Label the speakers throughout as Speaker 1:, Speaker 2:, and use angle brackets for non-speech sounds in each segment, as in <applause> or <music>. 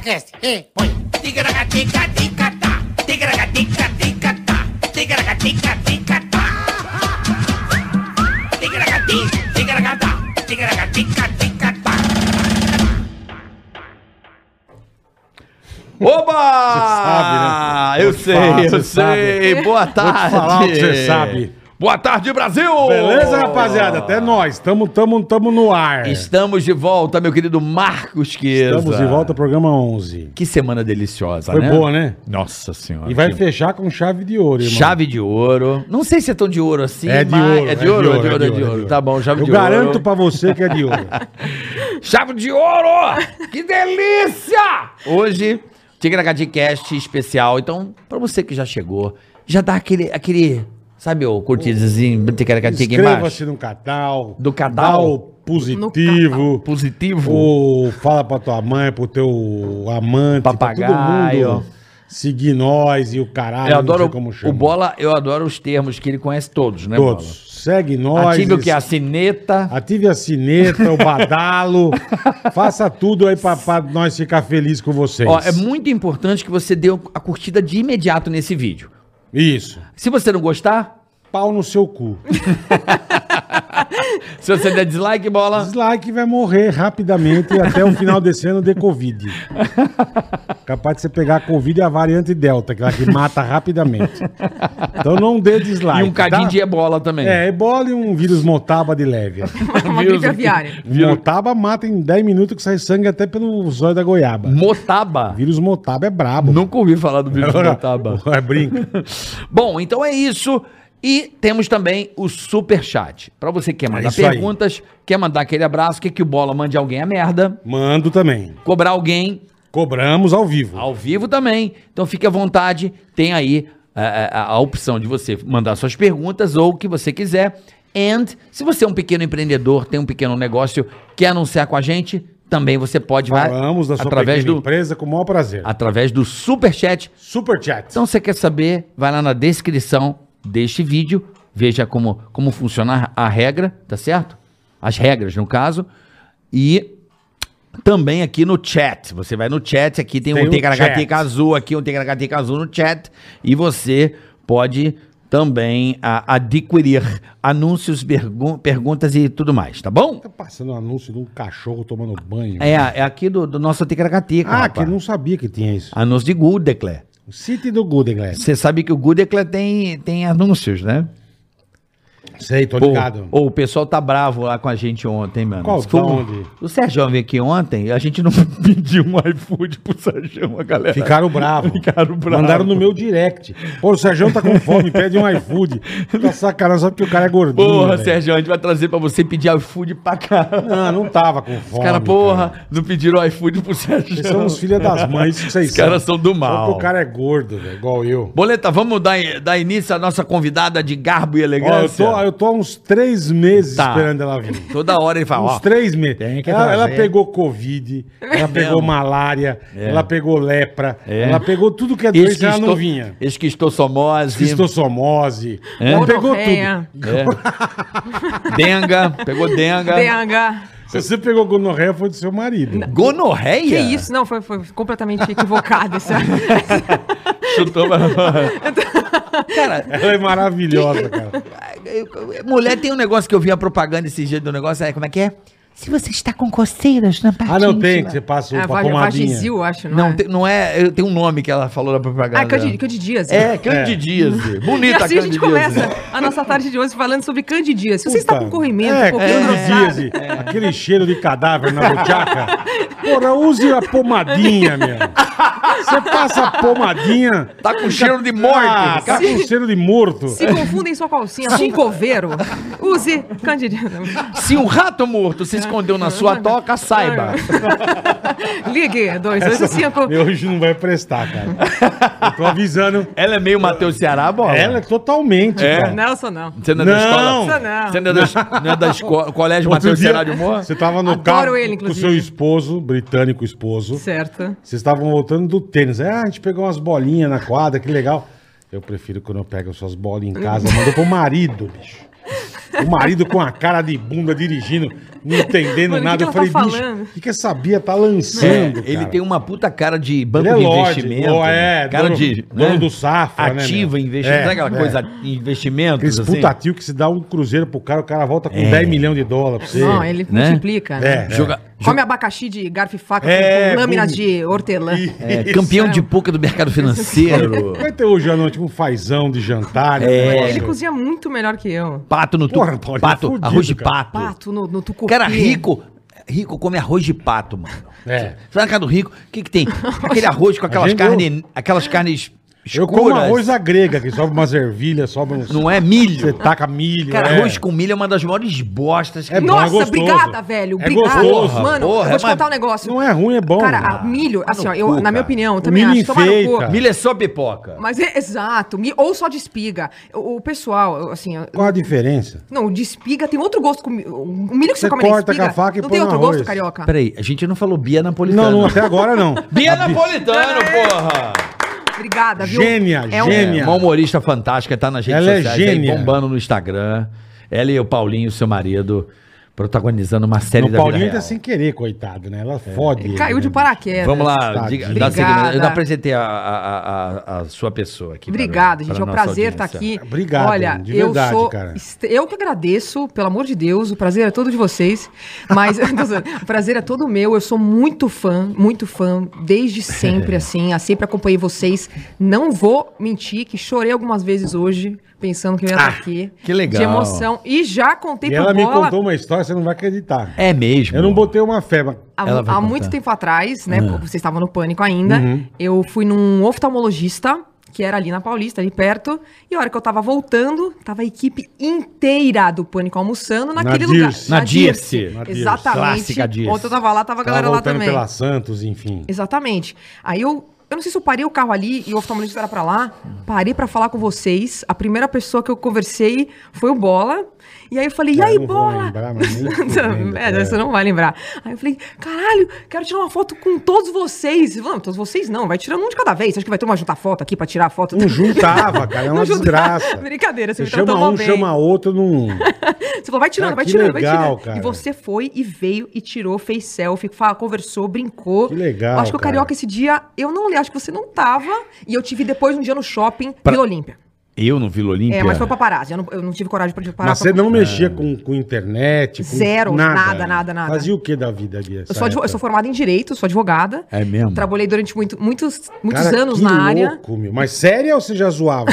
Speaker 1: Cast. E põe.
Speaker 2: Oba!
Speaker 3: Você sabe, né?
Speaker 2: Eu
Speaker 3: Vou te
Speaker 2: sei,
Speaker 3: falar,
Speaker 2: eu
Speaker 3: você
Speaker 2: sei. Boa tarde.
Speaker 3: falar o que você sabe.
Speaker 2: Boa tarde, Brasil!
Speaker 3: Beleza, rapaziada? Até nós. Tamo, tamo, tamo no ar.
Speaker 2: Estamos de volta, meu querido Marcos Queza.
Speaker 3: Estamos de volta ao programa 11.
Speaker 2: Que semana deliciosa,
Speaker 3: Foi
Speaker 2: né?
Speaker 3: boa, né?
Speaker 2: Nossa senhora.
Speaker 3: E vai
Speaker 2: que-
Speaker 3: fechar com chave de ouro, irmão.
Speaker 2: Chave de ouro. Não sei se é tão de ouro assim,
Speaker 3: é de
Speaker 2: mas-
Speaker 3: ouro.
Speaker 2: É de ouro, é de ouro, é de ouro. Tá bom, chave
Speaker 3: Eu
Speaker 2: de ouro.
Speaker 3: garanto pra você que é
Speaker 2: <laughs>
Speaker 3: de ouro.
Speaker 2: Chave de ouro! Que delícia! Hoje, Tigracadicast especial. Então, pra você que já chegou, já dá aquele, aquele sabe o curtidozinho do Tigracadic embaixo?
Speaker 3: Inscreva-se no canal.
Speaker 2: Do canal?
Speaker 3: Dá o positivo.
Speaker 2: Positivo.
Speaker 3: O fala pra tua mãe, pro teu amante,
Speaker 2: Papagaio.
Speaker 3: pra todo mundo seguir nós e o caralho.
Speaker 2: Eu
Speaker 3: não
Speaker 2: adoro
Speaker 3: sei como
Speaker 2: o
Speaker 3: chama.
Speaker 2: Bola, eu adoro os termos que ele conhece todos, né, Bola?
Speaker 3: Todos. Segue nós.
Speaker 2: Ative o que? é
Speaker 3: e-
Speaker 2: A sineta.
Speaker 3: Ative a sineta, o badalo. faça tudo aí pra, pra nós ficar feliz com vocês.
Speaker 2: Ó, é muito importante que você dê a curtida de imediato nesse vídeo.
Speaker 3: Isso.
Speaker 2: Se você não gostar,
Speaker 3: Pau no seu cu.
Speaker 2: se você der dislike, bola.
Speaker 3: Dislike vai morrer rapidamente até o final desse ano de Covid. Capaz de você pegar a Covid e a variante Delta, que é a que mata rapidamente. Então não dê
Speaker 2: E
Speaker 3: dislike.
Speaker 2: um cadinho
Speaker 3: tá?
Speaker 2: de ebola também.
Speaker 3: É, ebola e um vírus motaba de leve.
Speaker 4: Uma
Speaker 2: Viu,
Speaker 4: gripe
Speaker 2: Zuki?
Speaker 4: aviária.
Speaker 3: Motaba mata em 10 minutos que sai sangue até pelo zóio da goiaba.
Speaker 2: Motaba.
Speaker 3: Vírus motaba é brabo.
Speaker 2: Nunca ouvi falar do vírus do Motaba.
Speaker 3: <laughs> É brinca.
Speaker 2: Bom, então é isso. E temos também o superchat. Pra você que quer mandar
Speaker 3: É isso aí.
Speaker 2: perguntas, quer mandar aquele abraço, quer que o Bola mande alguém a merda,
Speaker 3: Mando também.
Speaker 2: cobrar alguém
Speaker 3: Cobramos ao vivo.
Speaker 2: ao vivo também. Então fique à vontade, tem aí é, é, a, a opção de você mandar suas perguntas ou o que você quiser. And se você é um pequeno empreendedor, tem um pequeno negócio, quer anunciar com a gente, também você pode vai,
Speaker 3: Falamos da sua
Speaker 2: através
Speaker 3: pequena
Speaker 2: do
Speaker 3: empresa com o maior prazer.
Speaker 2: através do superchat
Speaker 3: Super chat.
Speaker 2: Então, se você quer saber, vai lá na descrição deste vídeo, veja como, como funciona a regra, tá certo? As regras, no caso. E também aqui no chat. Você vai no chat, aqui tem,
Speaker 3: Tem
Speaker 2: um
Speaker 3: o
Speaker 2: TKHTK
Speaker 3: chat.
Speaker 2: azul, aqui um TKHTK azul no chat. E você pode também a- adquirir anúncios, pergun- perguntas e tudo mais, tá bom?
Speaker 3: Tá passando um anúncio de um cachorro tomando banho.
Speaker 2: É, é aqui do, do nosso TKHTK.
Speaker 3: ah,
Speaker 2: rapaz.
Speaker 3: que não sabia que tinha isso.
Speaker 2: Anúncio de Gudecler.
Speaker 3: O City do Gooden,
Speaker 2: Você sabe que o Gudecler tem, tem anúncios, né?
Speaker 3: Sei, tô
Speaker 2: Pô,
Speaker 3: ligado.
Speaker 2: ô, o pessoal tá bravo lá com a gente ontem, mano.
Speaker 3: Qual?
Speaker 2: Se for
Speaker 3: Da
Speaker 2: um-
Speaker 3: onde?
Speaker 2: O Sérgio veio aqui ontem, a gente não <laughs> pediu um iFood pro Sérgio, a galera.
Speaker 3: Ficaram bravos.
Speaker 2: Ficaram bravos.
Speaker 3: Mandaram no meu direct. Pô, o Sérgio tá com fome, pede um iFood. Tá sacanagem, só porque o cara é gordinho.
Speaker 2: Porra,
Speaker 3: velho.
Speaker 2: Sérgio, a gente vai trazer pra você pedir iFood pra caralho.
Speaker 3: Não, não tava com fome.
Speaker 2: Os caras, porra,
Speaker 3: cara.
Speaker 2: não pediram iFood pro Sérgio.
Speaker 3: Vocês são os filhos das mães, isso que vocês
Speaker 2: Os caras são do
Speaker 3: Só
Speaker 2: mal.
Speaker 3: porque o cara é gordo, velho, igual eu.
Speaker 2: Boleta, vamos dar, dar início à nossa convidada de garbo e
Speaker 3: Ó, eu
Speaker 2: elegância?
Speaker 3: tô, eu tô há uns três meses
Speaker 2: Tá.
Speaker 3: esperando ela vir.
Speaker 2: Toda hora ele fala,
Speaker 3: Uns
Speaker 2: ó,
Speaker 3: três meses.
Speaker 2: Tem que
Speaker 3: Ela, ela
Speaker 2: fazer.
Speaker 3: pegou Covid, ela pegou malária, ela pegou lepra,
Speaker 2: É.
Speaker 3: ela pegou tudo que é doença e ela não vinha.
Speaker 2: esquistossomose,
Speaker 3: Cristossomose.
Speaker 2: É.
Speaker 3: Ela pegou tudo.
Speaker 4: Gonorreia.
Speaker 3: <laughs>
Speaker 2: é. né? denga, pegou denga.
Speaker 4: BH.
Speaker 3: Se você pegou gonorreia, foi do seu marido.
Speaker 2: Gonorreia?
Speaker 4: Que isso? Não, foi, foi completamente equivocado. é- Esse...
Speaker 2: Chutou pra... <laughs> Cara,
Speaker 3: Ela é maravilhosa, cara.
Speaker 2: mulher tem um negócio que eu vi a propaganda esse dia do negócio, é como é que é?
Speaker 5: Se você está com coceiras na parte
Speaker 3: Ah, não tem,
Speaker 5: íntima.
Speaker 3: que você passa
Speaker 4: É,
Speaker 3: uma
Speaker 4: vale,
Speaker 3: pomadinha.
Speaker 4: Vagizil, acho, não,
Speaker 2: Não,
Speaker 4: é?
Speaker 2: tem- não é, eu- tem um nome que ela falou na propaganda.
Speaker 4: Ah, Candid, Candidíase.
Speaker 2: É,
Speaker 4: <laughs>
Speaker 2: Candidíase.
Speaker 4: E
Speaker 2: Bonita
Speaker 4: assim a gente
Speaker 2: Candidíase.
Speaker 4: começa a nossa tarde de hoje falando sobre candidíase. Se você está Então com
Speaker 3: né? Puta,
Speaker 4: corrimento,
Speaker 3: é,
Speaker 4: um pouquinho engrossado,
Speaker 3: candidíase,
Speaker 2: É.
Speaker 3: aquele cheiro de cadáver na buchaca. Porra, use a pomadinha, meu. Você passa a pomadinha.
Speaker 2: Tá com cheiro de morte.
Speaker 3: Ah, tá com cheiro de morto.
Speaker 4: se confundem sua calcinha com coveiro, use candidíase.
Speaker 2: Se um rato morto se escondeu na sua toca, saiba.
Speaker 4: Ligue assim, 285.
Speaker 3: Meu, hoje não vai prestar, cara. Eu tô avisando.
Speaker 2: Ela é meio Matheus Ceará, bola?
Speaker 3: Ela é totalmente,
Speaker 2: É?
Speaker 3: cara.
Speaker 4: Nelson, não.
Speaker 2: Você não é da
Speaker 3: Não.
Speaker 2: escola?
Speaker 4: Essa não.
Speaker 2: Você não é da, es- não é da escola, colégio
Speaker 3: Outro
Speaker 2: Matheus
Speaker 3: dia,
Speaker 2: Ceará de Moura?
Speaker 3: Você tava no
Speaker 4: Adoro
Speaker 3: carro
Speaker 4: ele,
Speaker 3: com o
Speaker 4: inclusive.
Speaker 3: seu esposo, britânico esposo.
Speaker 4: Certo.
Speaker 3: Vocês estavam voltando do tênis. É, a gente pegou umas bolinhas na quadra, que legal. Eu prefiro quando eu pego suas bolas em casa. Mandou pro marido, bicho. O marido com a cara de bunda dirigindo. não entendendo
Speaker 4: Mano, o que
Speaker 3: nada.
Speaker 4: que
Speaker 3: eu
Speaker 4: ela tá
Speaker 3: falei, bicho,
Speaker 4: falando?
Speaker 3: o que, que essa Bia tá lançando?
Speaker 2: É, ele
Speaker 3: cara?
Speaker 2: tem uma puta cara de banco
Speaker 3: Ele é
Speaker 2: de
Speaker 3: lorde,
Speaker 2: investimento.
Speaker 3: ou é,
Speaker 2: né? cara
Speaker 3: dono-
Speaker 2: de.
Speaker 3: dono do Safra, né,
Speaker 2: Ativa,
Speaker 3: meu?
Speaker 2: investimento.
Speaker 3: É,
Speaker 2: sabe aquela
Speaker 3: é.
Speaker 2: coisa assim? de investimento?
Speaker 3: Aqueles puta tio que se dá um cruzeiro pro cara, o cara volta
Speaker 2: É.
Speaker 3: com 10 milhões de dólares pra você.
Speaker 4: Não, ele
Speaker 2: Né?
Speaker 4: multiplica, né?
Speaker 3: É,
Speaker 2: Joga-
Speaker 4: Come abacaxi de garfo e faca
Speaker 3: É,
Speaker 4: com lâmina
Speaker 3: bom.
Speaker 4: de hortelã.
Speaker 2: É, campeão
Speaker 3: né?
Speaker 4: Isso.
Speaker 2: de pouca do mercado
Speaker 3: <laughs>
Speaker 2: financeiro.
Speaker 3: Vai ter hoje à noite um fazão de jantar. né,
Speaker 2: É.
Speaker 3: negócio.
Speaker 4: Ele cozinha muito melhor que eu.
Speaker 2: pato no tu,
Speaker 3: Porra, Paulinho,
Speaker 2: pato,
Speaker 3: fudido,
Speaker 2: arroz de
Speaker 3: cara.
Speaker 2: pato.
Speaker 4: Pato no, no tucupi.
Speaker 2: Cara rico, rico come arroz de pato, mano.
Speaker 3: É.
Speaker 2: Você vai na casa do rico, o que que
Speaker 3: <laughs>
Speaker 2: tem? Aquele arroz com aquelas
Speaker 3: gente,
Speaker 2: carnes, aquelas carnes escuras.
Speaker 3: Eu como arroz à grega, que sobe umas ervilhas, sobe uns...
Speaker 2: Não é milho.
Speaker 3: Você taca milho,
Speaker 2: Cara,
Speaker 3: é.
Speaker 2: arroz com milho é uma das maiores bostas que
Speaker 3: É bom,
Speaker 4: Nossa,
Speaker 3: gostoso.
Speaker 4: obrigada, velho.
Speaker 3: É
Speaker 4: Obrigada.
Speaker 3: gostoso.
Speaker 4: Mano,
Speaker 2: Porra,
Speaker 4: eu vou te
Speaker 2: é uma-
Speaker 4: contar um negócio.
Speaker 3: Não é ruim, é bom.
Speaker 4: Cara,
Speaker 3: Ah,
Speaker 4: a milho, assim, ó, eu,
Speaker 2: cu,
Speaker 4: na minha
Speaker 2: cara.
Speaker 4: opinião, eu também
Speaker 3: Milho
Speaker 4: acho. Tomar no cu.
Speaker 3: enfeita.
Speaker 2: Milho é só pipoca.
Speaker 4: Mas é exato, mi- ou só de espiga. O, o pessoal, eu, assim, eu-
Speaker 3: Qual a diferença?
Speaker 4: não, o de espiga tem outro gosto. Com, mi- o milho que você,
Speaker 3: Você
Speaker 4: come na
Speaker 3: corta
Speaker 4: espiga
Speaker 3: com a faca e
Speaker 4: não
Speaker 3: põe
Speaker 4: tem
Speaker 3: no
Speaker 4: outro
Speaker 3: arroz.
Speaker 4: gosto, carioca.
Speaker 2: Peraí, a gente não falou Bia Napolitano.
Speaker 3: Não, não,
Speaker 2: <laughs>
Speaker 3: <laughs> até agora não.
Speaker 2: Bia
Speaker 3: A Bi-
Speaker 2: Napolitano,
Speaker 4: É.
Speaker 2: porra!
Speaker 4: Obrigada, viu?
Speaker 3: Gênia,
Speaker 4: é um,
Speaker 3: gênia.
Speaker 2: É, uma humorista fantástica, tá nas redes
Speaker 3: Ela é
Speaker 2: sociais,
Speaker 3: gênia.
Speaker 2: Aí, bombando no Instagram. Ela e o Paulinho, seu marido, protagonizando uma série
Speaker 3: O
Speaker 2: da
Speaker 3: Paulinho
Speaker 2: vida
Speaker 3: tá
Speaker 2: real. É.
Speaker 3: sem querer, coitado, né? Ela fode. ele,
Speaker 4: Caiu de
Speaker 3: né?
Speaker 4: paraquedas.
Speaker 2: Vamos lá,
Speaker 3: Tadinho.
Speaker 2: diga, dá
Speaker 4: Obrigada.
Speaker 2: seguimento. Eu não apresentei a, a- a- a- a sua pessoa aqui. para-
Speaker 4: Obrigada, gente.
Speaker 2: para
Speaker 4: É um
Speaker 2: nossa
Speaker 4: prazer estar
Speaker 2: audiência.
Speaker 4: aqui.
Speaker 3: Obrigado,
Speaker 4: Olha,
Speaker 3: de
Speaker 4: eu
Speaker 3: verdade,
Speaker 4: sou.
Speaker 3: cara.
Speaker 4: est- Eu que agradeço, pelo amor de Deus. O prazer é todo de vocês. Mas <laughs> tô zoando. o prazer é todo meu. Eu sou muito fã, muito fã, desde
Speaker 2: <laughs>
Speaker 4: sempre, assim. Eu sempre acompanhei vocês. Não vou mentir que chorei algumas vezes hoje, pensando que eu ia estar aqui.
Speaker 2: Ah, que legal.
Speaker 4: De emoção. E já contei
Speaker 3: E
Speaker 4: pro
Speaker 3: ela me
Speaker 4: bola.
Speaker 3: contou uma história, você não vai acreditar.
Speaker 2: É mesmo.
Speaker 3: Eu não botei uma fé, mas...
Speaker 4: Há,
Speaker 2: Ela vai contar.
Speaker 4: há
Speaker 2: Ah.
Speaker 4: muito tempo atrás, né? porque Vocês estavam no pânico ainda.
Speaker 3: Uhum.
Speaker 4: Eu fui num oftalmologista, que era ali na Paulista, ali perto. E a hora que eu tava voltando, tava a equipe inteira do pânico almoçando naquele
Speaker 3: Na
Speaker 4: lugar.
Speaker 3: Dirce.
Speaker 2: Na Dirce. Na
Speaker 3: Dirce.
Speaker 4: Exatamente.
Speaker 2: Clássica Dirce.
Speaker 4: Ontem eu tava lá, tava a
Speaker 3: Ela
Speaker 4: galera lá
Speaker 3: voltando
Speaker 4: também.
Speaker 3: pela Santos, enfim.
Speaker 4: Exatamente. Aí eu. Eu não sei se eu parei o carro ali e o oftalmologista era pra lá. Parei pra falar com vocês. A primeira pessoa que eu conversei foi o Bola. E aí eu falei, e
Speaker 3: Eu
Speaker 4: aí,
Speaker 3: não vou
Speaker 4: Bola?
Speaker 3: lembrar, mas
Speaker 4: <laughs>
Speaker 3: nem fudendo,
Speaker 4: é,
Speaker 3: cara.
Speaker 4: você não vai lembrar. Aí eu falei, caralho, quero tirar uma foto com todos vocês. Não, todos vocês não, vai tirando um de cada vez. Acho que vai ter uma junta foto aqui pra tirar a foto.
Speaker 3: Não juntava, cara, Um é
Speaker 4: <laughs>
Speaker 3: uma
Speaker 4: Não junta-
Speaker 3: desgraça.
Speaker 4: Brincadeira, você,
Speaker 3: Você
Speaker 4: me tratou
Speaker 3: chama
Speaker 4: mal
Speaker 3: um,
Speaker 4: bem.
Speaker 3: chama outro, não...
Speaker 4: Você falou, vai tirando,
Speaker 3: Ah,
Speaker 4: vai
Speaker 3: que
Speaker 4: tirando, vai
Speaker 3: legal,
Speaker 4: tirando.
Speaker 3: cara.
Speaker 4: E você foi e veio e tirou, fez selfie, fala, conversou, brincou.
Speaker 3: Que legal,
Speaker 4: Acho que o
Speaker 3: cara.
Speaker 4: Carioca esse dia, eu não lembro, acho que você não tava. E eu te vi depois um dia no shopping,
Speaker 2: Pra-
Speaker 4: Vila Olímpia.
Speaker 2: Eu no Vila Olímpia?
Speaker 4: É, mas foi paparazzi, eu não, eu não tive coragem pra parar.
Speaker 3: Mas
Speaker 4: pra...
Speaker 3: você não
Speaker 2: É.
Speaker 3: mexia com, com internet, com
Speaker 4: Zero, nada, nada, nada.
Speaker 3: Fazia o que da vida, Bia?
Speaker 4: Eu
Speaker 3: essa
Speaker 4: sou, advo- eu
Speaker 3: época?
Speaker 4: sou formada em Direito, sou advogada.
Speaker 2: É mesmo?
Speaker 4: Trabalhei durante muito- muitos, muitos
Speaker 3: Cara,
Speaker 4: anos
Speaker 3: que
Speaker 4: na área.
Speaker 3: louco, meu. Mas séria ou você já
Speaker 4: <laughs>
Speaker 3: zoava?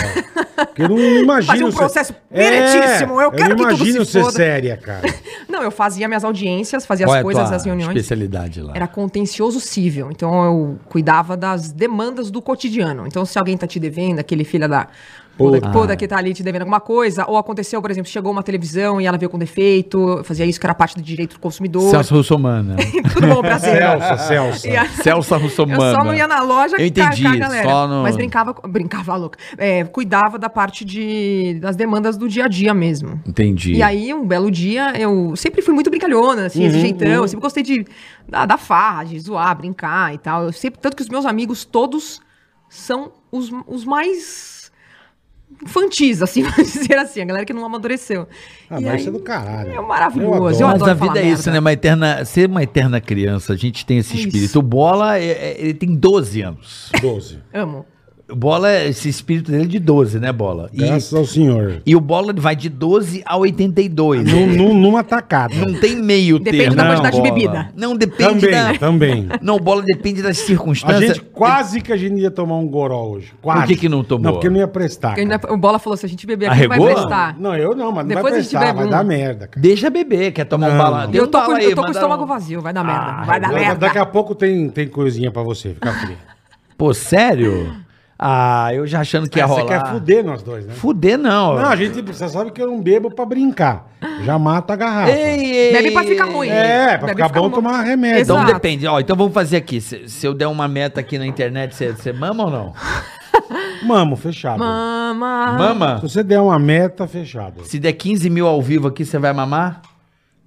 Speaker 3: Porque eu não imagino...
Speaker 4: Fazia um
Speaker 3: você- É,
Speaker 4: processo direitíssimo, eu quero que
Speaker 3: não
Speaker 4: tudo se
Speaker 3: imagino ser
Speaker 4: foda.
Speaker 3: séria, cara.
Speaker 4: Não, eu fazia minhas audiências, fazia
Speaker 2: Qual é
Speaker 4: as
Speaker 2: a
Speaker 4: coisas,
Speaker 2: tua
Speaker 4: as reuniões.
Speaker 2: especialidade lá?
Speaker 4: Era contencioso civil. Então eu cuidava das demandas do cotidiano. Então, se alguém tá te devendo, aquele filho da. Puta,
Speaker 3: Puta.
Speaker 2: Ah.
Speaker 4: puta que tá ali te devendo alguma coisa. Ou aconteceu, por exemplo, chegou uma televisão e ela veio com defeito, eu fazia isso que era parte do direito do consumidor.
Speaker 2: Celso Russomana.
Speaker 4: <laughs> Tudo bom, prazer.
Speaker 3: Celsa, Celsa.
Speaker 4: E a-
Speaker 2: Celso Russomano.
Speaker 4: Eu só não ia na loja
Speaker 2: Eu entendi,
Speaker 4: cagar a galera.
Speaker 2: só no-
Speaker 4: Mas brincava, com- brincava louca. É, cuidava da parte de, das demandas do dia a dia mesmo.
Speaker 2: Entendi.
Speaker 4: E aí, um belo dia, eu sempre fui muito brincalhona,
Speaker 3: Uhum,
Speaker 4: assim, esse jeitão. Eu sempre gostei de da, da farra, de zoar, brincar e tal. Eu sempre, tanto que os meus amigos todos são os, os mais infantis, assim, <laughs> vamos dizer assim, a galera que não amadureceu.
Speaker 3: Ah,
Speaker 4: E
Speaker 3: mas
Speaker 4: aí-
Speaker 3: isso é do caralho.
Speaker 4: É maravilhoso,
Speaker 3: Eu adoro.
Speaker 4: eu
Speaker 2: Mas
Speaker 4: adoro
Speaker 2: a vida
Speaker 4: falar
Speaker 2: é isso,
Speaker 4: merda.
Speaker 2: né? Uma eterna, ser uma eterna criança. A gente tem esse
Speaker 4: É isso.
Speaker 2: espírito. O Bola, é- é- ele tem 12 anos.
Speaker 3: 12.
Speaker 4: Amo.
Speaker 3: Ah,
Speaker 2: O Bola, é esse espírito dele é de 12, né, Bola? E,
Speaker 3: Graças ao senhor.
Speaker 2: e o Bola ele vai de 12 a 82.
Speaker 3: Num- num- numa tacada.
Speaker 2: Não tem meio
Speaker 4: Depende
Speaker 2: termo.
Speaker 4: da
Speaker 2: Não,
Speaker 4: quantidade de
Speaker 2: Bola.
Speaker 4: bebida.
Speaker 2: Não, depende
Speaker 3: Também,
Speaker 4: né?
Speaker 2: da...
Speaker 3: também.
Speaker 2: Não, Bola depende das
Speaker 3: A
Speaker 2: circunstâncias.
Speaker 3: gente quase que a gente ia tomar um goró hoje. Quase.
Speaker 2: é- Por que que não tomou?
Speaker 3: Não, porque não ia prestar.
Speaker 4: Porque ainda-
Speaker 3: cara.
Speaker 4: o Bola falou: se a gente beber aqui, não vai
Speaker 2: Arregou?
Speaker 4: prestar.
Speaker 3: Não, eu não, mas não
Speaker 4: Depois a
Speaker 3: vai
Speaker 4: gente
Speaker 3: prestar,
Speaker 4: bebe
Speaker 3: vai
Speaker 4: um.
Speaker 3: dar merda, cara.
Speaker 2: Deixa beber, quer tomar um bala. Deu
Speaker 4: Eu tô,
Speaker 2: um
Speaker 4: com,
Speaker 2: bala
Speaker 4: eu tô com o
Speaker 2: manda
Speaker 4: estômago
Speaker 2: um-
Speaker 4: vazio, vai dar merda.
Speaker 2: Ah,
Speaker 4: vai dar
Speaker 3: Da-
Speaker 4: merda.
Speaker 3: Daqui a pouco tem, tem coisinha pra você, fica frio.
Speaker 2: Pô, sério? Ah, eu já achando <laughs> que ia
Speaker 3: você
Speaker 2: rolar.
Speaker 3: quer fuder nós dois, né?
Speaker 2: Fuder não.
Speaker 3: Não, a gente, você sabe que eu não bebo pra brincar. Já mato a garrafa.
Speaker 2: Ei, ei,
Speaker 4: Bebe pra ficar ruim.
Speaker 3: É, pra
Speaker 4: Bebe
Speaker 3: ficar bom
Speaker 4: mo-
Speaker 3: tomar remédio.
Speaker 2: Então
Speaker 4: Exato.
Speaker 2: depende. Ó, então vamos fazer aqui. Se, se eu der uma meta aqui na internet, você- você mama ou não?
Speaker 3: Mamo, fechado. Ah.
Speaker 4: Mama.
Speaker 2: Mama?
Speaker 3: Se você der uma meta, fechado.
Speaker 2: Se der 15 mil ao vivo aqui, você vai mamar?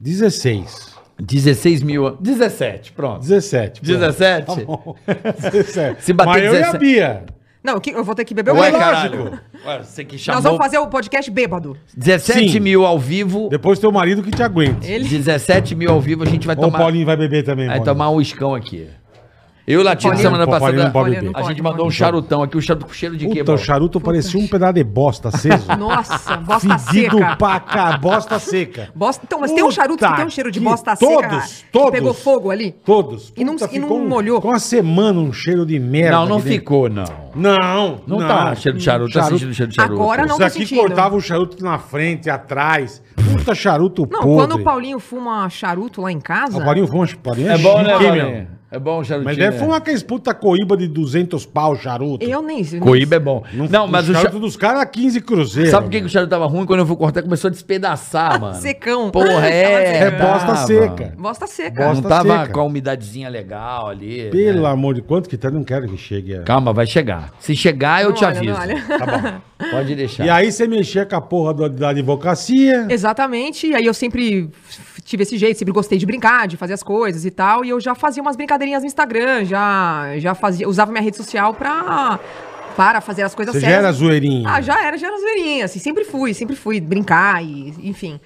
Speaker 3: 16.
Speaker 2: 16 mil. a- 17, pronto.
Speaker 3: 17. pronto.
Speaker 2: 17?
Speaker 3: Tá bom. <laughs> 17.
Speaker 2: Se bater
Speaker 3: Mas eu e a
Speaker 2: 17.
Speaker 3: Bia.
Speaker 4: Não, que- eu vou ter que beber o
Speaker 2: Ué,
Speaker 3: lógico.
Speaker 4: Nós
Speaker 2: caralho. Ué, você que chamou
Speaker 4: vamos fazer o podcast bêbado.
Speaker 2: 17
Speaker 3: Sim.
Speaker 2: mil ao vivo.
Speaker 3: Depois teu marido que te aguenta.
Speaker 4: Ele-
Speaker 2: 17 mil ao vivo, a gente vai
Speaker 3: Ou o
Speaker 2: tomar.
Speaker 3: Paulinho vai beber também,
Speaker 2: Vai
Speaker 3: Paulinho.
Speaker 2: tomar um iscão aqui. Eu e Latino,
Speaker 4: Paulinho-
Speaker 2: semana
Speaker 3: Paulinho
Speaker 2: passada,
Speaker 3: não pode
Speaker 2: a
Speaker 3: beber.
Speaker 4: Paulinho,
Speaker 2: gente mandou um
Speaker 4: Paulinho.
Speaker 2: charutão aqui, o charuto com cheiro de quê,
Speaker 3: Puta, o
Speaker 2: Paulo?
Speaker 3: charuto parecia um pedaço de bosta
Speaker 2: <laughs>
Speaker 3: aceso. <laughs>
Speaker 4: Nossa, bosta
Speaker 3: Fedido
Speaker 4: seca.
Speaker 3: pra cá, bosta seca.
Speaker 4: Bosta... Então, mas tem um charuto que
Speaker 3: Puta
Speaker 4: tem um cheiro de
Speaker 3: que-
Speaker 4: bosta seca.
Speaker 3: todos,
Speaker 4: que
Speaker 3: todos.
Speaker 4: Pegou fogo ali.
Speaker 3: Todos.
Speaker 4: E não- e não
Speaker 3: ficou um-
Speaker 4: molhou.
Speaker 3: Ficou uma semana um cheiro de merda.
Speaker 2: Não, não
Speaker 3: aqui dentro.
Speaker 2: ficou, não.
Speaker 3: Não,
Speaker 2: Não, tá cheiro de charuto, tá
Speaker 3: Charuto.
Speaker 2: sentindo cheiro de tá charuto.
Speaker 4: Agora não
Speaker 3: Isso
Speaker 4: tô
Speaker 3: aqui
Speaker 4: sentindo.
Speaker 3: cortava o charuto na frente, atrás. Puta charuto
Speaker 4: Não,
Speaker 3: podre.
Speaker 4: quando o Paulinho fuma charuto lá em casa...
Speaker 3: O Paulinho fuma, o Paulinho
Speaker 2: É bom,
Speaker 3: chique,
Speaker 2: né,
Speaker 3: hein, meu?
Speaker 2: Paulinho? É bom o charutinho.
Speaker 3: Mas deve
Speaker 2: né?
Speaker 3: fumar aqueles puta coíba de 200 pau charuto.
Speaker 4: Eu nem sei.
Speaker 2: Coíba é bom. Não, mas o
Speaker 3: charuto
Speaker 2: charuto...
Speaker 3: dos caras é 15 cruzeiros.
Speaker 2: Sabe por que, que o charuto tava ruim? Quando eu fui cortar, começou a despedaçar, mano.
Speaker 4: Ah, Secão. <laughs>
Speaker 2: Porra, é.
Speaker 3: É bosta
Speaker 2: tava.
Speaker 3: seca.
Speaker 4: Bosta seca.
Speaker 2: Não
Speaker 3: Bosta
Speaker 2: tava
Speaker 3: seca.
Speaker 2: com a umidadezinha legal ali.
Speaker 3: Pelo
Speaker 2: né?
Speaker 3: amor de quanto que tá, não quero que chegue. a-
Speaker 2: Calma, vai chegar. Se chegar, eu
Speaker 4: Não
Speaker 2: te
Speaker 4: olha,
Speaker 2: aviso.
Speaker 4: não olha.
Speaker 3: Tá bom.
Speaker 2: Pode deixar.
Speaker 3: E aí você mexia com a porra do- da advocacia.
Speaker 4: <laughs> Exatamente, e aí eu sempre f- tive esse jeito, sempre gostei de brincar, de fazer as coisas e tal, e eu já fazia umas brincadeirinhas no Instagram, já, já fazia, usava minha rede social pra, para fazer as coisas
Speaker 3: Você já era zoeirinha.
Speaker 4: Ah, já era, já era zoeirinha, assim, sempre fui, sempre fui brincar e, enfim.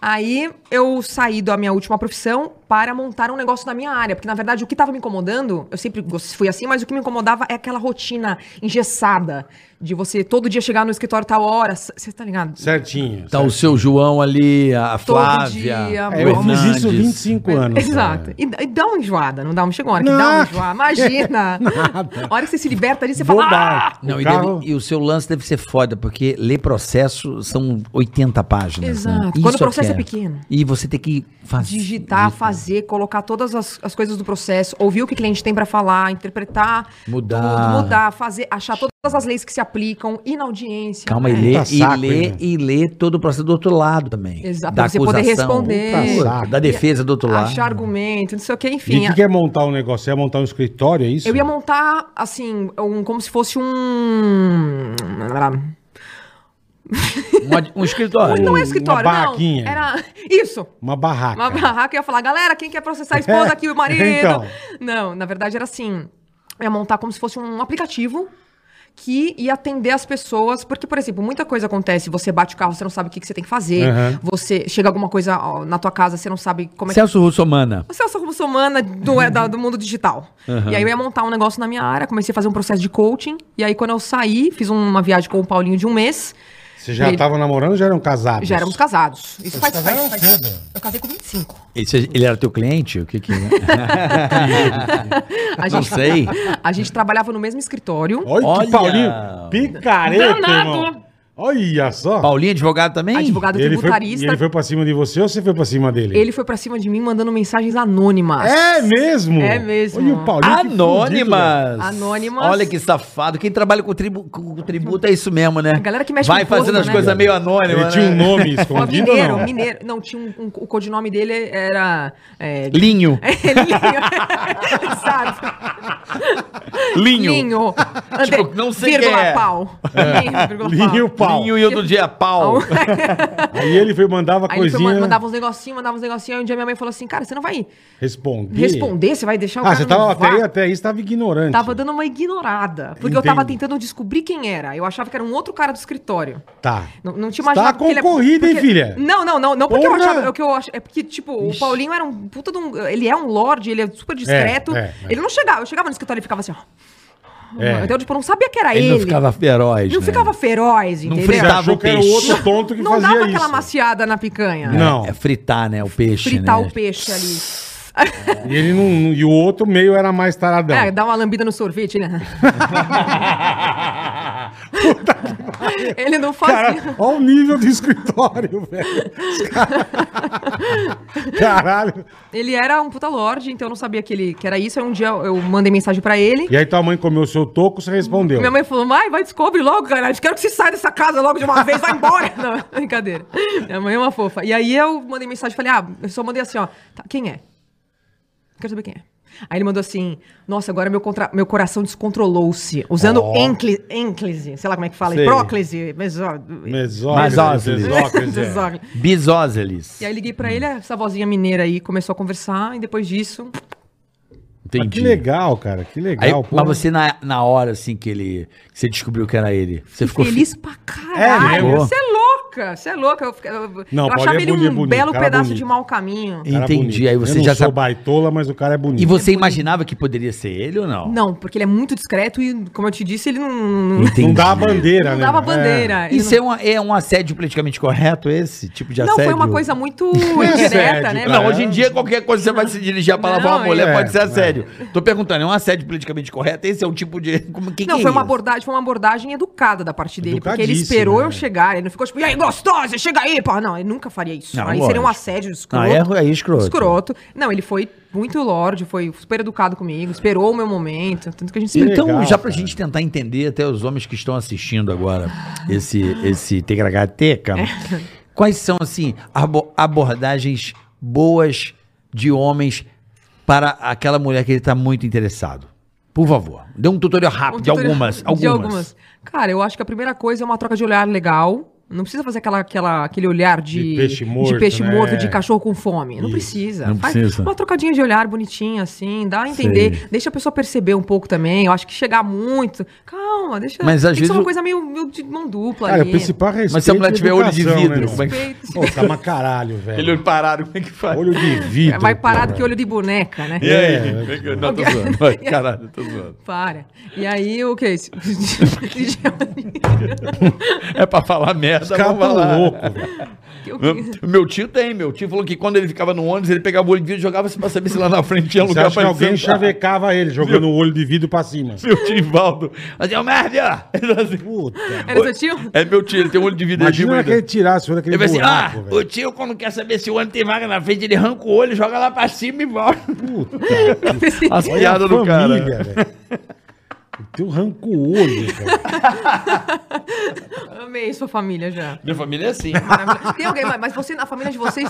Speaker 4: Aí eu saí da minha última profissão para montar um negócio na minha área, porque na verdade o que estava me incomodando, eu sempre gos- fui assim, mas o que me incomodava é aquela rotina engessada de você todo dia chegar no escritório tal hora, você tá ligado? <laughs>
Speaker 3: Certinho.
Speaker 2: Tá o seu João ali, a Flávia.
Speaker 4: dia,
Speaker 2: o
Speaker 4: amor.
Speaker 3: É, eu fiz
Speaker 2: Hernandes.
Speaker 3: isso 25 anos.
Speaker 4: É, Exato.
Speaker 3: cara.
Speaker 4: E, dá- e dá uma enjoada, não dá uma chegou uma hora que
Speaker 3: Não.
Speaker 4: dá uma enjoada. Imagina.
Speaker 3: <laughs> Nada.
Speaker 4: A hora que você se liberta disso, você
Speaker 3: Vou
Speaker 4: fala. "Ah!"
Speaker 3: dar.
Speaker 2: Não,
Speaker 3: o
Speaker 2: e,
Speaker 3: carro...
Speaker 2: deve- e o seu lance deve ser foda, porque ler processo são 80 páginas. Né?
Speaker 4: Exato. Quando o
Speaker 2: que
Speaker 4: processo é pequeno.
Speaker 2: E você tem que fazer.
Speaker 4: Digitar, fazer, colocar todas as, as coisas do processo, ouvir o que o cliente tem pra falar, interpretar,
Speaker 2: Mudar.
Speaker 4: tudo, mudar, fazer, achar todas as leis que se aplicam, ir na audiência.
Speaker 2: Calma, e
Speaker 4: É.
Speaker 2: ler,
Speaker 3: Puta
Speaker 2: e,
Speaker 3: saco, hein,
Speaker 2: ler,
Speaker 3: meu?
Speaker 2: e ler todo o processo do outro lado também.
Speaker 4: Exato,
Speaker 2: Da
Speaker 4: pra você poder
Speaker 2: acusação,
Speaker 4: responder.
Speaker 2: puta,
Speaker 3: Puta saco.
Speaker 2: da defesa do outro lado.
Speaker 4: Achar argumento, não sei o que,
Speaker 3: E
Speaker 4: enfim.
Speaker 3: o que, que é montar um negócio? Você ia montar um escritório, é isso?
Speaker 4: Eu ia montar, assim, um, como se fosse um.
Speaker 2: Um ad- Um, escritório.
Speaker 4: Não é escritório, não.
Speaker 3: barraquinha.
Speaker 4: Era <laughs> isso.
Speaker 3: Uma barraca.
Speaker 4: Uma barraca eu ia falar, galera, quem quer processar a
Speaker 3: <laughs>
Speaker 4: esposa aqui, o marido?
Speaker 3: Então.
Speaker 4: Não, na verdade era assim: eu ia montar como se fosse um aplicativo que ia atender as pessoas, porque, por exemplo, muita coisa acontece, você bate o carro, você não sabe o que, que você tem que fazer,
Speaker 3: Aham.
Speaker 4: você chega alguma coisa ó, na tua casa, você não sabe como é que
Speaker 2: Celso Russomana.
Speaker 4: você é só como humana do, é da- do mundo digital. E aí eu ia montar um negócio na minha área, comecei a fazer um processo de coaching. E aí quando eu saí, fiz um, uma viagem com o Paulinho de um mês.
Speaker 3: Você já
Speaker 4: Ele-
Speaker 3: estava namorando ou já um eram
Speaker 2: Ah,
Speaker 3: casados?
Speaker 4: Já éramos casados. Isso
Speaker 2: tá
Speaker 4: faz, faz, <laughs>
Speaker 3: casaram
Speaker 4: faz-
Speaker 3: cedo.
Speaker 4: Eu casei com 25.
Speaker 2: Esse- ele era teu cliente? O que que é?
Speaker 4: A é? <laughs>
Speaker 2: Não
Speaker 4: gente,
Speaker 2: sei.
Speaker 4: <laughs> a gente trabalhava no mesmo escritório.
Speaker 3: Olha,
Speaker 2: Olha!
Speaker 3: que Paulinho. Picareta, irmão. Olha
Speaker 2: <laughs>
Speaker 3: só.
Speaker 2: Paulinho, advogado também?
Speaker 4: Advogado
Speaker 3: Ele foi, e
Speaker 4: tributarista.
Speaker 3: ele foi pra cima de você ou você foi pra cima dele?
Speaker 4: ele foi pra cima de mim mandando mensagens anônimas.
Speaker 3: É mesmo?
Speaker 4: É mesmo.
Speaker 3: Olha o Paulinho. que fudido, velho.
Speaker 2: Anônimas.
Speaker 4: Anônimas.
Speaker 2: Olha que safado. Quem trabalha com, tribu, com- com tributo é isso mesmo, né?
Speaker 4: A galera que mexe
Speaker 2: Vai
Speaker 4: com
Speaker 2: fazendo
Speaker 4: imposto,
Speaker 2: as
Speaker 4: né?
Speaker 2: coisas meio anônimas.
Speaker 3: Ele tinha um
Speaker 2: né?
Speaker 4: <laughs>
Speaker 3: nome
Speaker 4: Ó,
Speaker 3: escondido ou
Speaker 4: mineiro,
Speaker 3: não?
Speaker 4: mineiro. Não, tinha um, um- o codinome dele era. é,
Speaker 2: Linho.
Speaker 4: <laughs> Linho. <laughs> Sabe?
Speaker 2: Linho.
Speaker 4: É, Linho. Ande-
Speaker 2: Tipo, não sei
Speaker 4: vírgula
Speaker 2: quem é.
Speaker 4: pau. Linho, vírgula pau.
Speaker 3: Linho Pau.
Speaker 2: Linho e outro dia <laughs> pau.
Speaker 3: Aí ele foi, mandava
Speaker 4: Aí ele foi,
Speaker 3: coisinha.
Speaker 4: man- mandava um uns negocinhos, mandava uns negocinhos. Aí um dia minha mãe falou assim, cara, você não vai
Speaker 3: Respondia.
Speaker 4: responder, você vai deixar o
Speaker 3: Ah,
Speaker 4: cara
Speaker 3: você
Speaker 4: no
Speaker 3: tava até aí,
Speaker 4: vácuo?"
Speaker 3: até aí, você tava ignorante.
Speaker 4: Tava dando uma ignorada. Porque eu tava
Speaker 3: Entendo.
Speaker 4: tentando descobrir quem era. Eu achava que era um outro cara do escritório.
Speaker 3: Tá.
Speaker 4: Não, não te
Speaker 3: Tá
Speaker 4: imaginava. porque ele é-
Speaker 3: concorrido, hein,
Speaker 4: porque-
Speaker 3: filha?
Speaker 4: Não, não, não. Não porque eu
Speaker 3: Porra!
Speaker 4: achava. É, o que eu acho, é porque, tipo, o Paulinho era um puta de um. Ele é um lorde, ele é super discreto.
Speaker 3: é, é.
Speaker 4: Ele não chegava. Eu chegava no escritório e ficava assim, ó.
Speaker 3: É.
Speaker 4: Então, tipo, eu não sabia que era ele.
Speaker 2: Ele não ficava feroz.
Speaker 4: Não
Speaker 2: né?
Speaker 4: ficava feroz,
Speaker 2: Não
Speaker 4: entendeu?
Speaker 3: Você
Speaker 2: fritava
Speaker 3: achou
Speaker 2: o
Speaker 3: que era o
Speaker 2: peixe.
Speaker 3: outro tonto que
Speaker 4: não
Speaker 3: fazia
Speaker 4: dava
Speaker 3: isso.
Speaker 4: aquela maciada na picanha.
Speaker 3: Não.
Speaker 2: É fritar, né? O peixe.
Speaker 4: Fritar
Speaker 2: né?
Speaker 4: o peixe ali.
Speaker 3: E, ele não, não- e o outro meio era mais taradão. <laughs>
Speaker 4: É, dá uma lambida no sorvete, né? ele não <laughs> fazia.
Speaker 3: Cara, olha o nível do escritório, velho. Os
Speaker 4: <laughs>
Speaker 3: cara- Caralho.
Speaker 4: Ele era um puta lorde, então eu não sabia que, ele, que era isso. Aí um dia eu eu mandei mensagem pra ele.
Speaker 3: E aí tua mãe comeu seu toco, você respondeu.
Speaker 4: Minha mãe falou, mãe, vai, descobre logo, cara. Quero que você saia dessa casa logo de uma vez, vai embora. <laughs> Não, brincadeira. Minha mãe é uma fofa. E aí eu mandei mensagem, falei, ah, eu só mandei assim, ó, "Tá, quem é? Quero saber quem é. Aí ele mandou assim, nossa, agora meu, contra... meu coração descontrolou-se. Usando
Speaker 3: Ó.
Speaker 4: encli- ênclise, sei lá como é que fala,
Speaker 3: Sei.
Speaker 4: próclise, mesó...
Speaker 3: Mesóclise,
Speaker 2: Mesóclise.
Speaker 3: mesóclise,
Speaker 4: <laughs>
Speaker 3: é.
Speaker 4: desóclise.
Speaker 2: Bisóseles.
Speaker 4: E aí liguei pra ele, essa vozinha mineira aí, começou a conversar, e depois disso,
Speaker 3: Ah,
Speaker 2: Entendi.
Speaker 3: que legal, cara. Que
Speaker 2: Aí,
Speaker 3: legal. pô.
Speaker 2: mas você, na, na hora, assim, que ele. que você descobriu que era ele, você ficou. fi-
Speaker 4: Feliz pra
Speaker 3: É
Speaker 4: caralho.
Speaker 2: mesmo?
Speaker 4: Você é, louca, você é louca. Eu, fica- eu-
Speaker 3: Não,
Speaker 4: eu
Speaker 3: Paulinho
Speaker 4: achava
Speaker 3: é
Speaker 4: ele
Speaker 3: bonito,
Speaker 4: um
Speaker 3: bonito,
Speaker 4: belo
Speaker 3: cara
Speaker 4: pedaço
Speaker 3: bonito.
Speaker 4: de mau caminho.
Speaker 3: Cara é
Speaker 2: Entendi.
Speaker 3: bonito.
Speaker 2: Aí você
Speaker 3: eu
Speaker 2: já
Speaker 3: não sou
Speaker 2: sabe-
Speaker 3: baitola, mas o cara é bonito.
Speaker 2: E você imaginava que poderia ser ele ou não?
Speaker 4: Não, porque ele é muito discreto e, como eu te disse, ele não, não,
Speaker 2: Entendi.
Speaker 3: Não dá a bandeira,
Speaker 4: não
Speaker 3: né?
Speaker 4: dava
Speaker 3: É.
Speaker 4: bandeira. Ele
Speaker 2: Isso é, uma- é um assédio politicamente correto, esse tipo de
Speaker 4: não,
Speaker 2: assédio?
Speaker 4: não foi uma
Speaker 2: <laughs>
Speaker 4: coisa muito
Speaker 3: é
Speaker 4: indireta,
Speaker 3: assédio,
Speaker 4: né?
Speaker 3: cara.
Speaker 2: Não, hoje em dia qualquer coisa você vai se dirigir a palavra a uma
Speaker 4: Não,
Speaker 2: mulher,
Speaker 3: é,
Speaker 2: pode ser
Speaker 3: é.
Speaker 2: assédio. Tô perguntando, é um assédio politicamente correto? Esse é um tipo de. Como, que
Speaker 4: não,
Speaker 2: que
Speaker 4: foi
Speaker 2: é
Speaker 4: uma
Speaker 2: isso?
Speaker 4: abordagem, foi uma abordagem educada da parte dele, porque ele
Speaker 3: Educadíssima,
Speaker 4: esperou eu
Speaker 3: né?
Speaker 4: chegar, ele não ficou tipo, e aí, gostosa, chega aí, pô. Não, ele nunca faria isso.
Speaker 2: Não,
Speaker 4: aí seria um
Speaker 2: lógico.
Speaker 4: assédio
Speaker 2: Não,
Speaker 4: escroto.
Speaker 2: aí é, aí é escroto.
Speaker 4: Escroto. Não, ele foi muito lorde, foi super educado comigo, esperou o meu momento, tanto que a gente
Speaker 3: E-
Speaker 4: esperou.
Speaker 2: Então,
Speaker 3: legal,
Speaker 2: já pra
Speaker 3: cara.
Speaker 2: gente tentar entender, até os homens que estão assistindo agora, esse, esse Tegragateca,
Speaker 4: É.
Speaker 2: quais são, assim, abo- abordagens boas de homens para aquela mulher que ele tá muito interessado? Por favor, dê um tutorial rápido de
Speaker 4: tutorial-
Speaker 2: algumas. Algumas.
Speaker 4: de algumas. Cara, eu acho que a primeira coisa é uma troca de olhar legal. Não precisa fazer aquela, aquela, aquele olhar de,
Speaker 3: De peixe morto,
Speaker 4: de, peixe
Speaker 3: né?
Speaker 4: morto, de cachorro com fome. Não
Speaker 3: Isso.
Speaker 4: precisa.
Speaker 2: Não
Speaker 4: Faz
Speaker 2: precisa.
Speaker 4: uma trocadinha de olhar bonitinha, assim, dá a entender.
Speaker 2: Sei.
Speaker 4: Deixa a pessoa perceber um pouco também. Eu acho que chegar muito. Calma, deixa.
Speaker 2: Mas, às
Speaker 4: tem que ser
Speaker 2: vezes, o-
Speaker 4: uma coisa meio, meio de mão dupla
Speaker 3: Cara, o
Speaker 4: ali.
Speaker 3: principal é respeito.
Speaker 2: Mas se a mulher
Speaker 3: e
Speaker 2: tiver olho de
Speaker 3: educação, né,
Speaker 2: vidro,
Speaker 3: irmão?
Speaker 2: como é que- <laughs>
Speaker 4: Respeito.
Speaker 3: Pô, tá uma caralho, velho.
Speaker 2: Ele pararam, como é que faz?
Speaker 3: Olho de vidro.
Speaker 4: Vai parar do
Speaker 3: pô,
Speaker 4: que olho de boneca, né?
Speaker 2: E aí?
Speaker 3: É,
Speaker 2: Não, tô zoando.
Speaker 3: <laughs>
Speaker 2: Vai, Caralho, tô zoando.
Speaker 4: Para. E aí, o <laughs> que é isso?
Speaker 2: É pra falar merda,
Speaker 3: Os caras
Speaker 2: vamos falar.
Speaker 3: tão loucos, é velho.
Speaker 4: O que-
Speaker 2: Meu- Meu tio tem, meu tio falou que quando ele ficava no ônibus, ele pegava o olho de vidro e jogava pra saber se lá na frente tinha
Speaker 3: Você
Speaker 2: lugar
Speaker 3: acha que
Speaker 2: pra
Speaker 3: alguém
Speaker 2: ele sentar.
Speaker 3: chavecava ele, jogando o olho de vidro pra cima?
Speaker 2: Meu tio Ivaldo. Mas é o merda! Ele fala assim,
Speaker 3: Puta.
Speaker 4: Era seu tio?
Speaker 2: É meu tio, ele tem um olho de vidro.
Speaker 3: Imagina
Speaker 2: ele
Speaker 3: que ele
Speaker 2: fica-
Speaker 3: tirasse o olho daquele
Speaker 2: Ele vai assim, ah,
Speaker 3: buraco,
Speaker 2: o
Speaker 3: velho.
Speaker 2: tio quando quer saber se o ônibus tem vaga na frente, ele arranca o olho, joga lá pra cima e volta. As
Speaker 3: Olha a
Speaker 2: piadas do cara.
Speaker 3: família, velho. O teu arranca o
Speaker 4: <laughs>
Speaker 3: olho, cara.
Speaker 4: Amei sua família já.
Speaker 2: Minha família é assim.
Speaker 4: Maravilhoso. Tem alguém, mas- mas você, na família de vocês.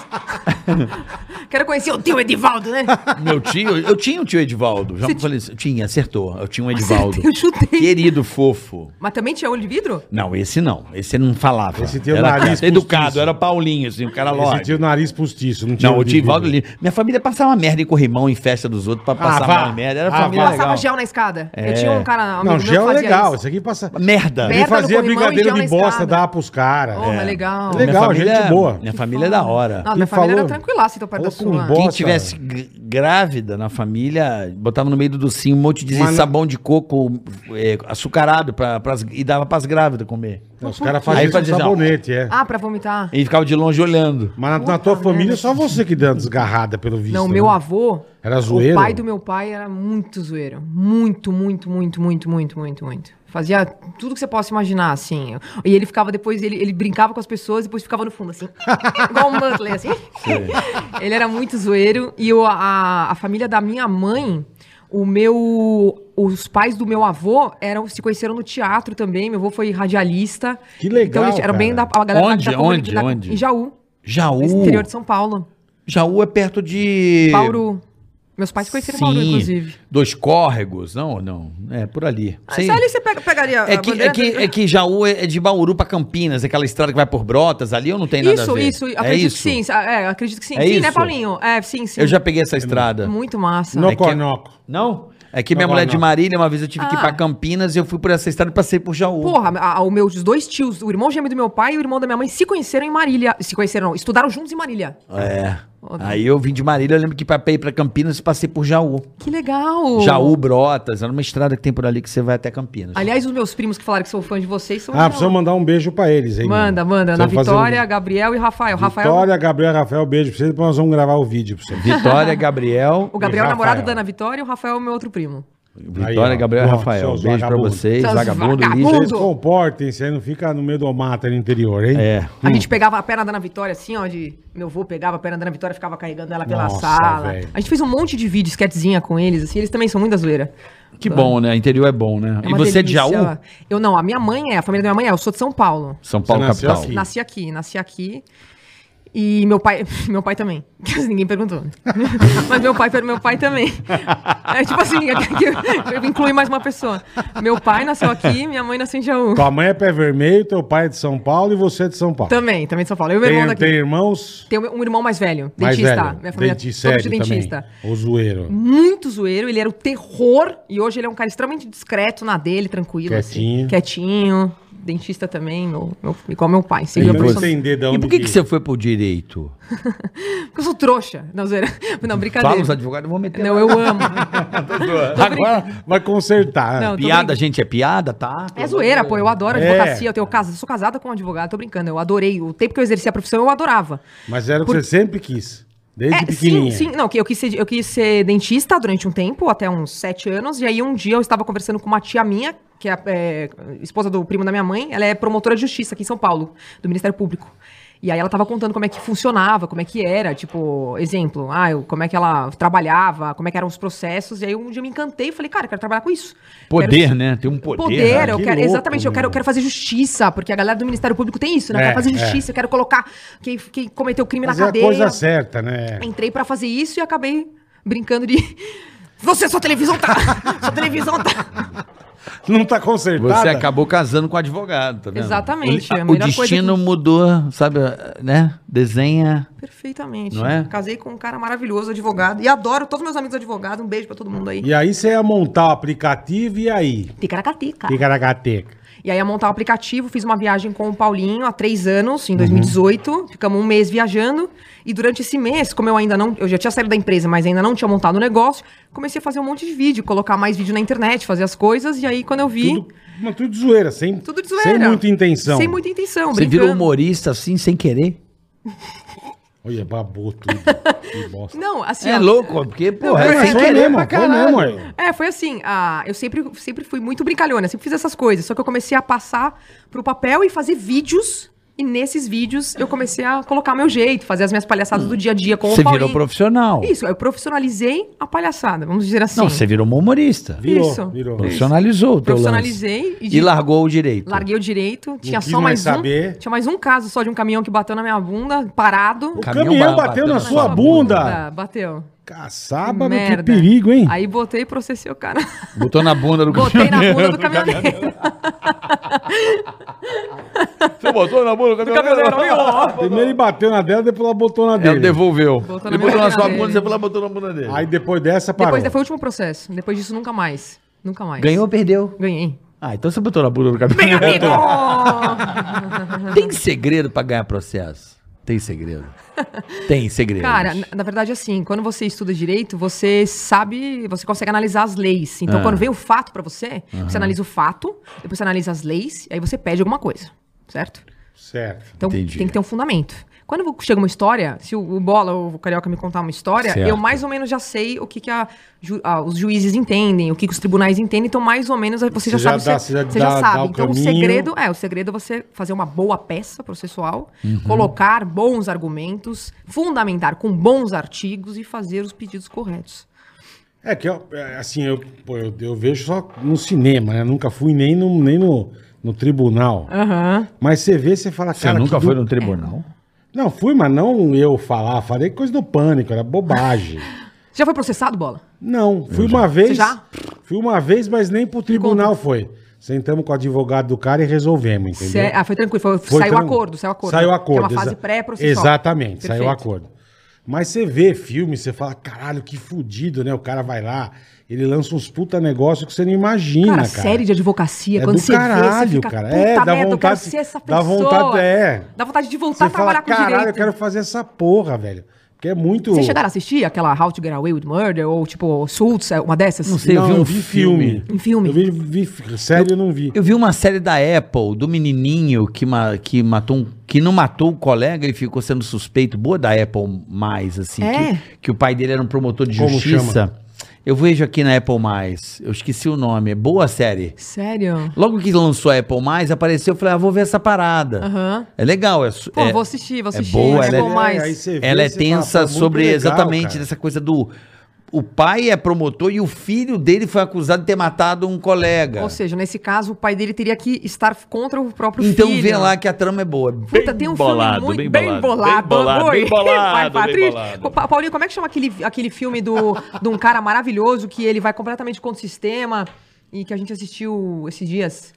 Speaker 4: Quero conhecer o tio Edivaldo, né?
Speaker 2: <laughs> Meu tio, eu tinha um tio Edivaldo. Já
Speaker 4: Você
Speaker 2: falei isso. Tinha, acertou. Eu tinha um Edivaldo.
Speaker 4: Acertei, eu chutei.
Speaker 2: Querido, fofo.
Speaker 4: Mas também tinha olho de vidro?
Speaker 2: Não, esse não. Esse ele não falava.
Speaker 3: Esse tem o
Speaker 2: Era
Speaker 3: nariz
Speaker 2: Educado,
Speaker 3: postiço.
Speaker 2: era Paulinho, assim, o cara
Speaker 3: Esse
Speaker 2: lógico.
Speaker 3: tinha o nariz postiço, não tinha
Speaker 2: Não, o
Speaker 3: olho de
Speaker 2: tio Valdo
Speaker 3: vidro.
Speaker 2: Lima. Minha família passava merda em corrimão, em festa dos outros, pra passar
Speaker 3: vá.
Speaker 2: mais merda. Era
Speaker 3: Ah,
Speaker 2: família
Speaker 3: vá.
Speaker 4: Passava
Speaker 2: legal.
Speaker 4: gel na escada. Eu tinha um cara. um
Speaker 3: Não,
Speaker 4: amigo meu
Speaker 3: gel é
Speaker 4: fazia
Speaker 3: legal.
Speaker 4: isso.
Speaker 3: Esse aqui passa...
Speaker 2: Merda.
Speaker 3: Ele
Speaker 4: Merda no
Speaker 3: fazia
Speaker 4: corrimão e
Speaker 3: brigadeiro
Speaker 4: gel
Speaker 3: de
Speaker 4: na
Speaker 3: bosta,
Speaker 4: escada.
Speaker 3: dava pros caras.
Speaker 4: Porra, legal.
Speaker 2: Minha
Speaker 3: É. Legal, gente boa.
Speaker 2: Minha família é da hora.
Speaker 4: Não,
Speaker 3: Quem
Speaker 4: minha família
Speaker 3: falou-
Speaker 4: era tranquila se tô perto da
Speaker 3: falou com
Speaker 4: sua.
Speaker 3: bosta.
Speaker 2: Quem tivesse gr- grávida na família, botava no meio do docinho um monte de
Speaker 3: Mas não-
Speaker 2: sabão de coco é, açucarado pra, pras, e dava pras grávidas comer.
Speaker 3: Não, Os caras
Speaker 2: Aí
Speaker 3: faziam isso
Speaker 2: fazia
Speaker 3: com
Speaker 2: assim, ó.
Speaker 3: sabonete, é.
Speaker 4: Ah, pra vomitar?
Speaker 2: E ficava de longe olhando.
Speaker 3: Mas na, na tua família, só você que deu uma desgarrada, pelo visto.
Speaker 4: Não,
Speaker 3: né?
Speaker 4: meu avô.
Speaker 3: Era zoeiro?
Speaker 4: O pai do meu pai era muito zoeiro. Muito, muito, muito, muito, muito, muito, muito. Fazia tudo que você possa imaginar, assim. E ele ficava depois, ele, ele brincava com as pessoas e depois ficava no fundo, assim.
Speaker 3: <laughs>
Speaker 4: igual o Muttley, assim. ele era muito zoeiro. E eu, a, a família da minha mãe, o meu. Os pais do meu avô eram, se conheceram no teatro também. Meu avô foi radialista.
Speaker 3: Que legal,
Speaker 4: Então, eles eram bem da
Speaker 3: cara. Uh.
Speaker 4: a galera da-
Speaker 2: Onde?
Speaker 4: da, comuni-
Speaker 2: Onde?
Speaker 4: da-
Speaker 2: Onde?
Speaker 4: Em Jaú, no
Speaker 2: Jaú.
Speaker 4: interior de São Paulo.
Speaker 2: Jaú é perto de.
Speaker 4: Bauru. Meus pais se conheceram em Bauru,
Speaker 2: Sim.
Speaker 4: inclusive.
Speaker 2: Dois córregos. Não, não. É por ali.
Speaker 4: Ah,
Speaker 2: Sei-
Speaker 4: Se ali você pega- pegaria
Speaker 2: É que, é, que, é que Jaú é é de Bauru pra Campinas, aquela estrada que vai por Brotas ali, eu não tenho nada a
Speaker 4: Isso,
Speaker 2: ver.
Speaker 4: isso.
Speaker 2: é
Speaker 4: Acredito
Speaker 2: isso.
Speaker 4: que sim. sa- É, acredito que sim.
Speaker 2: É
Speaker 4: sim, né,
Speaker 2: isso?
Speaker 4: Paulinho? É, sim, sim.
Speaker 2: Eu já peguei essa estrada.
Speaker 4: Muito massa.
Speaker 2: É que-
Speaker 3: Noconoco.
Speaker 2: Não? É que minha
Speaker 3: Não,
Speaker 2: mulher
Speaker 3: não.
Speaker 2: de Marília, uma vez eu tive que ir
Speaker 4: Ah.
Speaker 2: pra Campinas e eu fui por essa estrada e passei por Jaú.
Speaker 4: Porra, a- a- o meu, os dois tios, o irmão gêmeo do meu pai e o irmão da minha mãe, se conheceram em Marília. Se conheceram, não, estudaram juntos em Marília.
Speaker 2: É. Aí eu vim de Marília, eu lembro que pra pra ir pra Campinas passei por Jaú.
Speaker 4: Que legal.
Speaker 2: Jaú, Brotas, era uma estrada que tem por ali que você vai até Campinas.
Speaker 4: Aliás, os meus primos que falaram que são fãs de vocês são.
Speaker 3: Ah,
Speaker 4: de
Speaker 3: precisamos
Speaker 4: Jaú.
Speaker 3: mandar um beijo pra eles, hein?
Speaker 4: Manda, manda. Na
Speaker 3: Precisamos fazer
Speaker 4: Vitória,
Speaker 3: um...
Speaker 4: Gabriel e Rafael. Rafael. é
Speaker 3: Vitória, Gabriel, Rafael, beijo pra vocês. Depois nós vamos gravar o vídeo pra vocês.
Speaker 2: Vitória, Gabriel.
Speaker 4: <laughs> O Gabriel é o namorado
Speaker 3: Rafael.
Speaker 4: da Ana Vitória e o Rafael é o meu outro primo.
Speaker 2: Vitória,
Speaker 3: Aí, ó.
Speaker 2: Gabriel e
Speaker 3: Pronto,
Speaker 2: Rafael.
Speaker 3: seus
Speaker 2: Beijo pra
Speaker 3: vagabundos.
Speaker 2: vocês.
Speaker 4: Seus
Speaker 2: Vagabundo,
Speaker 4: vagabundos.
Speaker 2: lixo.
Speaker 3: Vocês comportem-se aí, não fica no meio do mata no interior, hein?
Speaker 2: É.
Speaker 4: A gente pegava a perna da Ana Vitória, assim, ó, de... Meu avô pegava a perna da Ana Vitória e ficava carregando ela pela
Speaker 3: Nossa,
Speaker 4: sala.
Speaker 3: velho.
Speaker 4: A gente fez um monte de vídeo, esquetezinha com eles, assim, eles também são muito da zoeira.
Speaker 2: Que bom, né? Interior é bom, né? e
Speaker 4: uma
Speaker 2: você é de
Speaker 4: delícia,
Speaker 2: Jaú?
Speaker 4: ó. Eu não, a minha mãe é, a família da minha mãe é, eu sou de São Paulo.
Speaker 2: São Paulo,
Speaker 3: Você nasceu
Speaker 2: capital.
Speaker 3: aqui.
Speaker 4: Nasci aqui, nasci aqui. E meu pai, <laughs> meu pai também. Ninguém perguntou. <laughs> né? Mas meu pai, meu
Speaker 2: <laughs>
Speaker 4: pai também. É tipo assim, <laughs> aqui eu inclui mais uma pessoa. Meu pai nasceu aqui, minha mãe nasceu em Jaú.
Speaker 3: Tua mãe é pé vermelho, teu pai é de São Paulo e você é de São Paulo.
Speaker 4: Também, também de São Paulo. Eu e meu irmão
Speaker 3: Tem,
Speaker 4: daqui.
Speaker 3: tem irmãos
Speaker 4: Tem um irmão mais velho,
Speaker 3: mais
Speaker 4: dentista.
Speaker 3: velhos.
Speaker 4: Minha família
Speaker 3: Dentista,
Speaker 4: todos de
Speaker 3: sério
Speaker 4: dentista.
Speaker 3: Também. O zoeiro.
Speaker 4: Muito zoeiro, ele era o terror. E hoje ele é um cara extremamente discreto na dele, tranquilo.
Speaker 3: Quietinho.
Speaker 4: Assim, quietinho. Dentista também, meu, meu- igual meu pai.
Speaker 3: Tem
Speaker 4: Sempre eu
Speaker 3: pra
Speaker 4: penso-
Speaker 3: entender de
Speaker 2: E
Speaker 3: onde
Speaker 2: por que, que você foi pro direito?
Speaker 4: Porque eu sou trouxa. Não, zoeira. <laughs> Não, brincadeira.
Speaker 2: Fala os advogados, eu vou meter.
Speaker 4: Não, eu amo.
Speaker 3: é. Agora vai consertar.
Speaker 4: Não, tô
Speaker 2: Piada,
Speaker 4: brincando.
Speaker 2: gente, é piada, tá?
Speaker 4: É zoeira, pô. Eu adoro
Speaker 3: É.
Speaker 4: advocacia. Eu tenho casa, sou casada com um advogado, tô brincando. Eu adorei. O tempo que eu exerci a profissão, eu adorava.
Speaker 3: Mas era o que
Speaker 4: Por-
Speaker 3: você sempre quis. Desde
Speaker 4: É, sim,
Speaker 3: pequenininha.
Speaker 4: sim. Não, que eu quis, ser, eu quis ser dentista durante um tempo, até uns sete anos. E aí um dia eu estava conversando com uma tia minha, que é, a- é, esposa do primo da minha mãe. Ela é promotora de justiça aqui em São Paulo, do Ministério Público. E aí ela tava contando como é que funcionava, como é que era, tipo, exemplo, ah, eu- como é que ela trabalhava, como é que eram os processos. E aí um dia eu me encantei e falei, cara, eu quero trabalhar com isso.
Speaker 2: Poder,
Speaker 4: Quero-
Speaker 2: né? Tem um poder.
Speaker 4: poder,
Speaker 2: né?
Speaker 4: eu
Speaker 3: Que
Speaker 4: quero,
Speaker 3: louco,
Speaker 4: exatamente, eu
Speaker 3: meu.
Speaker 4: quero, eu quero fazer justiça, porque a galera do Ministério Público tem isso, né? Eu
Speaker 3: É,
Speaker 4: quero fazer
Speaker 3: é.
Speaker 4: justiça, eu quero colocar quem, quem cometeu crime
Speaker 3: Mas é
Speaker 4: na
Speaker 3: a
Speaker 4: cadeia.
Speaker 3: coisa certa, né?
Speaker 4: Entrei pra fazer isso e acabei brincando de <laughs> você sua televisão tá, <laughs> sua televisão tá. <laughs>
Speaker 3: Não tá consertada.
Speaker 2: Você acabou casando com o advogado, tá vendo?
Speaker 4: Exatamente,
Speaker 2: Ele-
Speaker 4: é a
Speaker 2: o
Speaker 4: melhor coisa
Speaker 2: destino mudou, sabe, né? Desenha.
Speaker 4: Perfeitamente.
Speaker 2: Não é?
Speaker 4: Casei com um cara maravilhoso, advogado, e adoro todos meus amigos advogados. Um beijo pra todo mundo aí.
Speaker 3: E aí você ia montar o aplicativo e aí?
Speaker 4: Ticaracatica.
Speaker 3: Ticaracateca.
Speaker 4: E aí ia montar o aplicativo, fiz uma viagem com o Paulinho há três anos, em
Speaker 3: Uhum.
Speaker 4: 2018. Ficamos um mês viajando. E durante esse mês, como eu ainda não. Eu já tinha saído da empresa, mas ainda não tinha montado o negócio, comecei a fazer um monte de vídeo, colocar mais vídeo na internet, fazer as coisas. E aí, quando eu vi.
Speaker 3: Tudo, mas tudo de zoeira, sem,
Speaker 4: Tudo de zoeira.
Speaker 3: sem muita intenção.
Speaker 4: Sem muita intenção,
Speaker 2: Você vira
Speaker 4: brincando.
Speaker 2: humorista assim, sem querer?
Speaker 3: Olha, babou
Speaker 4: <laughs>
Speaker 3: tudo. que bosta.
Speaker 4: Não, assim.
Speaker 2: é
Speaker 4: ó,
Speaker 2: louco, porque, porra,
Speaker 4: mas
Speaker 2: é sem
Speaker 4: foi
Speaker 2: querer
Speaker 3: mesmo,
Speaker 2: pra
Speaker 3: foi
Speaker 2: caralho.
Speaker 3: mesmo, aí.
Speaker 4: É, foi assim. ah, eu sempre, sempre fui muito brincalhona, sempre fiz essas coisas. Só que eu comecei a passar pro papel e fazer vídeos. E nesses vídeos eu comecei a colocar meu jeito, fazer as minhas palhaçadas do dia a dia com
Speaker 2: Você
Speaker 4: o Paulinho.
Speaker 2: virou profissional.
Speaker 4: Isso, eu profissionalizei a palhaçada, vamos dizer assim.
Speaker 2: Não, você virou um humorista.
Speaker 3: Virou,
Speaker 4: Isso.
Speaker 3: virou.
Speaker 2: Profissionalizou o teu lance.
Speaker 4: Profissionalizei e,
Speaker 2: E
Speaker 4: de-
Speaker 2: largou o direito. né?
Speaker 4: larguei o direito. Tinha
Speaker 3: quis
Speaker 4: só
Speaker 3: mais
Speaker 4: mais, um.
Speaker 3: saber.
Speaker 4: Tinha mais um caso só de um caminhão que bateu na minha bunda, parado.
Speaker 3: O caminhão bateu, na, sua bunda.
Speaker 4: Bateu.
Speaker 3: Caçaba, meu, que
Speaker 4: Merda.
Speaker 3: perigo, hein?
Speaker 4: Aí botei e processei
Speaker 3: <laughs>
Speaker 4: o cara.
Speaker 2: Botou na bunda do
Speaker 4: Botei na bunda do
Speaker 2: caminhoneiro.
Speaker 4: caminhoneiro.
Speaker 2: Você botou na bunda do
Speaker 3: Primeiro ele bateu na dela, depois ela botou na dele.
Speaker 2: Ela devolveu.
Speaker 4: Botou na
Speaker 2: Ele botou
Speaker 4: minha
Speaker 2: na sua
Speaker 4: bunda
Speaker 2: bunda,
Speaker 4: dele.
Speaker 2: você foi lá, botou na bunda dele.
Speaker 3: Aí depois dessa parou.
Speaker 4: Depois foi o último processo. Depois disso, nunca mais. Nunca mais.
Speaker 2: Ganhou ou perdeu?
Speaker 4: Ganhei.
Speaker 2: Ah, então você botou na bunda do caminhoneiro. Tem segredo pra ganhar processo? Tem segredo. Tem segredo.
Speaker 4: Cara, na, na verdade, assim, quando você estuda direito, você sabe, você consegue analisar as leis. Então,
Speaker 2: Ah.
Speaker 4: quando vem o fato pra você, você analisa o fato, depois você analisa as leis, e aí você pede alguma coisa, certo?
Speaker 3: Certo.
Speaker 4: Então,
Speaker 2: Entendi.
Speaker 4: tem que ter um fundamento. Quando chega uma história, se o, o Bola ou o Carioca me contar uma história,
Speaker 2: Certo.
Speaker 4: eu mais ou menos já sei o que, que a ju- a- os juízes entendem, o que, que os tribunais entendem, então mais ou menos você, já
Speaker 3: Você já
Speaker 4: sabe.
Speaker 3: dá-
Speaker 4: você,
Speaker 3: você já
Speaker 4: você já
Speaker 3: dá- dá o
Speaker 4: sabe. Então o
Speaker 3: caminho.
Speaker 4: segredo é o segredo é você fazer uma boa peça processual,
Speaker 3: Uhum.
Speaker 4: colocar bons argumentos, fundamentar com bons artigos e fazer os pedidos corretos.
Speaker 3: É que, eu, é, assim, eu, pô, eu, eu vejo só no cinema, né? Nunca fui nem no, nem no, no tribunal.
Speaker 4: Ah. Aham.
Speaker 3: Mas você vê, você fala,
Speaker 2: você
Speaker 3: cara...
Speaker 2: nunca
Speaker 3: que
Speaker 2: foi
Speaker 3: do-
Speaker 2: no tribunal?
Speaker 3: Não, fui, mas não eu falar. Falei coisa do pânico, era
Speaker 4: <laughs>
Speaker 3: bobagem.
Speaker 4: Já foi processado, Bola?
Speaker 3: Não, fui uma vez.
Speaker 4: Você já?
Speaker 3: Fui uma vez, mas nem pro tribunal foi. Sentamos com o advogado do cara e resolvemos, entendeu?
Speaker 4: Cê- ah, foi tranquilo. foi-
Speaker 3: Foi
Speaker 4: saiu o
Speaker 3: tran-
Speaker 4: acordo, saiu o acordo.
Speaker 3: Saiu o
Speaker 4: Que
Speaker 3: acordo.
Speaker 4: É uma fase
Speaker 3: exa-
Speaker 4: pré-processual.
Speaker 3: Exatamente, saiu o
Speaker 4: Perfeito.
Speaker 3: acordo. Mas você vê filme, você fala, caralho, que fudido, né? O cara vai lá, ele lança uns puta negócio que você não imagina,
Speaker 4: Cara,
Speaker 3: cara.
Speaker 4: série de advocacia,
Speaker 3: É
Speaker 4: quando
Speaker 3: do
Speaker 4: você vê,
Speaker 3: caralho,
Speaker 4: você fica,
Speaker 3: cara.
Speaker 4: puta
Speaker 3: É, dá
Speaker 4: merda, eu quero
Speaker 3: vontade-
Speaker 4: ser essa
Speaker 3: dá
Speaker 4: pessoa.
Speaker 3: vontade, é.
Speaker 4: Dá vontade de voltar
Speaker 3: Você
Speaker 4: a
Speaker 3: fala,
Speaker 4: trabalhar com
Speaker 3: caralho, eu
Speaker 4: direito.
Speaker 3: quero fazer essa porra, velho. Porque é muito...
Speaker 4: Vocês chegaram a assistir aquela How to Get Away with Murder, ou tipo, Suits, é uma dessas?
Speaker 2: Não sei. Você viu um filme?
Speaker 4: Um filme.
Speaker 3: Eu vi, vi fi- série eu não vi.
Speaker 2: Eu vi uma série da Apple, do menininho que, ma- que matou um- que não matou o colega e ficou sendo suspeito. Boa da Apple mais, assim.
Speaker 4: É.
Speaker 2: Que, que o pai dele era um promotor de
Speaker 3: Como
Speaker 2: justiça.
Speaker 3: chama?
Speaker 2: Eu vejo aqui na Apple mais. Eu esqueci o nome. é Boa série.
Speaker 4: Sério?
Speaker 2: Logo que lançou a Apple mais, apareceu. Eu falei, ah, vou ver essa parada.
Speaker 4: Aham.
Speaker 2: É legal. É, su-
Speaker 4: Pô,
Speaker 2: é-
Speaker 4: vou assistir, vou
Speaker 2: é
Speaker 4: assistir.
Speaker 2: boa,
Speaker 4: é
Speaker 2: ela é-
Speaker 4: bom mais.
Speaker 3: aí você vê,
Speaker 2: ela é
Speaker 3: você fala,
Speaker 2: tensa
Speaker 3: pô, muito
Speaker 2: sobre
Speaker 3: legal,
Speaker 2: exatamente
Speaker 3: cara.
Speaker 2: essa coisa do o pai é promotor e o filho dele foi acusado de ter matado um colega.
Speaker 4: Ou seja, nesse caso, o pai dele teria que estar contra o próprio
Speaker 2: então
Speaker 4: filho.
Speaker 2: vê lá que a trama é boa. Bem-
Speaker 4: Puta, tem um
Speaker 1: bolado,
Speaker 4: filme
Speaker 1: bem
Speaker 4: muito bem
Speaker 1: bolado,
Speaker 4: bolado,
Speaker 1: bem bolado,
Speaker 4: amor.
Speaker 1: bem bolado,
Speaker 4: <laughs> Vai,
Speaker 1: bem
Speaker 4: Patrícia.
Speaker 1: bolado.
Speaker 4: Pa- Paulinho, como é que chama aquele, aquele filme do, de um cara maravilhoso que ele vai completamente contra o sistema e que a gente assistiu esses dias?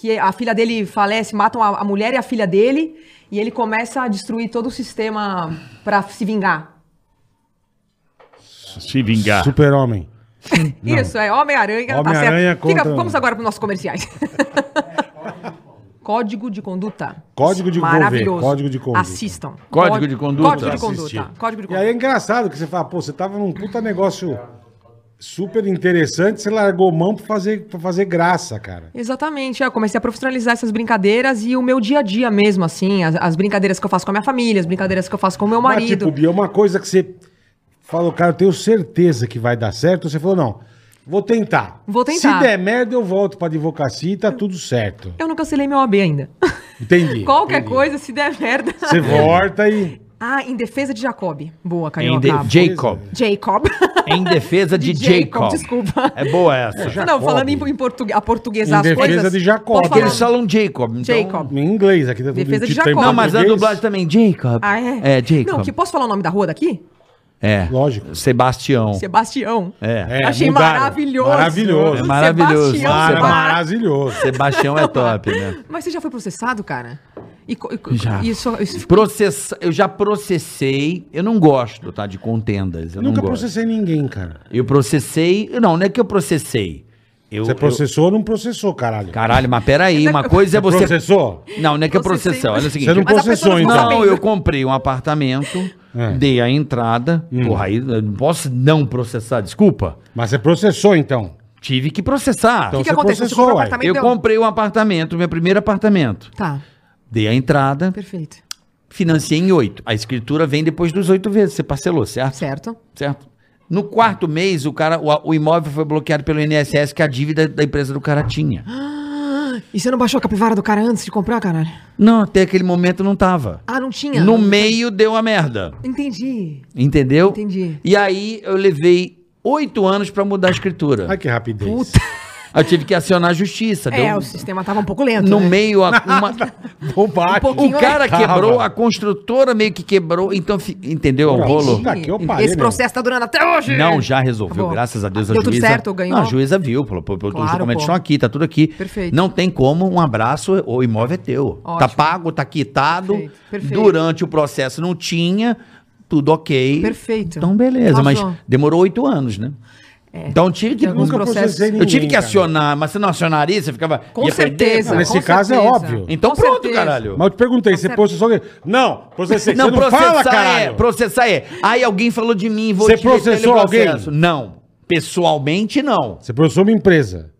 Speaker 4: Que a filha dele falece, matam a, a mulher e a filha dele e ele começa a destruir todo o sistema pra se vingar.
Speaker 1: Se vingar.
Speaker 3: Super-Homem.
Speaker 4: Isso, é Homem-Aranha.
Speaker 3: Homem-Aranha
Speaker 4: certo. Fica-
Speaker 3: contra-
Speaker 4: Vamos agora pros
Speaker 2: <laughs>
Speaker 4: nossos comerciais. Código de conduta.
Speaker 3: Código de- vou ver,
Speaker 4: Maravilhoso.
Speaker 3: Código de conduta.
Speaker 4: Assistam.
Speaker 2: Código de conduta.
Speaker 4: Código de
Speaker 3: Vou
Speaker 4: conduta.
Speaker 3: assistir.
Speaker 4: Código
Speaker 3: E
Speaker 4: de conduta.
Speaker 3: aí é engraçado que você fala, pô, você tava num puta negócio super interessante, você largou mão pra fazer, pra fazer graça, cara.
Speaker 4: Exatamente, é, eu comecei a profissionalizar essas brincadeiras e o meu dia a dia mesmo, assim, as, as brincadeiras que eu faço com a minha família, as brincadeiras que eu faço com o meu
Speaker 3: Mas,
Speaker 4: marido.
Speaker 3: tipo, Bia, é uma coisa que você falou, cara, eu tenho certeza que vai dar certo. Você falou, não, vou tentar.
Speaker 4: Vou tentar.
Speaker 3: Se der merda, eu volto pra advocacia e tá tudo certo.
Speaker 4: Eu não cancelei meu OAB ainda.
Speaker 3: Entendi.
Speaker 4: Qualquer
Speaker 3: entendi.
Speaker 4: coisa, se der merda.
Speaker 3: Você volta e.
Speaker 4: Ah, em defesa de Jacob. Boa,
Speaker 2: Em
Speaker 4: Carioca.
Speaker 2: de- Jacob.
Speaker 4: Jacob.
Speaker 2: Em defesa
Speaker 4: <laughs>
Speaker 2: de Jacob.
Speaker 4: Desculpa.
Speaker 2: É boa essa.
Speaker 4: Não, falando em, em português, a portuguesa
Speaker 3: Em defesa de Jacob.
Speaker 4: pode falar.
Speaker 2: Eles falam Jacob. Então...
Speaker 4: Jacob.
Speaker 3: Em inglês aqui tá tudo
Speaker 4: Defesa de
Speaker 3: dito em
Speaker 4: Jacó.
Speaker 2: Não, mas a
Speaker 3: português.
Speaker 2: dublagem também. Jacob.
Speaker 4: Ah, é?
Speaker 2: Jacob.
Speaker 4: Não, que posso falar o nome da rua daqui?
Speaker 2: É.
Speaker 3: Lógico.
Speaker 2: Sebastião.
Speaker 4: Sebastião.
Speaker 2: É.
Speaker 3: É,
Speaker 4: Achei
Speaker 3: mudaram.
Speaker 4: maravilhoso.
Speaker 3: Maravilhoso.
Speaker 2: É maravilhoso.
Speaker 4: Sebastião,
Speaker 2: Mara-
Speaker 3: Mara-
Speaker 4: Sebastião.
Speaker 3: maravilhoso.
Speaker 2: Sebastião
Speaker 4: <laughs>
Speaker 2: é top, né?
Speaker 4: Mas você já foi processado, cara? E, co- e co-
Speaker 2: Já.
Speaker 4: Isso, isso-
Speaker 2: Processa... Eu já processei. Eu não gosto, tá? De contendas. Eu
Speaker 3: Nunca
Speaker 2: não gosto.
Speaker 3: processei ninguém, cara.
Speaker 2: Eu processei. Não, não é que eu processei. Eu,
Speaker 3: Você
Speaker 2: eu-
Speaker 3: processou ou não processou, caralho?
Speaker 2: Caralho, mas peraí, uma
Speaker 4: <laughs>
Speaker 2: coisa é você.
Speaker 3: Processou?
Speaker 2: Não, não é que eu
Speaker 4: Processei.
Speaker 2: processei. Olha o seguinte.
Speaker 3: Você não
Speaker 2: eu-
Speaker 4: Mas a pessoa
Speaker 3: processou,
Speaker 4: não
Speaker 3: então.
Speaker 4: sabe.
Speaker 2: Não,
Speaker 4: Parabéns.
Speaker 2: eu comprei um apartamento,
Speaker 3: É. Hum.
Speaker 2: dei a entrada. Porra, aí eu não posso não processar, desculpa.
Speaker 3: Mas você processou, então.
Speaker 2: Tive que processar.
Speaker 4: O
Speaker 3: Então,
Speaker 4: que, que
Speaker 3: Você
Speaker 4: aconteceu?
Speaker 3: processou,
Speaker 4: comprou
Speaker 3: ué.
Speaker 4: apartamento
Speaker 2: eu
Speaker 4: deu-
Speaker 2: comprei um apartamento, meu primeiro apartamento.
Speaker 4: Tá,
Speaker 2: Dei a entrada,
Speaker 4: perfeito.
Speaker 2: financiei em oito. A escritura vem depois dos oito vezes. Você parcelou, certo?
Speaker 4: Certo.
Speaker 2: Certo? No quarto mês, o, cara, o, o imóvel foi bloqueado pelo INSS, que a dívida da empresa do cara
Speaker 4: <gasps>
Speaker 2: tinha.
Speaker 4: E você não baixou a capivara do cara antes de comprar, caralho?
Speaker 2: Não, até aquele momento não tava.
Speaker 4: Ah, não tinha?
Speaker 2: No meio deu a merda.
Speaker 4: Entendi.
Speaker 2: Entendeu?
Speaker 4: Entendi.
Speaker 2: E aí eu levei oito anos pra mudar a escritura.
Speaker 3: Ai, que rapidez.
Speaker 4: Puta.
Speaker 3: <laughs>
Speaker 2: Eu tive que acionar a justiça.
Speaker 4: É,
Speaker 2: deu-
Speaker 4: o sistema tava um pouco lento.
Speaker 2: no
Speaker 4: né?
Speaker 2: meio,
Speaker 4: <laughs>
Speaker 2: a- uma-
Speaker 3: Bobagem.
Speaker 4: Um
Speaker 2: o
Speaker 4: pouquinho
Speaker 2: cara
Speaker 3: Tava.
Speaker 2: quebrou, a construtora meio que quebrou. Então, fi- entendeu o
Speaker 3: Porra,
Speaker 2: rolo?
Speaker 3: puta que eu parei,
Speaker 4: Esse
Speaker 3: meu.
Speaker 4: processo tá durando até hoje.
Speaker 2: Não, já resolveu,
Speaker 4: Acabou.
Speaker 2: graças a Deus.
Speaker 4: Deu tudo certo, ganhou.
Speaker 2: Não, a juíza viu, falou, pô, pô, os
Speaker 4: Claro,
Speaker 2: documentos
Speaker 4: pô.
Speaker 2: estão aqui, tá tudo aqui.
Speaker 4: Perfeito.
Speaker 2: Não tem como, um abraço, o imóvel é teu.
Speaker 4: Ótimo.
Speaker 2: Tá pago, tá quitado.
Speaker 4: Perfeito, perfeito.
Speaker 2: Durante o processo não tinha, tudo ok.
Speaker 4: Perfeito.
Speaker 2: Então, beleza,
Speaker 4: Arrasou.
Speaker 2: mas demorou oito anos, né? Então tive que.
Speaker 4: Tem alguns
Speaker 3: Nunca
Speaker 4: processos.
Speaker 3: processei ninguém.
Speaker 2: eu tive que
Speaker 3: cara.
Speaker 2: acionar, mas se não acionaria, você ficava.
Speaker 4: Com
Speaker 2: ia perder,
Speaker 4: certeza.
Speaker 2: cara.
Speaker 3: Nesse
Speaker 4: com
Speaker 3: caso é
Speaker 4: certeza.
Speaker 3: óbvio.
Speaker 2: Então
Speaker 4: Com
Speaker 2: pronto,
Speaker 4: certeza.
Speaker 2: caralho.
Speaker 3: Mas eu te perguei, você
Speaker 4: Tá certo.
Speaker 3: processou alguém? Não, processei. Não, você não fala,
Speaker 2: é,
Speaker 3: caralho.
Speaker 2: processar é. Aí alguém falou de mim, vou
Speaker 3: Você
Speaker 2: te meter no
Speaker 3: processou alguém?
Speaker 2: processo. Não. Pessoalmente, não.
Speaker 3: Você processou uma empresa.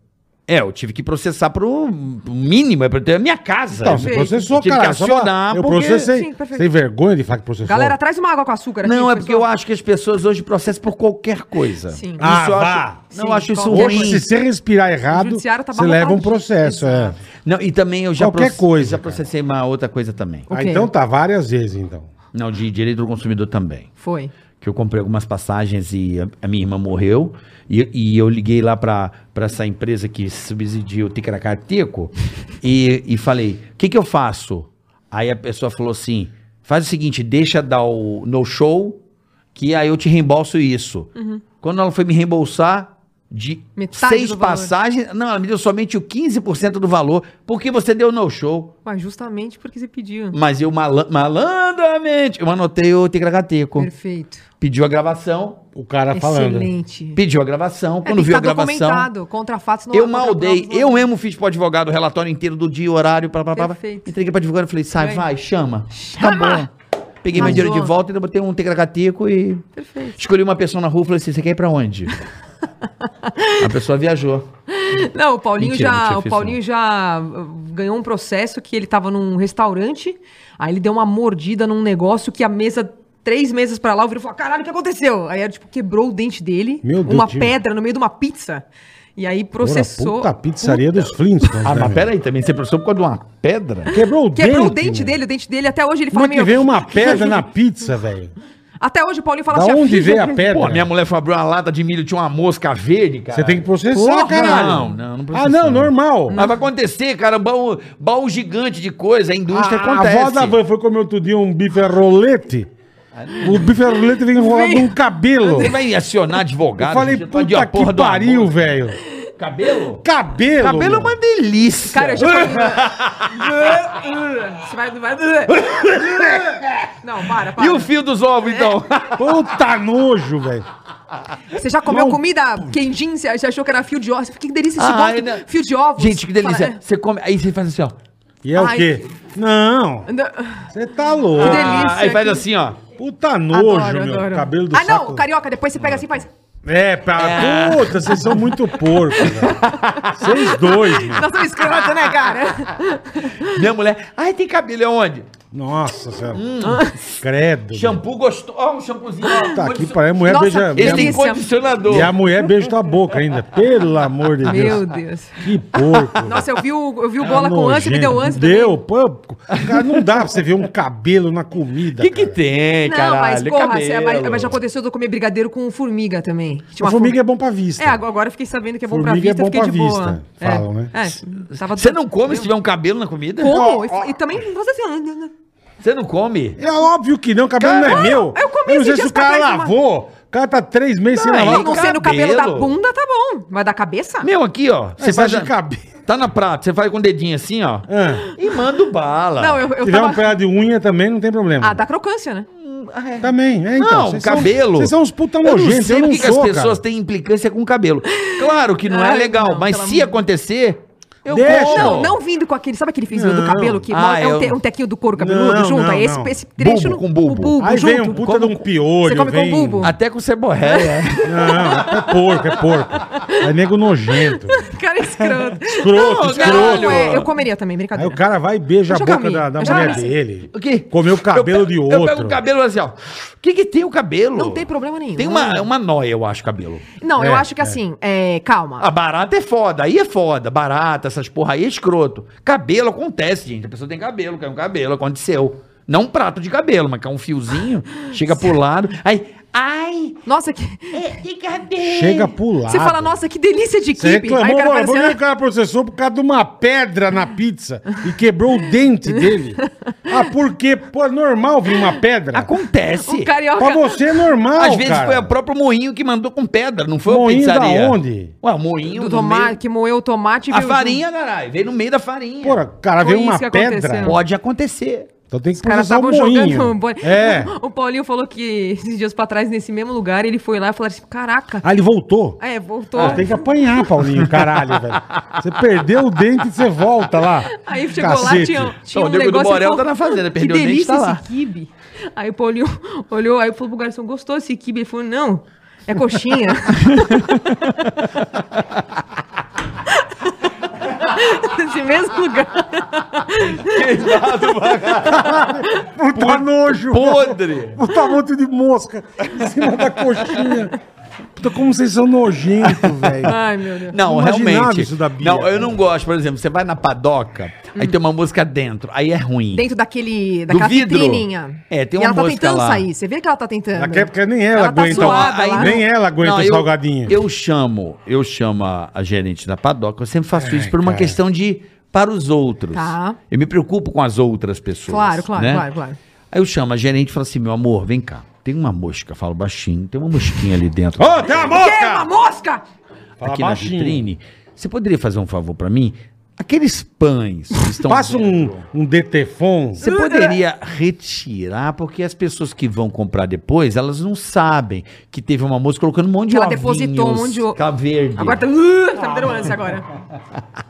Speaker 2: É, eu tive que processar pro pro mínimo, é pra ter a minha casa.
Speaker 3: Então, você
Speaker 4: Perfeito.
Speaker 3: processou,
Speaker 2: Tive que
Speaker 3: cara. só
Speaker 2: acionar,
Speaker 3: pra- Eu
Speaker 2: porque-
Speaker 3: processei.
Speaker 4: Sim, perfeito.
Speaker 3: Sem vergonha de falar que processou.
Speaker 4: Galera, tá traz uma água com açúcar aqui,
Speaker 2: Não, é porque eu
Speaker 4: pessoal.
Speaker 2: acho que as pessoas hoje processam por qualquer coisa.
Speaker 4: Sim.
Speaker 3: Ah,
Speaker 2: eu
Speaker 3: vá.
Speaker 2: acho, não,
Speaker 4: Sim,
Speaker 2: eu acho isso
Speaker 4: qualquer
Speaker 2: ruim.
Speaker 3: Hoje, se você respirar errado,
Speaker 4: judiciário tá
Speaker 3: você leva um
Speaker 4: abarrotado.
Speaker 3: processo. É.
Speaker 2: Não, e também eu já,
Speaker 3: Qualquer coisa,
Speaker 2: já
Speaker 3: cara.
Speaker 2: processei uma outra coisa também.
Speaker 4: O
Speaker 3: Ah,
Speaker 4: quê?
Speaker 3: então tá, várias vezes, então.
Speaker 2: Não, de direito do consumidor também.
Speaker 4: Foi.
Speaker 2: que eu comprei algumas passagens e a, a minha irmã morreu. E, e eu liguei lá pra pra essa empresa que subsidia o
Speaker 4: <laughs>
Speaker 2: Ticaracateco e, e falei: o que, que eu faço? Aí a pessoa falou assim: faz o seguinte, deixa dar o no show, que aí eu te reembolso isso. Quando ela foi me reembolsar. De
Speaker 4: Uhum. Metade
Speaker 2: seis
Speaker 4: do valor.
Speaker 2: passagens, não, ela me deu somente o 15% do valor, porque você deu no show.
Speaker 4: Mas justamente porque você pediu.
Speaker 2: Mas eu malan- malandramente, eu anotei o Ticaracateco.
Speaker 4: Perfeito.
Speaker 2: Pediu a gravação,
Speaker 3: O cara falando. né?
Speaker 4: Excelente.
Speaker 2: pediu a gravação,
Speaker 4: É,
Speaker 2: tá quando
Speaker 4: tem que
Speaker 2: viu a
Speaker 4: tá
Speaker 2: gravação,
Speaker 4: documentado, Contra fatos não
Speaker 2: eu
Speaker 4: há
Speaker 2: maldei,
Speaker 4: contra provas, não
Speaker 2: eu mesmo fiz pro advogado o relatório inteiro do dia, horário, blá, blá, blá, blá.
Speaker 4: Perfeito.
Speaker 2: entreguei pra advogado e falei, sai,
Speaker 4: Bem.
Speaker 2: vai, chama,
Speaker 4: Chama!
Speaker 2: acabou. Peguei meu
Speaker 4: Arrasou.
Speaker 2: dinheiro de volta, ainda botei um tecracateco e
Speaker 4: há. Perfeito.
Speaker 2: escolhi uma pessoa na rua e falei assim, você quer ir pra onde? a pessoa viajou.
Speaker 4: Não, o Paulinho
Speaker 2: Mentira, não
Speaker 4: já,
Speaker 2: tinha
Speaker 4: o
Speaker 2: feito
Speaker 4: Paulinho
Speaker 2: não.
Speaker 4: já uh, ganhou um processo que ele tava num restaurante, aí ele deu uma mordida num negócio que a mesa três mesas pra lá, o virou e falou: "Caralho, o que aconteceu?" Aí era tipo quebrou o dente dele,
Speaker 3: Meu Deus,
Speaker 4: uma
Speaker 3: tio.
Speaker 4: pedra no meio de uma pizza. E aí processou.
Speaker 3: Porra, puta pizzaria dos Flintstones.
Speaker 2: Ah,
Speaker 3: né,
Speaker 2: mas
Speaker 3: meu?
Speaker 2: peraí também, você processou por causa de uma pedra?
Speaker 3: Quebrou o
Speaker 4: Quebrou o
Speaker 3: dente
Speaker 4: dente
Speaker 3: meu.
Speaker 4: dele, o dente dele até hoje
Speaker 3: né?
Speaker 4: ele
Speaker 3: Como
Speaker 4: <laughs> fala
Speaker 3: é que
Speaker 4: meio.
Speaker 3: veio uma pedra na pizza, velho?
Speaker 4: Até hoje o Paulinho fala
Speaker 3: Da
Speaker 4: assim,
Speaker 3: onde
Speaker 4: filha-
Speaker 3: veio
Speaker 4: <laughs>
Speaker 3: a pedra?
Speaker 2: Pô, minha mulher foi abrir uma lata de milho, tinha uma mosca verde, cara.
Speaker 3: Você tem que processar,
Speaker 2: Porra,
Speaker 3: caralho.
Speaker 2: Não, não, não
Speaker 3: Ah, não, normal.
Speaker 2: Mas vai acontecer, cara, baú, baú gigante de coisa, a indústria
Speaker 3: Ah, a,
Speaker 2: acontece.
Speaker 3: A avó da van foi comer outro dia um bife à rolete. O bife à rolete vem enrolado
Speaker 4: Vem.
Speaker 3: num cabelo.
Speaker 2: Você vai acionar advogado.
Speaker 3: Eu falei,
Speaker 2: gente, tá de
Speaker 3: puta
Speaker 2: a porra
Speaker 3: que
Speaker 2: do amor.
Speaker 3: pariu, velho.
Speaker 2: Cabelo?
Speaker 3: Cabelo.
Speaker 2: Cabelo é
Speaker 3: mano.
Speaker 2: uma delícia.
Speaker 4: Cara, eu já falei... <laughs> Você vai... vai-
Speaker 3: <laughs>
Speaker 4: Não, para, para.
Speaker 2: E o fio dos
Speaker 4: É.
Speaker 2: ovos,
Speaker 4: <laughs>
Speaker 2: então?
Speaker 3: Puta nojo, velho.
Speaker 4: Você já comeu
Speaker 3: Não.
Speaker 4: comida quendim? Você você achou que era fio de ovos? Você fica, Que delícia esse
Speaker 2: Ah,
Speaker 4: gosto-
Speaker 2: ainda-
Speaker 4: fio de ovos.
Speaker 2: Gente, que delícia.
Speaker 4: Fala, é,
Speaker 2: Você come, aí você faz assim, ó.
Speaker 3: E é
Speaker 4: Ai.
Speaker 3: o quê? Não,
Speaker 4: é, não-
Speaker 3: você tá louco.
Speaker 4: Que delícia.
Speaker 2: Ah, aí faz
Speaker 4: que-
Speaker 2: assim, ó.
Speaker 3: Puta nojo,
Speaker 4: Adoro,
Speaker 3: meu.
Speaker 4: adoro.
Speaker 3: Cabelo do
Speaker 4: Ah, não,
Speaker 3: saco.
Speaker 4: carioca, depois você pega assim e faz...
Speaker 3: É, pra... puta, vocês são muito porco, velho. Vocês dois, mano.
Speaker 4: <laughs> Nós somos escroto, né,
Speaker 2: <laughs>
Speaker 4: cara?
Speaker 2: Minha mulher. Ai, tem cabelo, é onde?
Speaker 3: Nossa senhora.
Speaker 2: Hum.
Speaker 3: Credo.
Speaker 2: Shampoo gostoso. Ó, um shampoozinho. ó.
Speaker 3: Tá aqui, parece. A mulher
Speaker 4: Nossa,
Speaker 3: beija.
Speaker 2: Esse tem
Speaker 4: delícia.
Speaker 2: condicionador.
Speaker 3: E a mulher beija tua boca ainda. Pelo amor de Deus.
Speaker 4: Meu Deus.
Speaker 3: Que porco.
Speaker 4: Nossa, eu vi o, eu vi o
Speaker 3: É
Speaker 4: bola com ânsia, me deu
Speaker 3: nojento.
Speaker 4: ânsia. também.
Speaker 3: Deu, pô. Cara, não dá pra você ver um cabelo na comida.
Speaker 2: O que, que
Speaker 3: cara.
Speaker 2: tem,
Speaker 4: Não,
Speaker 2: caralho?
Speaker 4: mas porra,
Speaker 2: Cabelo.
Speaker 4: cê- mas, mas já aconteceu de eu comer brigadeiro com formiga também. Tinha
Speaker 3: A
Speaker 4: uma
Speaker 3: formiga é
Speaker 4: formi-
Speaker 3: bom pra vista.
Speaker 4: É, agora agora eu fiquei sabendo que é bom
Speaker 3: Formiga é
Speaker 4: pra vista,
Speaker 3: bom
Speaker 4: fiquei
Speaker 3: pra
Speaker 4: de boa.
Speaker 3: vista, falam, né?
Speaker 4: É, tava
Speaker 2: Você não come se tiver um cabelo na comida?
Speaker 4: Como? E, e também você assim.
Speaker 2: Você não come?
Speaker 3: É óbvio que não, o cabelo não é
Speaker 4: Caralho,
Speaker 3: meu.
Speaker 4: eu comi
Speaker 3: não sei se
Speaker 4: esses dias
Speaker 3: o cara
Speaker 4: pra trás,
Speaker 3: lavou. O cara tá três meses sem
Speaker 2: Não,
Speaker 3: lavar.
Speaker 2: eu
Speaker 4: Não, não sendo o cabelo da
Speaker 2: cabelo.
Speaker 4: bunda, tá bom. Mas da cabeça?
Speaker 2: Meu, aqui, ó. Você
Speaker 3: Você
Speaker 2: faz.
Speaker 3: faz é de
Speaker 2: a-
Speaker 3: cabelo.
Speaker 2: Tá na prata, você faz com o dedinho assim, ó.
Speaker 3: Ah,
Speaker 2: E manda o bala.
Speaker 4: Não, eu,
Speaker 3: se
Speaker 4: eu
Speaker 3: tiver
Speaker 4: tava...
Speaker 3: um pedaço de unha também, não tem problema.
Speaker 4: Ah, dá crocância, né?
Speaker 3: Também, é então.
Speaker 2: Não,
Speaker 3: vocês são-
Speaker 2: cabelo.
Speaker 3: Vocês são uns puta
Speaker 2: Eu não
Speaker 3: nojentos,
Speaker 2: sei
Speaker 3: eu
Speaker 2: por
Speaker 3: não
Speaker 2: que que as
Speaker 3: sou,
Speaker 2: pessoas
Speaker 3: cara.
Speaker 2: têm implicância com o cabelo. Claro que não é
Speaker 4: Ai,
Speaker 2: legal,
Speaker 4: não,
Speaker 2: mas
Speaker 4: pelo
Speaker 2: se
Speaker 4: amor-
Speaker 2: acontecer, eu
Speaker 3: Deixa.
Speaker 2: como.
Speaker 4: Não, não vindo com aquele. Sabe aquele fiozinho do
Speaker 3: Não.
Speaker 4: cabelo que
Speaker 2: Ah,
Speaker 4: mostra- é um, te-
Speaker 2: eu-
Speaker 4: um tequinho do couro cabeludo
Speaker 3: Não,
Speaker 4: junto?
Speaker 3: não,
Speaker 4: é esse,
Speaker 3: não.
Speaker 4: esse trecho
Speaker 2: Bulbo com bulbo.
Speaker 4: O bulbo
Speaker 3: Aí
Speaker 4: junto.
Speaker 3: vem um puta de um
Speaker 4: Você
Speaker 3: piolho,
Speaker 4: come com
Speaker 3: vem...
Speaker 4: bulbo?
Speaker 2: Até com
Speaker 3: <laughs>
Speaker 2: ceborréia.
Speaker 3: Não, é porco, é porco. É nego nojento.
Speaker 4: <laughs> Cara
Speaker 3: <laughs>
Speaker 4: é escroto.
Speaker 3: Escroto, escroto.
Speaker 4: Não, é, eu comeria também,
Speaker 3: Aí o
Speaker 4: brincadeira.
Speaker 3: cara vai e beija a
Speaker 4: Eu já
Speaker 3: boca
Speaker 4: comi,
Speaker 3: da, da
Speaker 4: eu já
Speaker 3: mulher
Speaker 4: comi.
Speaker 3: dele.
Speaker 2: O quê?
Speaker 3: Comeu o cabelo
Speaker 2: Eu
Speaker 3: de
Speaker 2: pego-
Speaker 3: outro.
Speaker 2: Eu pego o cabelo assim, ó. O que que tem o cabelo?
Speaker 4: Não tem problema nenhum.
Speaker 2: Tem uma, é uma nóia, eu acho, cabelo.
Speaker 4: Não, eu
Speaker 3: É,
Speaker 4: acho que
Speaker 3: é.
Speaker 4: assim, é, calma.
Speaker 2: A barata é foda, aí é foda. Barata, essas porra aí é escroto. Cabelo acontece, gente. A pessoa tem cabelo, caiu um cabelo, aconteceu. Não um prato de cabelo, mas cai um fiozinho, chega pro lado. Aí,
Speaker 5: Ai,
Speaker 4: Nossa, que... <laughs>
Speaker 5: que cabelo.
Speaker 3: Chega pro lado.
Speaker 4: você fala, nossa, que delícia de
Speaker 3: Você
Speaker 4: equipe. Aí
Speaker 3: reclamou,
Speaker 4: o cara
Speaker 3: mano,
Speaker 4: faz
Speaker 3: por que o
Speaker 4: assim,
Speaker 3: cara processou por causa de uma pedra na pizza e quebrou o dente
Speaker 4: <laughs>
Speaker 3: dele? Ah, por quê? Pô, é normal vir uma pedra.
Speaker 2: acontece.
Speaker 4: um carioca.
Speaker 3: Pra você é normal,
Speaker 2: Às vezes
Speaker 3: cara.
Speaker 2: foi o próprio moinho que mandou com pedra, não foi
Speaker 3: Moinho
Speaker 2: a pizzaria.
Speaker 3: da onde?
Speaker 2: Ué, o moinho
Speaker 4: do
Speaker 2: do
Speaker 4: tomate,
Speaker 2: meio-
Speaker 4: que moeu o tomate e
Speaker 2: A
Speaker 4: veio junto.
Speaker 2: farinha, caralho, veio no meio da farinha.
Speaker 3: Porra, cara,
Speaker 4: Foi
Speaker 3: veio uma
Speaker 4: isso que
Speaker 3: pedra.
Speaker 4: aconteceu.
Speaker 2: Pode acontecer.
Speaker 3: Então tem que
Speaker 4: Os caras
Speaker 3: processar o
Speaker 4: estavam
Speaker 3: moinho.
Speaker 4: jogando um boi.
Speaker 3: É.
Speaker 4: <laughs> O Paulinho falou que esses dias pra trás, nesse mesmo lugar, ele foi lá e falou assim: caraca.
Speaker 3: Ah, ele voltou.
Speaker 4: É, voltou.
Speaker 3: Ah, tem que apanhar, Paulinho, caralho, velho. Você perdeu o dente e você volta lá.
Speaker 4: Aí chegou lá,
Speaker 3: Cacete.
Speaker 4: tinha, tinha
Speaker 2: Então, o
Speaker 4: um
Speaker 2: Nego do
Speaker 4: negócio...
Speaker 2: Borel
Speaker 4: ele
Speaker 2: tá na fazenda, perdeu o
Speaker 4: que
Speaker 2: dente,
Speaker 4: delícia
Speaker 2: tá lá."
Speaker 4: esse quibe. Aí o Paulinho olhou, aí falou pro garçom, gostou esse quibe? Ele falou, não, é coxinha. <laughs> Nesse mesmo lugar.
Speaker 3: Puta nojo.
Speaker 2: Podre.
Speaker 3: Puta um monte de mosca em cima da coxinha. Puta, como vocês são nojentos, velho.
Speaker 4: Ai, meu Deus.
Speaker 2: Não,
Speaker 3: Imaginava
Speaker 2: realmente.
Speaker 3: isso da Bia.
Speaker 2: Não, eu não gosto, por exemplo, você vai na padoca, aí tem uma música dentro, aí é ruim.
Speaker 4: Dentro daquela daquela
Speaker 2: vidro.
Speaker 4: vitrininha.
Speaker 2: É, tem
Speaker 4: E
Speaker 2: uma
Speaker 4: ela tá
Speaker 2: mosca
Speaker 4: tentando
Speaker 2: lá.
Speaker 4: sair. Você vê que ela tá tentando.
Speaker 3: Naquela época nem ela aguenta
Speaker 4: Tá suada,
Speaker 2: Aí
Speaker 4: lá.
Speaker 2: não-
Speaker 3: Então, Nem ela aguenta
Speaker 2: não,
Speaker 3: o
Speaker 2: eu-
Speaker 3: salgadinho.
Speaker 2: Eu chamo, eu chamo a, a gerente da padoca, eu sempre faço
Speaker 3: É,
Speaker 2: isso por uma
Speaker 3: cara.
Speaker 2: questão de para os outros.
Speaker 4: Tá.
Speaker 2: Eu me preocupo com as outras pessoas.
Speaker 4: Claro, claro,
Speaker 2: né?
Speaker 4: claro, claro.
Speaker 2: Aí eu chamo a gerente e falo assim: meu amor, vem cá. Tem uma mosca, falo baixinho, tem uma mosquinha ali dentro.
Speaker 3: <laughs> Ô, tem uma
Speaker 4: Que é
Speaker 3: mosca!
Speaker 4: uma mosca!
Speaker 3: Fala
Speaker 2: aqui na
Speaker 3: baixinho.
Speaker 2: vitrine. Você poderia fazer um favor pra mim? Aqueles pães que estão.
Speaker 3: Passa
Speaker 2: dentro,
Speaker 3: um, um detefon.
Speaker 2: Você poderia retirar, porque as pessoas que vão comprar depois, elas não sabem que teve uma moça colocando um monte de
Speaker 4: Que ela
Speaker 2: ovinhos,
Speaker 4: depositou um monte de o-
Speaker 2: ca- verde.
Speaker 4: Agora tá... Uh, tá me dando ânsia agora.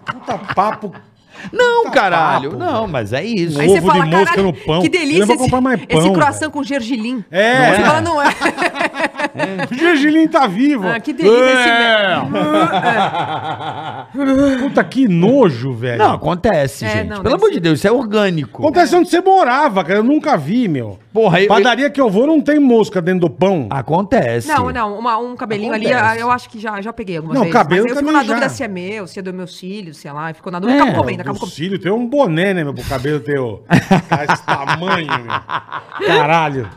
Speaker 3: Puta tá papo.
Speaker 2: Não, caralho.
Speaker 3: Tá papo,
Speaker 2: não, mas é isso.
Speaker 4: Aí
Speaker 3: Um Ovo
Speaker 4: você fala,
Speaker 3: de mosca
Speaker 4: caralho,
Speaker 3: no pão.
Speaker 4: que
Speaker 3: Eu
Speaker 4: delícia
Speaker 3: vou comprar mais pão,
Speaker 4: esse croissant
Speaker 3: velho.
Speaker 4: com gergelim.
Speaker 3: É.
Speaker 4: Você fala,
Speaker 3: <laughs>
Speaker 4: não é.
Speaker 2: é?
Speaker 3: O Gergelim tá vivo.
Speaker 4: Ah, que delícia esse
Speaker 3: É. Puta, que nojo, velho.
Speaker 2: Não, acontece,
Speaker 4: É,
Speaker 2: gente.
Speaker 4: não,
Speaker 2: Pelo
Speaker 4: deve
Speaker 2: amor
Speaker 4: ser.
Speaker 2: de Deus, isso é orgânico.
Speaker 3: Acontece onde você morava, cara. Eu nunca vi, meu.
Speaker 2: Porra, eu-
Speaker 3: Padaria que eu vou não tem mosca dentro do pão.
Speaker 2: Acontece.
Speaker 4: Não, não, uma- um cabelinho ali,
Speaker 3: Acontece.
Speaker 4: eu acho que já, já peguei algumas
Speaker 3: Não,
Speaker 4: vezes.
Speaker 3: cabelo
Speaker 4: mas eu fico
Speaker 3: também
Speaker 4: na
Speaker 3: já.
Speaker 4: dúvida se é meu, se é do meus filhos, sei lá. Ficou na dúvida.
Speaker 2: É.
Speaker 4: Acabo comendo,
Speaker 3: Meu
Speaker 4: acabo comendo.
Speaker 3: cílio tem
Speaker 4: <laughs>
Speaker 3: um boné, né, meu? Pro cabelo ter o... esse tamanho, meu. Caralho.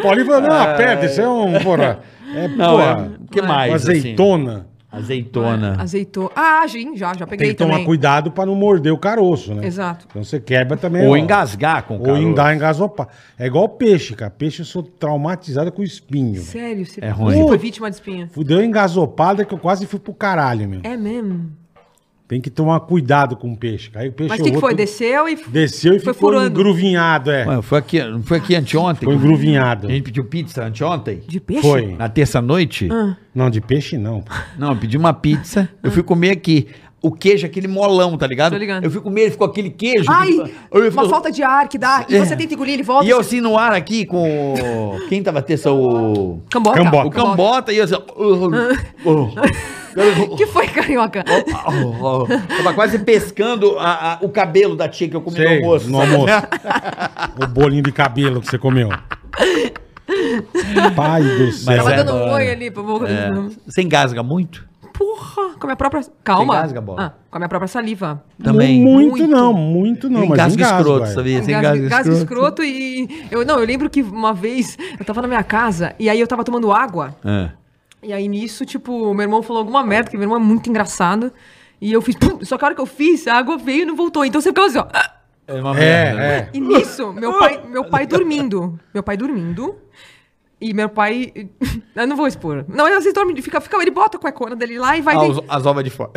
Speaker 3: Pode falar, não, aperta, isso é um, porra. É,
Speaker 2: Não, é-
Speaker 3: porra,
Speaker 2: que mais, assim?
Speaker 3: Azeitona.
Speaker 2: Azeitona.
Speaker 4: Azeitou. Ah, gin, já, já
Speaker 3: Tem
Speaker 4: peguei
Speaker 3: que tomar
Speaker 4: também.
Speaker 3: cuidado pra não morder o caroço, né?
Speaker 4: Exato.
Speaker 3: Então você quebra também.
Speaker 2: Ou
Speaker 3: ó,
Speaker 2: engasgar com o
Speaker 3: Ou
Speaker 2: caroço.
Speaker 3: enga- engasopar. É igual peixe, cara. Peixe eu sou traumatizado com espinho. velho.
Speaker 4: Sério, você
Speaker 2: É ruim.
Speaker 4: você foi vítima de espinha.
Speaker 3: Fudeu uma engasopada que eu quase fui pro caralho, meu.
Speaker 4: É mesmo.
Speaker 3: Tem que tomar cuidado com o peixe. cara. Aí o peixe
Speaker 4: Mas o que, que
Speaker 3: errou
Speaker 4: foi?
Speaker 3: tudo.
Speaker 4: Desceu e.
Speaker 3: Desceu e
Speaker 4: Foi
Speaker 3: ficou
Speaker 4: furando.
Speaker 3: engruvinhado, é.
Speaker 2: Ué, foi aqui, não foi aqui anteontem?
Speaker 3: Ficou engruvinhado.
Speaker 2: A gente pediu pizza anteontem?
Speaker 4: De peixe?
Speaker 3: Foi.
Speaker 2: Na terça-noite?
Speaker 4: Ah.
Speaker 3: Não, de peixe não.
Speaker 2: Não, eu pedi uma pizza. Eu fui comer aqui. O queijo, aquele molão, tá ligado?
Speaker 4: Tô ligado.
Speaker 2: Eu fui comer, ele ficou aquele queijo.
Speaker 4: Ai,
Speaker 2: Eu- eu-
Speaker 4: uma falta de ar que dá. E
Speaker 2: É.
Speaker 4: você tenta engolir, ele volta.
Speaker 2: E eu assim no ar aqui com. o- Quem tava terça? O.
Speaker 4: Cambota.
Speaker 3: Cambota.
Speaker 2: O Cambota e eu assim. uh,
Speaker 4: que foi, <laughs> carioca?
Speaker 2: Tava quase pescando a- a- o cabelo da tia que eu comi no
Speaker 3: Sei,
Speaker 2: almoço.
Speaker 3: no
Speaker 2: sabe?
Speaker 3: almoço. o bolinho de cabelo que você comeu. Pai do céu.
Speaker 4: Tava
Speaker 2: é-
Speaker 4: dando um oi ali pra boca.
Speaker 2: É. Você engasga muito?
Speaker 4: Porra, com a minha própria. Calma.
Speaker 2: Você engasga, bola?
Speaker 4: Ah, com a minha própria saliva.
Speaker 2: Também.
Speaker 3: Muito,
Speaker 4: Muito.
Speaker 3: não, muito não.
Speaker 2: Eu
Speaker 3: Mas
Speaker 2: engasgo
Speaker 3: engasgo,
Speaker 2: escroto,
Speaker 3: é.
Speaker 2: sabia? Você
Speaker 4: Engasgo,
Speaker 2: engasga,
Speaker 4: engasgo
Speaker 2: escroto.
Speaker 4: escroto e. Eu, não, eu lembro que uma vez eu tava na minha casa e aí eu tava tomando água.
Speaker 2: Ah.
Speaker 4: E aí nisso, tipo, meu irmão falou alguma merda, que meu irmão é muito engraçado. E eu fiz. <laughs> pum, só que a hora que eu fiz, a água veio e não voltou. Então você ficava assim, ó. ah.
Speaker 2: É uma merda.
Speaker 3: É, é.
Speaker 4: E
Speaker 2: <laughs>
Speaker 4: nisso, meu pai, meu pai dormindo. Meu pai dormindo. E meu pai. <laughs> Eu não vou expor. Não, mas vocês dormem. Fica, fica, ele bota a cuecona dele lá e vai.
Speaker 2: Ah,
Speaker 4: deitar.
Speaker 2: os- as ovas de fora.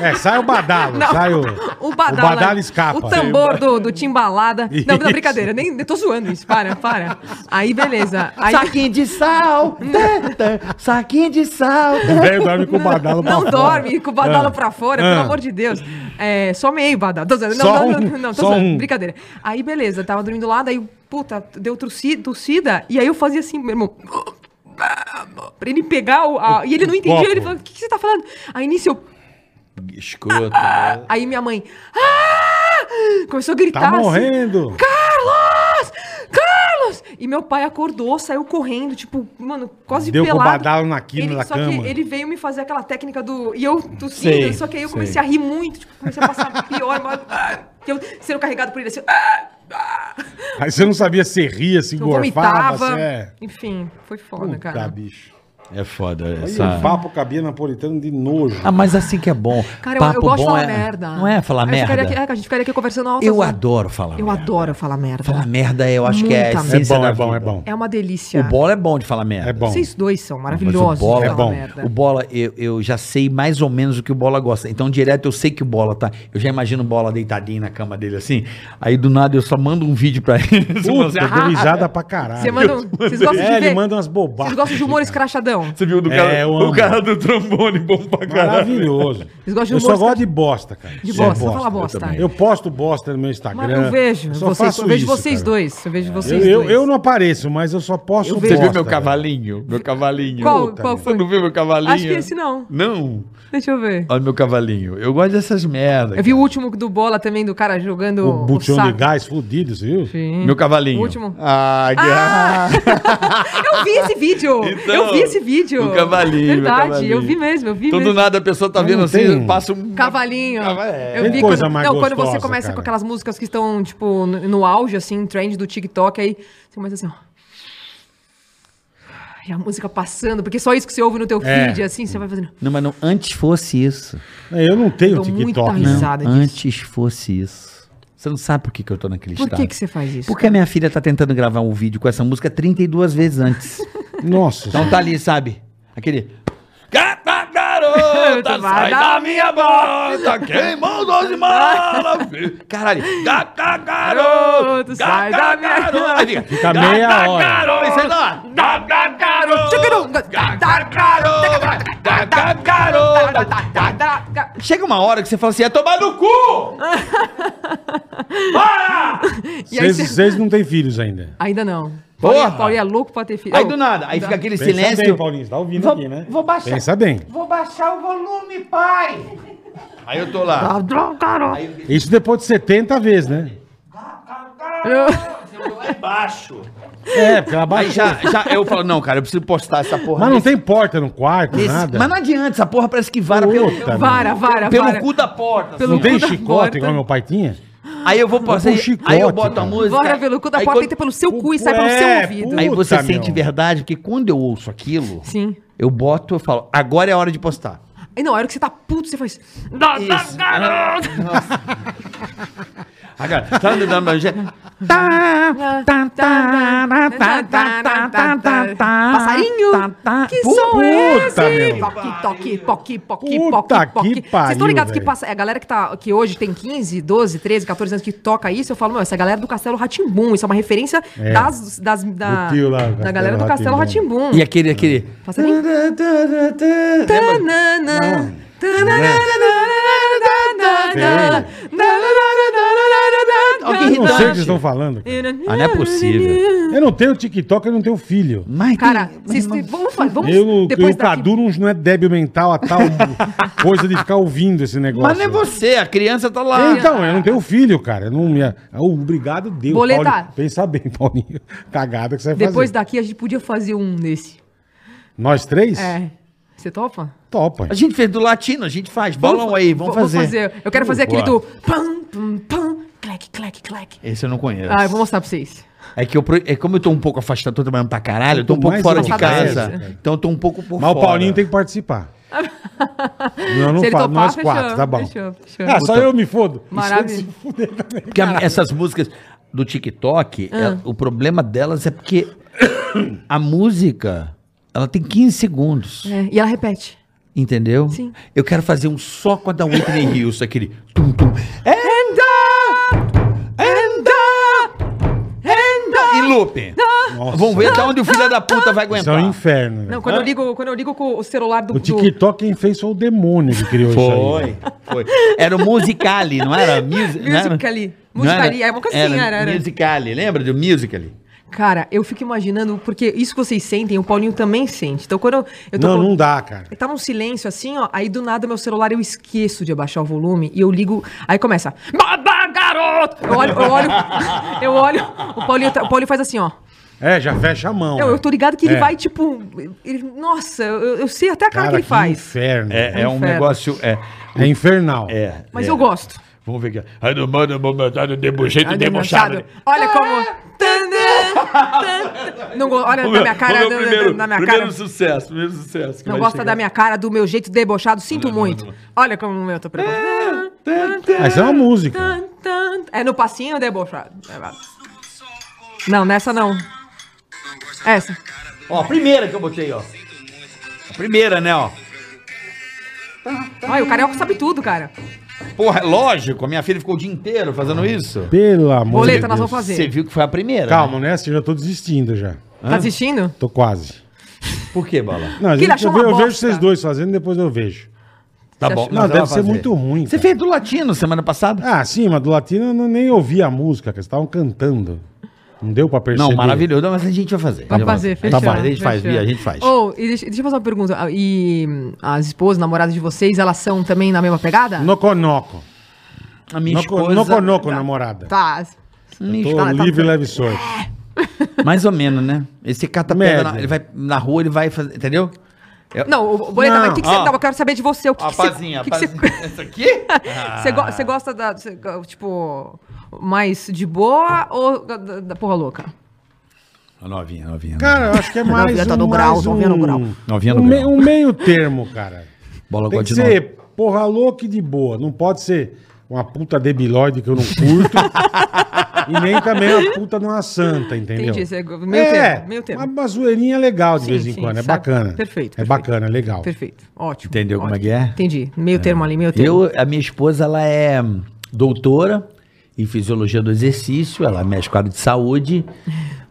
Speaker 3: É, sai o badalo,
Speaker 4: Não.
Speaker 3: sai o.
Speaker 4: <laughs> O badala,
Speaker 3: O badalo escapa.
Speaker 4: O tambor do, do timbalada. Não,
Speaker 3: Isso.
Speaker 4: não, brincadeira. Nem, eu tô zoando isso. Para, para. Aí, beleza. Aí,
Speaker 2: Saquinho de sal. tã, tã, Saquinho de sal.
Speaker 3: O velho dorme com o badalo pra
Speaker 4: não
Speaker 3: fora.
Speaker 4: dorme com o badala
Speaker 3: Tá Ah.
Speaker 4: pra fora,
Speaker 3: Ah.
Speaker 4: pelo amor de Deus. É, só meio badala. Tô zoando. Não,
Speaker 3: Só
Speaker 4: não, não,
Speaker 3: um,
Speaker 4: não, tô
Speaker 3: só
Speaker 4: zoando.
Speaker 3: um.
Speaker 4: Brincadeira. Aí, beleza. Tava dormindo lá, daí, puta, deu torcida, tossida. E aí eu fazia assim, meu irmão... <laughs> Pra ele pegar o... a- e ele não entendia,
Speaker 3: copo.
Speaker 4: ele falou, o que, que você tá falando? Aí, nisso, eu...
Speaker 2: Escroto. né?
Speaker 4: Aí minha mãe... "Ah!" Começou a gritar
Speaker 3: Tá
Speaker 4: assim.
Speaker 3: morrendo.
Speaker 4: Carlos! Carlos! E meu pai acordou, saiu correndo, tipo, mano, quase
Speaker 3: Deu com o
Speaker 4: pelado.
Speaker 3: badalo na quina
Speaker 4: ele,
Speaker 3: da
Speaker 4: só
Speaker 3: cama.
Speaker 4: que ele veio me fazer aquela técnica do. E eu tossindo,
Speaker 2: Sei,
Speaker 4: só que aí eu
Speaker 2: sei.
Speaker 4: comecei a rir muito, tipo, comecei
Speaker 3: <laughs>
Speaker 4: a passar pior, mas, ah, que eu sendo carregado por ele assim. ah, ah,
Speaker 3: Aí você não sabia se ria, se
Speaker 4: eu
Speaker 3: gorfava,
Speaker 4: vomitava.
Speaker 3: se é.
Speaker 4: Enfim, foi foda,
Speaker 3: Puta,
Speaker 4: cara.
Speaker 3: bicho.
Speaker 2: É foda
Speaker 3: Aí
Speaker 2: essa.
Speaker 3: o papo cabia napolitano de nojo.
Speaker 2: Ah, mas assim que é bom.
Speaker 4: Cara, eu-
Speaker 2: Papo
Speaker 4: eu, gosto de
Speaker 2: bom
Speaker 4: falar
Speaker 2: é...
Speaker 4: merda.
Speaker 2: Não é falar
Speaker 4: a gente
Speaker 2: merda.
Speaker 4: ficaria Aqui, é, a gente ficaria aqui conversando alto.
Speaker 2: Eu adoro falar
Speaker 4: Eu
Speaker 2: merda.
Speaker 4: adoro falar merda.
Speaker 2: Falar merda, eu acho que é a
Speaker 4: Muita
Speaker 3: é
Speaker 2: essência
Speaker 3: bom,
Speaker 2: da
Speaker 3: é bom, é
Speaker 2: vida.
Speaker 3: bom.
Speaker 4: É uma delícia.
Speaker 2: O bola é bom de falar merda.
Speaker 3: É bom.
Speaker 4: Vocês dois são
Speaker 2: Mas o
Speaker 4: maravilhosos de
Speaker 2: bola,
Speaker 3: é
Speaker 4: falar
Speaker 3: bom.
Speaker 4: merda.
Speaker 2: o bola eu, eu já sei mais ou menos o que o bola gosta. Então, direto eu sei que o bola tá. Eu já imagino o bola deitadinho na cama dele assim. Aí do nada eu só mando um vídeo pra ele. <laughs> Você fala assim,
Speaker 3: Puta, deu
Speaker 4: <laughs>
Speaker 3: risada pra caralho.
Speaker 4: Você manda um- vocês gostam
Speaker 3: É,
Speaker 4: de
Speaker 3: ele
Speaker 4: ver?
Speaker 3: manda umas bobagens.
Speaker 4: Vocês gostam de humor escrachadão?
Speaker 2: Você viu do
Speaker 3: É,
Speaker 2: cara,
Speaker 3: eu
Speaker 2: o
Speaker 3: amo.
Speaker 2: cara do trombone bom pra caralho.
Speaker 3: Maravilhoso.
Speaker 4: <laughs> Vocês gostam de
Speaker 3: eu só
Speaker 4: humor
Speaker 3: gosto de bosta, cara.
Speaker 4: De
Speaker 3: Só
Speaker 4: bosta, só fala
Speaker 2: eu
Speaker 4: bosta.
Speaker 2: também.
Speaker 3: Eu posto bosta no meu Instagram.
Speaker 4: Mas eu vejo
Speaker 3: Eu
Speaker 4: vocês, eu vejo vocês
Speaker 3: cara.
Speaker 4: dois, eu vejo
Speaker 3: Eu,
Speaker 4: vocês
Speaker 3: eu,
Speaker 4: dois.
Speaker 3: eu não apareço, mas eu só posto
Speaker 4: Eu
Speaker 2: Você
Speaker 4: vejo.
Speaker 2: viu meu
Speaker 3: velho.
Speaker 2: cavalinho? Meu cavalinho.
Speaker 4: Qual,
Speaker 3: Puta,
Speaker 4: qual
Speaker 3: meu.
Speaker 2: Você
Speaker 4: foi?
Speaker 2: não viu meu cavalinho?
Speaker 4: Acho que esse não.
Speaker 2: Não.
Speaker 4: Deixa eu ver.
Speaker 2: Olha meu cavalinho. Eu gosto dessas merdas.
Speaker 4: Eu vi o último do Bola também, do cara jogando
Speaker 3: O
Speaker 4: o
Speaker 3: botão de
Speaker 4: saco.
Speaker 3: gás fudido, você viu?
Speaker 4: Sim.
Speaker 2: Meu cavalinho.
Speaker 4: um. O último.
Speaker 2: Ah, que...
Speaker 4: Eu vi esse vídeo!
Speaker 2: Então,
Speaker 4: eu vi esse vídeo!
Speaker 2: o cavalinho, o
Speaker 4: Verdade,
Speaker 2: cavalinho.
Speaker 4: eu vi mesmo, eu vi
Speaker 2: Então, do
Speaker 4: mesmo.
Speaker 2: nada a pessoa tá
Speaker 3: Não
Speaker 2: vendo assim,
Speaker 3: tem.
Speaker 2: passa um.
Speaker 4: Cavalinho.
Speaker 2: Cava- é.
Speaker 4: Eu
Speaker 3: Tem
Speaker 4: vi
Speaker 3: coisa
Speaker 4: quando,
Speaker 3: mais
Speaker 4: não, quando
Speaker 3: gostosa,
Speaker 4: você começa
Speaker 3: cara.
Speaker 4: com aquelas músicas que estão, tipo, no, no auge, assim, trend do TikTok, aí você começa assim, ó. E a música passando, porque só isso que você ouve no teu
Speaker 3: É.
Speaker 4: feed, assim, você vai fazendo.
Speaker 2: Não, mas não, antes fosse isso.
Speaker 3: É, Eu não tenho
Speaker 4: Dou muita
Speaker 3: TikTok. né?
Speaker 4: risada.
Speaker 3: Não.
Speaker 2: Não,
Speaker 4: Risada disso.
Speaker 2: antes fosse isso. Você não sabe por que, que eu tô naquele
Speaker 4: Por
Speaker 2: estado.
Speaker 4: que, que você faz isso?
Speaker 2: Porque a minha filha tá tentando gravar um vídeo com essa música 32 vezes
Speaker 4: <laughs>
Speaker 2: antes.
Speaker 3: Nossa.
Speaker 2: Então tá ali, sabe? Aquele. Gata garota,
Speaker 4: Tu vai
Speaker 2: sai da
Speaker 4: dar
Speaker 2: minha bota, queimou doze malas. filho. Caralho, gata garota,
Speaker 4: Garoto, sai
Speaker 2: gata
Speaker 4: da minha-
Speaker 2: garota. Aí
Speaker 3: Fica meia hora.
Speaker 2: garota, sei lá. Gata
Speaker 4: Tchucuru,
Speaker 2: garota,
Speaker 4: ga-
Speaker 2: gata garota, gata garota. Chega uma hora que você fala assim, é tomar no cu! Para!
Speaker 4: E aí
Speaker 3: Vocês
Speaker 4: você-
Speaker 3: vocês não têm filhos ainda.
Speaker 4: Ainda não.
Speaker 2: Porra!
Speaker 4: Paulinho- Paulinho é louco pra ter filho.
Speaker 2: Aí
Speaker 4: Ô,
Speaker 2: do nada, aí fica aquele
Speaker 3: Pensa bem,
Speaker 2: silêncio.
Speaker 3: Paulinho, você tá ouvindo
Speaker 2: Vou-
Speaker 3: aqui, né?
Speaker 2: vou baixar.
Speaker 3: Pensa bem.
Speaker 5: Vou baixar o volume, pai.
Speaker 2: Aí eu tô lá.
Speaker 3: Isso depois de 70 vezes, né?
Speaker 2: Eu tô lá embaixo.
Speaker 3: É, porque ela
Speaker 2: Aí
Speaker 3: baixa.
Speaker 2: já, já eu falo, não, cara, eu preciso postar essa porra.
Speaker 3: Mas não
Speaker 2: nesse-
Speaker 3: tem porta no quarto,
Speaker 2: nesse-
Speaker 3: nada.
Speaker 2: Mas não adianta, essa porra parece que vara pelo,
Speaker 3: Puta,
Speaker 4: Vara, vara,
Speaker 2: pelo
Speaker 4: vara.
Speaker 2: cu da porta.
Speaker 3: Não
Speaker 4: Pelo
Speaker 2: assim.
Speaker 3: tem
Speaker 4: cu da
Speaker 3: chicote
Speaker 4: porta.
Speaker 3: igual meu pai tinha?
Speaker 2: Aí eu vou passar.
Speaker 3: com
Speaker 2: Aí eu
Speaker 3: chicote,
Speaker 2: boto a
Speaker 3: cara.
Speaker 2: música.
Speaker 4: Bora pelo cu da
Speaker 2: aí
Speaker 4: porta,
Speaker 2: quando-
Speaker 4: entra pelo seu
Speaker 3: O
Speaker 4: cu e
Speaker 3: cu
Speaker 4: sai pelo seu
Speaker 3: é,
Speaker 4: ouvido.
Speaker 3: puta.
Speaker 2: Aí você
Speaker 3: meu.
Speaker 2: sente verdade, porque quando eu ouço aquilo,
Speaker 4: Sim.
Speaker 2: eu boto, eu falo, agora é a hora de postar.
Speaker 4: E não, a hora que você tá puto, você faz.
Speaker 2: Isso. Agora, tá andando na gente. Tá, tá,
Speaker 4: Passarinho! Que
Speaker 3: Puta,
Speaker 4: som é esse?
Speaker 3: meu.
Speaker 4: Toque, toque, poque, poque,
Speaker 3: Puta
Speaker 4: poque,
Speaker 3: que
Speaker 4: poque. Vocês
Speaker 3: pariu,
Speaker 4: estão ligados que
Speaker 3: velho.
Speaker 4: passa, a galera que, tá, que hoje tem 15, 12, 13, 14 anos que toca isso, eu falo, meu, essa galera do Castelo Ratimbum, isso é uma referência
Speaker 3: É.
Speaker 4: das, das, da,
Speaker 3: Do tio lá,
Speaker 4: da
Speaker 3: Castelo
Speaker 4: galera do Castelo
Speaker 3: Rá-Tim-Bum.
Speaker 4: Ratimbum.
Speaker 2: E aquele, aquele.
Speaker 4: Passarinho.
Speaker 2: Lembra?
Speaker 4: Tanana.
Speaker 3: Tanana.
Speaker 2: Olha que
Speaker 3: Eu não sei o que
Speaker 2: irritante.
Speaker 3: vocês estão falando. cara.
Speaker 2: Ah, não é possível.
Speaker 3: Eu não tenho TikTok, eu não tenho filho.
Speaker 2: Mas
Speaker 4: Cara,
Speaker 2: tem-
Speaker 4: vocês- vamos, fa- vamos
Speaker 3: Eu, não-
Speaker 4: depois
Speaker 3: o
Speaker 4: daqui-
Speaker 3: Cadu não- não é débil mental a tal <laughs> coisa de ficar ouvindo esse negócio.
Speaker 2: Mas não é você, a criança tá lá.
Speaker 3: Então, eu não tenho filho, cara. Eu não me... Ah, Obrigado, Deus.
Speaker 4: Boletar.
Speaker 3: Paulinho. Pensa bem, <laughs> Paulinho. Cagada que você vai
Speaker 4: Depois
Speaker 3: fazer.
Speaker 4: daqui a gente podia fazer um desse.
Speaker 3: Nós três?
Speaker 4: É. Você topa?
Speaker 3: Topa.
Speaker 2: A gente fez do latino, a gente faz. Bolão um aí, vamos
Speaker 4: vou- vou
Speaker 2: fazer.
Speaker 4: Eu quero fazer aquele
Speaker 3: Boa.
Speaker 4: do pam, pam, pam, clack, clack, clack.
Speaker 2: Esse eu não conheço.
Speaker 4: Ah, eu vou mostrar pra vocês.
Speaker 2: É que eu, pro- é como eu tô um pouco afastado, tô trabalhando pra caralho, eu tô um
Speaker 3: Quanto
Speaker 2: pouco
Speaker 3: mais
Speaker 2: fora de
Speaker 3: afastado,
Speaker 2: casa.
Speaker 3: é.
Speaker 2: Então eu tô um pouco por
Speaker 3: Mas
Speaker 2: fora.
Speaker 3: o Paulinho tem que participar. não, eu não
Speaker 4: Se ele
Speaker 3: falo,
Speaker 4: topar,
Speaker 3: nós
Speaker 4: fechou,
Speaker 3: quatro, tá bom.
Speaker 4: fechou, fechou.
Speaker 3: Ah, só eu me fodo.
Speaker 4: Maravilha.
Speaker 2: Porque a- essas músicas do TikTok,
Speaker 4: Ah.
Speaker 2: ela- o problema delas é porque <coughs> a música, ela tem 15 segundos.
Speaker 4: É, e ela repete.
Speaker 2: Entendeu?
Speaker 4: Sim.
Speaker 2: Eu quero fazer um só com a da Whitney Houston, aquele tum tum. And up! And up! And up! E loop.
Speaker 3: Nossa.
Speaker 2: Vamos ver até onde o filho da puta vai
Speaker 3: Isso é um
Speaker 2: aguentar.
Speaker 3: inferno. velho.
Speaker 4: Não, quando, eu ligo, quando eu ligo com o celular do...
Speaker 3: O TikTok quem fez foi o demônio que criou isso aí.
Speaker 2: Foi, foi. Era o Musicali, não era?
Speaker 4: <laughs>
Speaker 2: Musi não era-
Speaker 4: Musical.ly.
Speaker 2: não era-
Speaker 4: Musical.ly, é uma coisa assim, era, era.
Speaker 2: Musicali, lembra do Musicali?
Speaker 4: Do... Cara, eu fico imaginando, porque isso que vocês sentem, o Paulinho também sente. Então quando eu, eu tô
Speaker 3: Não,
Speaker 4: com-
Speaker 3: não dá, cara.
Speaker 4: Tá num silêncio assim, ó. Aí do nada meu celular eu esqueço de abaixar o volume e eu ligo. Aí começa. Baba, garoto! Eu olho, eu olho, <laughs> eu olho. O Paulinho, tá- o Paulinho faz assim, ó.
Speaker 3: É, já fecha a mão.
Speaker 4: Eu,
Speaker 3: né?
Speaker 4: eu tô ligado que ele
Speaker 3: É.
Speaker 4: vai, tipo. ele- nossa, eu, eu sei até a cara,
Speaker 3: Cara,
Speaker 4: que ele
Speaker 3: que
Speaker 4: faz.
Speaker 3: inferno. É,
Speaker 2: É, é um
Speaker 4: Inferno.
Speaker 2: negócio. É,
Speaker 3: infernal.
Speaker 2: é,
Speaker 4: Mas
Speaker 2: é.
Speaker 4: eu gosto.
Speaker 2: Vamos ver aqui. Ai, não manda, momentado, debochado,
Speaker 4: Ai, tá
Speaker 2: debochado. né?
Speaker 4: debochado. Olha como. Tadã, tadã. Não, go- olha na minha cara, na- na- na minha cara.
Speaker 2: sucesso, primeiro sucesso.
Speaker 4: Não gosta da minha cara, do meu jeito debochado, sinto muito. Olha como eu tô preparado.
Speaker 3: Mas é uma música.
Speaker 4: Tan, tan. É no passinho debochado. É, vai. Não, nessa não. É Essa.
Speaker 2: Ó, a primeira que eu botei, ó. A primeira, né, ó.
Speaker 4: Olha, o carioca sabe tudo, cara.
Speaker 2: Porra, é lógico, a minha filha ficou o dia inteiro fazendo isso.
Speaker 3: Pelo amor
Speaker 4: Boleta,
Speaker 3: de
Speaker 4: nós
Speaker 3: Deus.
Speaker 4: vamos fazer.
Speaker 2: Você viu que foi a primeira.
Speaker 3: Calma, né? Assim, eu já tô desistindo já.
Speaker 4: Tá assistindo?
Speaker 3: Tô quase.
Speaker 2: né? Por que, Bala?
Speaker 3: Não, a
Speaker 4: Que
Speaker 3: gente,
Speaker 4: ele achou
Speaker 3: eu, ve-
Speaker 4: uma
Speaker 3: eu vejo
Speaker 4: bosta.
Speaker 3: vocês dois fazendo, depois eu vejo.
Speaker 2: Tá
Speaker 4: Você
Speaker 2: bom.
Speaker 4: achou-
Speaker 2: nós
Speaker 3: Não, deve
Speaker 2: vamos
Speaker 3: ser muito ruim,
Speaker 2: Você
Speaker 3: cara.
Speaker 2: fez do latino semana passada?
Speaker 3: Ah, sim, mas do latino eu não- nem ouvi a música, que eles estavam cantando. Não deu pra perceber.
Speaker 2: Não, maravilhoso. Não, mas a gente vai fazer.
Speaker 4: Vai fazer,
Speaker 2: fechou.
Speaker 4: fechou.
Speaker 2: Tá bom, a gente faz,
Speaker 4: fechou.
Speaker 2: Bia, a gente faz.
Speaker 4: Ô, e deixa, deixa eu fazer uma pergunta. Ah, E hum, as esposas, namoradas de vocês, elas são também na mesma pegada?
Speaker 3: Noconoco.
Speaker 2: A minha
Speaker 3: Noco-
Speaker 2: esposa...
Speaker 3: Noconoco, namorada.
Speaker 4: Tá.
Speaker 2: Minha
Speaker 3: Tô
Speaker 2: esposa-
Speaker 3: livre, leve e solto.
Speaker 2: Mais ou menos, né? Esse cara tá
Speaker 3: Médio.
Speaker 2: pegando... na- Ele vai na rua, ele vai fazer... Entendeu? Eu-
Speaker 4: Não, o o Boleta,
Speaker 3: Não,
Speaker 4: mas o que, que você.
Speaker 2: ó.
Speaker 4: Não, eu quero saber de você. O que,
Speaker 2: Ó, a
Speaker 4: que você-
Speaker 2: pazinha,
Speaker 4: o que
Speaker 2: a
Speaker 4: que você-
Speaker 2: pazinha. <laughs> Essa aqui?
Speaker 4: <laughs> Você go- você gosta da. você go- tipo. Mais de boa ou da, da- da porra louca?
Speaker 2: Ah, Novinha, novinha.
Speaker 3: Cara, eu acho que é mais
Speaker 4: Novinha tá
Speaker 3: um...
Speaker 4: no grau,
Speaker 3: mais
Speaker 4: novinha no
Speaker 3: um-
Speaker 4: grau.
Speaker 2: Novinha no
Speaker 3: um, me-
Speaker 2: grau.
Speaker 3: um meio termo, cara.
Speaker 2: Bola
Speaker 3: Tem
Speaker 2: gosta
Speaker 3: que
Speaker 2: de novo.
Speaker 3: ser porra louca e de boa. Não pode ser uma puta debilóide que eu não
Speaker 2: <laughs>
Speaker 3: curto. e nem também uma puta de uma santa, entendeu? É,
Speaker 4: Entendi, você- é meio termo, meio termo.
Speaker 3: Uma, uma zoeirinha legal de
Speaker 4: Sim,
Speaker 3: vez em
Speaker 4: sim,
Speaker 3: quando. É
Speaker 4: sabe?
Speaker 3: bacana.
Speaker 4: Perfeito,
Speaker 3: É
Speaker 4: perfeito.
Speaker 3: bacana, é legal.
Speaker 4: Perfeito. Ótimo.
Speaker 2: Entendeu como é
Speaker 4: ótimo.
Speaker 2: que é?
Speaker 4: Entendi. Meio termo ali, meio termo.
Speaker 2: Eu, a minha esposa, ela é doutora em fisiologia do exercício, ela mexe com a área de saúde,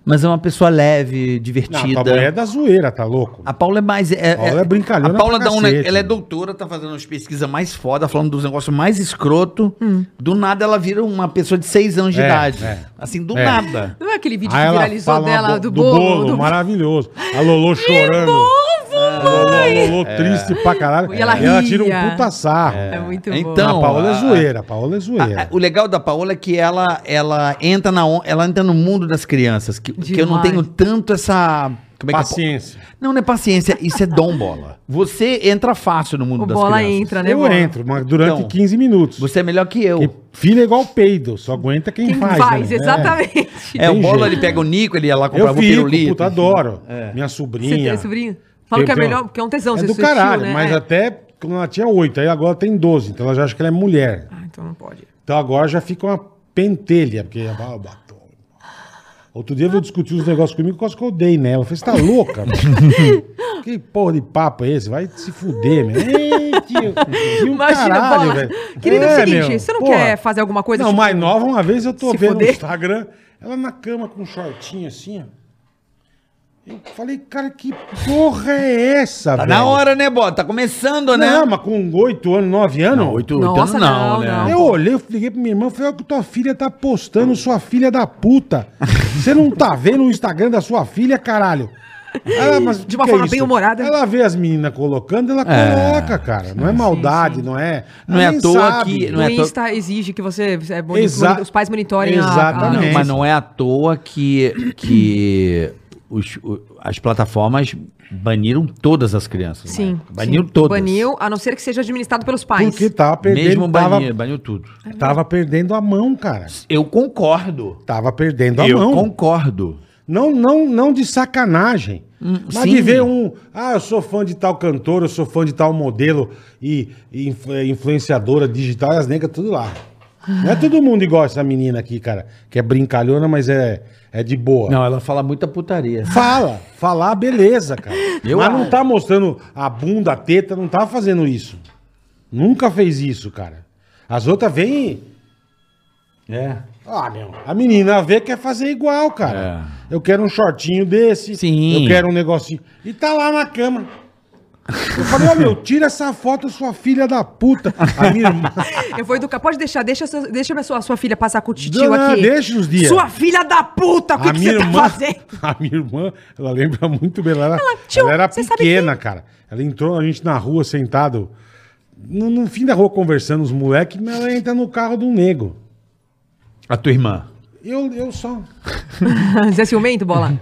Speaker 2: mas é uma pessoa leve,
Speaker 3: Não, a tua
Speaker 2: divertida.
Speaker 3: mulher é da zoeira, tá louco?
Speaker 2: A Paula é mais. É,
Speaker 3: Paula é brincalhona
Speaker 2: A Paula
Speaker 3: pra
Speaker 2: dá um,
Speaker 3: cacete,
Speaker 2: ne- ela é
Speaker 3: né?
Speaker 2: doutora, tá fazendo umas pesquisas mais foda, falando dos negócios mais escroto. Do nada ela vira uma pessoa de seis anos de
Speaker 3: É,
Speaker 2: idade.
Speaker 3: é.
Speaker 2: Assim, do
Speaker 3: É.
Speaker 2: nada.
Speaker 4: Não é aquele vídeo
Speaker 3: Aí
Speaker 4: que
Speaker 3: ela
Speaker 4: viralizou
Speaker 3: fala
Speaker 4: dela,
Speaker 3: bo-
Speaker 4: do bolo? do-
Speaker 3: maravilhoso. A Lolô chorando. É, A Lolô, a Lolô triste pra caralho.
Speaker 4: E ela
Speaker 3: tira um
Speaker 4: ria.
Speaker 3: puta sarro.
Speaker 4: É muito
Speaker 2: Então,
Speaker 4: bom.
Speaker 3: a Paola é
Speaker 2: a-
Speaker 3: zoeira, a Paola é zoeira.
Speaker 2: Ah, ah, o legal da Paola é que ela, ela, entra na, on- ela entra no mundo das crianças, que, que eu não
Speaker 4: Demais.
Speaker 2: tenho tanto essa Como é que é?
Speaker 3: Paciência.
Speaker 2: Não, não é paciência, isso é dom bola. Você entra fácil no mundo
Speaker 4: O
Speaker 2: das
Speaker 4: bola
Speaker 2: crianças.
Speaker 4: entra, né?
Speaker 3: Eu
Speaker 4: bola?
Speaker 3: entro, mas durante
Speaker 2: Então,
Speaker 3: 15 minutos.
Speaker 2: Você é melhor que eu.
Speaker 3: Porque filho é igual peido, só aguenta quem,
Speaker 4: Quem
Speaker 3: faz.
Speaker 4: faz,
Speaker 3: né?
Speaker 4: exatamente. <laughs>
Speaker 2: é, o
Speaker 3: tem
Speaker 2: bola
Speaker 3: jeito.
Speaker 2: ele pega o Nico, ele ia lá
Speaker 3: É. Eu
Speaker 2: comprava o
Speaker 3: fico,
Speaker 2: pirulito.
Speaker 3: puta, adoro. Minha
Speaker 4: Você tem
Speaker 3: sobrinha.
Speaker 4: sobrinho? Fala
Speaker 3: Eu
Speaker 4: que é
Speaker 3: tenho-
Speaker 4: melhor, porque é um tesão.
Speaker 3: É
Speaker 4: você
Speaker 3: do
Speaker 4: sentiu,
Speaker 3: caralho,
Speaker 4: né?
Speaker 3: mas
Speaker 4: É.
Speaker 3: até quando ela tinha 8, aí agora tem 12, então ela já acha que ela é mulher.
Speaker 4: Ah, então não pode.
Speaker 3: Então agora já fica uma pentelha, porque ela fala, batom. Outro dia eu discutir uns negócios comigo, quase que eu dei nela. Eu falei, você tá louca, mano? Que porra de papo é esse? Vai se fuder, meu. Ei, tio, tio,
Speaker 4: Imagina,
Speaker 3: caralho,
Speaker 4: bola.
Speaker 3: velho.
Speaker 4: Querida, é o seguinte,
Speaker 3: meu,
Speaker 4: você não
Speaker 3: porra.
Speaker 4: quer fazer alguma coisa?
Speaker 3: Não,
Speaker 4: tipo,
Speaker 3: mais nova, uma vez eu tô
Speaker 4: se
Speaker 3: vendo
Speaker 4: fuder?
Speaker 3: no Instagram, ela na cama com um shortinho assim, ó. Eu falei, cara, que porra é essa,
Speaker 2: Tá
Speaker 3: velho?
Speaker 2: na hora, né, bola? Tá começando, né?
Speaker 3: Não, mas com 8 anos, 9 anos.
Speaker 2: oito, né?
Speaker 4: Nossa, não, não.
Speaker 3: Eu olhei, eu liguei pra minha irmã, eu falei, olha o que tua filha tá postando, sua filha da puta. Você não tá vendo o Instagram da sua filha, caralho? Ela, "Ah, mas o que
Speaker 4: uma
Speaker 3: que
Speaker 4: forma
Speaker 3: isso?
Speaker 4: bem humorada.
Speaker 3: Ela vê as meninas colocando, ela coloca, cara. Não é maldade, não é.
Speaker 2: Não
Speaker 3: Ela
Speaker 2: é à
Speaker 3: nem
Speaker 2: toa
Speaker 3: sabe.
Speaker 2: que- não é
Speaker 4: o
Speaker 2: à toa-
Speaker 4: Insta exige que você... é, moni-
Speaker 3: Exa-
Speaker 4: Os pais monitorem a-
Speaker 3: Exatamente.
Speaker 4: a...
Speaker 2: Não, mas não é à toa que, que os- o- as plataformas baniram todas as crianças. né?
Speaker 4: Sim.
Speaker 2: Baniram
Speaker 4: sim.
Speaker 2: todas.
Speaker 4: Baniu, a não ser que seja administrado pelos pais.
Speaker 3: Porque tava perdendo,
Speaker 2: Mesmo
Speaker 3: tava,
Speaker 2: baniram, baniu tudo.
Speaker 3: tava perdendo a mão, cara.
Speaker 2: Eu concordo.
Speaker 3: Tava perdendo a
Speaker 2: eu
Speaker 3: mão.
Speaker 2: concordo.
Speaker 3: Não, não, não de sacanagem. mas
Speaker 2: Hum, sim.
Speaker 3: de ver um. Ah, eu sou fã de tal cantor, eu sou fã de tal modelo e, e inf- eh, influenciadora digital, e as negras tudo
Speaker 2: <sighs>
Speaker 3: lá. Não é todo mundo igual essa menina aqui, cara, que é brincalhona, mas é, é de boa.
Speaker 2: Não, ela fala muita putaria.
Speaker 3: Fala, falar, beleza, cara.
Speaker 2: <laughs> Eu
Speaker 3: mas
Speaker 2: acho.
Speaker 3: não tá mostrando a bunda, a teta, não tá fazendo isso. Nunca fez isso, cara. As outras vêm.
Speaker 2: É.
Speaker 3: Ah, meu. A menina vê quer fazer igual, cara.
Speaker 4: É.
Speaker 3: Eu quero um shortinho desse.
Speaker 2: Sim.
Speaker 3: Eu quero um negocinho. E tá lá na cama. Eu falei, ó, meu, tira essa foto, sua filha da puta. A minha irmã.
Speaker 4: Eu vou educar. Pode deixar, deixa, sua- deixa a sua, sua filha passar com o titio
Speaker 3: Não,
Speaker 4: aqui.
Speaker 3: deixa uns dias.
Speaker 4: Sua filha da puta, <laughs> o que,
Speaker 3: a
Speaker 4: que
Speaker 3: minha
Speaker 4: você tá
Speaker 3: irmã. <laughs>
Speaker 4: fazendo?
Speaker 3: A minha irmã, ela lembra muito bem. Ela, era-
Speaker 4: Ela, tio,
Speaker 3: ela era
Speaker 4: você sabe
Speaker 3: pequena, cara. Ela entrou a gente na rua sentado. No, no fim da rua conversando, os moleques, mas ela entra no carro de um nego.
Speaker 2: A tua irmã.
Speaker 3: Eu, eu só.
Speaker 4: Você é ciumento, bola?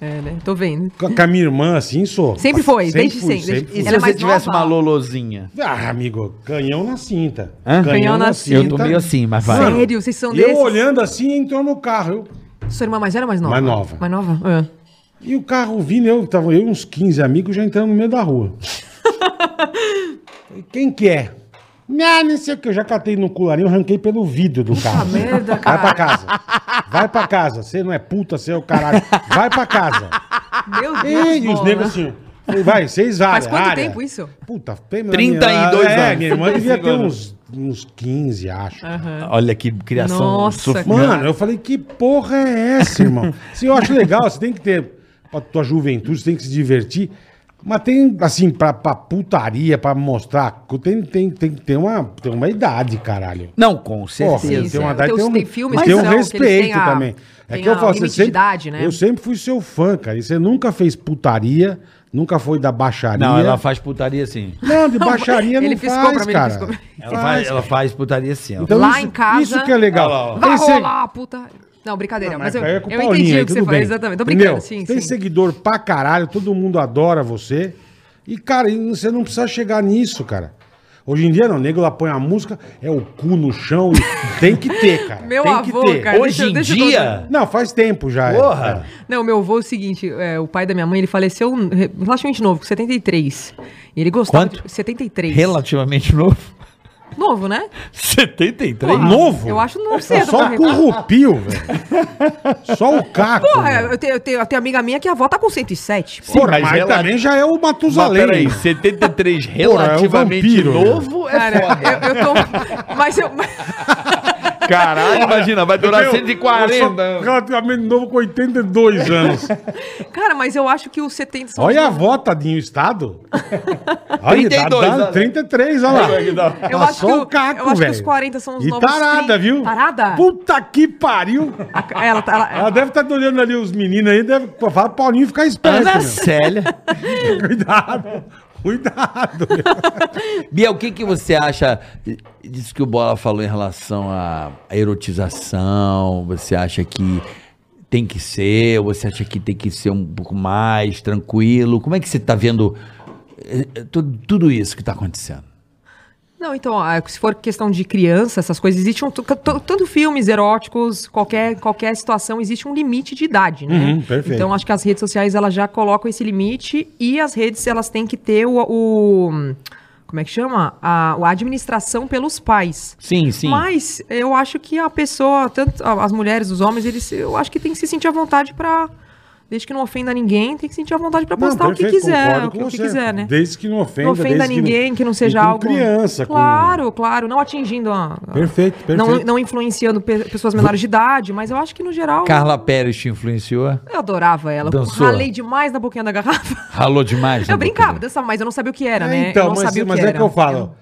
Speaker 4: É, né? Tô vendo.
Speaker 3: Com a com a minha irmã, assim, sou.
Speaker 4: Sempre foi,
Speaker 3: Sempre
Speaker 4: desde
Speaker 3: fui,
Speaker 4: sempre, desde-
Speaker 3: sempre
Speaker 2: E
Speaker 4: Ela
Speaker 2: se
Speaker 4: é
Speaker 2: você
Speaker 4: mais
Speaker 2: tivesse
Speaker 4: nova?
Speaker 2: uma lolozinha?
Speaker 3: Ah, amigo, canhão na cinta.
Speaker 2: Hã?
Speaker 4: Canhão na
Speaker 2: Eu tô meio assim, mas vai.
Speaker 3: Mano,
Speaker 4: Sério, vocês são
Speaker 3: e Eu
Speaker 4: desses?
Speaker 3: olhando assim, entrou no carro. eu-
Speaker 4: Sua irmã mais velha ou mais nova?
Speaker 3: Mais nova.
Speaker 4: Mais nova? É.
Speaker 3: E o carro vindo, eu tava eu e uns 15 amigos já entrando no meio da
Speaker 4: <laughs>
Speaker 3: rua. Falei, Quem que é? Não, não sei o que. Eu já catei no cularinho, arranquei pelo vidro do carro.
Speaker 4: merda,
Speaker 3: Vai pra
Speaker 4: cara.
Speaker 3: casa. Vai pra casa. Você não é puta, você é o caralho. Vai pra casa.
Speaker 4: Meu Deus,
Speaker 3: E, os
Speaker 4: bola.
Speaker 3: negros assim. falei, Vai, vocês área.
Speaker 4: Faz quanto
Speaker 3: área.
Speaker 4: tempo isso?
Speaker 3: Puta, tem-
Speaker 2: 32
Speaker 3: é,
Speaker 2: anos.
Speaker 3: Minha irmã devia ter
Speaker 2: 35
Speaker 3: uns, uns 15, acho.
Speaker 2: Olha que criação.
Speaker 4: É. Nossa,
Speaker 2: sof-
Speaker 4: cara.
Speaker 3: Mano, eu falei, que porra é essa,
Speaker 4: <laughs>
Speaker 3: irmão? Se eu acho legal, você tem que ter. Pra tua juventude, você tem que se divertir. Mas tem, assim, pra, pra putaria, pra mostrar. Tem, tem, tem que ter uma, tem uma idade, caralho.
Speaker 2: Não, com
Speaker 3: Porra,
Speaker 2: certeza.
Speaker 4: sim,
Speaker 3: tem uma
Speaker 4: sim.
Speaker 3: idade,
Speaker 4: Tem
Speaker 3: tem
Speaker 4: os-
Speaker 3: um,
Speaker 4: tem filmes
Speaker 3: mas
Speaker 4: que
Speaker 3: tem um
Speaker 4: são- que eles
Speaker 3: respeito
Speaker 4: têm a-
Speaker 3: também. É
Speaker 4: tem
Speaker 3: que eu
Speaker 4: a-
Speaker 3: falo,
Speaker 4: o
Speaker 3: você
Speaker 4: limite de
Speaker 3: sempre,
Speaker 4: idade, né?
Speaker 3: eu sempre fui seu fã, cara. E você nunca fez putaria, nunca foi da baixaria.
Speaker 2: Não, ela faz putaria sim.
Speaker 3: Não, de baixaria
Speaker 4: <laughs>
Speaker 3: não
Speaker 4: Ele piscou
Speaker 3: faz,
Speaker 4: pra mim, ele
Speaker 3: cara.
Speaker 4: piscou pra mim.
Speaker 2: Ela faz, ela faz putaria sim. ó.
Speaker 3: Então
Speaker 4: Lá
Speaker 3: isso-
Speaker 4: em casa-
Speaker 3: Isso que
Speaker 2: Olha
Speaker 3: é
Speaker 2: lá, ó.
Speaker 3: legal.
Speaker 4: Vai
Speaker 3: Tem se-
Speaker 4: rolar, puta. Não, brincadeira. mas eu,
Speaker 3: aí é com o
Speaker 4: eu
Speaker 3: Paulinho,
Speaker 4: entendi
Speaker 3: aí
Speaker 4: o que
Speaker 3: tudo
Speaker 4: você falou,
Speaker 3: bem.
Speaker 4: exatamente. Tô
Speaker 3: Entendeu?
Speaker 4: brincando, sim,
Speaker 3: Tem
Speaker 4: sim.
Speaker 3: seguidor pra caralho, todo mundo adora você. E, cara, e você não precisa chegar nisso, cara. Hoje em dia, não, o nego lá põe a música, é o cu no chão. e tem que ter, cara.
Speaker 4: <laughs> Meu
Speaker 3: tem
Speaker 4: avô,
Speaker 3: que ter.
Speaker 4: cara,
Speaker 2: Hoje
Speaker 4: deixa eu-
Speaker 2: em
Speaker 4: deixa eu um
Speaker 2: dia.
Speaker 3: Não, faz tempo já. é.
Speaker 2: Porra!
Speaker 4: Não, meu avô é o seguinte, é, o pai da minha mãe, ele faleceu um re- relativamente novo, com 73. E ele gostava
Speaker 2: Quanto?
Speaker 4: de 73.
Speaker 2: Relativamente novo. <laughs>
Speaker 4: Novo, né?
Speaker 2: 73?
Speaker 4: Porra,
Speaker 3: novo?
Speaker 4: Eu acho não
Speaker 3: É
Speaker 4: cedo.
Speaker 3: só o
Speaker 4: pra-
Speaker 3: currupio, velho. Só o caco.
Speaker 4: Porra,
Speaker 3: velho.
Speaker 4: eu tenho, eu, tenho, eu tenho amiga minha que a avó tá com 107. pô.
Speaker 2: Sim,
Speaker 3: Porra,
Speaker 2: mas
Speaker 3: mas,
Speaker 2: ela-
Speaker 3: também já é o
Speaker 2: Mas
Speaker 3: Matusalém.
Speaker 2: peraí, 73 relativamente
Speaker 3: é um vampiro, né?
Speaker 2: novo é
Speaker 4: Cara,
Speaker 2: foda.
Speaker 4: eu, eu tô... Mas eu... <laughs>
Speaker 2: Caralho, imagina, vai durar
Speaker 3: Eu-
Speaker 2: 140.
Speaker 3: eu sou Relativamente novo com 82 anos.
Speaker 4: Cara, mas eu acho que os 70 são...
Speaker 3: Olha a avó, tadinho, o estado. Olha,
Speaker 2: 32,
Speaker 3: dá- dá
Speaker 2: olha.
Speaker 3: 33, olha lá.
Speaker 4: Eu
Speaker 3: Tá
Speaker 4: acho, que,
Speaker 3: só
Speaker 4: o-
Speaker 3: o caco,
Speaker 4: eu acho que
Speaker 3: velho.
Speaker 4: os 40 são os
Speaker 3: E
Speaker 4: novos
Speaker 3: tarada,
Speaker 4: 30.
Speaker 3: viu?
Speaker 4: Tarada?
Speaker 3: Puta que pariu.
Speaker 4: A- ela, tá- ela-
Speaker 3: Ela deve estar olhando ali os meninos aí, deve falar pro Paulinho ficar esperto.
Speaker 2: Ana
Speaker 3: meu.
Speaker 2: Célia.
Speaker 3: Cuidado, cuidado.
Speaker 2: Bia, o que, que você acha disso que o Bola falou em relação à à erotização? Você acha que tem que ser? Ou você acha que tem que ser um pouco mais tranquilo? Como é que você tá vendo eh, eh, tu- tudo isso que tá acontecendo?
Speaker 4: Não, então, ah, se for questão de criança, essas coisas, existe um, t- t- tanto filmes eróticos, qualquer, qualquer situação, existe um limite de idade, né?
Speaker 3: Uhum, perfeito.
Speaker 4: Então, acho que as redes sociais, elas já colocam esse limite e as redes, elas têm que ter o... o- como é que chama? A, a administração pelos pais.
Speaker 2: Sim, sim.
Speaker 4: Mas eu acho que a pessoa, tanto a- as mulheres, os homens, eles, eu acho que tem que se sentir à vontade pra... Desde que não ofenda ninguém, tem que sentir à vontade pra postar o que
Speaker 3: perfeito,
Speaker 4: quiser,
Speaker 3: concordo
Speaker 4: o que,
Speaker 3: com
Speaker 4: o que
Speaker 3: você.
Speaker 4: quiser, né?
Speaker 3: Desde que não ofenda.
Speaker 4: não ofenda
Speaker 3: desde
Speaker 4: ninguém, que não, seja
Speaker 3: e com
Speaker 4: algo.
Speaker 3: criança. com-
Speaker 4: Claro, claro, não atingindo a. a-
Speaker 3: Perfeito, perfeito.
Speaker 4: Não, não influenciando pe- pessoas menores de idade, mas eu acho que no geral.
Speaker 2: Carla Pérez te influenciou?
Speaker 4: Eu adorava ela. Eu
Speaker 2: Dançou.
Speaker 4: Ralei demais na boquinha da garrafa.
Speaker 2: Ralou demais? né,
Speaker 4: Eu brincava,
Speaker 2: doutora?
Speaker 4: dançava, mas eu não sabia o que era,
Speaker 3: É,
Speaker 4: né? eu
Speaker 3: Então,
Speaker 4: não
Speaker 3: mas,
Speaker 4: sabia o
Speaker 3: mas
Speaker 4: que
Speaker 3: é
Speaker 4: era.
Speaker 3: que eu falo.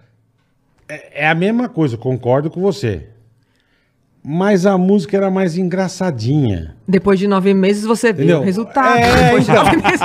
Speaker 3: É, é a mesma coisa, eu concordo com você. Mas a música era mais engraçadinha.
Speaker 4: Depois de nove meses você vê
Speaker 3: Entendeu?
Speaker 4: o resultado.
Speaker 3: É,
Speaker 4: Depois de
Speaker 3: então.
Speaker 4: nove meses.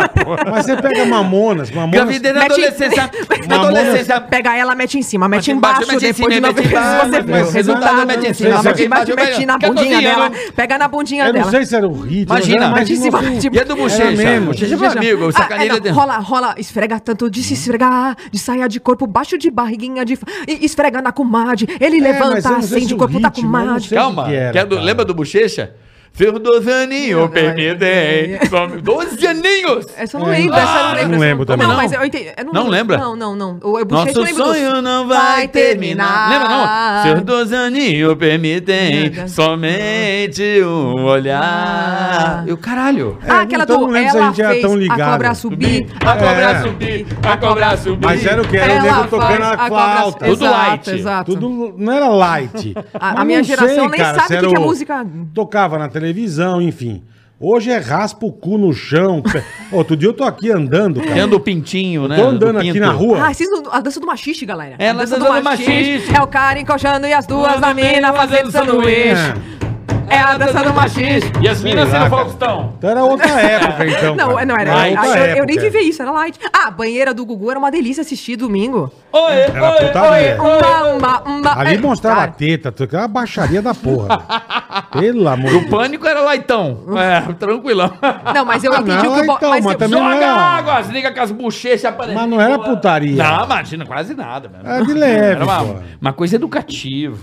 Speaker 3: Mas você pega Mamonas, Mamonas.
Speaker 2: Gravidez na
Speaker 4: Mete-
Speaker 2: adolescência. Na
Speaker 3: Mamonas-
Speaker 2: adolescência.
Speaker 4: Pega ela, mete em cima, mete,
Speaker 2: Mete
Speaker 4: embaixo,
Speaker 2: embaixo, mete em cima,
Speaker 4: depois de nove
Speaker 2: mete
Speaker 4: meses
Speaker 2: embaixo,
Speaker 4: você
Speaker 3: mete
Speaker 4: vê o
Speaker 3: embaixo,
Speaker 4: resultado.
Speaker 2: mete
Speaker 4: Mete
Speaker 2: em
Speaker 4: em
Speaker 2: cima,
Speaker 4: mete embaixo,
Speaker 2: mete
Speaker 4: mete na
Speaker 2: embaixo.
Speaker 4: bundinha
Speaker 2: Quer
Speaker 4: dela.
Speaker 2: cozinhar,
Speaker 4: Pega na bundinha
Speaker 3: Eu
Speaker 4: dela. tipo,
Speaker 3: não sei se era o ritmo.
Speaker 2: Imagina,
Speaker 3: era mais
Speaker 4: Mas de cima,
Speaker 3: inocente.
Speaker 4: de
Speaker 2: E a do Bochecha?
Speaker 3: Era mesmo.
Speaker 2: Bochecha é meu amigo, o sacaneiro
Speaker 4: Ah, é, não,
Speaker 2: dele.
Speaker 4: rola, rola, esfrega tanto de se esfregar, de saia de corpo, baixo de barriguinha de. fa- e esfrega na comadre,
Speaker 3: mas eu
Speaker 4: ele
Speaker 3: não
Speaker 4: levanta,
Speaker 3: sei se
Speaker 4: acende
Speaker 3: o
Speaker 4: o corpo da
Speaker 3: ritmo, eu não sei.
Speaker 4: comadre.
Speaker 2: Calma.
Speaker 3: que era,
Speaker 2: quer do-
Speaker 3: cara.
Speaker 2: lembra do Bochecha? Ferdosaninho,
Speaker 4: Não,
Speaker 2: permitei.
Speaker 4: é.
Speaker 2: some- Doze aninhos!
Speaker 4: Essa eu não
Speaker 3: É,
Speaker 4: lembro,
Speaker 3: ah,
Speaker 4: essa eu não
Speaker 3: não
Speaker 4: lembro. essa
Speaker 3: lembro também.
Speaker 4: Não,
Speaker 2: Não?
Speaker 4: mas eu entendi. eu
Speaker 2: Não
Speaker 4: lembro.
Speaker 2: lembra?
Speaker 4: Não, não, não. Eu, eu bochecha, eu
Speaker 2: Nosso
Speaker 4: lembro
Speaker 2: sonho
Speaker 4: dos-
Speaker 2: não vai terminar. Lembra não? Seus dois aninhos permitem
Speaker 4: Nada.
Speaker 2: somente um olhar. E o caralho.
Speaker 4: Ah, aquela
Speaker 3: então não
Speaker 4: do
Speaker 3: lembro se a
Speaker 4: ela
Speaker 3: gente era
Speaker 4: fez
Speaker 3: tão
Speaker 4: a
Speaker 3: ligado.
Speaker 4: cobra subir.
Speaker 2: A cobra
Speaker 3: É.
Speaker 2: subir, a cobra subir.
Speaker 3: Mas era o que? Era o
Speaker 4: Ela
Speaker 3: nego tocando
Speaker 4: faz
Speaker 3: a
Speaker 4: É, a cobra-
Speaker 3: flauta.
Speaker 2: Tudo
Speaker 4: Exato,
Speaker 2: light.
Speaker 4: exato.
Speaker 3: Tudo não era light.
Speaker 4: A- a
Speaker 3: Mas
Speaker 4: minha
Speaker 3: não
Speaker 4: geração nem
Speaker 3: cara, se
Speaker 4: sabe o que
Speaker 3: era
Speaker 4: que é música.
Speaker 3: Tocava na televisão, enfim. Hoje é raspa o cu no chão. pé- Outro dia eu tô aqui andando, cara.
Speaker 2: Tendo o pintinho, né?
Speaker 3: Tô
Speaker 2: do
Speaker 3: andando aqui
Speaker 2: pinto.
Speaker 3: na rua.
Speaker 4: Ah, vocês não- a dança do machiste, galera.
Speaker 2: É,
Speaker 4: a dança
Speaker 2: dança do machiste.
Speaker 4: É o cara encoxando e as duas na mina fazendo
Speaker 3: É.
Speaker 4: sanduíche. É a dança do machiste.
Speaker 2: E as minas
Speaker 3: Sei lá,
Speaker 2: sendo
Speaker 3: cara.
Speaker 2: Faustão.
Speaker 3: Então era
Speaker 4: <laughs>
Speaker 3: outra época, então.
Speaker 4: Não,
Speaker 3: cara.
Speaker 4: não era.
Speaker 3: outra
Speaker 4: aí eu- eu, nem
Speaker 3: época.
Speaker 4: vivi isso, era light. Ah, a banheira do Gugu era uma delícia assistir domingo.
Speaker 2: Oi,
Speaker 3: Era putaria.
Speaker 4: Uma, uma, uma.
Speaker 3: Ali
Speaker 4: é,
Speaker 3: mostrava a
Speaker 4: cara,
Speaker 3: teta, tocava uma baixaria da porra. Pelo amor de
Speaker 2: O pânico era laitão. É, tranquilão.
Speaker 4: Não, mas eu
Speaker 3: Ah,
Speaker 4: entendi
Speaker 3: não,
Speaker 4: o que o Bo-
Speaker 3: então,
Speaker 4: mas
Speaker 3: mas
Speaker 4: eu-
Speaker 3: também- não
Speaker 2: Joga
Speaker 3: era-
Speaker 2: água, as liga com as bochechas aparecendo.
Speaker 3: Mas não era putaria. É
Speaker 2: Não, imagina, quase nada. mano.
Speaker 3: Era de leve,
Speaker 2: Era
Speaker 3: pô. Hum.
Speaker 2: uma, uma coisa educativa.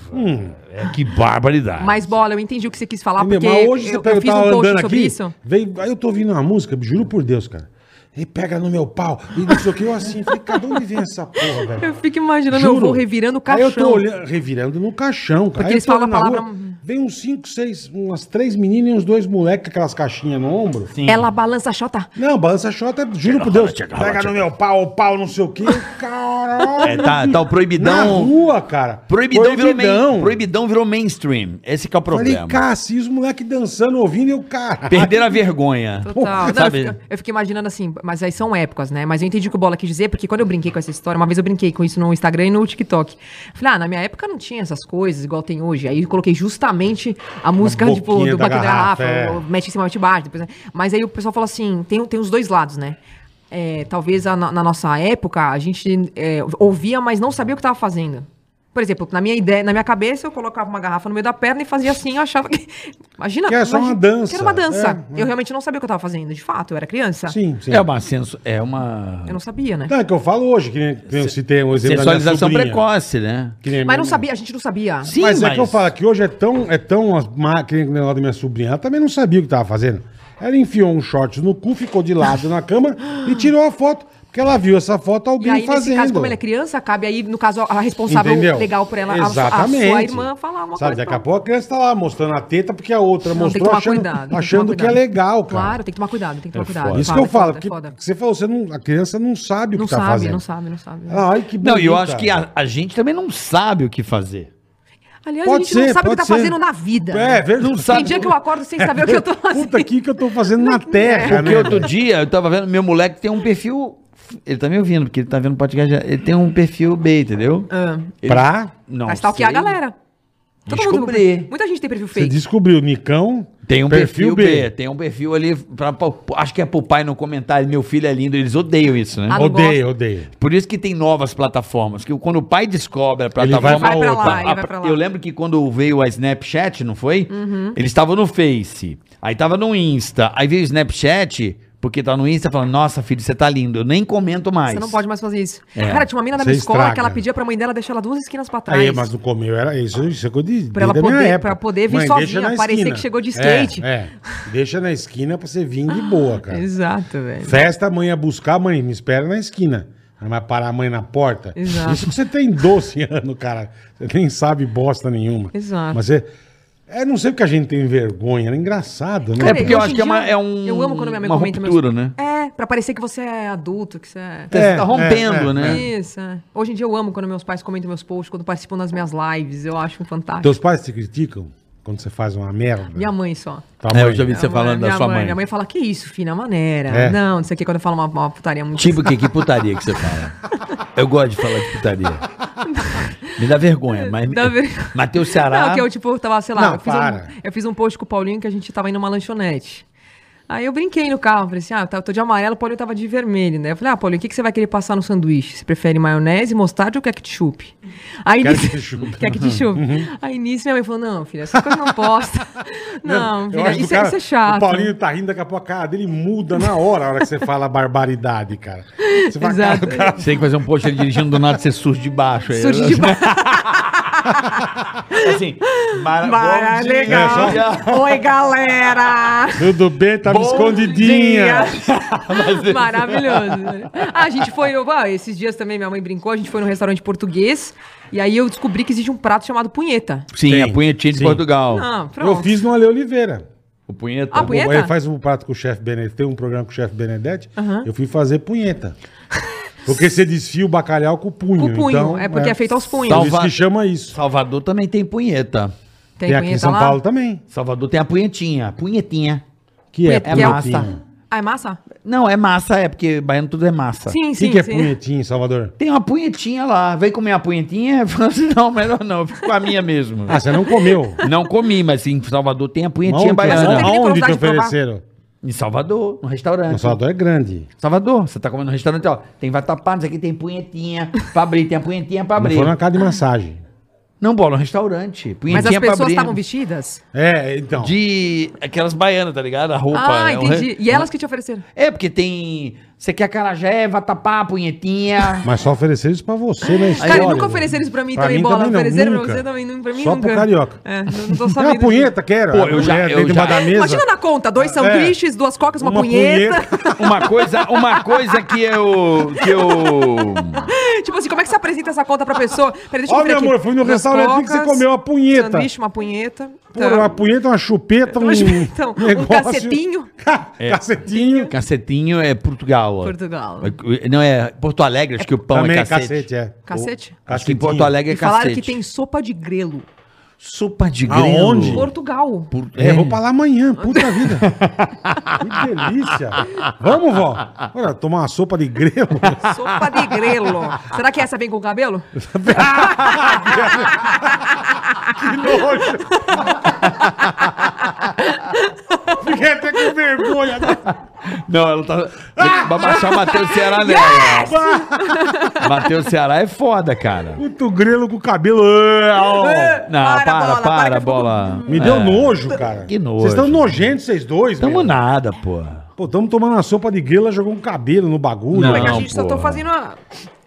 Speaker 2: É, que barbaridade.
Speaker 4: Mas bola, eu entendi o que você quis falar,
Speaker 3: Entendeu?
Speaker 4: Ah, porque
Speaker 3: Mas hoje você
Speaker 4: eu,
Speaker 3: pega,
Speaker 4: eu
Speaker 3: eu
Speaker 4: fiz
Speaker 3: tava
Speaker 4: um
Speaker 3: andando
Speaker 4: post sobre
Speaker 3: aqui,
Speaker 4: isso.
Speaker 3: veio- aí eu tô ouvindo uma música, juro por Deus, cara. E pega no meu pau, e não sei o que, eu assim, falei, cara, de onde vem essa porra,
Speaker 4: Eu
Speaker 3: velho?
Speaker 4: fico imaginando meu avô revirando o
Speaker 3: Aí eu tô
Speaker 4: caixão.
Speaker 3: olhando, revirando no caixão, cara.
Speaker 4: Porque
Speaker 3: Aí eu
Speaker 4: eles
Speaker 3: tô
Speaker 4: falam
Speaker 3: olhando
Speaker 4: a
Speaker 3: na
Speaker 4: palavra-
Speaker 3: vem uns cinco, seis, umas três meninas e uns dois moleques com aquelas caixinhas no ombro.
Speaker 4: Ela balança a chota.
Speaker 3: Não, balança chota, juro por Deus.
Speaker 2: chega,
Speaker 3: pega
Speaker 2: chega.
Speaker 3: no meu pau, o pau, não sei o
Speaker 4: <laughs>
Speaker 3: que. Caralho.
Speaker 2: É, tá, tá o
Speaker 3: Na
Speaker 2: proibidão.
Speaker 3: rua, cara.
Speaker 2: Proibidão, Virou main,
Speaker 3: Proibidão.
Speaker 2: proibidão virou mainstream. Esse que é o
Speaker 3: Falei,
Speaker 2: problema.
Speaker 3: Cássio, e os moleques dançando, ouvindo, e eu, cara.
Speaker 2: Perderam a vergonha.
Speaker 3: É.
Speaker 4: Total. Não,
Speaker 2: Sabe?
Speaker 4: eu, fico, eu fico imaginando assim, mas aí são épocas, né? Mas eu entendi o que o Bola quis dizer, porque quando eu brinquei com essa história, uma vez eu brinquei com isso no Instagram e no TikTok. Falei, ah, na minha época não tinha essas coisas igual tem hoje. Aí eu coloquei justamente a música
Speaker 3: boquinha
Speaker 4: tipo,
Speaker 3: da
Speaker 4: do Baque da
Speaker 3: garrafa,
Speaker 4: Garrafa,
Speaker 3: é.
Speaker 4: o mete em cima, mete embaixo. Depois, né? Mas aí o pessoal fala assim, tem, tem os dois lados, né? É, talvez a- na, na nossa época a gente é, ouvia, mas não sabia o que estava fazendo. Por exemplo, na minha ideia, na minha cabeça, eu colocava uma garrafa no meio da perna e fazia assim, eu achava que. Imagina.
Speaker 3: Que era só uma
Speaker 4: imagina-
Speaker 3: dança.
Speaker 4: Que era uma dança.
Speaker 3: É, é.
Speaker 4: Eu realmente não sabia o que eu tava fazendo, de fato, eu era criança.
Speaker 3: Sim, sim.
Speaker 2: É uma senso, é uma
Speaker 4: Eu não sabia, né?
Speaker 3: Não, é que eu falo hoje, que nem, que nem eu citei um exemplo da minha
Speaker 2: sensualização
Speaker 3: sobrinha,
Speaker 2: precoce, né?
Speaker 3: que nem
Speaker 4: Mas
Speaker 3: minha-
Speaker 4: não sabia, a gente não sabia.
Speaker 2: Sim,
Speaker 3: mas, é que eu falo que hoje é tão, é tão as ma- que nem o negócio da minha sobrinha. Ela também não sabia o que estava fazendo. Ela enfiou um shorts no cu, ficou de lado na cama e tirou a foto. Porque ela viu essa foto
Speaker 4: E
Speaker 3: alguém
Speaker 4: aí,
Speaker 3: fazendo.
Speaker 4: nesse caso, como ela é criança, cabe aí, no caso, a responsável
Speaker 3: Entendeu?
Speaker 4: legal por ela, a, sua- a
Speaker 3: Exatamente.
Speaker 4: sua irmã, falar uma
Speaker 3: Sabe,
Speaker 4: coisa.
Speaker 3: daqui a
Speaker 4: pra-
Speaker 3: pouco a criança tá lá mostrando a teta porque a outra
Speaker 4: Não, tem que
Speaker 3: mostrou
Speaker 4: tomar
Speaker 3: achando,
Speaker 4: cuidado. tem
Speaker 3: achando
Speaker 4: tomar
Speaker 3: que é
Speaker 4: cuidado.
Speaker 3: legal, cara.
Speaker 4: Claro, tem que tomar cuidado, tem que tomar cuidado.
Speaker 3: Isso
Speaker 4: Fala,
Speaker 3: que eu
Speaker 4: é
Speaker 3: falo,
Speaker 4: foda, é
Speaker 3: porque
Speaker 4: foda.
Speaker 3: você falou, você não, a criança não sabe o
Speaker 4: Não
Speaker 3: que tá
Speaker 4: sabe,
Speaker 3: fazendo. Ah,
Speaker 4: não sabe, não sabe.
Speaker 3: Ela, Ai, que
Speaker 2: Não, e eu
Speaker 3: bonita.
Speaker 2: acho que a, a gente também não sabe o que fazer.
Speaker 4: Aliás, a
Speaker 3: Pode
Speaker 4: gente
Speaker 3: ser,
Speaker 4: não sabe o
Speaker 3: pode
Speaker 4: que tá
Speaker 3: ser.
Speaker 4: fazendo na vida. né?
Speaker 3: É, verdade.
Speaker 2: Não
Speaker 4: Tem
Speaker 2: sabe.
Speaker 4: dia que eu acordo sem saber o que eu tô
Speaker 3: <laughs>
Speaker 4: fazendo. é.
Speaker 3: Puta, o que, que eu tô fazendo na terra,
Speaker 2: Porque
Speaker 3: né?
Speaker 2: outro dia eu tava vendo, meu moleque tem um perfil. Ele tá me ouvindo, porque ele tá vendo podcast. Ele tem um perfil B, entendeu?
Speaker 4: Ah,
Speaker 2: Ele-
Speaker 3: Pra?
Speaker 2: Não.
Speaker 4: Mas stalkear a
Speaker 2: sei.
Speaker 4: galera. Todo
Speaker 2: Descobri.
Speaker 4: mundo, muita gente tem perfil
Speaker 3: Você
Speaker 4: fake.
Speaker 3: descobriu Nicão,
Speaker 2: Tem um perfil,
Speaker 3: Perfil
Speaker 2: B.
Speaker 3: B.
Speaker 2: tem um perfil ali, pra, pra- acho que é pro pai no comentário, meu filho é lindo, eles odeiam isso, né?
Speaker 4: Ah, não
Speaker 3: Odeio,
Speaker 4: gosto.
Speaker 3: odeio.
Speaker 2: Por isso que tem novas plataformas, que quando o pai descobre a
Speaker 3: Ele vai
Speaker 2: plataforma...
Speaker 3: pra
Speaker 4: Vai pra
Speaker 3: outra.
Speaker 4: lá, ele
Speaker 2: a-
Speaker 4: vai pra lá. Uhum.
Speaker 2: Eu lembro que quando veio a Snapchat, não foi? Eles estavam no Face, aí tava no Insta, aí veio o Snapchat, porque tá no Insta falando, nossa filho, você tá lindo, eu nem comento mais.
Speaker 4: Você não pode mais fazer isso.
Speaker 2: É.
Speaker 4: Cara, tinha uma mina da
Speaker 3: Você
Speaker 4: minha escola
Speaker 3: estraga.
Speaker 4: que ela pedia pra mãe dela deixar ela duas esquinas pra trás.
Speaker 3: Aí,
Speaker 2: um
Speaker 3: mas no comer era isso, isso é coisa de.
Speaker 4: Tá Pra ela
Speaker 3: desde a minha
Speaker 4: poder-
Speaker 3: época.
Speaker 4: pra poder vir
Speaker 3: Mãe, deixa
Speaker 4: sozinha,
Speaker 3: na
Speaker 4: parecer
Speaker 3: esquina.
Speaker 4: que chegou de
Speaker 3: É,
Speaker 4: skate. Ah,
Speaker 3: É, Deixa na esquina pra você vir de boa, cara.
Speaker 4: Exato, velho.
Speaker 3: Festa, a mãe ia buscar, mãe, me espera na esquina. Aí vai parar a mãe na porta.
Speaker 4: Exato.
Speaker 3: Isso que você tem 12 <laughs> anos, cara. Você nem sabe bosta nenhuma.
Speaker 4: Exato.
Speaker 3: Mas você. É, não sei porque a gente tem vergonha, era engraçado, né?
Speaker 2: É porque eu
Speaker 4: hoje
Speaker 2: acho
Speaker 4: em
Speaker 2: que é uma-
Speaker 4: dia,
Speaker 2: é um-
Speaker 4: Eu amo quando minha mãe
Speaker 2: uma
Speaker 4: comenta
Speaker 2: ruptura, né?
Speaker 4: É, pra parecer que você é adulto, que você é.
Speaker 2: Você
Speaker 3: É,
Speaker 2: tá rompendo,
Speaker 3: é, é,
Speaker 2: né?
Speaker 4: Isso, é. Hoje em dia eu amo quando meus pais comentam meus posts, quando participam das minhas lives. Eu acho fantástico.
Speaker 3: Teus pais te criticam quando você faz uma merda.
Speaker 4: Minha mãe só.
Speaker 3: Tua
Speaker 2: É,
Speaker 3: mãe.
Speaker 2: eu já vi você
Speaker 4: Minha
Speaker 2: falando da
Speaker 4: minha
Speaker 2: sua mãe.
Speaker 4: Minha mãe fala, que isso, filha, maneira.
Speaker 3: É.
Speaker 4: Não, não sei o que, quando eu falo uma, uma putaria muito...
Speaker 2: Tipo, que, que putaria que você fala? Eu gosto de falar de
Speaker 4: <laughs>
Speaker 2: putaria. Me dá vergonha, mas...
Speaker 4: Dá
Speaker 3: <laughs>
Speaker 4: ver-
Speaker 2: Matheus Ceará...
Speaker 4: Não, que eu, tipo, tava, sei lá,
Speaker 3: Não,
Speaker 4: eu, fiz
Speaker 3: para.
Speaker 4: um, eu fiz um post com o Paulinho que a gente tava indo numa lanchonete. Aí eu brinquei no carro, falei assim, ah, eu tô de amarelo, o Paulinho tava de vermelho, né? Eu falei, ah, Paulinho, o que, que você vai querer passar no sanduíche? Você prefere maionese, mostarda ou ketchup? Aí
Speaker 3: Quero
Speaker 4: nisso- <laughs>
Speaker 3: ketchup. Uhum.
Speaker 4: Quer ketchup. Aí nisso minha mãe falou, não, filha, essas coisas
Speaker 3: <laughs>
Speaker 4: não posta. não,
Speaker 3: Eu
Speaker 4: filha,
Speaker 3: acho que o
Speaker 4: isso, é-
Speaker 3: cara-
Speaker 4: isso é chato.
Speaker 3: O Paulinho tá rindo, daqui a pouco a cara dele muda na hora, a hora que você fala barbaridade, cara. Você fala,
Speaker 4: Exato.
Speaker 3: cara, o cara-
Speaker 2: <laughs> Você tem que fazer um post ele dirigindo do nada, você surge de baixo. é aí.
Speaker 3: <laughs>
Speaker 4: Surge de <laughs> baixo.
Speaker 2: Assim, mara, bom dia. É,
Speaker 3: legal.
Speaker 4: Oi, galera!
Speaker 3: Tudo bem, tava
Speaker 2: Bom
Speaker 3: escondidinha.
Speaker 2: Mas- é-
Speaker 4: Maravilhoso. Ah, a gente foi. no- ah, esses dias também minha mãe brincou, a gente foi num restaurante português e aí eu descobri que existe um prato chamado punheta.
Speaker 2: Sim,
Speaker 3: Tem.
Speaker 2: a punhetinha de
Speaker 3: Sim.
Speaker 2: Portugal.
Speaker 4: Ah, pronto.
Speaker 3: Eu fiz no Ale Oliveira.
Speaker 2: O punheta.
Speaker 4: Ah, punheta?
Speaker 3: Aí Ele faz um prato com o chefe Benedetti. Tem um programa com o chefe Benedetti. Eu fui fazer punheta. Porque você desfia o bacalhau com o punho.
Speaker 4: Com o punho,
Speaker 3: então,
Speaker 4: é porque é feito aos punhos.
Speaker 3: Por isso
Speaker 2: Salva-
Speaker 3: que chama isso.
Speaker 2: Salvador também tem punheta.
Speaker 4: Tem,
Speaker 3: Tem aqui em São Paulo também.
Speaker 2: Salvador tem a punhetinha. a Punhetinha.
Speaker 3: Que é,
Speaker 4: Punheta, que é o-
Speaker 3: punhetinho.
Speaker 4: Ah, é massa?
Speaker 2: Não, é massa, é, porque baiano tudo é massa.
Speaker 4: Sim,
Speaker 3: O
Speaker 4: sim.
Speaker 3: que, que é
Speaker 4: sim.
Speaker 3: punhetinho, Salvador?
Speaker 2: Tem uma punhetinha lá. Vem comer a punhetinha? <laughs> Eu falo assim, não, melhor não. eu Fico com a minha mesmo.
Speaker 3: Ah, você não comeu.
Speaker 2: Não comi, mas em Salvador tem a punhetinha
Speaker 3: Aonde-
Speaker 4: não
Speaker 2: baiana.
Speaker 4: tem-
Speaker 3: Aonde te
Speaker 4: curiosidade de provar?
Speaker 3: ofereceram?
Speaker 2: Em Salvador, no
Speaker 3: O
Speaker 2: restaurante.
Speaker 3: Salvador é grande.
Speaker 2: Salvador, você tá comendo no restaurante, ó. Tem vatapá, isso aqui tem punhetinha pra abrir, tem a punhetinha pra
Speaker 3: Não
Speaker 2: abrir.
Speaker 3: foi na casa de massagem.
Speaker 2: Não, bola, um restaurante. Punhetinha
Speaker 4: Mas as
Speaker 2: pra
Speaker 4: pessoas
Speaker 2: abrir.
Speaker 4: estavam vestidas?
Speaker 3: É, então.
Speaker 2: De aquelas baianas, tá ligado? A roupa.
Speaker 4: ah,
Speaker 2: é um
Speaker 4: entendi.
Speaker 2: re-
Speaker 4: E elas que te ofereceram?
Speaker 2: É, porque tem. Você quer acarajé, vatapá, punhetinha.
Speaker 3: Mas só ofereceram isso pra você, né?
Speaker 4: Cara, e nunca ofereceram isso pra mim também, Bola. ofereceram pra você também, não, pra mim
Speaker 3: Só
Speaker 4: nunca.
Speaker 3: pro carioca.
Speaker 4: É, não, não tô
Speaker 3: <laughs> É uma
Speaker 4: sabendo.
Speaker 3: punheta, É. quero.
Speaker 2: Pô, eu já- eu já-
Speaker 4: É, imagina na conta, dois sanduíches, duas cocas, uma, punheta.
Speaker 2: Uma coisa, uma coisa que eu. Que é eu.
Speaker 4: <laughs> Tipo assim, como é que você apresenta essa conta pra pessoa? Peraí, deixa
Speaker 3: Ó,
Speaker 4: eu ver
Speaker 3: meu
Speaker 4: aqui.
Speaker 3: amor, fui no
Speaker 4: Duas
Speaker 3: restaurante que você comeu uma punheta.
Speaker 4: Sanduíche, uma punheta.
Speaker 3: Pô,
Speaker 4: Tá.
Speaker 3: uma punheta, uma chupeta, um.
Speaker 4: <laughs> Então,
Speaker 3: <laughs>
Speaker 4: um
Speaker 3: negócio.
Speaker 4: cacetinho.
Speaker 3: Ca- <laughs> Cacetinho.
Speaker 2: Cacetinho é Portugal. ó.
Speaker 4: Portugal.
Speaker 2: Não, é Porto Alegre, acho que o pão
Speaker 3: Também
Speaker 2: é cacete.
Speaker 3: é.
Speaker 4: Cacete?
Speaker 2: Acho que em
Speaker 3: Cacetinho.
Speaker 2: Porto Alegre é
Speaker 4: E falaram
Speaker 2: cacete.
Speaker 4: que tem sopa de grelo.
Speaker 2: sopa de grilo.
Speaker 3: Aonde?
Speaker 2: <laughs>
Speaker 4: Portugal.
Speaker 2: Por-
Speaker 3: É,
Speaker 2: é.
Speaker 3: vou pra lá amanhã,
Speaker 4: <laughs>
Speaker 3: puta vida. que delícia. Vamos, vó. Bora tomar uma sopa de grelo.
Speaker 4: Sopa de grelo. Será que essa vem com o cabelo?
Speaker 3: que nojo. Fiquei até com vergonha. né?
Speaker 2: Não, ela tá. Vai baixar o Matheus Ceará nela. Matheus Ceará é foda, cara.
Speaker 3: Puto grelo com o cabelo. Au.
Speaker 2: Não, para, para, bola.
Speaker 3: Me deu nojo, cara.
Speaker 2: É. Que nojo.
Speaker 3: Vocês estão nojentos, vocês dois.
Speaker 2: Tamo
Speaker 3: meu.
Speaker 2: nada, pô.
Speaker 3: Pô, tamo tomando uma sopa de grelo, ela jogou um cabelo no bagulho.
Speaker 2: Não,
Speaker 4: Como é que a gente só tô
Speaker 2: porra.
Speaker 4: fazendo a...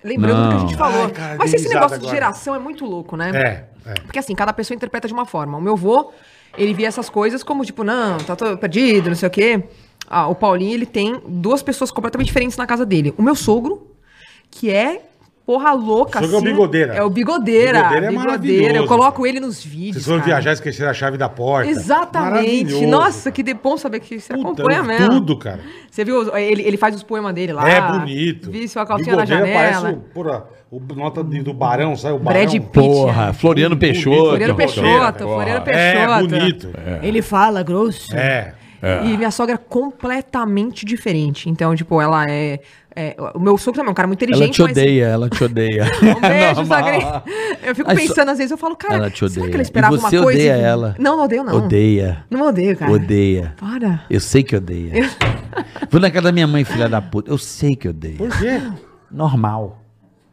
Speaker 4: Lembrando do que a gente
Speaker 2: Não.
Speaker 4: falou.
Speaker 3: Ai, cara,
Speaker 4: Mas
Speaker 3: dei
Speaker 4: esse
Speaker 3: risada
Speaker 4: negócio de
Speaker 3: agora.
Speaker 4: geração é muito louco, né?
Speaker 3: É, é.
Speaker 4: Porque assim, cada pessoa interpreta de uma forma. O meu vô, ele via essas coisas como tipo, não, tá todo perdido, não sei o quê. Ah, o Paulinho, ele tem duas pessoas completamente diferentes na casa dele. O meu sogro, que é porra louca,
Speaker 3: Sogro é o bigodeira.
Speaker 4: É o bigodeira.
Speaker 3: Bigodeira é maravilhoso.
Speaker 4: Eu coloco ele nos vídeos,
Speaker 3: Vocês foram
Speaker 4: cara.
Speaker 3: viajar e esqueceram a chave da porta.
Speaker 4: Exatamente.
Speaker 3: Maravilhoso.
Speaker 4: Nossa, que de- bom saber que você
Speaker 3: Puta, é
Speaker 4: acompanha mesmo. Ah,
Speaker 3: Tudo, cara.
Speaker 4: Você viu? os- Ele, ele faz os poemas dele lá.
Speaker 3: é bonito.
Speaker 4: Vi sua calcinha na
Speaker 3: Bigodeira
Speaker 4: janela.
Speaker 3: Parece um o, porra, o nota de- do Barão, sabe? O Barão.
Speaker 4: Brad Pitt.
Speaker 2: Porra, Floriano Peixoto.
Speaker 4: Floreiro
Speaker 3: Bigodeira, né? É
Speaker 4: Peixoto,
Speaker 3: porra.
Speaker 4: Floreiro
Speaker 3: É,
Speaker 4: Peixoto.
Speaker 3: bonito.
Speaker 4: Ele fala grosso.
Speaker 3: É.
Speaker 4: E minha sogra é completamente diferente. Então, tipo, ela é. é, o meu sogro também é um cara muito
Speaker 2: Ela
Speaker 4: inteligente,
Speaker 2: te odeia, ela te odeia. <laughs>
Speaker 4: Um <laughs> beijo,
Speaker 2: É Normal.
Speaker 4: Sagre. Eu fico
Speaker 2: Ai, so-
Speaker 4: pensando, às vezes, eu falo, cara,
Speaker 2: Ela te
Speaker 4: será
Speaker 2: odeia.
Speaker 4: que ela esperava
Speaker 2: E você
Speaker 4: uma coisa?
Speaker 2: odeia
Speaker 4: e-
Speaker 2: ela?
Speaker 4: Não, não odeio, não. Tá.
Speaker 2: Odeia.
Speaker 4: Não odeio, cara.
Speaker 2: Odeia.
Speaker 4: Para.
Speaker 2: Eu sei que odeia. Vou na casa da minha mãe, filha da puta. Eu sei que odeia.
Speaker 3: Por quê?
Speaker 2: Normal.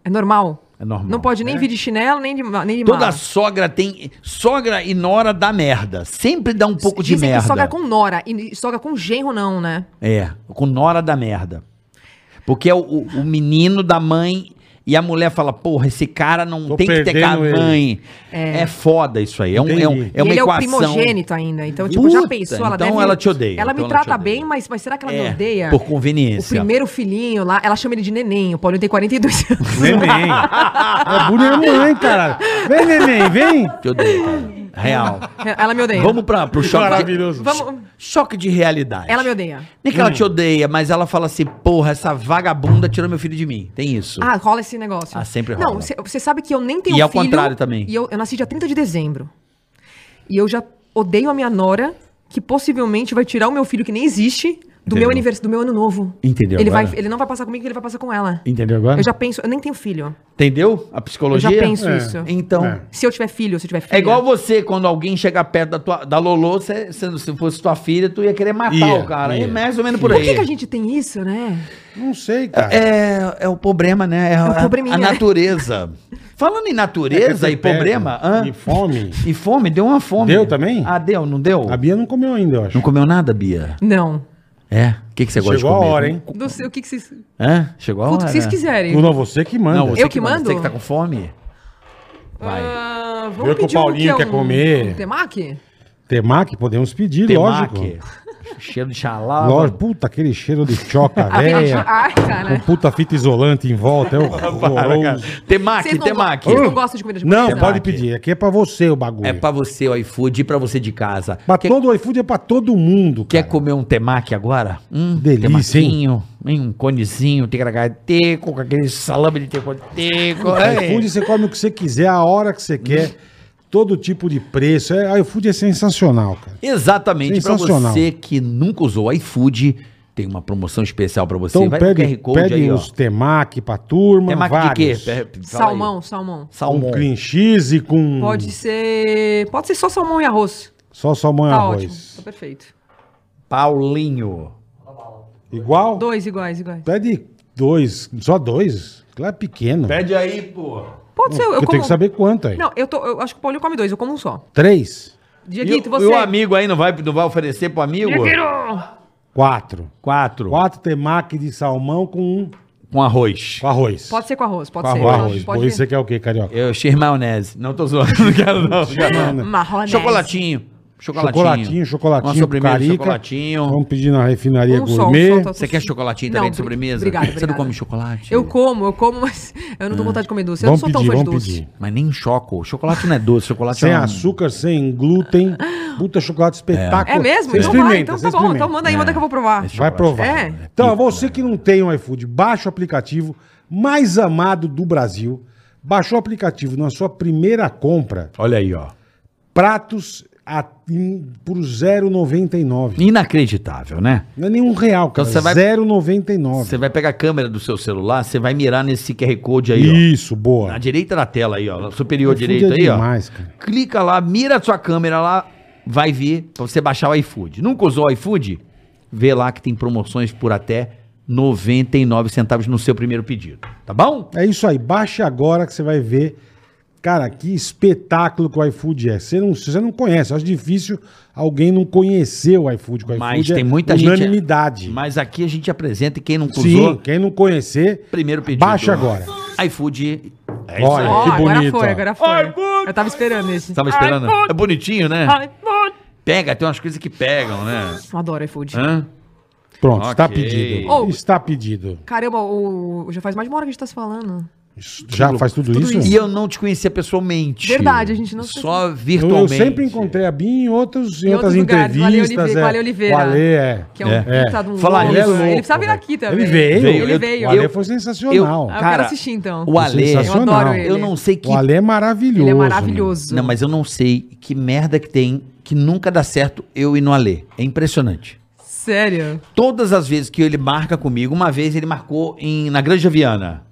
Speaker 4: É normal.
Speaker 2: É normal.
Speaker 4: Não pode nem vir de chinelo, nem de, ma- nem de
Speaker 2: Toda
Speaker 4: mala.
Speaker 2: sogra tem. Sogra e nora dá merda. Sempre dá um pouco de
Speaker 4: Dizem que
Speaker 2: merda.
Speaker 4: sogra é com nora e sogra com genro não, né?
Speaker 2: É, com nora da merda. Porque é o, o- o menino da mãe e a mulher fala, porra, esse cara não
Speaker 3: Tô
Speaker 2: tem que ter com a
Speaker 3: perdendo ele."
Speaker 2: mãe. É. foda isso aí. É, um, é, um-
Speaker 3: Entendi.
Speaker 2: é uma
Speaker 4: e ele
Speaker 2: equação.
Speaker 4: é o primogênito ainda. Então, tipo, já
Speaker 2: Puta,
Speaker 4: pensou, ela
Speaker 2: então
Speaker 4: deve-
Speaker 2: ela te odeia,
Speaker 4: Ela me
Speaker 2: então ela te
Speaker 4: trata
Speaker 2: odeia.
Speaker 4: bem, mas, mas será que ela
Speaker 2: É,
Speaker 4: me odeia?
Speaker 2: Por
Speaker 4: O
Speaker 2: conveniência.
Speaker 4: primeiro filhinho lá, ela chama ele de neném. O Paulinho tem 42 anos.
Speaker 3: Neném. <laughs> É bonita mãe, cara. Vem, neném, vem.
Speaker 2: Te odeio, cara. Real.
Speaker 4: <laughs> Ela me odeia.
Speaker 2: Vamos pra, pro choque.
Speaker 3: Maravilhoso. Hum.
Speaker 4: Vamos-
Speaker 2: Choque de realidade.
Speaker 4: Ela me odeia.
Speaker 2: Nem que ela te odeia, mas ela fala assim, porra, essa vagabunda tirou meu filho de mim. Tem isso.
Speaker 4: Ah, rola esse negócio.
Speaker 2: Ah, sempre
Speaker 4: Não,
Speaker 2: rola.
Speaker 4: você- você sabe que eu nem tenho
Speaker 2: E ao contrário também.
Speaker 4: E eu, eu nasci dia 30 de dezembro. E eu já odeio a minha nora, que possivelmente vai tirar o meu filho que nem existe do
Speaker 2: Entendeu.
Speaker 4: meu aniversário, do meu ano novo.
Speaker 2: Entendeu
Speaker 4: Ele,
Speaker 2: agora? Então-
Speaker 4: vai, ele não vai passar comigo, ele vai passar com ela.
Speaker 2: Entendeu agora?
Speaker 4: Eu já penso, eu nem tenho filho.
Speaker 2: Entendeu? A psicologia?
Speaker 4: Eu já penso
Speaker 3: É.
Speaker 4: isso.
Speaker 2: Então.
Speaker 3: É.
Speaker 4: Se eu tiver filho, se eu tiver filha.
Speaker 2: É igual você, quando alguém chega perto da, tua, da Lolo, cê- cê- se fosse tua filha, tu ia querer matar
Speaker 3: Ia,
Speaker 2: o cara.
Speaker 3: ia.
Speaker 2: É mais ou menos por
Speaker 4: Por
Speaker 2: aí.
Speaker 4: que, que a gente tem isso, né?
Speaker 3: Não sei, cara.
Speaker 2: É, é o problema, né? É,
Speaker 4: o
Speaker 2: a-
Speaker 4: probleminha,
Speaker 2: a
Speaker 4: né? <laughs>
Speaker 2: natureza. Falando em natureza
Speaker 3: É
Speaker 2: e
Speaker 3: que você pega
Speaker 2: problema, hã?
Speaker 3: E fome.
Speaker 2: E fome, deu uma fome.
Speaker 3: Deu também?
Speaker 2: Ah, deu, não deu?
Speaker 3: A Bia não comeu ainda, eu acho.
Speaker 2: Não comeu nada, Bia?
Speaker 4: Não.
Speaker 2: É? O que, que você gosta de
Speaker 3: Chegou
Speaker 2: comer?
Speaker 3: a hora, hein?
Speaker 4: Não sei o que, que vocês. O
Speaker 2: Hã? Chegou a hora? né?
Speaker 4: que vocês quiserem.
Speaker 3: Não, você que manda.
Speaker 2: Não, você
Speaker 4: Eu
Speaker 2: que
Speaker 4: que
Speaker 2: manda.
Speaker 4: mando?
Speaker 2: Você que tá com fome? Vai.
Speaker 4: Ah, vamos
Speaker 3: Vê que o
Speaker 4: pedir um
Speaker 3: Paulinho
Speaker 4: que é
Speaker 3: quer
Speaker 4: um-
Speaker 3: comer. É.
Speaker 4: um temaki?
Speaker 3: Temaki, podemos pedir,
Speaker 2: Temaki.
Speaker 3: lógico.
Speaker 2: Cheiro de xalá.
Speaker 3: Lógico. Puta, aquele cheiro de choca
Speaker 4: Aperitivo.
Speaker 3: velha.
Speaker 4: Ai, cara.
Speaker 3: Com puta fita isolante em volta. É <laughs> horroroso.
Speaker 2: Temaki,
Speaker 4: Vocês não,
Speaker 2: temaki.
Speaker 4: vocês não gostam de comida japonesa?
Speaker 3: Hum. Não, pode pedir. Aqui é pra você o bagulho.
Speaker 2: É pra você o iFood e pra você de casa.
Speaker 3: Mas
Speaker 2: Quer,
Speaker 3: todo o iFood é pra todo mundo.
Speaker 2: quer
Speaker 3: cara.
Speaker 2: comer um temaki agora? Hum,
Speaker 3: Delícia, hein?
Speaker 2: temaquinho, hein? Um conezinho, teco, com aquele salame de
Speaker 3: <laughs>
Speaker 2: teco-teco.
Speaker 3: É. iFood você come o que você quiser, a hora que você quer, todo tipo de preço. É, iFood é sensacional, cara.
Speaker 2: Exatamente, pra
Speaker 3: Sensacional.
Speaker 2: você que nunca usou o iFood, tem uma promoção especial pra você.
Speaker 3: Então
Speaker 2: Assim, Vai no
Speaker 3: pede,
Speaker 2: QR Code
Speaker 3: pede
Speaker 2: aí, ó.
Speaker 3: uns temaki pra turma,
Speaker 2: Temaki
Speaker 3: vários.
Speaker 2: de quê? um Pe- fala aí.
Speaker 4: Salmão, salmão.
Speaker 3: Com
Speaker 2: Salmão.
Speaker 3: cream cheese e com
Speaker 4: Pode ser. Pode ser só salmão e arroz.
Speaker 3: só salmão e
Speaker 4: Tá ótimo.
Speaker 3: arroz.
Speaker 4: Tá perfeito.
Speaker 2: Paulinho.
Speaker 3: Igual?
Speaker 4: Dois iguais, iguais.
Speaker 3: Pede dois, só dois. Lá é pequeno.
Speaker 2: Pede aí, pô.
Speaker 4: Pode ser, eu,
Speaker 3: Hum, eu
Speaker 4: como.
Speaker 3: tenho que saber é. quanto aí.
Speaker 4: Não, eu, tô, eu acho que o Paulinho come dois, eu como um só.
Speaker 3: Três,
Speaker 2: E,
Speaker 4: Dieguito,
Speaker 2: o-
Speaker 4: você.
Speaker 2: e o amigo aí não vai, não vai oferecer pro amigo?
Speaker 3: quatro.
Speaker 2: Quatro.
Speaker 3: Quatro temaki de salmão com, um,
Speaker 2: Com arroz.
Speaker 3: com arroz.
Speaker 4: Pode ser com arroz, pode
Speaker 3: com
Speaker 4: ser.
Speaker 3: arroz.
Speaker 4: Pode
Speaker 3: Arroz,
Speaker 4: ser.
Speaker 3: você quer é o quê, carioca?
Speaker 2: Eu cheiro maionese. Não tô zoando, <laughs> não quero não.
Speaker 3: Não, né?
Speaker 4: Marronese.
Speaker 2: Chocolatinho. Chocolatinho.
Speaker 3: Chocolatinho,
Speaker 2: Uma
Speaker 3: chocolatinho,
Speaker 2: sobremesa,
Speaker 3: carica.
Speaker 2: chocolatinho.
Speaker 3: Vamos pedir na refinaria
Speaker 4: Um só,
Speaker 3: gourmet.
Speaker 4: um só, tô-
Speaker 2: Você quer chocolatinho também
Speaker 4: Não,
Speaker 2: de sobremesa?
Speaker 4: obrigada,
Speaker 2: Você não
Speaker 4: obrigada.
Speaker 2: come chocolate?
Speaker 4: Eu como, eu como, mas eu não tô com vontade de comer doce. Eu
Speaker 3: É. Vamos
Speaker 4: não sou tão
Speaker 3: pedir,
Speaker 4: fã de
Speaker 3: vamos
Speaker 4: tá um doce.
Speaker 3: pedir.
Speaker 2: Mas nem choco. Chocolate não é doce, chocolate
Speaker 3: Sem
Speaker 2: é um-
Speaker 3: açúcar, sem glúten. Puta chocolate espetáculo.
Speaker 4: É mesmo?
Speaker 3: Você
Speaker 4: então vai,
Speaker 3: experimenta,
Speaker 4: então
Speaker 3: você
Speaker 4: tá bom.
Speaker 3: experimenta. É.
Speaker 4: Então manda aí, manda que eu vou provar.
Speaker 2: Esse
Speaker 3: Vai
Speaker 2: chocolate
Speaker 3: provar.
Speaker 4: É.
Speaker 3: Então, você que não tem um iFood, baixa o aplicativo mais amado do Brasil. Baixou o aplicativo na sua primeira compra,
Speaker 2: Olha aí, ó.
Speaker 3: pratos a, em, por 0,99.
Speaker 2: Inacreditável, né?
Speaker 3: Não é nenhum real, cara.
Speaker 2: Então você vai-
Speaker 3: 0,99.
Speaker 2: Você vai pegar a câmera do seu celular, você vai mirar nesse QR Code aí, ó.
Speaker 3: Isso, boa.
Speaker 2: Na direita da tela aí, ó. na Superior
Speaker 3: iFood
Speaker 2: direito
Speaker 3: é
Speaker 2: aí,
Speaker 3: demais,
Speaker 2: ó.
Speaker 3: cara.
Speaker 2: Clica lá, mira a sua câmera lá, vai vir pra você baixar o iFood. Nunca usou o iFood? Vê lá que tem promoções por até 99 centavos no seu primeiro pedido, tá bom?
Speaker 3: É isso aí, baixe agora que você vai ver. Cara, que espetáculo que o iFood é. Você não, se você não conhece, eu acho difícil alguém não conhecer o iFood. que O iFood
Speaker 2: Mas
Speaker 3: é
Speaker 2: tem muita gente.
Speaker 3: unanimidade.
Speaker 2: Mas aqui a gente apresenta e quem nunca
Speaker 3: Sim,
Speaker 2: usou,
Speaker 3: quem não conhecer,
Speaker 2: primeiro pedido.
Speaker 3: Baixa agora.
Speaker 2: iFood. É isso
Speaker 3: Olha.
Speaker 2: aí.
Speaker 4: Ó,
Speaker 3: Que
Speaker 4: agora
Speaker 3: bonito, ó.
Speaker 4: foi, agora
Speaker 2: Ai,
Speaker 4: foi.
Speaker 2: puta.
Speaker 4: Eu tava esperando esse.
Speaker 2: Tava esperando? É bonitinho, né? Pega, tem umas coisas que pegam, né?
Speaker 4: Eu adoro iFood.
Speaker 2: Hã?
Speaker 3: pronto, está
Speaker 2: Ok.
Speaker 3: pedido.
Speaker 4: Oh.
Speaker 3: Está pedido.
Speaker 4: Caramba, o... já faz mais de uma hora que a gente tá se falando.
Speaker 3: Isso- Já faz tudo, isso?
Speaker 2: E eu não te conhecia pessoalmente.
Speaker 4: Verdade, a gente não se
Speaker 2: Só
Speaker 3: Eu, eu
Speaker 2: virtualmente.
Speaker 3: sempre encontrei a Bia em, outros, em,
Speaker 4: Em
Speaker 3: outras
Speaker 4: outros lugares. Valeu,
Speaker 3: entrevistas.
Speaker 4: Olive-
Speaker 3: é.
Speaker 4: valeu, Oliveira.
Speaker 3: O Ale, é.
Speaker 4: Que é um
Speaker 3: É.
Speaker 4: puta de um
Speaker 2: Falar
Speaker 4: louco.
Speaker 2: nisso-
Speaker 4: ele,
Speaker 3: louco,
Speaker 4: precisa vir
Speaker 3: velho.
Speaker 4: aqui também.
Speaker 3: Ele veio.
Speaker 2: Veio,
Speaker 4: Ele
Speaker 2: eu-
Speaker 4: veio.
Speaker 3: O Ale
Speaker 2: eu-
Speaker 3: foi
Speaker 2: Eu,
Speaker 3: sensacional.
Speaker 4: Ah, eu
Speaker 2: cara,
Speaker 4: quero assistir, então.
Speaker 2: O Ale,
Speaker 3: Sensacional.
Speaker 4: Eu adoro ele.
Speaker 2: eu não sei que
Speaker 3: O Ale é maravilhoso.
Speaker 4: Ele é
Speaker 3: meu.
Speaker 4: maravilhoso.
Speaker 2: Não, mas eu não sei que merda que tem que nunca dá certo eu e no Alê. É impressionante.
Speaker 4: Sério?
Speaker 2: Todas as vezes que ele marca comigo, uma vez ele marcou em, na Granja Viana.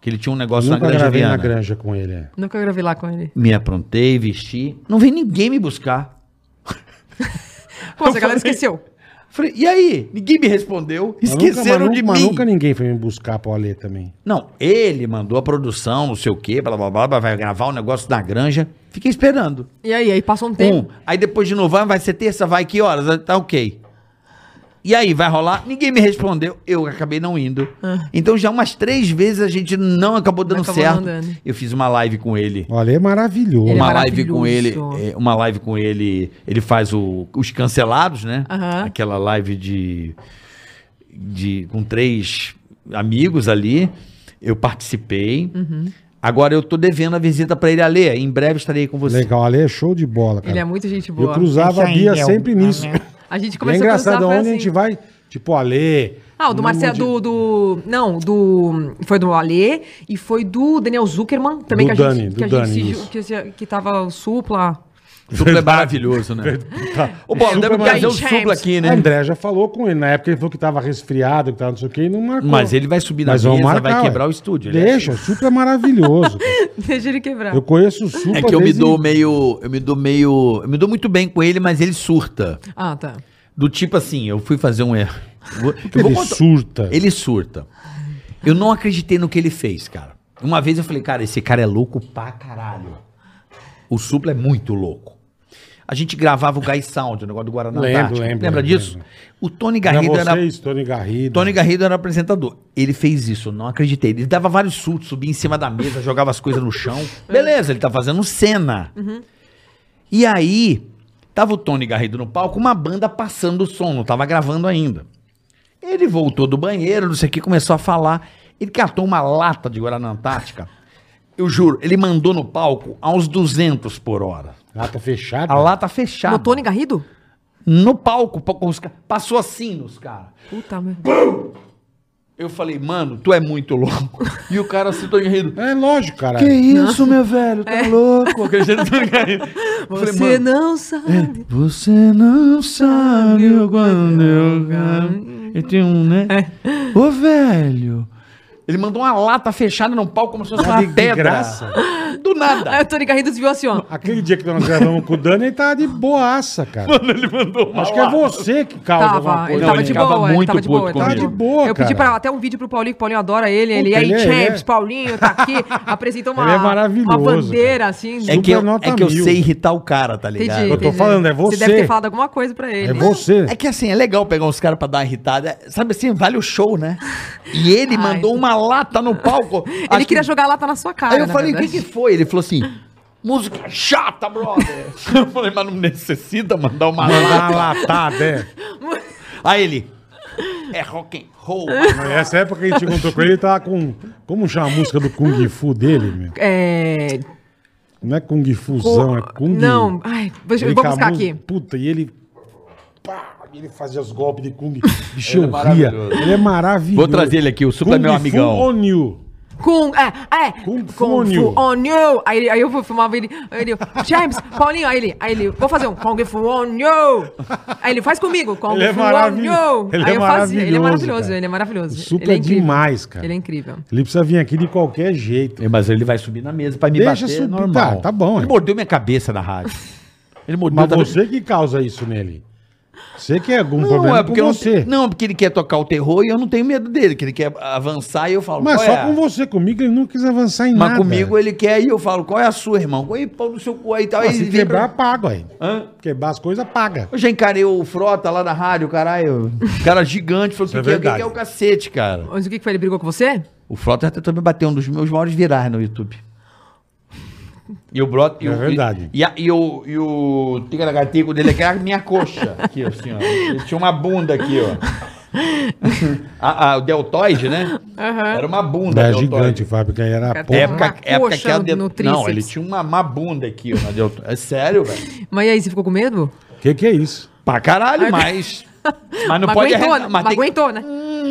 Speaker 2: Que ele tinha um negócio na
Speaker 3: Nunca
Speaker 2: Granja
Speaker 3: gravei
Speaker 2: Viana.
Speaker 3: na granja com ele. é.
Speaker 4: Nunca gravei lá com ele.
Speaker 2: Me aprontei, vesti. Não veio ninguém me buscar.
Speaker 4: Pô, essa
Speaker 2: Eu
Speaker 4: galera
Speaker 2: falei-
Speaker 4: esqueceu.
Speaker 2: Falei, e aí? Ninguém me respondeu.
Speaker 3: Mas nunca-
Speaker 2: Esqueceram
Speaker 3: mas
Speaker 2: de
Speaker 3: nunca- mas
Speaker 2: mim.
Speaker 3: nunca ninguém foi me buscar pra ler também.
Speaker 2: Não, ele mandou a produção, não sei o quê, blá blá blá, blá, vai gravar o negócio na granja. Fiquei esperando.
Speaker 4: E aí, aí passou um
Speaker 2: Um.
Speaker 4: tempo.
Speaker 2: Aí depois de novo, ah, vai ser terça, vai que horas? Ah, Tá ok. E aí, vai rolar? Ninguém me respondeu. Eu acabei não indo. Então já umas três vezes a gente não acabou dando
Speaker 4: Ah. Acabou
Speaker 2: certo.
Speaker 4: não dando.
Speaker 2: Eu fiz uma live com ele.
Speaker 3: Olha, é maravilhoso.
Speaker 4: Ele é
Speaker 2: uma live com ele,
Speaker 4: maravilhoso.
Speaker 2: é, uma live com ele, ele faz o- os cancelados, né?
Speaker 4: Aham.
Speaker 2: Aquela live de, de com três amigos ali, eu participei.
Speaker 4: Uhum.
Speaker 2: Agora eu tô devendo a visita pra ele Alê, em breve estarei com você.
Speaker 3: Legal, Ale é show de bola, cara.
Speaker 4: Ele é muito gente
Speaker 3: Eu
Speaker 4: boa.
Speaker 3: cruzava a
Speaker 1: Isso aí,
Speaker 3: Bia
Speaker 2: é
Speaker 1: meu.
Speaker 3: sempre nisso.
Speaker 4: A
Speaker 3: <laughs>
Speaker 4: gente
Speaker 3: E é
Speaker 4: começou a
Speaker 3: engraçado,
Speaker 4: cruzar,
Speaker 3: onde
Speaker 4: foi
Speaker 2: assim.
Speaker 4: assim.
Speaker 3: a gente vai, tipo, Ale...
Speaker 4: Ah, o do
Speaker 3: um
Speaker 4: Marcelo,
Speaker 3: monte
Speaker 4: do, do- Não, do. Foi do Alê e foi do Daniel Zuckerman também,
Speaker 3: Do
Speaker 4: que a
Speaker 3: Dani,
Speaker 4: gente. que, a
Speaker 3: do
Speaker 4: gente
Speaker 3: Dani,
Speaker 4: se,
Speaker 3: isso.
Speaker 4: que, se- que tava o supla. <laughs>
Speaker 2: O Supla é maravilhoso, né?
Speaker 3: Tá.
Speaker 2: Ô,
Speaker 3: é
Speaker 2: Paulo, deve
Speaker 4: Superman.
Speaker 2: trazer o
Speaker 4: James.
Speaker 2: Supla aqui,
Speaker 3: O
Speaker 2: né?
Speaker 3: André já falou com ele. Na época ele falou que tava resfriado, que tava não sei o quê, e não marcou.
Speaker 2: Mas ele vai subir na
Speaker 3: Mas
Speaker 2: mesa,
Speaker 3: vamos marcar,
Speaker 2: vai quebrar
Speaker 3: ué.
Speaker 2: o estúdio. ele é
Speaker 3: Deixa, o Supla é
Speaker 2: <laughs>
Speaker 3: maravilhoso. cara.
Speaker 4: Deixa ele quebrar.
Speaker 3: Eu conheço o Supla
Speaker 2: É que eu me
Speaker 3: desde-
Speaker 2: dou meio. Eu me dou meio. Eu me dou muito bem com ele, mas ele surta.
Speaker 4: Ah, tá.
Speaker 2: Do tipo assim, eu fui fazer um erro. Vou- eu vou
Speaker 3: Ele
Speaker 2: contar-
Speaker 3: surta.
Speaker 2: Ele surta. Eu não acreditei no que ele fez, cara. Uma vez eu falei, cara, esse cara é louco pra caralho. O Supla é muito louco. A gente gravava o Guy Sound, o negócio do Guaraná.
Speaker 3: Lembro,
Speaker 2: Antártico.
Speaker 3: lembro,
Speaker 2: Lembra
Speaker 3: lembro.
Speaker 2: disso? O Tony
Speaker 3: Era
Speaker 2: Garrido era
Speaker 3: vocês, Tony Garrido.
Speaker 2: né? Tony Garrido era apresentador. Ele fez isso, eu não acreditei. Ele dava vários surtos, subia em cima da mesa, jogava as coisas no chão. Beleza, ele tá fazendo cena. E aí, tava o Tony Garrido no palco, uma banda passando o som, não tava gravando ainda. Ele voltou do banheiro, não sei o que, começou a falar. Ele catou uma lata de Guaraná Antártica. Eu juro, ele mandou no palco a uns 200 por hora.
Speaker 3: Lata fechada.
Speaker 2: A lata fechada.
Speaker 3: Ah.
Speaker 4: O Tony Garrido?
Speaker 2: No palco, com os ca- passou assim nos caras.
Speaker 4: Puta merda.
Speaker 2: Eu falei, mano, tu é muito louco. E o cara se Tony rindo.
Speaker 3: É lógico, cara.
Speaker 2: Que isso, meu velho? Tá louco? Acreditando no Rindo. Eu falei,
Speaker 4: É. Você
Speaker 2: mano,
Speaker 4: não sabe.
Speaker 2: Você não sabe o quando eu quero. E tem um, né?
Speaker 4: É.
Speaker 2: Ô, velho. Ele mandou uma lata fechada no palco como se fosse
Speaker 3: Ah,
Speaker 2: uma
Speaker 3: de- de
Speaker 2: pedra.
Speaker 3: graça.
Speaker 2: Do
Speaker 4: Aí
Speaker 2: nada.
Speaker 4: <laughs> o Tony Garrido desviou assim, ó.
Speaker 3: Aquele dia que nós gravamos com o Dani, ele tava de boaça, cara. Mano, ele mandou
Speaker 2: uma
Speaker 3: Acho que é você que causa alguma
Speaker 4: Tava,
Speaker 3: coisa.
Speaker 4: ele
Speaker 2: Não,
Speaker 4: tava
Speaker 2: ele
Speaker 4: de
Speaker 2: ficava
Speaker 4: boa, ele
Speaker 2: muito
Speaker 4: tava de
Speaker 2: puto
Speaker 4: boa. ele Tava de
Speaker 3: comigo.
Speaker 4: boa. Eu
Speaker 3: Tava de boa,
Speaker 4: pedi
Speaker 3: cara.
Speaker 4: pra até um vídeo pro Paulinho, que o Paulinho adora ele. Ele, e
Speaker 3: Puta,
Speaker 4: aí,
Speaker 3: ele é-
Speaker 4: Champs,
Speaker 3: é.
Speaker 4: Paulinho, tá
Speaker 3: <laughs>
Speaker 4: aqui. Apresentou uma,
Speaker 3: Ele é maravilhoso,
Speaker 4: uma bandeira, assim.
Speaker 2: É que, eu,
Speaker 3: Super nota
Speaker 2: é que eu
Speaker 3: mil.
Speaker 2: sei irritar o cara, tá
Speaker 4: Entendi,
Speaker 2: ligado?
Speaker 3: Eu tô
Speaker 4: entendi.
Speaker 3: falando, é
Speaker 4: Você deve
Speaker 3: você.
Speaker 4: ter falado alguma coisa pra ele.
Speaker 3: É você.
Speaker 2: É que assim, é legal pegar uns caras pra dar uma irritada. Sabe assim, vale o show, né? E ele
Speaker 4: Ai,
Speaker 2: mandou
Speaker 4: tu-
Speaker 2: uma lata no palco.
Speaker 4: Ele
Speaker 2: Acho
Speaker 4: queria
Speaker 2: que-
Speaker 4: jogar lata na sua cara.
Speaker 2: Aí eu
Speaker 4: na
Speaker 2: falei, o que,
Speaker 4: verdade.
Speaker 2: que foi? Ele falou assim, música chata, brother. <laughs> eu falei, mas não necessita mandar uma
Speaker 3: Mandar
Speaker 2: lata.
Speaker 3: uma latada, é.
Speaker 2: Aí ele, é rock and roll. mano."
Speaker 3: Mas Essa época que a gente encontrou com ele, ele tava com... Como chama a música do Kung Fu dele, meu?
Speaker 4: É.
Speaker 3: Não é Kung Fusão, é Kung...
Speaker 4: Não, ai, deixa- eu
Speaker 3: Ele
Speaker 4: vou
Speaker 3: com a
Speaker 4: buscar
Speaker 3: música-
Speaker 4: aqui.
Speaker 3: Puta, e ele... Pá, ele fazia os golpes de Kung... Bicho, eu ria.
Speaker 2: maravilhoso.
Speaker 3: Ele é maravilhoso.
Speaker 2: Vou trazer ele aqui, o Supla é meu amigão.
Speaker 3: Kung Fu on you.
Speaker 4: Kung, é, é.
Speaker 3: Kung Fu
Speaker 4: Kung
Speaker 3: on you.
Speaker 4: on you. Aí, ele- aí eu filmava ele, aí ele, James, Paulinho, aí ele, aí ele, vou fazer um Kung Fu on you. Aí ele, faz comigo, Kung
Speaker 3: Ele é
Speaker 4: Fu
Speaker 3: maravilhoso.
Speaker 4: on you.
Speaker 3: Ele
Speaker 4: aí
Speaker 3: é
Speaker 4: eu fazia, ele
Speaker 3: maravilhoso,
Speaker 4: é maravilhoso,
Speaker 3: cara.
Speaker 4: ele é maravilhoso.
Speaker 3: O Supla
Speaker 4: ele
Speaker 3: é
Speaker 4: incrível.
Speaker 3: demais, cara.
Speaker 4: Ele é incrível.
Speaker 3: Ele precisa vir aqui de qualquer jeito.
Speaker 2: Mas ele vai subir na mesa pra me
Speaker 3: Deixa
Speaker 2: bater,
Speaker 3: subir,
Speaker 2: normal.
Speaker 3: tá, tá bom,
Speaker 2: Ele
Speaker 3: é.
Speaker 2: mordeu minha cabeça na rádio. Ele mordeu
Speaker 3: Mas
Speaker 2: da-
Speaker 3: você que causa isso nele. Você que é algum
Speaker 2: Não,
Speaker 3: problema
Speaker 2: é porque eu
Speaker 3: com
Speaker 2: não,
Speaker 3: você.
Speaker 2: não, porque ele quer tocar o terror e eu não tenho medo dele, que ele quer avançar e eu falo,
Speaker 3: Mas
Speaker 2: "Qual
Speaker 3: só
Speaker 2: é?"
Speaker 3: com você, comigo ele não quis avançar em
Speaker 2: Mas
Speaker 3: nada.
Speaker 2: comigo ele quer e eu falo, qual é a sua, irmão? Oi, pau no seu cu aí e tal.
Speaker 3: Ah,
Speaker 2: Aí
Speaker 3: se
Speaker 2: ele vem pra-
Speaker 3: quebrar, paga, aí.
Speaker 2: Hã?
Speaker 3: Quebrar as coisas, paga.
Speaker 2: Eu já encarei o Frota lá na rádio, caralho. O cara gigante falou que,
Speaker 3: Isso é
Speaker 2: que, é- que
Speaker 3: verdade.
Speaker 2: é o cacete, cara.
Speaker 4: Mas o que que foi? Ele brigou com você?
Speaker 2: O Frota tentou me bater um dos meus maiores virais no YouTube. E o Brota. e
Speaker 3: É
Speaker 2: o-
Speaker 3: verdade.
Speaker 2: E, a- e o, e o tigaragatico dele aqui era a minha coxa. Aqui, assim, ó. Ele tinha uma bunda aqui, ó.
Speaker 3: <laughs>
Speaker 2: A- a- o deltoide, né? Era uma bunda.
Speaker 3: É
Speaker 2: deltoide.
Speaker 3: gigante, Fábio, que aí era a
Speaker 4: Cara,
Speaker 3: porra.
Speaker 4: é-
Speaker 2: Época,
Speaker 4: Uma
Speaker 2: época
Speaker 4: coxa
Speaker 2: que ela de...
Speaker 4: no
Speaker 2: Não,
Speaker 4: tríceps.
Speaker 2: ele tinha uma, uma bunda aqui, ó. na deltoide. É sério, velho.
Speaker 4: Mas e aí, você ficou com medo?
Speaker 3: Que que é isso?
Speaker 2: Pra caralho,
Speaker 4: <laughs>
Speaker 2: mas. Mas não
Speaker 4: mas
Speaker 2: pode
Speaker 4: aguentou,
Speaker 2: arre-
Speaker 4: né?
Speaker 2: mas tem
Speaker 4: Mas
Speaker 2: que- Hum.
Speaker 4: aguentou, né?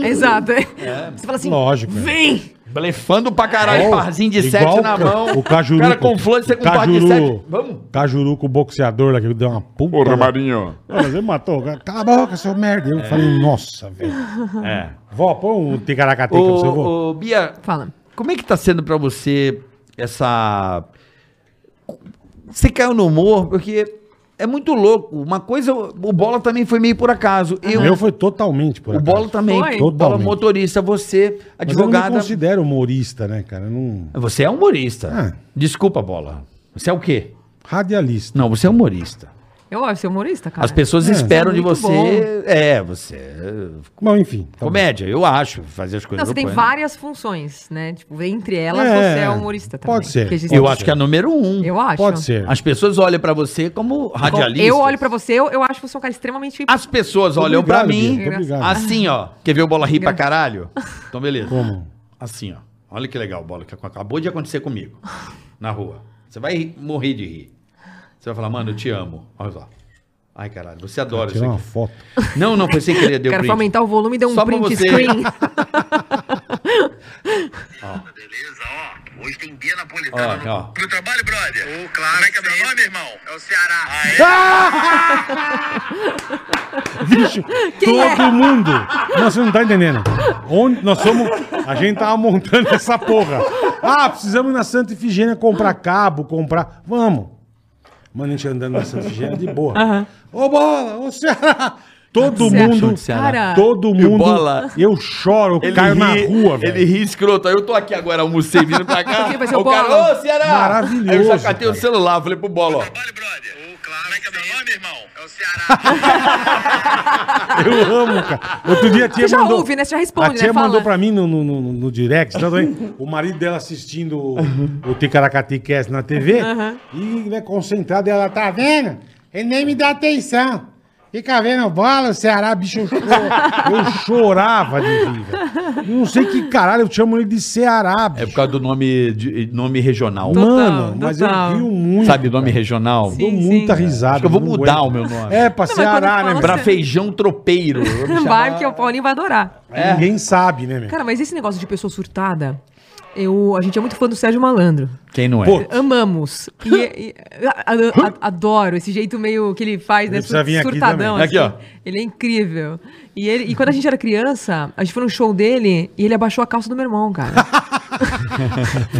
Speaker 4: Exato. Você fala assim,
Speaker 3: Lógico, é.
Speaker 4: vem!
Speaker 2: Blefando pra caralho,
Speaker 3: Igual-
Speaker 2: parzinho de
Speaker 3: igual
Speaker 2: sete
Speaker 3: o
Speaker 2: na
Speaker 3: ca-
Speaker 2: mão.
Speaker 3: O Cajuru.
Speaker 2: cara com flor, você com par de sete. Vamos.
Speaker 3: Vamos? Cajuru com o boxeador lá que deu uma puta.
Speaker 1: Porra, Marinho.
Speaker 3: Olha, Você matou. o cara. Cala a boca, seu merda. Eu falei, nossa, velho.
Speaker 2: É.
Speaker 3: Vó, põe um ticaracateca pra você, vó.
Speaker 2: Ô, ô, Bia,
Speaker 4: Fala.
Speaker 2: como é que tá sendo pra você essa... Você caiu no humor, porque é muito louco. Uma coisa, o Bola também foi meio por acaso. Eu,
Speaker 3: Eu, foi totalmente por
Speaker 2: o tá
Speaker 3: acaso.
Speaker 2: Bola também.
Speaker 4: Foi.
Speaker 2: O Bola
Speaker 3: Ah, Totalmente.
Speaker 2: motorista, você,
Speaker 3: Mas eu não me
Speaker 2: advogada.
Speaker 3: considero humorista, né, cara? Eu não...
Speaker 2: Você é humorista.
Speaker 3: Ah.
Speaker 2: Desculpa, Bola. Você é o quê?
Speaker 3: Radialista.
Speaker 2: Não, você é humorista.
Speaker 4: Eu acho, você é humorista, cara.
Speaker 2: As pessoas
Speaker 3: é,
Speaker 2: esperam de
Speaker 4: muito
Speaker 2: você.
Speaker 4: bom.
Speaker 2: É, você. é
Speaker 3: Bom, enfim. tá
Speaker 2: Comédia, eu acho. Fazer as coisas.
Speaker 4: Não, você
Speaker 2: eu
Speaker 4: tem
Speaker 2: ponho.
Speaker 4: várias funções, né? Tipo, entre elas,
Speaker 3: É,
Speaker 4: você é humorista também.
Speaker 3: pode ser.
Speaker 4: Porque existe-
Speaker 2: Eu acho que é a número um.
Speaker 4: Eu acho.
Speaker 3: bom. Pode ser.
Speaker 2: As pessoas olham pra você como radialista.
Speaker 4: Eu olho pra você, eu, eu acho que você é um cara extremamente...
Speaker 3: Ah,
Speaker 2: As pessoas olham pra
Speaker 3: Obrigado,
Speaker 2: mim
Speaker 3: Bia, Obrigado.
Speaker 2: assim, ó. Quer ver o bola rir pra caralho? Então, beleza.
Speaker 3: Como?
Speaker 2: Assim, ó. Olha que legal, bola, que acabou de acontecer comigo. Na rua. Você vai rir- morrer de rir. Você vai falar, mano, eu te amo. Olha lá. Ai, caralho, você adora isso
Speaker 3: Tirar uma
Speaker 2: aqui.
Speaker 3: foto.
Speaker 2: Não, não, foi sem querer, deu
Speaker 4: Cara,
Speaker 2: print.
Speaker 4: pra aumentar o volume, deu um
Speaker 2: Só <laughs> pra
Speaker 4: print
Speaker 2: você.
Speaker 4: screen.
Speaker 6: Beleza, ó. Hoje tem Bia Napolitana
Speaker 2: Ó,
Speaker 6: no,
Speaker 2: ó.
Speaker 6: no trabalho, brother. Ô, claro. Como é que é meu nome, irmão? É o Ceará. Ah, é?
Speaker 2: <laughs>
Speaker 3: Bicho, todo
Speaker 2: é?
Speaker 3: mundo. Nossa, você não tá entendendo. Onde nós somos. A gente tava montando essa porra. Ah, precisamos ir na Santa Ifigênia comprar cabo, comprar. Vamos. Mano, a gente tá andando na Santa Ifigênia de boa. Ô, bola, ô Ceará. Todo
Speaker 4: Você
Speaker 3: mundo.
Speaker 2: achou do Ceará?
Speaker 4: Cara.
Speaker 3: Todo
Speaker 2: E o
Speaker 3: mundo.
Speaker 2: Bola?
Speaker 3: Eu choro, eu caio na rua,
Speaker 2: Ele
Speaker 3: velho.
Speaker 2: ri escroto. Aí eu tô aqui agora, almocei, vindo pra cá.
Speaker 4: <laughs> Aqui vai ser
Speaker 2: o
Speaker 4: o
Speaker 2: cara,
Speaker 4: Bola.
Speaker 2: ô, Ceará!
Speaker 3: Maravilhoso,
Speaker 2: Aí eu já catei o
Speaker 3: cara.
Speaker 2: celular, falei pro Bola, ó.
Speaker 6: Trabalho, brother. Ô, claro. Como é que é meu nome, irmão? É o Ceará.
Speaker 3: Eu amo, cara. Outro dia a tia
Speaker 4: Você já
Speaker 3: mandou,
Speaker 4: ouve, né? Você já responde,
Speaker 3: A tia
Speaker 4: né? Fala.
Speaker 3: mandou pra mim no, no, no, no direct, tá doendo? o marido dela assistindo o- o Ticaracati Cast na TV e né, concentrada, ela tá vendo? Ele nem me dá atenção. Fica vendo bola, o Ceará, bicho, eu, choro- eu chorava de rir, velho. Não sei que caralho, eu chamo ele de Ceará,
Speaker 2: É por
Speaker 3: bicho.
Speaker 2: causa do nome, de- nome regional.
Speaker 4: Total,
Speaker 3: Mano, mas eu
Speaker 4: total.
Speaker 3: rio muito.
Speaker 2: Sabe o nome regional?
Speaker 4: Sim.
Speaker 3: Dou muita risada.
Speaker 2: Acho que eu vou
Speaker 3: não
Speaker 2: mudar
Speaker 3: aguento.
Speaker 2: o meu nome.
Speaker 3: É, pra
Speaker 4: Não, mas
Speaker 3: Ceará,
Speaker 4: quando
Speaker 3: né?
Speaker 4: fala
Speaker 2: Pra
Speaker 3: Pra...
Speaker 4: Você-
Speaker 2: feijão tropeiro. Eu vou me chamar-
Speaker 4: <laughs> Vai, que o Paulinho vai adorar.
Speaker 3: Ninguém sabe, né, meu?
Speaker 4: Cara, mas esse negócio de pessoa surtada, eu, a gente é muito fã do Sérgio Malandro.
Speaker 2: Quem não é?
Speaker 3: Pô,
Speaker 4: Amamos. E, e- a- a- a- adoro esse jeito meio que ele faz,
Speaker 3: Ele
Speaker 4: né?
Speaker 3: precisa
Speaker 4: Sur,
Speaker 3: vir aqui
Speaker 4: surtadão.
Speaker 2: também. Aqui,
Speaker 4: assim.
Speaker 2: ó.
Speaker 4: Ele é incrível. E, ele, e quando a gente era criança, a gente foi num show dele e ele abaixou a calça do meu irmão, cara.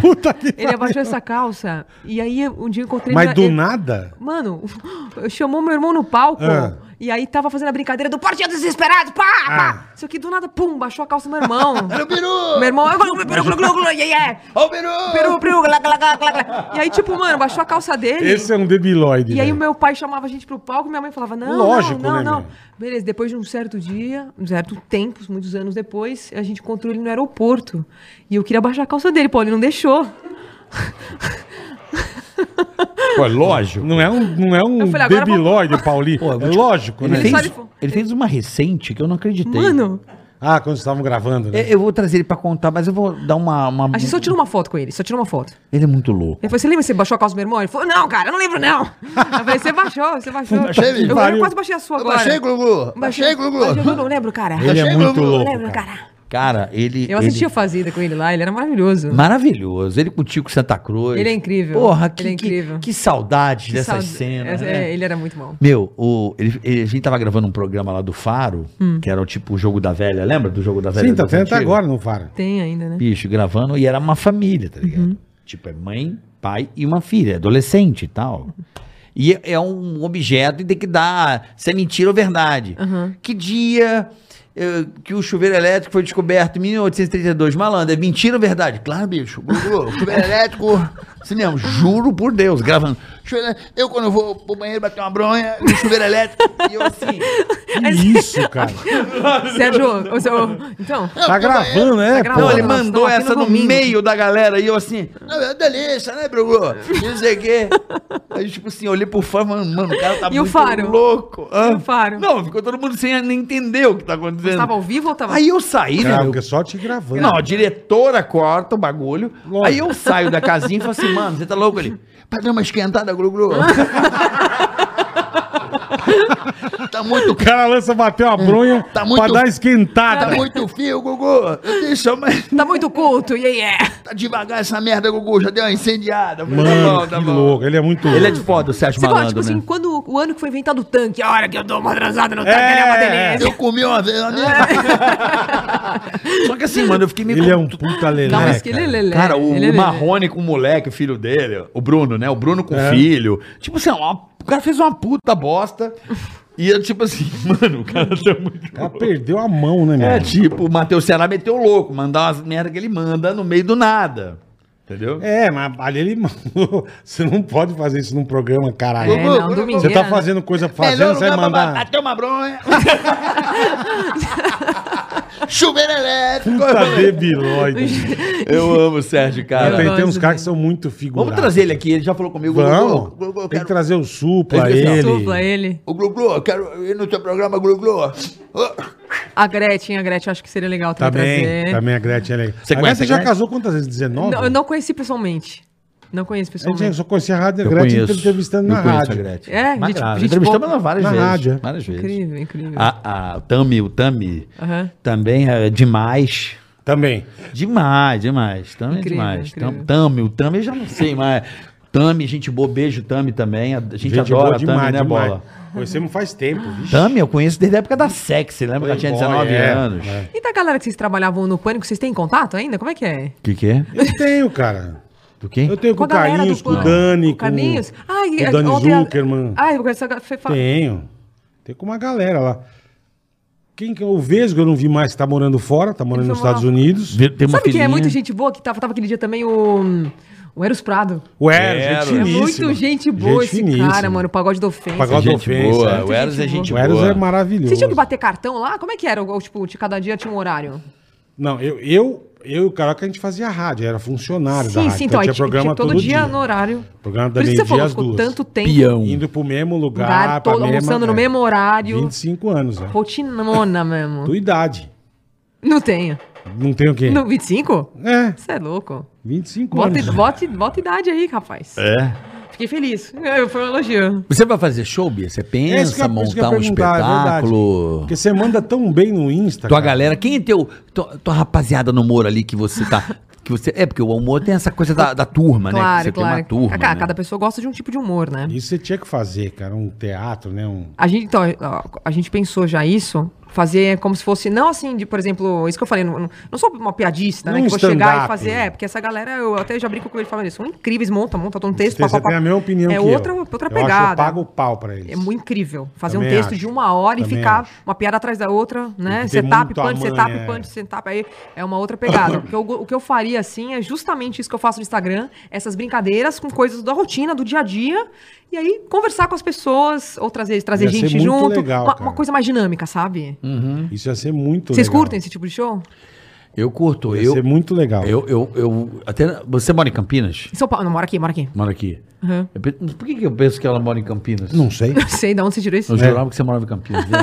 Speaker 3: puta que.
Speaker 4: Ele abaixou essa calça. E aí um dia eu encontrei.
Speaker 3: Mas
Speaker 4: na-
Speaker 3: do
Speaker 4: ele-
Speaker 3: nada?
Speaker 4: Mano, <laughs> chamou meu irmão no palco.
Speaker 3: Ah.
Speaker 4: E aí tava fazendo a brincadeira do Partido Desesperado, pá, pá. Isso aqui do nada, pum, baixou a calça do
Speaker 3: <laughs>
Speaker 4: meu irmão. Era o peru! Meu irmão, glu, glu, glu, glu, glu, glu, yeah, yeah.
Speaker 2: Ó o peru!
Speaker 4: peru, peru, glá, glá, glá, glá, glá. E aí, tipo, mano, baixou a calça dele.
Speaker 3: Esse é um debilóide.
Speaker 4: E aí
Speaker 3: velho.
Speaker 4: o meu pai chamava a gente pro palco, minha mãe falava, não,
Speaker 3: Lógico,
Speaker 4: não, não,
Speaker 3: né,
Speaker 4: não.
Speaker 3: meu?
Speaker 4: Beleza, depois de um certo dia, um certo tempo, muitos anos depois, a gente encontrou ele no aeroporto. E eu queria baixar a calça dele, pô, ele não deixou. <laughs>
Speaker 2: Pô, é lógico.
Speaker 3: Não é um, não é um
Speaker 4: Eu falei, agora
Speaker 3: debilóide, Paulinho. é lógico,
Speaker 2: Ele
Speaker 3: né?
Speaker 2: fez,
Speaker 4: Só ele fo-
Speaker 2: ele fez uma recente que eu não acreditei.
Speaker 4: Mano,
Speaker 3: Ah, quando vocês estavam gravando,
Speaker 2: Eu,
Speaker 3: né?
Speaker 2: eu vou trazer ele pra contar, mas eu vou dar uma. uma-
Speaker 4: a gente só tirou uma foto com ele, só tirou uma foto.
Speaker 2: Ele é muito louco.
Speaker 4: Ele falou, você lembra que você baixou a calça do meu irmão? Ele falou, não, cara, eu não lembro, não. Eu falei, você baixou, você baixou.
Speaker 3: que
Speaker 4: eu,
Speaker 3: pariu.
Speaker 4: eu quase baixei a sua agora. Baixei, Glugu. Baixei, Glugu. eu não lembro, cara.
Speaker 3: Ele é muito louco,
Speaker 4: lembro,
Speaker 3: cara.
Speaker 4: cara.
Speaker 2: Cara, ele.
Speaker 4: Eu assisti a
Speaker 2: ele...
Speaker 4: Fazenda com ele lá, ele era maravilhoso.
Speaker 2: Maravilhoso. Ele com o Tico Santa Cruz.
Speaker 4: Ele é incrível.
Speaker 2: Porra, que,
Speaker 4: Ele é
Speaker 2: que-
Speaker 4: incrível.
Speaker 2: que, saudade
Speaker 4: Que
Speaker 2: dessas
Speaker 4: saud-
Speaker 2: cenas.
Speaker 4: Essa-
Speaker 2: né?
Speaker 4: é, ele era muito bom.
Speaker 2: Meu, o, ele- ele- a gente tava gravando um programa lá do Faro,
Speaker 4: Hum.
Speaker 2: que era o tipo o Jogo da Velha. Lembra do Jogo da Velha?
Speaker 3: Sim, tá
Speaker 2: das
Speaker 3: tendo até
Speaker 2: antigas?
Speaker 3: agora, não para.
Speaker 4: <laughs> Tem ainda, né?
Speaker 2: bicho, gravando, e era uma família, tá ligado? Tipo, é mãe, pai e uma filha, adolescente e tal. E é- é um objeto e tem que dar se é mentira ou verdade. Que dia eh, que o chuveiro elétrico foi descoberto em 1832? Malandro, é mentira ou verdade? Claro, bicho. Gugu, chuveiro elétrico. Assim mesmo, juro por Deus, gravando. Chuveiro elétrico, Eu, quando eu vou pro banheiro bater uma bronha, no chuveiro elétrico, e eu assim.
Speaker 3: Que isso, cara.
Speaker 4: Sérgio, o seu- então,
Speaker 3: Tá gravando, é,
Speaker 4: Tá
Speaker 2: Não,
Speaker 4: Pô,
Speaker 2: ele
Speaker 4: nós
Speaker 2: mandou
Speaker 4: estamos aqui
Speaker 2: essa
Speaker 4: no
Speaker 2: no,
Speaker 4: domingo.
Speaker 2: meio da galera e eu assim, não, é delícia, né, Bruno?
Speaker 4: É.
Speaker 2: Não sei o quê. Aí, tipo assim, eu olhei pro fã, mano, mano, o cara tá
Speaker 4: <laughs> E o
Speaker 2: muito
Speaker 4: faro?
Speaker 2: louco. hã?
Speaker 4: E o faro?
Speaker 2: Não, ficou todo mundo sem nem entender o que tá acontecendo.
Speaker 4: tava ao vivo ou tava...
Speaker 2: Aí eu saí, né?
Speaker 3: Cara,
Speaker 2: eu-
Speaker 3: porque só te gravando.
Speaker 2: Não, a diretora corta o bagulho.
Speaker 3: Lógico.
Speaker 2: Aí eu saio da casinha e falo assim, mano, você tá louco
Speaker 4: <laughs>
Speaker 2: ali? Pra dar uma esquentada, Gru Gru. tá Tá muito
Speaker 3: O cara lança, bateu a bronha
Speaker 2: Tá muito-
Speaker 3: pra dar esquentada.
Speaker 2: Tá muito fio, Gugu. Deixa, mas
Speaker 4: Tá muito culto, e aí é.
Speaker 2: tá devagar essa merda, Gugu. Já deu uma incendiada. tá
Speaker 3: Mano, que louco. Ele é muito
Speaker 2: Ele é de foda, o Sérgio
Speaker 4: Você fala, tipo
Speaker 2: Malandro,
Speaker 4: assim,
Speaker 2: né?
Speaker 4: quando o ano que foi inventado o tanque, a hora que eu dou uma transada no tanque,
Speaker 3: É,
Speaker 4: ele é uma
Speaker 3: é.
Speaker 4: delícia.
Speaker 2: Eu comi uma vez, né?
Speaker 4: <laughs>
Speaker 2: Só que assim, mano, eu fiquei me
Speaker 3: Ele é um puta
Speaker 4: Dá uma
Speaker 3: lelé.
Speaker 4: esquina, ele é
Speaker 2: <laughs>
Speaker 4: lelé,
Speaker 2: Cara, o,
Speaker 4: ele é
Speaker 2: o
Speaker 4: lelé.
Speaker 2: Marrone com o moleque, o filho dele, o Bruno, né? O Bruno com o
Speaker 3: É.
Speaker 2: filho. Tipo assim, uma- o cara fez uma puta bosta. E eu, tipo assim, <laughs> mano, o cara tá muito.
Speaker 3: Ela perdeu a mão, né,
Speaker 2: <laughs>
Speaker 3: meu?
Speaker 2: É tipo, o Matheus Ceará meteu o louco, mandar umas merda que ele manda no meio do nada. Entendeu?
Speaker 3: É, mas ali ele <laughs> mandou. Você não pode fazer isso num programa, caralho.
Speaker 4: É, não, domingueira,
Speaker 3: Você tá
Speaker 4: né?
Speaker 3: fazendo coisa pra fazer, você vai mandar.
Speaker 2: bater uma bronha. <laughs> Chuveiro elétrico.
Speaker 4: <laughs>
Speaker 3: Puta debilóide.
Speaker 2: Eu amo o Sérgio, cara.
Speaker 4: Eu
Speaker 3: Tem, tem
Speaker 4: gosto
Speaker 3: uns caras
Speaker 4: dele.
Speaker 3: que são muito figurados.
Speaker 2: Vamos trazer ele aqui, ele já falou comigo.
Speaker 3: Vamos.
Speaker 2: Gugu, Gugu, eu
Speaker 3: Tem que
Speaker 2: quero-
Speaker 3: trazer o supla,
Speaker 2: Tem que trazer
Speaker 3: ele.
Speaker 4: Supla ele.
Speaker 2: Ô, Glu-Glu, eu quero ir no teu programa, Glu-Glu.
Speaker 4: A Gretchen, a Gretchen, eu acho que seria legal
Speaker 3: Tá
Speaker 4: também
Speaker 3: Também,
Speaker 4: trazer.
Speaker 3: também a Gretchen é legal.
Speaker 2: Você
Speaker 3: a
Speaker 2: conhece
Speaker 3: Gretchen
Speaker 2: a
Speaker 3: já
Speaker 2: Gretchen?
Speaker 3: casou quantas vezes? 19?
Speaker 4: Não, eu não conheci pessoalmente. Não conheço
Speaker 3: A gente
Speaker 4: pessoalmente.
Speaker 3: só conhecia a rádio, a Gretchen entrevistando na rádio.
Speaker 4: É,
Speaker 2: É,
Speaker 4: gente-
Speaker 2: gente,
Speaker 4: gente
Speaker 2: entrevistamos
Speaker 4: boa.
Speaker 2: ela várias
Speaker 3: Na
Speaker 2: vezes.
Speaker 3: rádio, é.
Speaker 2: Várias vezes.
Speaker 4: Incrível, incrível.
Speaker 3: Ah.
Speaker 2: A, a Tami, o Tami,
Speaker 4: Aham.
Speaker 2: também é demais.
Speaker 3: Também.
Speaker 2: Demais, demais. Tami é
Speaker 4: Incrível,
Speaker 2: demais.
Speaker 4: incrível.
Speaker 2: Tam- Tami, o Tami eu já não sei, mas. Tami, gente boa, beijo, Tami também. A gente, adora a Tami, né, bola?
Speaker 3: Conhecemos faz tempo, vixe.
Speaker 2: Tami, eu conheço desde a época da sexy, lembra que ela tinha
Speaker 3: Playboy,
Speaker 2: 19
Speaker 3: é,
Speaker 2: anos. O
Speaker 3: é.
Speaker 4: E da galera que vocês trabalhavam no Pânico, vocês têm contato ainda? Como é que é?
Speaker 2: que, que é?
Speaker 3: Eu tenho, cara.
Speaker 2: Do quê?
Speaker 3: Eu tenho com o
Speaker 4: a galera
Speaker 3: Carlinhos,
Speaker 4: do
Speaker 3: com o
Speaker 4: Pânico?
Speaker 3: Dani,
Speaker 4: Com o Carlinhos? Ai,
Speaker 3: com o
Speaker 4: é,
Speaker 3: Dani
Speaker 4: ontem a-
Speaker 3: Zuckerman.
Speaker 4: Ai, eu essa foi fa-
Speaker 3: Tenho. Tem com uma galera lá. Quem que é o Vesgo? Eu não vi mais, tá morando fora, tá morando
Speaker 4: foi
Speaker 3: nos Estados
Speaker 4: morar-
Speaker 3: Unidos.
Speaker 2: Vê- Tem uma
Speaker 4: Sabe quem é
Speaker 2: filhinha.
Speaker 4: muito gente boa? Que tava, tava aquele dia também o, o Eros Prado.
Speaker 3: O Eros,
Speaker 2: Eros.
Speaker 3: gente
Speaker 4: É
Speaker 3: finíssima.
Speaker 4: muito gente boa esse cara, mano. O pagode da ofensa.
Speaker 3: Pagode-
Speaker 2: Gente
Speaker 3: Ofensa,
Speaker 2: boa.
Speaker 3: é.
Speaker 2: O Eros é
Speaker 4: Gente
Speaker 2: gente
Speaker 3: O
Speaker 2: boa.
Speaker 3: Eros é maravilhoso.
Speaker 4: Vocês tinham que bater cartão lá? Como é que era? Ou, tipo, de cada dia tinha um horário?
Speaker 3: Não, eu, eu, eu e o Caraca, a gente fazia rádio, era funcionário da
Speaker 4: Sim,
Speaker 3: rádio.
Speaker 4: sim, então, aí
Speaker 3: tinha
Speaker 4: tinha
Speaker 3: programa
Speaker 4: tinha todo dia no horário.
Speaker 3: Programa da
Speaker 4: Por isso que você
Speaker 3: meio-dia
Speaker 4: falou,
Speaker 3: às
Speaker 4: ficou
Speaker 3: duas.
Speaker 4: tanto tempo.
Speaker 2: Peão.
Speaker 3: Indo pro mesmo lugar,
Speaker 4: lugar,
Speaker 3: pra
Speaker 4: todo
Speaker 3: mesma-
Speaker 4: almoçando no
Speaker 3: é,
Speaker 4: mesmo horário.
Speaker 3: 25 anos, é.
Speaker 4: Rotinona mesmo.
Speaker 3: Tua idade.
Speaker 4: Não tenho.
Speaker 3: Não tem o quê?
Speaker 4: No 25?
Speaker 3: É,
Speaker 4: Você é louco.
Speaker 3: 25
Speaker 4: Bota,
Speaker 3: anos.
Speaker 4: bota, bota idade aí, rapaz.
Speaker 2: É.
Speaker 4: Fiquei feliz. Eu- Foi um elogio.
Speaker 2: Você vai fazer show, Bia? Você
Speaker 3: É isso que
Speaker 2: pensa,
Speaker 3: eu- isso que
Speaker 2: montar
Speaker 3: eu ia
Speaker 2: um
Speaker 3: perguntar, é verdade.
Speaker 2: espetáculo?
Speaker 3: Porque você manda tão bem no Insta,
Speaker 2: Tua
Speaker 3: cara.
Speaker 2: galera, quem é teu. Tua, tua rapaziada no humor ali que você tá. Que você, é, porque o humor tem essa coisa da, da turma, né? Que
Speaker 4: claro,
Speaker 2: Você
Speaker 4: claro.
Speaker 2: tem uma turma.
Speaker 4: Ca-
Speaker 2: né?
Speaker 4: Cada pessoa gosta de um tipo de humor, né?
Speaker 3: Isso você tinha que fazer, cara. Um teatro, né? Um...
Speaker 4: A gente, então, a- a gente pensou já isso, fazer como se fosse, não assim, de, por exemplo, isso que eu falei, não, não sou uma piadista, né?
Speaker 3: Não
Speaker 4: Que vou chegar
Speaker 3: Um stand-up.
Speaker 4: e fazer, é, porque essa galera, eu até já brinco com ele falando isso, são incríveis, monta, monta, todo um texto,
Speaker 3: Você
Speaker 4: pá, pá,
Speaker 3: tem
Speaker 4: pá.
Speaker 3: a mesma opinião
Speaker 4: É
Speaker 3: que
Speaker 4: outra,
Speaker 3: eu. Eu
Speaker 4: outra
Speaker 3: acho que eu
Speaker 4: pegada.
Speaker 3: pago o pau pra eles.
Speaker 4: É muito incrível. Fazer
Speaker 3: Também
Speaker 4: um texto
Speaker 3: acho.
Speaker 4: de uma hora e
Speaker 3: Também
Speaker 4: ficar
Speaker 3: acho.
Speaker 4: uma piada atrás da outra, né?
Speaker 3: que ter
Speaker 4: Setup,
Speaker 3: muito
Speaker 4: punch,
Speaker 3: amanhã,
Speaker 4: setup,
Speaker 3: é.
Speaker 4: punch, setup. Aí é uma outra pegada. o, que eu, o que eu faria assim é justamente isso que eu faço no Instagram, essas brincadeiras com coisas da rotina, do dia a dia. E aí conversar com as pessoas, outras vezes trazer
Speaker 3: Ia ser
Speaker 4: gente
Speaker 3: muito
Speaker 4: junto.
Speaker 3: legal,
Speaker 4: uma,
Speaker 3: cara.
Speaker 4: uma coisa mais dinâmica, sabe?
Speaker 2: Hum.
Speaker 3: Isso ia ser muito
Speaker 4: Vocês
Speaker 3: legal.
Speaker 4: curtem esse tipo de show?
Speaker 2: Eu curto.
Speaker 3: Ia
Speaker 2: Eu,
Speaker 3: ser muito legal.
Speaker 2: eu, eu, eu- Até. Você mora em Campinas?
Speaker 4: Em São Paulo. Não, mora aqui, mora aqui.
Speaker 2: Mora aqui.
Speaker 4: Uhum.
Speaker 2: Eu pe- Por que, que eu penso que ela mora em Campinas?
Speaker 3: Não sei.
Speaker 4: Não sei de onde você tirou isso.
Speaker 2: Eu jurava que você morava em Campinas.
Speaker 4: <laughs>
Speaker 2: viu?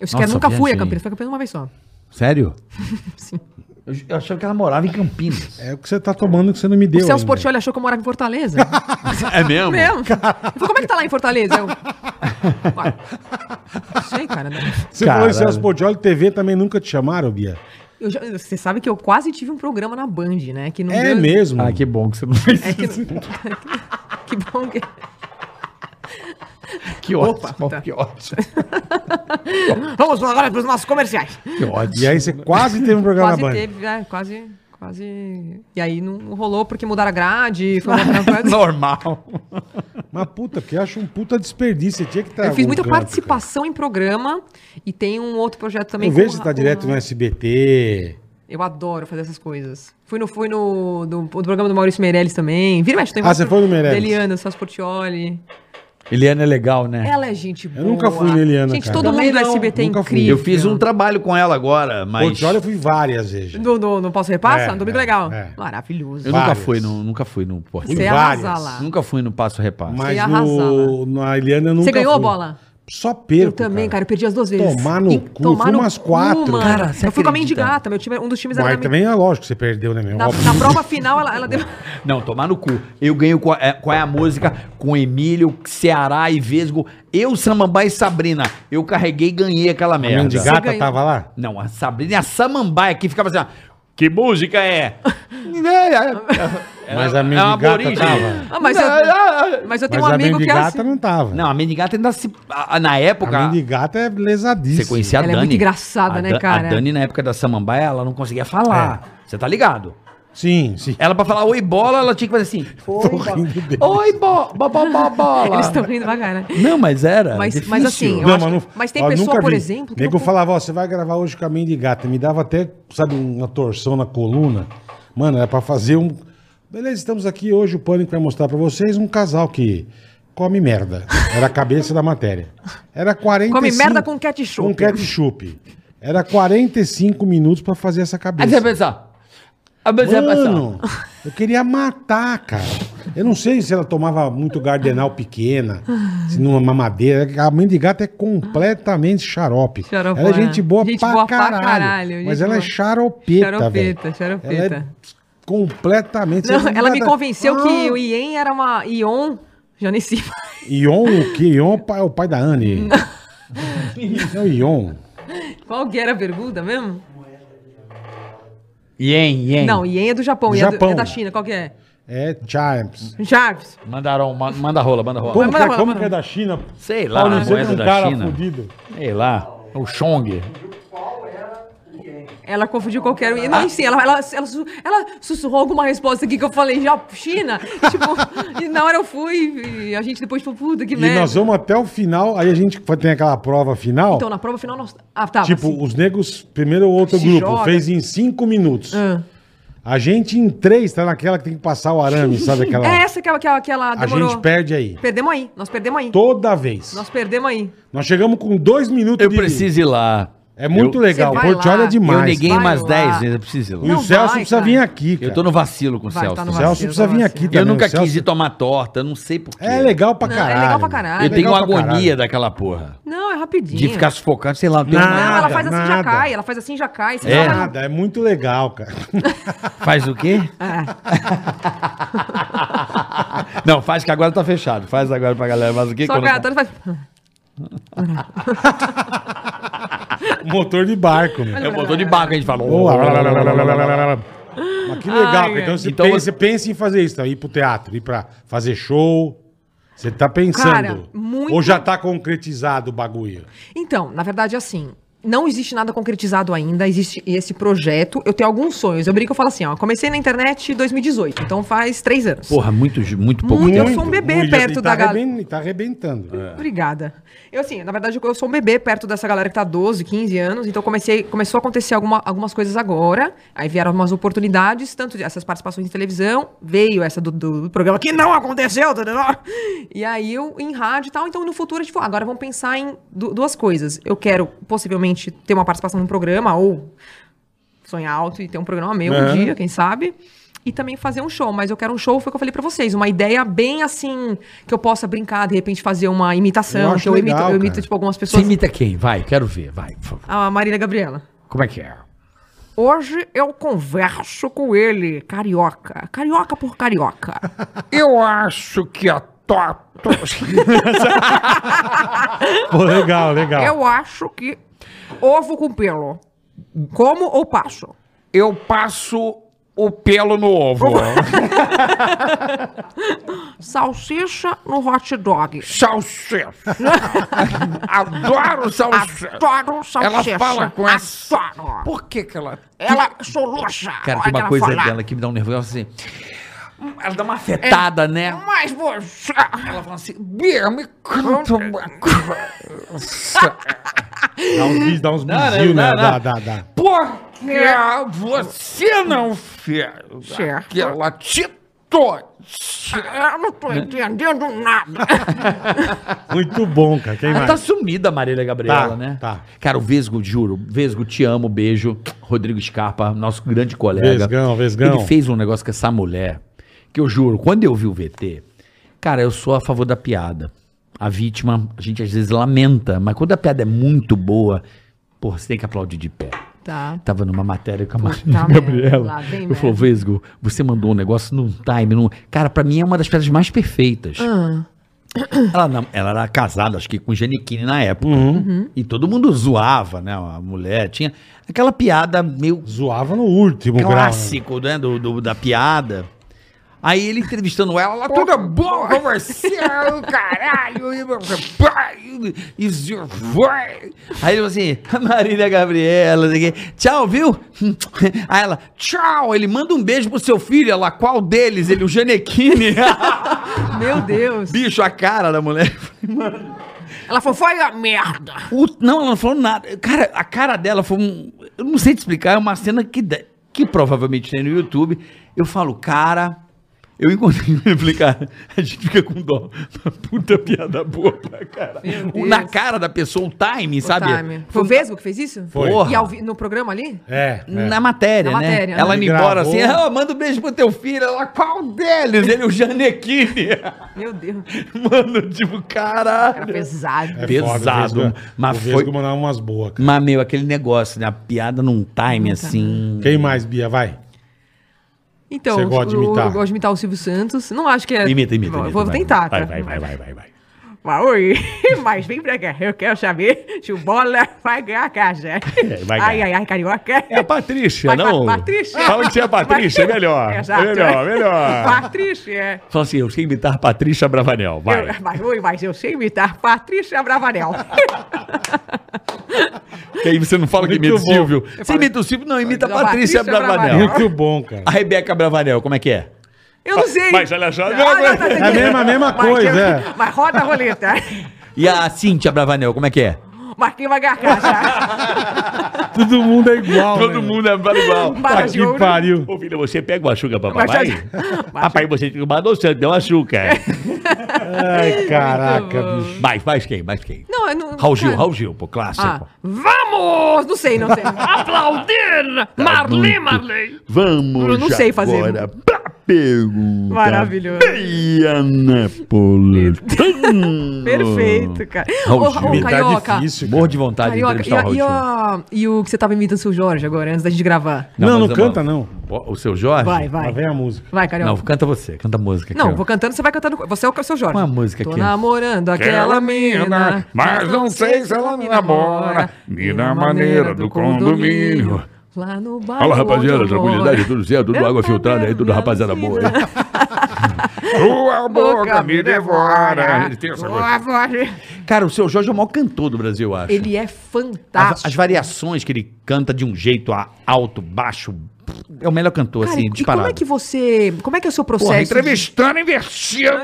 Speaker 4: Eu sequer
Speaker 2: Nossa,
Speaker 4: nunca fui a
Speaker 2: viagem.
Speaker 4: Campinas, fui a Campinas uma vez só.
Speaker 2: Sério?
Speaker 4: <laughs> Sim.
Speaker 2: Eu, eu achava que ela morava em Campinas.
Speaker 3: É o que você tá tomando que você não me deu.
Speaker 4: o Celso
Speaker 3: ainda.
Speaker 4: Portioli achou que eu morava
Speaker 3: <laughs>
Speaker 4: em Fortaleza.
Speaker 2: É
Speaker 4: <laughs>
Speaker 2: mesmo?
Speaker 4: Mesmo? Ele falou, como é que tá lá em Fortaleza? Eu... Uai, não sei, cara. né?
Speaker 3: Você falou em
Speaker 2: Caralho.
Speaker 3: Celso Portioli, TV também nunca te chamaram, Bia?
Speaker 4: Eu já- você sabe que eu quase tive um programa na Band, né? Que não
Speaker 3: É
Speaker 4: deu-
Speaker 3: mesmo.
Speaker 2: Ah, que bom que você não fez
Speaker 4: <laughs> É <laughs> que,
Speaker 2: isso.
Speaker 4: que
Speaker 3: <laughs>
Speaker 4: bom que...
Speaker 2: Que
Speaker 4: Opa,
Speaker 2: ótimo,
Speaker 4: tá.
Speaker 2: que
Speaker 4: <laughs>
Speaker 2: ótimo.
Speaker 4: Vamos agora para os nossos comerciais.
Speaker 2: Que ótimo.
Speaker 3: E aí você quase teve um programa
Speaker 4: Quase
Speaker 3: na Band.
Speaker 4: teve, né? Quase, quase... E aí não rolou porque mudaram a grade, foi
Speaker 3: <laughs>
Speaker 4: uma outra coisa.
Speaker 2: Normal.
Speaker 3: Mas puta, porque eu acho um puta desperdício. Você tinha que um estar.
Speaker 4: Eu fiz muita participação em programa e tem um outro projeto também.
Speaker 3: Eu
Speaker 4: com né?
Speaker 3: vejo se
Speaker 4: a-
Speaker 3: tá
Speaker 4: com-
Speaker 3: direto no SBT.
Speaker 4: Eu adoro fazer essas coisas. Fui no, fui no, do, do programa do Maurício Meirelles também. Vira e mexe, tem
Speaker 3: Ah, você foi no Meirelles?
Speaker 4: Eliana, Celso Portioli.
Speaker 2: Eliana é legal, né?
Speaker 4: Ela é gente boa.
Speaker 3: Eu nunca fui na Eliana,
Speaker 4: Gente,
Speaker 3: cara.
Speaker 4: todo
Speaker 2: Também
Speaker 4: mundo do
Speaker 2: não,
Speaker 4: SBT é
Speaker 3: nunca fui.
Speaker 4: incrível.
Speaker 2: Eu fiz um trabalho com ela agora, mas.
Speaker 3: Portioli eu fui várias vezes.
Speaker 4: Do, do, no Posso Repassa?
Speaker 3: É,
Speaker 4: no Domingo
Speaker 3: é,
Speaker 4: Legal.
Speaker 3: é.
Speaker 4: Maravilhoso.
Speaker 2: Eu
Speaker 3: Várias.
Speaker 2: nunca fui, no, nunca fui no Porto.
Speaker 4: Você
Speaker 3: várias.
Speaker 4: arrasa lá.
Speaker 2: Nunca fui no Passo Repasso.
Speaker 3: Mas
Speaker 4: ia arrasar
Speaker 3: no, na Eliana eu nunca
Speaker 4: né? Você ganhou a
Speaker 3: fui.
Speaker 4: bola?
Speaker 3: Só perco.
Speaker 4: Eu também, cara. eu perdi as duas vezes.
Speaker 3: Tomar no
Speaker 4: Em-
Speaker 3: cu, fui umas quatro.
Speaker 4: mano.
Speaker 2: Cara, você
Speaker 4: eu fui com a
Speaker 2: acredita?
Speaker 4: mendigata, meu time, um dos times
Speaker 3: Mas
Speaker 4: da
Speaker 3: também é lógico que você perdeu, né, meu?
Speaker 4: Na,
Speaker 3: Óbvio.
Speaker 4: na prova final,
Speaker 3: <laughs>
Speaker 4: ela, ela deu.
Speaker 2: Não, tomar no cu. Eu ganho qual é, qual é a música com Emílio, Ceará e Vesgo. Eu, Samambá e Sabrina. Eu carreguei e ganhei aquela
Speaker 3: A
Speaker 2: merda.
Speaker 4: Você
Speaker 3: mendigata
Speaker 4: ganhou.
Speaker 3: tava lá?
Speaker 2: Não, a Sabrina e a Samambaia que ficava assim, ó, que música
Speaker 4: <laughs>
Speaker 2: é?
Speaker 3: Mas a
Speaker 2: É uma
Speaker 3: mendigata
Speaker 2: aborígene.
Speaker 3: tava.
Speaker 4: Ah, mas, eu, mas eu tenho
Speaker 3: Mas
Speaker 4: um
Speaker 3: a
Speaker 4: amigo que é
Speaker 3: mendigata
Speaker 4: assim.
Speaker 3: não tava.
Speaker 2: é, Não, a Mendigata ainda se... a- a- na
Speaker 3: A
Speaker 2: época...
Speaker 3: mendigata é lesadíssima.
Speaker 2: Você conhecia a
Speaker 4: Ela é
Speaker 2: Dani.
Speaker 4: muito engraçada,
Speaker 2: A
Speaker 4: né,
Speaker 2: Dan-
Speaker 4: cara? É.
Speaker 2: A Dani, na época da Samambaia, ela não conseguia falar. Você tá ligado?
Speaker 3: Sim, sim.
Speaker 2: Ela, pra falar oi bola, ela tinha que fazer assim. Oi,
Speaker 3: <laughs> Tô rindo dele.
Speaker 2: bo... oi bo... Bo, bo, bo, bola.
Speaker 4: Eles estão rindo pra caralho.
Speaker 2: Não, mas era.
Speaker 4: Mas-
Speaker 2: difícil.
Speaker 4: mas assim, Eu acho que- mas tem
Speaker 3: eu
Speaker 4: pessoa,
Speaker 3: nunca
Speaker 4: por
Speaker 3: vi.
Speaker 4: exemplo, que
Speaker 3: Nego
Speaker 4: não-
Speaker 3: falava, ó, você vai gravar hoje com a mendigata. Me dava até, sabe, uma torção na coluna. Mano, era pra fazer um... Beleza, estamos aqui hoje, o Pânico vai mostrar pra vocês um casal que come merda. Era a cabeça da matéria. Era 45...
Speaker 4: Come merda com ketchup.
Speaker 3: Com ketchup. Era 45 minutos pra fazer essa
Speaker 2: Aí você
Speaker 3: cabeça.
Speaker 2: vai pensar. Aí
Speaker 4: é,
Speaker 2: você vai
Speaker 3: Mano,
Speaker 2: pensar.
Speaker 3: eu queria matar, cara. Eu não sei se ela tomava muito gardenal pequena, se numa mamadeira. A mãe de gato é completamente xarope.
Speaker 4: Xarope,
Speaker 3: ela é
Speaker 4: é.
Speaker 3: gente boa,
Speaker 4: Gente
Speaker 3: pra,
Speaker 4: boa pra
Speaker 3: caralho,
Speaker 4: caralho, gente
Speaker 3: Mas ela é
Speaker 4: boa.
Speaker 3: xaropeta,
Speaker 4: Xaropeta,
Speaker 3: velho.
Speaker 4: xaropeta.
Speaker 3: Ela é completamente...
Speaker 4: Não, ela me convenceu
Speaker 3: Ah,
Speaker 4: que o Ien era uma Ion. Já nem sei. mais. <laughs>
Speaker 3: Ion o quê? Ion é o pai, é o pai da Anne. É o Ion.
Speaker 4: Qual que era a pergunta mesmo?
Speaker 2: Yen, yen.
Speaker 4: Não, Ien é do Japão, Ien é do-
Speaker 3: Japão.
Speaker 4: é da China. Qual que é?
Speaker 3: É Chimes.
Speaker 4: Jarvis.
Speaker 2: Mandaram, ma- manda rola, manda rola.
Speaker 3: Como,
Speaker 4: Mas,
Speaker 3: que, é,
Speaker 4: mas,
Speaker 3: como
Speaker 4: mas-
Speaker 3: que é da China?
Speaker 2: Sei lá,
Speaker 3: Paulo,
Speaker 2: a
Speaker 3: você é
Speaker 2: moeda
Speaker 3: um
Speaker 2: Tá, da
Speaker 3: cara
Speaker 2: China.
Speaker 3: fudido.
Speaker 2: Sei lá. O Chong.
Speaker 4: Ela confundiu qualquer um.
Speaker 3: Ah.
Speaker 4: Não, sim, ela, ela, ela, su- ela sussurrou alguma resposta aqui que eu falei, já, China? <laughs> tipo, e na hora eu fui, e a gente depois falou, <laughs> puta, que
Speaker 3: E
Speaker 4: merda.
Speaker 3: nós vamos até o final, aí a gente tem aquela prova final.
Speaker 4: Então, na prova final, nós. Ah, tá.
Speaker 3: tipo,
Speaker 4: assim.
Speaker 3: os negros, primeiro outro
Speaker 4: Se
Speaker 3: grupo,
Speaker 4: joga.
Speaker 3: fez em cinco minutos.
Speaker 4: Ah.
Speaker 3: A gente em três tá naquela que tem que passar o
Speaker 4: <laughs>
Speaker 3: arame, sabe aquela?
Speaker 4: É essa que ela, que ela, que ela
Speaker 3: a
Speaker 4: demorou.
Speaker 3: gente perde aí.
Speaker 4: Perdemos aí, nós perdemos aí.
Speaker 3: Toda vez.
Speaker 4: Nós perdemos aí.
Speaker 3: Nós chegamos com dois minutos
Speaker 2: Eu preciso ir lá.
Speaker 3: É muito
Speaker 2: Eu-
Speaker 3: legal.
Speaker 4: Você
Speaker 3: O
Speaker 4: vai
Speaker 3: Portiolha é
Speaker 4: lá.
Speaker 2: Eu
Speaker 3: demais.
Speaker 2: neguei
Speaker 4: Vai
Speaker 2: umas
Speaker 4: lá.
Speaker 2: 10 vezes, eu preciso ir
Speaker 3: E
Speaker 2: lá.
Speaker 4: Não
Speaker 3: o Celso
Speaker 4: vai,
Speaker 3: precisa
Speaker 4: cara.
Speaker 3: vir aqui, cara.
Speaker 2: Eu tô no vacilo com o
Speaker 4: Vai,
Speaker 2: Celso.
Speaker 4: tá no
Speaker 3: O
Speaker 4: vacilo.
Speaker 3: Celso precisa vir aqui
Speaker 4: Eu
Speaker 3: também.
Speaker 2: eu nunca
Speaker 3: o Celso-
Speaker 2: quis ir tomar torta, não sei porquê.
Speaker 3: É legal pra
Speaker 4: Não, é
Speaker 3: caralho.
Speaker 4: legal pra caralho.
Speaker 2: Eu tenho
Speaker 3: legal
Speaker 2: uma
Speaker 3: pra
Speaker 2: agonia
Speaker 3: caralho.
Speaker 2: daquela porra.
Speaker 4: Não, é rapidinho.
Speaker 2: De ficar sufocado, sei lá. tem um-
Speaker 4: Não, ela
Speaker 3: Nada,
Speaker 4: faz assim
Speaker 3: nada.
Speaker 4: já cai, ela faz assim já cai. Você
Speaker 2: É.
Speaker 4: fala,
Speaker 3: Nada, é muito legal, cara. <laughs>
Speaker 2: Faz o
Speaker 4: <laughs>
Speaker 2: quê?
Speaker 4: Ah,
Speaker 2: não, faz que agora tá fechado. Faz agora pra galera. Faz o quê?
Speaker 4: só
Speaker 2: quando-
Speaker 4: cai, faz.
Speaker 3: Motor de barco, meu.
Speaker 4: né?
Speaker 2: Eu botou de barco, a gente falou.
Speaker 3: Boa. Mas que legal,
Speaker 4: Ai,
Speaker 3: cara. Então, você,
Speaker 2: então
Speaker 3: pensa,
Speaker 2: você-
Speaker 3: você pensa em fazer isso, tá? ir pro teatro, ir pra fazer show. Você tá pensando.
Speaker 4: Cara, muito-
Speaker 3: Ou já tá concretizado o bagulho?
Speaker 4: Então, na verdade, assim, não existe nada concretizado ainda, existe esse projeto. Eu tenho alguns sonhos. Eu brinco e falo assim, ó, comecei na internet em 2018, então faz três anos.
Speaker 2: Porra, muito, ju- muito pouco.
Speaker 4: Muito, eu
Speaker 2: tempo.
Speaker 4: sou um bebê
Speaker 3: muito,
Speaker 4: perto
Speaker 3: e tá
Speaker 4: da gal-
Speaker 3: arreben- e Tá arrebentando.
Speaker 4: Obrigada. Eu, assim, na verdade, eu sou um bebê perto dessa galera que tá 12, 15 anos, então comecei, começou a acontecer alguma- algumas coisas agora, aí vieram algumas oportunidades, tanto de- essas participações de televisão, veio essa do, do- do programa que não aconteceu, tá, tá, tá. e aí eu em rádio e tal, então no futuro, tipo, agora vamos pensar em du- duas coisas. Eu quero, possivelmente, ter uma participação num programa, ou sonhar alto e ter um programa meu
Speaker 3: Aham.
Speaker 4: um dia, quem sabe. E também fazer um show, mas eu quero um show, foi o que eu falei pra vocês, uma ideia bem assim, que eu possa brincar, de repente fazer uma
Speaker 3: Eu
Speaker 4: imitação,
Speaker 3: acho
Speaker 4: que eu imito,
Speaker 3: legal,
Speaker 4: eu imito
Speaker 3: cara.
Speaker 4: tipo algumas
Speaker 2: Você
Speaker 4: pessoas.
Speaker 2: imita quem? Vai, quero ver. Vai, por favor.
Speaker 4: A Marília Gabriela.
Speaker 2: Como é que é?
Speaker 4: Hoje eu converso com ele, carioca, carioca por carioca.
Speaker 2: Eu acho que a Toto.
Speaker 3: Pô, legal, legal.
Speaker 4: Eu acho que ovo com pelo. Como ou passo?
Speaker 2: <laughs> Eu passo o pelo no ovo.
Speaker 4: Salsicha no hot dog.
Speaker 2: <laughs> Salsicha. Adoro salsicha.
Speaker 4: Adoro salsicha.
Speaker 2: Ela fala com essa.
Speaker 4: Adoro.
Speaker 2: Por que, que ela.
Speaker 4: Ela soluça.
Speaker 2: Cara,
Speaker 4: Olha
Speaker 2: tem uma
Speaker 4: ela
Speaker 2: coisa
Speaker 4: falar. É.
Speaker 2: dela que me dá um nervoso assim. Ela dá uma afetada, né?
Speaker 4: Mas você...
Speaker 2: Ela fala assim, Bia, me canta uma coisa.
Speaker 4: um-
Speaker 3: Dá uns, dá uns
Speaker 2: Não,
Speaker 3: bizil,
Speaker 2: não,
Speaker 3: né?
Speaker 2: não,
Speaker 3: Dá,
Speaker 2: não.
Speaker 3: dá, dá.
Speaker 2: Por que você não fez
Speaker 4: Certo.
Speaker 2: aquela atitude?
Speaker 4: Eu não tô entendendo nada.
Speaker 3: Muito bom, cara.
Speaker 4: Ah,
Speaker 3: Quem
Speaker 2: Ela
Speaker 4: então
Speaker 3: mais?
Speaker 2: tá sumida a Marília Gabriela,
Speaker 3: Tá,
Speaker 2: né?
Speaker 3: tá.
Speaker 2: Cara, o Vesgo, juro. Vesgo, te amo, beijo. Rodrigo Scarpa, nosso grande colega.
Speaker 3: Vesgão, Vesgão.
Speaker 2: Ele fez um negócio com essa mulher que eu juro, quando eu vi o VT, cara, eu sou a favor da piada. A vítima, a gente às vezes lamenta, mas quando a piada é muito boa, pô, você tem que aplaudir de pé.
Speaker 4: Tá.
Speaker 2: Tava numa matéria com a Marina
Speaker 4: merda, lá
Speaker 2: Gabriela.
Speaker 4: vem
Speaker 2: Eu falei,
Speaker 4: merda.
Speaker 2: Vesgo, você mandou um negócio num time. Num... Cara, pra mim é uma das piadas mais perfeitas.
Speaker 4: Ah.
Speaker 2: Ela, nam- ela era casada, acho que com o Giannichini na época. E todo mundo zoava, né? A mulher tinha aquela piada meio
Speaker 3: Zoava no último grau.
Speaker 2: clássico, né? Do, do- da piada. Aí ele entrevistando ela, ela toda boa, conversando, caralho, e meu pai, e seu pai. Aí ele falou assim, a Marília Gabriela, não sei o quê, tchau, viu? Aí ela, tchau, ele manda um beijo pro seu filho, ela, qual deles? Ele, o Janequine. <laughs>
Speaker 4: Meu Deus.
Speaker 2: Bicho, a cara da mulher. <laughs>
Speaker 4: Ela falou, foi a merda.
Speaker 2: O- não, ela não falou nada. Cara, a cara dela foi um. Eu não sei te explicar, é uma cena que, de- que provavelmente tem no YouTube. Eu falo, cara. Eu encontrei eu falei, cara, <laughs> a gente fica com dó. Uma puta piada boa pra cara.
Speaker 4: Meu
Speaker 2: O- Na
Speaker 4: Deus.
Speaker 2: cara da pessoa, o time,
Speaker 4: O
Speaker 2: sabe?
Speaker 4: time. Tá, Foi o Vesgo que fez isso?
Speaker 3: Foi.
Speaker 4: E ao vi- no programa ali?
Speaker 3: É, é.
Speaker 2: Na matéria,
Speaker 4: Na
Speaker 2: né?
Speaker 4: matéria, né?
Speaker 2: Ela indo
Speaker 3: Ele
Speaker 2: embora
Speaker 3: gravou.
Speaker 2: assim, ah, manda um beijo pro teu filho. Ela, qual deles? Ele, o Janequine. <laughs>
Speaker 4: Meu Deus.
Speaker 2: Mano, tipo,
Speaker 4: Era
Speaker 2: caralho.
Speaker 4: pesado.
Speaker 3: É
Speaker 2: pesado,
Speaker 3: foda, o Vesgo-
Speaker 2: mas
Speaker 3: o
Speaker 2: foi-
Speaker 3: Vesgo mandava umas boas. cara.
Speaker 2: Mas, meu, aquele negócio, né? A piada num time, assim...
Speaker 3: Quem mais, Bia? Vai.
Speaker 4: Então,
Speaker 3: Você gosta de
Speaker 4: eu-
Speaker 3: imitar?
Speaker 4: Eu gosto de imitar o Silvio Santos. Não acho que é.
Speaker 2: Imita, imita,
Speaker 4: Vou,
Speaker 2: imita,
Speaker 4: vou
Speaker 2: vai,
Speaker 4: tentar, tá?
Speaker 2: vai, vai, vai, vai, vai.
Speaker 4: Mas, oi, <laughs> mas vem pra cá. Eu quero saber se o Bola vai ganhar a caixa.
Speaker 2: vai
Speaker 4: ai,
Speaker 2: ganhar.
Speaker 4: ai, ai, carioca.
Speaker 1: É a Patrícia,
Speaker 4: Vai,
Speaker 1: não?
Speaker 4: Pa- Patrícia.
Speaker 1: Fala que você é a Patrícia, é melhor.
Speaker 4: <laughs> Exato.
Speaker 1: Melhor, melhor.
Speaker 4: Patrícia.
Speaker 1: Fala assim, eu sei imitar Patrícia Bravanel, vai.
Speaker 4: <laughs> Eu, mas, oi, mas eu sei imitar Patrícia Bravanel. <laughs>
Speaker 1: E aí você não fala que
Speaker 3: Muito
Speaker 1: imita o
Speaker 3: bom.
Speaker 1: Silvio. Você imita o Silvio? Não, imita a
Speaker 4: Da
Speaker 1: Patrícia
Speaker 4: Patrícia Bravanel.
Speaker 1: Bravanel.
Speaker 3: Muito bom, <laughs> cara.
Speaker 2: A Rebeca Bravanel, como é que é?
Speaker 4: Eu não sei.
Speaker 1: Mas olha só,
Speaker 4: Ah,
Speaker 1: não,
Speaker 4: não, tá, tá,
Speaker 1: mas-
Speaker 3: É
Speaker 4: tá,
Speaker 3: a mesma, a mesma
Speaker 4: Mas
Speaker 3: coisa,
Speaker 4: eu-
Speaker 3: é.
Speaker 4: <laughs> Mas roda a roleta.
Speaker 2: E a Cíntia Bravanel, como é que é?
Speaker 4: Mas quem vai ganhar a
Speaker 3: <laughs>
Speaker 4: caixa?
Speaker 3: Todo mundo é igual. né, velho?
Speaker 1: Todo mundo é fala igual.
Speaker 4: Bala
Speaker 3: Tá
Speaker 4: de
Speaker 3: que
Speaker 4: ouro.
Speaker 3: pariu.
Speaker 1: Ô filha, você pega o açúcar pra
Speaker 4: Mas <laughs>
Speaker 1: papai?
Speaker 4: olha- mas-
Speaker 1: Papai, você tem que tomar adoçante,
Speaker 2: um
Speaker 4: <laughs>
Speaker 1: não açúcar.
Speaker 3: Ai, caraca, bicho.
Speaker 2: Mais, mais quem, mais quem?
Speaker 4: Não, eu não.
Speaker 2: Raul Gil,
Speaker 4: cara.
Speaker 2: Raul Gil, pô,
Speaker 4: Ah,
Speaker 2: clássico.
Speaker 4: vamos! Não sei, não sei. Aplaudir! Marli, Marley!
Speaker 1: Vamos
Speaker 4: Eu não sei fazer.
Speaker 1: agora pra pergunta.
Speaker 4: Maravilhoso.
Speaker 1: Indianápolis.
Speaker 4: <laughs> Perfeito, cara.
Speaker 2: Raul
Speaker 4: Ô,
Speaker 2: Gil.
Speaker 4: ô,
Speaker 3: Imitar é
Speaker 4: Carioca.
Speaker 3: difícil, cara.
Speaker 2: Morro de
Speaker 1: Ah,
Speaker 2: vontade de
Speaker 4: Carioca, e,
Speaker 2: entrevistar o Raul
Speaker 4: a- e,
Speaker 2: Gil.
Speaker 4: a- e o que você tava imitando o seu Jorge agora, antes da gente gravar?
Speaker 3: Não, não
Speaker 2: mas é uma-
Speaker 3: canta, não.
Speaker 2: O o seu Jorge?
Speaker 4: Vai,
Speaker 3: Lá
Speaker 1: Tá
Speaker 4: vai.
Speaker 3: vem a música.
Speaker 4: Vai, Carioca.
Speaker 2: Não, canta você, canta a música.
Speaker 4: Não,
Speaker 2: Carioca.
Speaker 4: vou cantando, você vai cantando. Você é o seu Jorge.
Speaker 2: Qual é a música
Speaker 4: Tô
Speaker 2: aqui?
Speaker 4: namorando aquela
Speaker 1: Aquela
Speaker 4: menina,
Speaker 1: mina, mas não sei se ela me namora.
Speaker 4: e
Speaker 1: E
Speaker 4: na
Speaker 1: na maneira do condomínio.
Speaker 4: Lá no bairro.
Speaker 1: Fala,
Speaker 4: onde
Speaker 1: rapaziada,
Speaker 4: eu
Speaker 1: tranquilidade,
Speaker 4: moro.
Speaker 1: tudo certo, tudo
Speaker 4: Eu
Speaker 1: água filtrada aí,
Speaker 4: também
Speaker 1: tudo
Speaker 4: não
Speaker 1: rapaziada
Speaker 4: sei
Speaker 1: boa.
Speaker 4: nada.
Speaker 1: Tua
Speaker 4: Boca me devora.
Speaker 1: Ele tem essa coisa.
Speaker 4: Tua voz.
Speaker 2: Cara, o seu Jorge é o maior cantor do Brasil, eu acho.
Speaker 4: Ele é
Speaker 2: as,
Speaker 4: fantástico.
Speaker 2: as variações que ele canta de um jeito a- alto, baixo, é o melhor cantor,
Speaker 4: Cara,
Speaker 2: assim,
Speaker 4: e como
Speaker 2: disparado.
Speaker 4: é que você. Como é que é o seu processo?
Speaker 1: Porra,
Speaker 4: de-
Speaker 1: entrevistando invertida.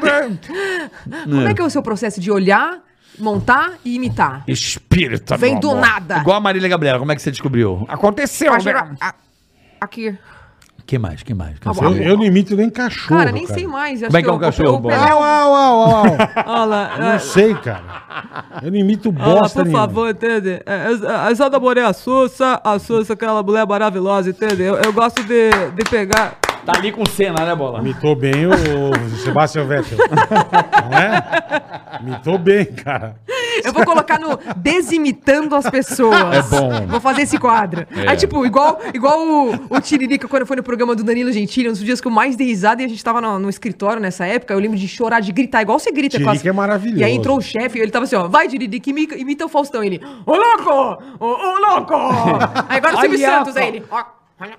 Speaker 4: como é que é o seu processo de olhar, montar e imitar?
Speaker 1: Espírita,
Speaker 4: Vem
Speaker 1: meu
Speaker 4: do
Speaker 1: amor.
Speaker 4: nada.
Speaker 2: Igual a Marília Gabriela, como é que você descobriu?
Speaker 1: Aconteceu,
Speaker 4: Mas,
Speaker 1: né?
Speaker 4: a- Aqui.
Speaker 2: Que mais, que mais? Que
Speaker 4: Ah,
Speaker 2: você-
Speaker 3: Eu, eu não imito nem cachorro.
Speaker 4: Cara, nem sei mais. acho
Speaker 2: Como é que é um
Speaker 4: eu- eu-
Speaker 2: cachorro,
Speaker 4: eu-
Speaker 2: bom?
Speaker 4: Pelé-
Speaker 3: Au, au, au, au, au.
Speaker 4: Olha lá,
Speaker 3: Não sei, cara. Eu não imito bosta
Speaker 4: por
Speaker 3: nenhuma.
Speaker 4: favor, entende? É, eu, eu só namorei a Sussa, a Sussa, aquela mulher maravilhosa, entende? Eu, eu gosto de, de pegar.
Speaker 2: Tá ali com cena, né, Bola?
Speaker 3: Mitou bem o Sebastian Vettel. não é? Mitou bem, cara.
Speaker 4: Eu vou colocar no Desimitando as Pessoas.
Speaker 2: É bom.
Speaker 4: Vou fazer esse quadro. É, tipo, igual, igual o, o Tiririca, quando foi no programa do Danilo Gentili, um dos dias que eu mais dei risada e a gente tava no, no escritório nessa época, eu lembro de chorar, de gritar, igual você grita.
Speaker 3: Tiririca é maravilhoso.
Speaker 4: E aí entrou o chefe, ele tava assim, ó, vai Tiririca, imita, imita o Faustão. Ele, ô louco, ô,
Speaker 3: <laughs>
Speaker 4: ô louco. Aí agora o Silvio
Speaker 2: Olha,
Speaker 4: Santos, aí ele, ó. olha, olha,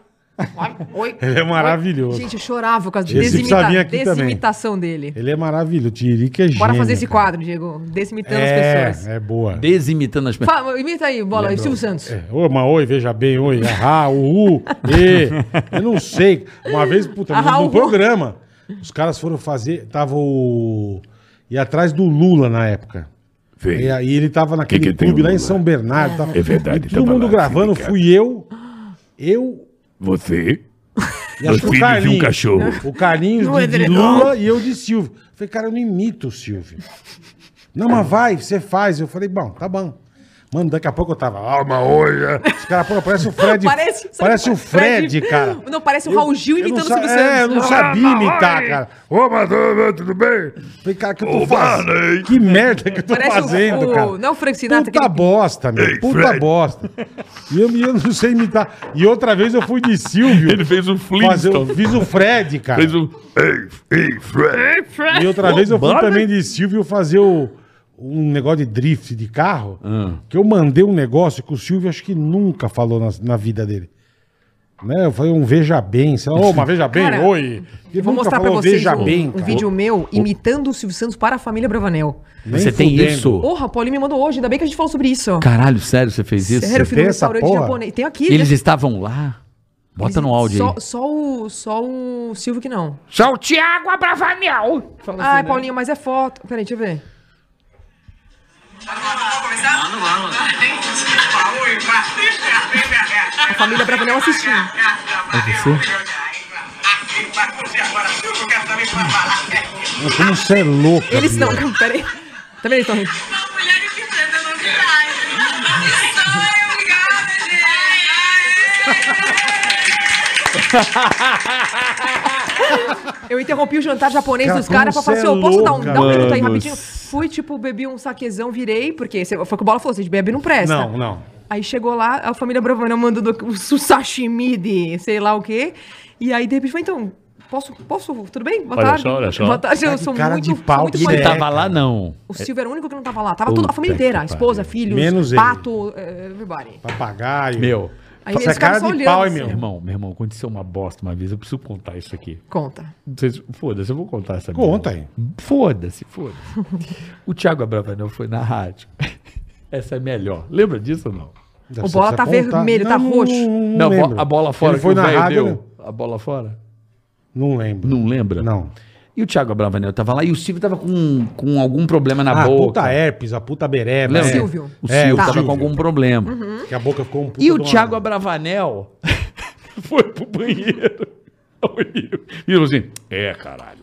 Speaker 4: Oi,
Speaker 3: Ele é maravilhoso.
Speaker 4: Gente, eu chorava com a
Speaker 3: Esse precisa vir aqui também.
Speaker 4: desimitação dele.
Speaker 3: Ele é maravilhoso. Tirica é gênio.
Speaker 4: Bora fazer esse
Speaker 3: cara.
Speaker 4: quadro, Diego. Desimitando
Speaker 3: É,
Speaker 4: as pessoas.
Speaker 3: é boa.
Speaker 2: Desimitando as pessoas.
Speaker 4: Fala, imita aí, bola, Silvio Santos.
Speaker 3: É, Ô, mas oi, veja bem, oi. Ah, o U, E. Eu não sei. Uma vez, puta,
Speaker 4: Ah,
Speaker 3: no,
Speaker 4: u.
Speaker 3: no programa, os caras foram fazer. Tava o. E atrás do Lula na época. É, E aí ele tava naquele
Speaker 1: Que que tem
Speaker 3: clube
Speaker 1: o
Speaker 3: lá em
Speaker 1: Lula?
Speaker 3: São Bernardo. tal.
Speaker 1: É verdade,
Speaker 3: E todo
Speaker 1: tava
Speaker 3: mundo
Speaker 1: lá,
Speaker 3: gravando,
Speaker 1: sindicato.
Speaker 3: fui eu. Eu.
Speaker 1: Você,
Speaker 3: E acho que o Carlinhos.
Speaker 1: um cachorro.
Speaker 3: O Carlinhos
Speaker 4: Não
Speaker 3: de,
Speaker 4: é
Speaker 3: de
Speaker 4: dele,
Speaker 3: Lula e eu de Silvio. Falei, cara, eu não imito o Silvio. Não, mas vai, você faz. Eu falei, bom, tá bom. Mano, daqui a pouco eu tava. Ah, uma
Speaker 1: é.
Speaker 3: olha. Os caras, pô, parece o Fred.
Speaker 4: <laughs> Parece-
Speaker 3: parece,
Speaker 4: sabe
Speaker 3: o
Speaker 4: qual- é?
Speaker 3: Fred,
Speaker 4: Fred-
Speaker 3: cara.
Speaker 4: Não, parece o
Speaker 3: Eu-
Speaker 4: Raul Gil
Speaker 3: eu não
Speaker 4: imitando o
Speaker 3: sa-
Speaker 4: Silvio
Speaker 3: É, eu
Speaker 4: Santos.
Speaker 3: não sabia imitar, cara.
Speaker 1: Ô, Madonna, tudo bem?
Speaker 3: Falei, cara, que eu
Speaker 1: Ô,
Speaker 3: tô fazendo?
Speaker 1: Barney.
Speaker 3: Que merda que eu tô
Speaker 4: Parece o-
Speaker 3: fazendo,
Speaker 4: o-
Speaker 3: cara.
Speaker 4: não é o Frank Sinatra,
Speaker 3: Puta
Speaker 4: aquele-
Speaker 3: bosta, meu.
Speaker 1: Ei,
Speaker 3: puta
Speaker 1: Fred.
Speaker 3: bosta. E eu, e eu não sei imitar. E outra vez eu fui de Silvio.
Speaker 1: Ele fez o
Speaker 3: Mas eu
Speaker 1: Flintstone.
Speaker 3: fiz o Fred, cara.
Speaker 1: Fez o... Ei, ei, Fred.
Speaker 3: E outra vez eu fui
Speaker 1: Barney.
Speaker 3: também de Silvio fazer o- um negócio de drift de carro.
Speaker 2: Ah.
Speaker 3: Que eu mandei um negócio que o Silvio acho que nunca falou na, na vida dele. Né? Eu falei um Veja Bem. Sei lá, ô, uma Veja Bem,
Speaker 4: Cara,
Speaker 3: oi. Ele nunca
Speaker 4: Vou mostrar pra
Speaker 3: falou
Speaker 4: vocês
Speaker 3: Veja
Speaker 4: um,
Speaker 3: Bem,
Speaker 4: um
Speaker 3: cara.
Speaker 4: vídeo meu imitando o Silvio Santos para a família Bravanel.
Speaker 3: Nem
Speaker 2: Você tem
Speaker 3: fudendo.
Speaker 2: isso?
Speaker 4: Porra, o Paulinho me mandou hoje, ainda bem que a gente falou sobre isso. ó.
Speaker 2: Caralho, sério, você fez isso?
Speaker 4: Sério, eu
Speaker 3: você
Speaker 4: fui num
Speaker 3: tem essa
Speaker 4: restaurante
Speaker 3: porra?
Speaker 4: japonês. Tem aqui.
Speaker 2: Eles
Speaker 4: né?
Speaker 2: estavam lá? Bota no áudio
Speaker 4: só,
Speaker 2: aí.
Speaker 4: só o, só o Silvio que não.
Speaker 1: Sou o Thiago Abravanel.
Speaker 4: Ai, Paulinho, mas é foto. Peraí, deixa eu ver.
Speaker 6: Mano, mano.
Speaker 4: A família Bravanel assistindo.
Speaker 3: Como você é louco.
Speaker 4: Eles não, não, peraí. Tá vendo? Eles estão rindo. Eu interrompi o jantar japonês
Speaker 3: Cara,
Speaker 4: dos caras pra
Speaker 3: como
Speaker 4: falar
Speaker 3: cê
Speaker 4: assim, ô,
Speaker 3: é
Speaker 4: posso dar um,
Speaker 3: louca,
Speaker 4: dar um minuto aí
Speaker 2: mano.
Speaker 4: rapidinho? Fui, tipo, bebi um saquezão, virei, porque cê- foi o que o Bola falou, vocês bebem não presta.
Speaker 3: Não, não.
Speaker 4: Aí chegou lá, a família Bravanel mandando o su- sashimi de sei lá o quê. E aí, de repente, falei, então, posso, posso, tudo bem? Boa
Speaker 1: Olha
Speaker 4: tarde.
Speaker 1: só, olha só.
Speaker 4: Boa tarde, eu
Speaker 3: que
Speaker 4: sou
Speaker 3: cara
Speaker 4: muito,
Speaker 3: de
Speaker 4: sou
Speaker 3: pau
Speaker 4: muito
Speaker 3: que
Speaker 4: fã
Speaker 2: Você
Speaker 3: É,
Speaker 2: tava lá, não.
Speaker 4: o Silvio era o único que não tava lá. Tava toda a
Speaker 2: Puta
Speaker 4: família
Speaker 2: que
Speaker 4: inteira. A
Speaker 2: pariu.
Speaker 4: esposa, filhos,
Speaker 3: Menos ele.
Speaker 4: pato, eh, everybody.
Speaker 3: Papagaio.
Speaker 2: Meu.
Speaker 4: Aí
Speaker 3: Essa
Speaker 4: eles ficaram
Speaker 3: cara
Speaker 4: só
Speaker 3: de
Speaker 4: olhando.
Speaker 3: pau, hein,
Speaker 4: assim.
Speaker 3: meu?
Speaker 2: Irmão, meu irmão, aconteceu uma bosta uma vez, eu preciso contar isso aqui.
Speaker 4: Conta.
Speaker 2: Vocês- Foda-se, eu vou contar essa
Speaker 3: Conta
Speaker 2: merda.
Speaker 3: aí.
Speaker 2: Foda-se, foda-se. o Thiago Abravanel foi na rádio. <laughs> Essa é melhor. Lembra disso ou não?
Speaker 3: Deve
Speaker 4: O
Speaker 3: ser
Speaker 4: bola
Speaker 3: essa
Speaker 4: tá vermelho, tá roxo.
Speaker 2: Não, bo-
Speaker 3: lembro.
Speaker 2: a bola fora
Speaker 3: Ele foi
Speaker 2: que o
Speaker 3: na
Speaker 2: velho
Speaker 3: rádio.
Speaker 2: deu.
Speaker 3: né?
Speaker 2: A bola fora?
Speaker 3: Não lembro.
Speaker 2: Não lembra?
Speaker 3: Não.
Speaker 2: E o Thiago Abravanel tava lá e o Silvio tava com, com algum problema na
Speaker 3: Ah, a
Speaker 2: boca.
Speaker 3: puta herpes, a puta bereba.
Speaker 2: Lembra?
Speaker 3: é.
Speaker 4: Silvio.
Speaker 2: O
Speaker 3: É,
Speaker 2: Silvio
Speaker 3: o
Speaker 2: tava
Speaker 3: Silvio.
Speaker 2: com algum problema.
Speaker 3: Que a boca ficou um puta
Speaker 2: E
Speaker 3: de
Speaker 2: o
Speaker 3: uma-
Speaker 2: Thiago
Speaker 1: <laughs>
Speaker 2: Abravanel foi pro banheiro.
Speaker 1: E ele falou assim, é, caralho.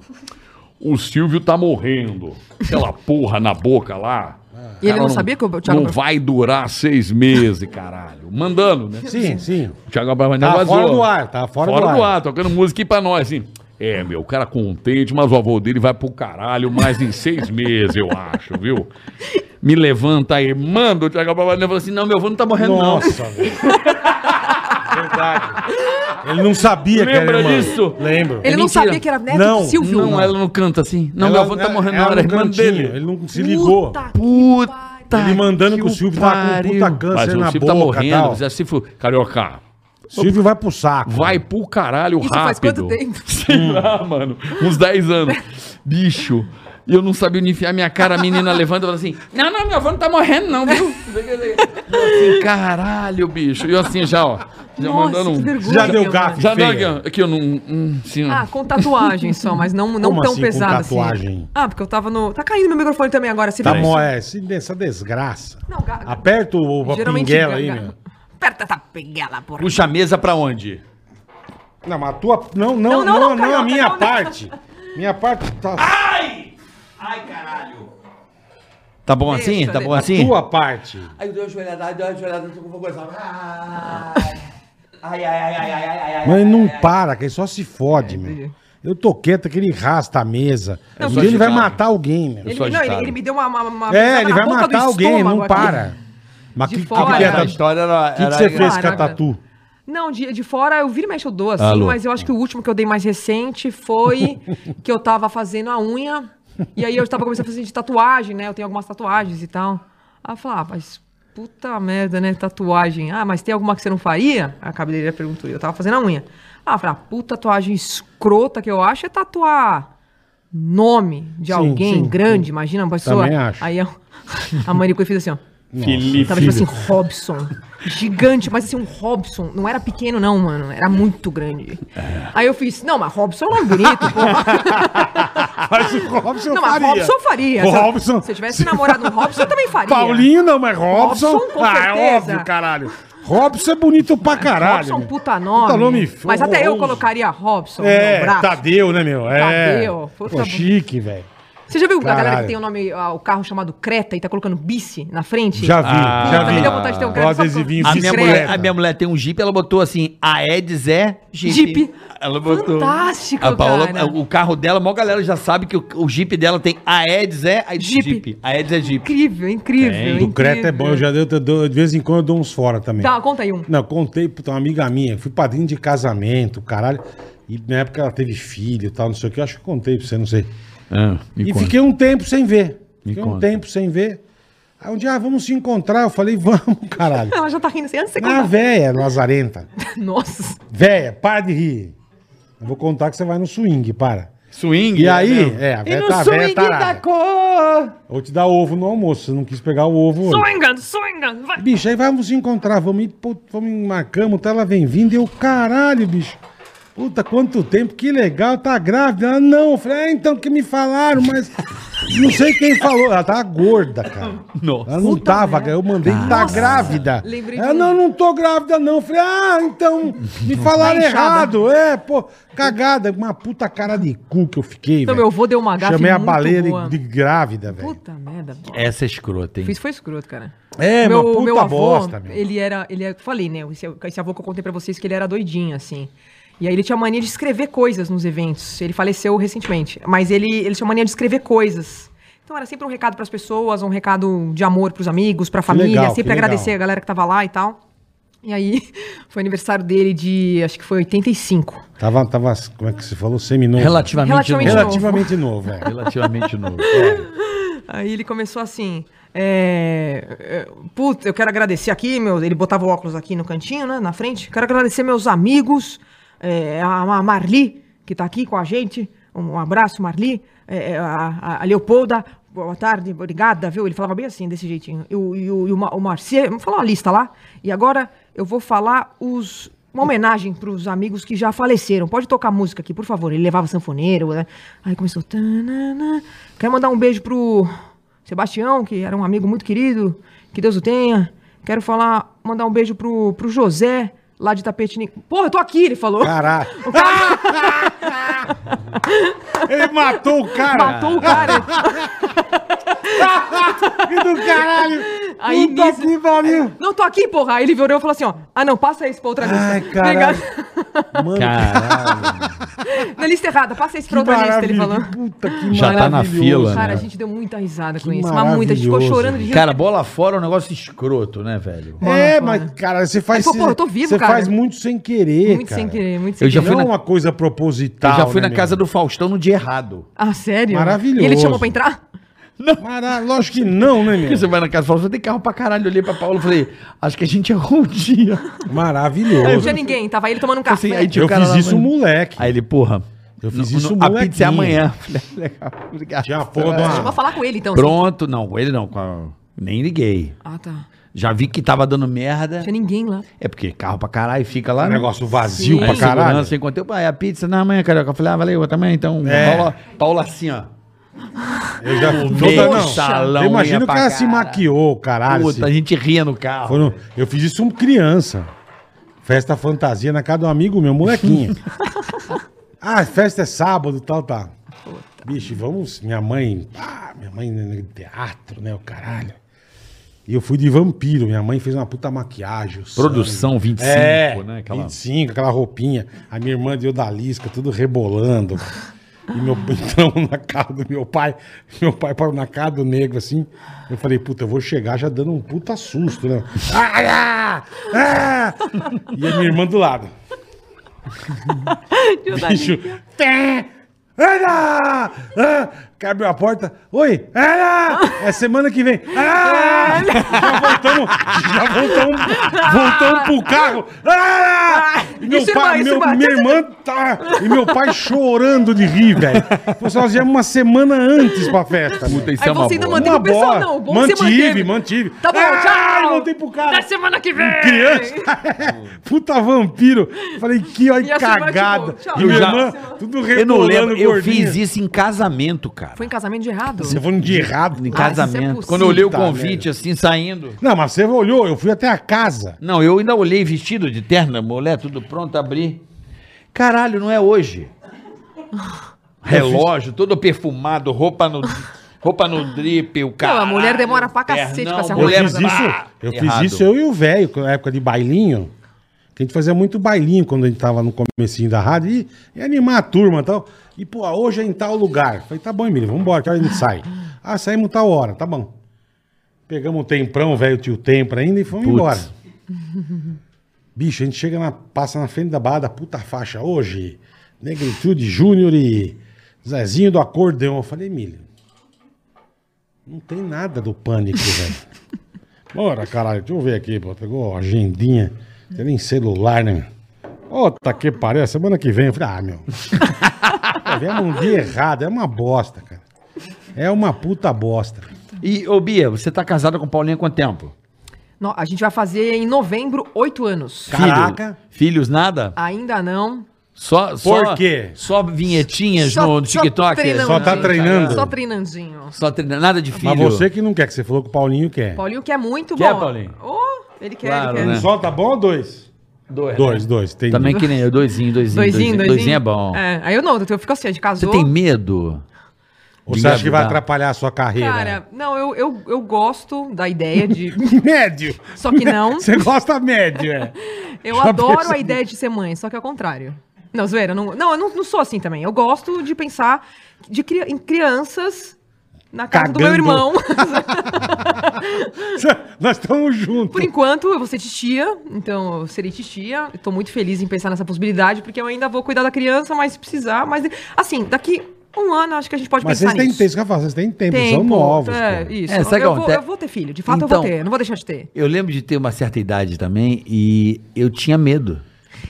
Speaker 1: O Silvio tá morrendo. Aquela porra na boca lá.
Speaker 4: E ele
Speaker 2: Cara,
Speaker 4: não, sabia que o Thiago...
Speaker 1: Não vai durar seis meses, caralho. Mandando, né?
Speaker 3: Sim, sim.
Speaker 1: O Thiago Abravanel
Speaker 3: Tá
Speaker 1: vazou.
Speaker 3: fora do ar, tá fora,
Speaker 1: Fora do ar, tocando música aqui pra nós, assim. É, meu, o cara contente, mas o avô dele vai pro caralho mais em seis meses, eu acho, viu? Me levanta aí, manda o Thiago Abravanel fala assim, não, meu avô não tá morrendo não.
Speaker 3: Nossa, velho. Verdade. Ele não sabia que
Speaker 2: Lembra
Speaker 3: era irmã.
Speaker 2: disso?
Speaker 3: Lembro.
Speaker 4: Ele não
Speaker 2: mentira.
Speaker 4: sabia que era neto
Speaker 3: Não,
Speaker 4: do Silvio.
Speaker 2: Não, ela não canta assim. Não, meu avô tá morrendo na
Speaker 3: ela é,
Speaker 2: hora,
Speaker 3: no
Speaker 2: irmã
Speaker 3: cantinho,
Speaker 2: dele.
Speaker 3: Ele não se ligou.
Speaker 4: Puta.
Speaker 2: Puta
Speaker 3: Ele mandando que o Silvio tava com um
Speaker 2: pariu.
Speaker 3: puta câncer
Speaker 1: Mas o
Speaker 3: na
Speaker 1: Silvio
Speaker 3: boca.
Speaker 1: tá
Speaker 3: tal.
Speaker 1: morrendo, Zé Silvio, carioca,
Speaker 3: Silvio vai pro saco.
Speaker 1: vai pro caralho
Speaker 4: Isso
Speaker 1: rápido.
Speaker 4: faz quanto tempo?
Speaker 1: <laughs> Sei lá, mano, uns 10 anos. Bicho, e eu não sabia onde enfiar minha cara, a menina levanta e fala assim, não, não, meu avô não tá morrendo não, viu? Eu assim, caralho, bicho. E eu assim já, ó, já mandando um...
Speaker 4: vergonha.
Speaker 3: Já deu
Speaker 4: meu
Speaker 3: gafe
Speaker 4: mano.
Speaker 1: Já não,
Speaker 3: feia.
Speaker 1: aqui, ó, aqui eu não. hum, sim, não.
Speaker 4: Ah, com tatuagem só, mas não, não
Speaker 3: Como
Speaker 4: tão
Speaker 3: assim, com
Speaker 4: pesada assim.
Speaker 3: tatuagem?
Speaker 4: Ah, porque eu tava no... Tá caindo meu microfone também agora, se
Speaker 3: Tá
Speaker 4: vê.
Speaker 3: mó, é, esse- essa desgraça.
Speaker 4: Não, ga-
Speaker 3: Aperta o, a pinguela aí, né?
Speaker 4: ganga.
Speaker 3: meu.
Speaker 4: Aperta tá. essa pinguela, porra.
Speaker 2: Puxa a mesa pra onde?
Speaker 3: Não, mas a tua. Não, não, não,
Speaker 4: Não, não,
Speaker 3: não,
Speaker 4: não, Carioca,
Speaker 3: a minha
Speaker 4: não, não.
Speaker 3: parte. Minha parte tá.
Speaker 2: Tá bom
Speaker 4: Deixa,
Speaker 2: assim? Tá
Speaker 4: deixa.
Speaker 2: bom
Speaker 3: a
Speaker 2: assim?
Speaker 3: tua parte.
Speaker 7: Aí eu dei uma joelhada, aí eu dei uma joelhada, não sei como eu vou começar. <laughs> Ai, ai, ai, ai, ai, ai, ai,
Speaker 4: É.
Speaker 7: ai.
Speaker 3: Mas não para, que ele só se fode, meu. Eu tô quieto que ele rasta a mesa.
Speaker 4: Não,
Speaker 3: Um
Speaker 4: sou
Speaker 3: dia ele vai
Speaker 2: agitado.
Speaker 3: matar alguém, meu.
Speaker 4: Ele,
Speaker 2: sou
Speaker 4: me- não, ele,
Speaker 2: agitado.
Speaker 4: ele me deu uma... uma, uma
Speaker 3: É,
Speaker 4: pisada
Speaker 3: ele
Speaker 4: na
Speaker 3: vai
Speaker 4: boca do
Speaker 3: matar alguém, não
Speaker 4: estômago aqui.
Speaker 3: para. Mas o
Speaker 4: De
Speaker 3: que, que, que,
Speaker 4: fora.
Speaker 3: que é
Speaker 4: A
Speaker 3: da-
Speaker 2: história era.
Speaker 3: que que você fez com
Speaker 4: Caraca.
Speaker 3: a <laughs> tatu?
Speaker 4: Não, de, de fora eu viro e mexe eu dou,
Speaker 3: Ah,
Speaker 4: assim,
Speaker 2: Alô.
Speaker 4: mas eu acho que o último que eu dei mais recente foi
Speaker 3: <laughs>
Speaker 4: que eu tava fazendo a unha, e aí eu tava começando a fazer de tatuagem, né? Eu tenho algumas tatuagens e tal. Aí eu falei, ah, mas puta merda, né? Tatuagem. Ah, mas tem alguma que você não faria? A cabeleireira perguntou, e eu tava fazendo a unha. Ah, eu falei, ah, puta tatuagem escrota que eu acho é tatuar nome de
Speaker 3: Sim,
Speaker 4: alguém
Speaker 3: sim,
Speaker 4: grande, imagina uma pessoa.
Speaker 3: Também acho.
Speaker 4: Aí eu, a manicure fez assim, ó.
Speaker 3: <laughs>
Speaker 4: Tava tipo assim, Robson. Gigante, mas assim, um Robson. Não era pequeno, não, mano. Era muito grande. Aí eu fiz, não, mas Robson é um nome
Speaker 3: <laughs>
Speaker 4: bonito, porra.
Speaker 3: Ah, Mas o Robson
Speaker 4: Não, mas Robson eu faria.
Speaker 3: O
Speaker 4: Se eu-
Speaker 3: Robson.
Speaker 4: Se eu tivesse namorado um Robson, eu também faria.
Speaker 3: Paulinho não, mas Robson.
Speaker 4: Robson, com
Speaker 3: ah, é
Speaker 4: certeza.
Speaker 3: óbvio, caralho. Robson é bonito pra caralho.
Speaker 4: Robson é um
Speaker 3: meu.
Speaker 4: puta nome.
Speaker 3: Puta nome feio,
Speaker 4: mas até eu
Speaker 3: horroroso.
Speaker 4: colocaria Robson no meu
Speaker 3: É,
Speaker 4: braço.
Speaker 3: Tadeu, né, meu? É.
Speaker 4: Tadeu,
Speaker 3: Pô,
Speaker 4: puta-
Speaker 3: chique, velho.
Speaker 4: Você já viu a galera
Speaker 3: Caralho.
Speaker 4: que tem o nome, ah, o carro chamado Creta e tá colocando bice na frente?
Speaker 3: Já vi,
Speaker 2: Ah,
Speaker 3: já
Speaker 4: Puta,
Speaker 3: vi.
Speaker 4: me deu vontade de ter um
Speaker 3: O
Speaker 4: cara só com-
Speaker 3: adesivinho
Speaker 2: A
Speaker 4: Isso
Speaker 2: minha,
Speaker 4: é-
Speaker 2: mulher, a minha mulher tem um Jeep, ela botou assim, a Eds é Jeep.
Speaker 4: Jeep.
Speaker 2: Ela botou.
Speaker 4: Fantástico,
Speaker 2: A Paola,
Speaker 4: cara.
Speaker 2: o carro dela, a maior galera já sabe que o, o Jeep dela tem a Eds é a Jeep.
Speaker 4: Jeep.
Speaker 2: A Eds é Jeep.
Speaker 4: Incrível, incrível.
Speaker 3: Do Creta é bom, eu já dei, eu dou- de vez em quando eu dou uns fora também.
Speaker 4: Tá, conta aí um.
Speaker 3: Não, contei pra uma amiga minha, fui padrinho de casamento, caralho. E na época ela teve filho e tal, não sei o que. Eu acho que eu contei pra você, não sei. e fiquei um tempo sem ver. Fiquei um
Speaker 1: conta.
Speaker 3: tempo sem ver. Aí um dia, ah, vamos se encontrar. Eu falei, vamos, caralho. <laughs>
Speaker 4: Ela já tá rindo assim, antes de você
Speaker 3: Na
Speaker 4: contar.
Speaker 3: véia, lazarenta.
Speaker 4: Nossa.
Speaker 3: Véia, para de rir. Eu vou contar que você vai no swing, para.
Speaker 1: Swing.
Speaker 3: E
Speaker 1: é
Speaker 3: aí,
Speaker 1: mesmo.
Speaker 3: é, a véia
Speaker 2: né, no
Speaker 3: tá, a véia
Speaker 2: swing da
Speaker 3: tarada.
Speaker 2: cor.
Speaker 3: Vou te dar ovo no almoço, você não quis pegar o ovo hoje.
Speaker 4: Swingando, swingando, um vai.
Speaker 3: Bicho, aí vamos se encontrar, vamos, ir, pô, vamos marcamos, tá, ela vem vindo, eu, caralho, bicho. Puta, quanto tempo, que legal, tá grávida. Ela, não, eu falei, ah, então que me falaram, mas não sei quem falou. Ela tá gorda, cara.
Speaker 2: Nossa.
Speaker 3: Ela não tava, cara, eu mandei, tá grávida.
Speaker 4: Lembrei de
Speaker 3: Ela,
Speaker 4: um.
Speaker 3: não, não tô grávida não. Eu falei, ah, então me falaram
Speaker 4: Tá inchada.
Speaker 3: errado. É, pô, cagada, uma puta cara de cu que eu fiquei,
Speaker 4: Então,
Speaker 3: velho.
Speaker 4: meu avô deu uma gafe
Speaker 3: Chamei a
Speaker 4: muito
Speaker 3: baleia
Speaker 4: boa.
Speaker 3: de, de grávida, velho.
Speaker 4: Puta merda.
Speaker 2: Essa é escrota, hein?
Speaker 4: Isso foi escroto, cara.
Speaker 3: É,
Speaker 4: meu,
Speaker 3: uma puta
Speaker 4: meu avô,
Speaker 3: bosta, meu.
Speaker 4: ele era, ele é, falei, né, esse, esse avô que eu contei pra vocês que ele era doidinho, assim. E aí ele tinha mania de escrever coisas nos eventos. Ele faleceu recentemente, mas ele, ele tinha mania de escrever coisas. Então era sempre um recado pras pessoas, um recado de amor pros amigos, pra família,
Speaker 3: legal, que
Speaker 4: sempre
Speaker 3: legal.
Speaker 4: agradecer a galera que tava lá e tal. E aí <laughs> foi aniversário dele de, acho que foi 85.
Speaker 3: Tava, tava, como é que você falou? Seminovo.
Speaker 2: Relativamente,
Speaker 4: Relativamente
Speaker 2: novo.
Speaker 3: Relativamente novo, é.
Speaker 2: Relativamente novo.
Speaker 3: <laughs>
Speaker 4: Aí ele começou assim. É, é, puta, eu quero agradecer aqui, meu. Ele botava o óculos aqui no cantinho, né? Na frente. Quero agradecer meus amigos, é, a, a Marli, que tá aqui com a gente. Um, um abraço, Marli. É, é, a, a- a Leopolda, boa tarde, obrigada, viu? Ele falava bem assim, desse jeitinho. E o, e o, e o, Ma- o Marcelo, falou uma lista lá. E agora eu vou falar os. Uma homenagem pros amigos que já faleceram. Pode tocar música aqui, por favor. Ele levava sanfoneiro, né? Aí começou. tanana. Quero mandar um beijo pro Sebastião, que era um amigo muito querido. Que Deus o tenha. Quero falar, mandar um beijo pro, pro José, lá de Tapetininga. Porra, eu tô aqui, ele falou.
Speaker 3: Caraca.
Speaker 4: O cara
Speaker 3: Ele matou o cara.
Speaker 4: matou
Speaker 3: <laughs>
Speaker 4: o cara.
Speaker 3: Que do caralho.
Speaker 4: Aí
Speaker 3: Puta
Speaker 4: nisso-
Speaker 3: que pariu.
Speaker 4: Não, tô aqui, porra. Aí ele virou e falou assim, ó. Ah, não, passa isso pra outra lista. Tá
Speaker 3: Ai, caralho.
Speaker 4: Obrigado.
Speaker 3: Mano,
Speaker 4: <laughs> Na lista errada, passa isso
Speaker 3: que
Speaker 4: pra outra lista, ele
Speaker 3: maravilha.
Speaker 4: falou.
Speaker 3: Que Puta que
Speaker 2: Já tá na
Speaker 3: maravilhoso.
Speaker 2: fila, né?
Speaker 4: Cara, a gente deu muita risada com
Speaker 3: Que
Speaker 4: isso. Mas muita, a gente ficou
Speaker 3: maravilhoso,
Speaker 4: chorando de rir.
Speaker 2: Cara, bola fora é um negócio escroto, né, velho?
Speaker 3: É,
Speaker 4: Mano,
Speaker 3: mas,
Speaker 4: mano.
Speaker 3: cara, você faz...
Speaker 4: Mas, pô, eu tô vivo,
Speaker 3: você
Speaker 4: cara.
Speaker 3: faz muito sem querer,
Speaker 4: muito
Speaker 3: cara.
Speaker 4: sem querer, muito sem
Speaker 2: Eu já
Speaker 4: querer.
Speaker 2: fui
Speaker 3: Não
Speaker 2: na-
Speaker 3: é uma coisa proposital,
Speaker 2: Eu já fui
Speaker 3: né,
Speaker 2: na casa do Faustão no dia errado.
Speaker 4: Ah, sério?
Speaker 3: Maravilhoso.
Speaker 4: E ele te chamou
Speaker 2: <laughs>
Speaker 4: pra entrar?
Speaker 3: meu? Mara... Lógico que não, né,
Speaker 2: Porque você
Speaker 3: meu?
Speaker 2: vai na casa e fala, você tem carro pra caralho. Eu olhei pra Paula e falei, acho que a gente errou um dia.
Speaker 4: Não
Speaker 3: Maravilhoso.
Speaker 4: tinha ninguém, tava ele tomando um café.
Speaker 2: Assim, aí tinha
Speaker 3: Eu
Speaker 2: o cara
Speaker 3: fiz
Speaker 2: lá,
Speaker 3: isso,
Speaker 2: mano.
Speaker 3: moleque.
Speaker 2: Aí ele, porra,
Speaker 3: Eu fiz
Speaker 2: no-
Speaker 3: isso,
Speaker 2: no- a pizza é
Speaker 3: molequinho.
Speaker 2: amanhã. <laughs> Falei, "Ah, Legal, obrigado.
Speaker 3: Tinha a porra de
Speaker 4: Vou
Speaker 3: uma...
Speaker 4: falar com ele, então. assim.
Speaker 2: Pronto, não, com ele não, com a- nem liguei.
Speaker 4: Ah, tá.
Speaker 2: Já vi que tava dando merda.
Speaker 4: Não tinha ninguém <laughs> lá.
Speaker 2: É porque carro pra caralho fica lá.
Speaker 3: Um
Speaker 2: né?
Speaker 3: negócio vazio
Speaker 4: Sim.
Speaker 3: pra caralho.
Speaker 2: Segurança, enquanto eu, pai, a pizza na manhã, carioca. Eu falei, ah, valeu, eu também, então.
Speaker 3: É.
Speaker 2: Paula, Paula assim, ó.
Speaker 3: Eu já...
Speaker 2: meio
Speaker 3: Toda,
Speaker 2: salão
Speaker 3: não. Imagina
Speaker 2: ia
Speaker 3: o cara
Speaker 2: pra cara.
Speaker 3: se é assim, maquiou, caralho. se-
Speaker 2: Puta, a gente ria no carro.
Speaker 3: Foram- eu fiz isso como criança. Festa fantasia na casa de um amigo
Speaker 2: <laughs>
Speaker 3: meu, molequinho. ah, festa é sábado, tal, tá. Bicho, vamos. Minha mãe. Ah, minha mãe no teatro, né? O caralho. E eu fui de vampiro. Minha mãe fez uma puta maquiagem. o
Speaker 2: Produção
Speaker 3: sangue.
Speaker 2: 25,
Speaker 3: é,
Speaker 2: né? Aquela-
Speaker 3: 25, aquela roupinha. A minha irmã deu da lisca,
Speaker 2: <laughs>
Speaker 3: tudo rebolando. E meu entramos na casa do meu pai. Meu pai parou na casa do negro assim. Eu falei, puta, eu vou chegar já dando um puta susto, né? <laughs> Ah, ah, ah! E a minha irmã do lado. Bicho. Té! Ana! Ah! Que abriu a porta. Oi! Ana! É semana que vem. Ah! Já voltamos. Já voltamos. Voltamos pro carro. Ah! E meu
Speaker 4: Isso,
Speaker 3: pai,
Speaker 4: irmã, isso, é
Speaker 3: meu,
Speaker 4: irmã.
Speaker 3: minha irmã tá. E meu pai chorando de rir, velho. Nós viemos uma semana antes pra festa. meu.
Speaker 1: Puta, isso é
Speaker 4: Aí
Speaker 1: uma
Speaker 4: você ainda
Speaker 1: boa.
Speaker 4: manteve o pessoal,
Speaker 3: bola.
Speaker 4: não. O bom que você
Speaker 3: mantive,
Speaker 4: manteve.
Speaker 3: mantive.
Speaker 4: Tá bom,
Speaker 3: Ah,
Speaker 4: tchau. Tá
Speaker 3: Mandei pro cara.
Speaker 4: Até semana que vem.
Speaker 3: Criança. <laughs> Puta vampiro. Falei, que olha
Speaker 4: E a sua irmã,
Speaker 3: cagada.
Speaker 4: tipo, tchau.
Speaker 3: E minha
Speaker 2: Eu já-
Speaker 3: irmã, tudo rebolando,
Speaker 2: Eu não lembro, eu
Speaker 3: gordinha.
Speaker 2: fiz isso em casamento, cara.
Speaker 4: Foi em casamento de errado?
Speaker 3: Você falando de errado.
Speaker 2: Em
Speaker 4: Ah, isso é
Speaker 2: casamento.
Speaker 4: possível.
Speaker 2: Quando eu olhei o
Speaker 3: Tá,
Speaker 2: convite, assim, saindo.
Speaker 3: Não, mas você olhou, eu fui até a casa.
Speaker 2: Não, eu ainda olhei vestido
Speaker 3: <laughs>
Speaker 2: de terna, mulher, tudo pronto, abri. Caralho, não é hoje. relógio, todo perfumado, roupa no, roupa no drip, o cara.
Speaker 4: a mulher demora pra cacete pra Ah, se arrumar.
Speaker 3: Eu
Speaker 4: Mulher-
Speaker 3: fiz isso, eu, fiz isso eu e o velho, na época de bailinho. Que a gente fazia muito bailinho quando a gente tava no comecinho da rádio e, e animar a turma e tal. E, pô, hoje é em tal lugar. Falei, tá bom, Emílio, vambora, que hora a gente sai? Ah, saímos tal hora, tá bom. Pegamos o temprão, o velho tio Tempra ainda e fomos
Speaker 2: Putz.
Speaker 3: embora. <laughs> Bicho, a gente chega na, passa na frente da barra da puta faixa hoje. Negritude Júnior e Zezinho do Acordeão. Eu falei, Emílio, não tem nada do pânico, <laughs> velho. Bora, caralho, deixa eu ver aqui, pô. Pegou a agendinha, tem nem celular, né? Puta que pariu, semana que vem. Eu falei, ah, meu. <laughs> Pô, Viemos um dia errado, é uma bosta, cara. É uma puta bosta.
Speaker 2: E, ô Bia, você tá casada com Paulinha há quanto tempo?
Speaker 4: Não, a gente vai fazer em novembro oito anos.
Speaker 3: Caraca.
Speaker 2: Filho- filhos, nada?
Speaker 4: Ainda não.
Speaker 2: Só, só,
Speaker 3: Por quê?
Speaker 2: Só vinhetinhas
Speaker 4: Só-
Speaker 2: no
Speaker 4: só
Speaker 2: TikTok?
Speaker 4: treinando.
Speaker 3: Só tá treinando.
Speaker 4: Só treinandinho.
Speaker 2: Só treinando, nada de filho.
Speaker 3: Mas você que não quer, que você falou que o Paulinho quer.
Speaker 4: Paulinho quer muito
Speaker 2: Quer,
Speaker 4: bom.
Speaker 2: Paulinho?
Speaker 4: Oh, ele quer,
Speaker 2: Claro,
Speaker 4: ele quer.
Speaker 2: né?
Speaker 3: Um só tá bom ou dois?
Speaker 4: É.
Speaker 2: Dois.
Speaker 3: Dois, dois. Tem
Speaker 2: Também que nem eu, doizinho, doizinho.
Speaker 4: Doisinho, doisinho.
Speaker 2: Doisinho é bom.
Speaker 4: É, aí eu não, eu fico assim, a gente
Speaker 2: Você
Speaker 4: casou.
Speaker 2: tem medo?
Speaker 3: Ou você acha que vai
Speaker 2: Obrigado.
Speaker 3: atrapalhar a sua
Speaker 2: né?"
Speaker 3: carreira? <laughs>
Speaker 4: Cara, não, eu, eu, eu gosto da ideia de.
Speaker 3: médio.
Speaker 4: Só que não.
Speaker 3: <laughs> Você gosta médio, é.
Speaker 4: <laughs> Eu
Speaker 3: Já
Speaker 4: adoro
Speaker 3: percebi.
Speaker 4: a
Speaker 3: <laughs>
Speaker 4: ideia de ser mãe, só que é o contrário. Não, zoeira, não, não, eu não, não sou assim também. Eu gosto de pensar de, cri- em crianças na casa do meu
Speaker 3: Cagando.
Speaker 4: irmão. <laughs>
Speaker 3: Nós estamos juntos.
Speaker 4: Por enquanto, eu vou ser titia, então eu serei titia. Eu tô muito feliz em pensar nessa possibilidade, porque eu ainda vou cuidar da criança, mas se precisar, mas assim, daqui um ano acho que a gente pode
Speaker 3: Mas
Speaker 4: pensar
Speaker 3: vocês têm
Speaker 4: nisso.
Speaker 3: tempo, isso que eu falo, vocês têm tempo, são
Speaker 4: Tempo,
Speaker 3: novos.
Speaker 4: É,
Speaker 3: pô.
Speaker 4: isso.
Speaker 2: É, sabe o que
Speaker 4: eu, vou,
Speaker 2: acontece?
Speaker 4: eu vou ter filho, de fato eu
Speaker 2: Então-
Speaker 4: vou ter, não vou deixar de ter.
Speaker 2: Eu lembro de ter uma certa idade também e eu tinha medo.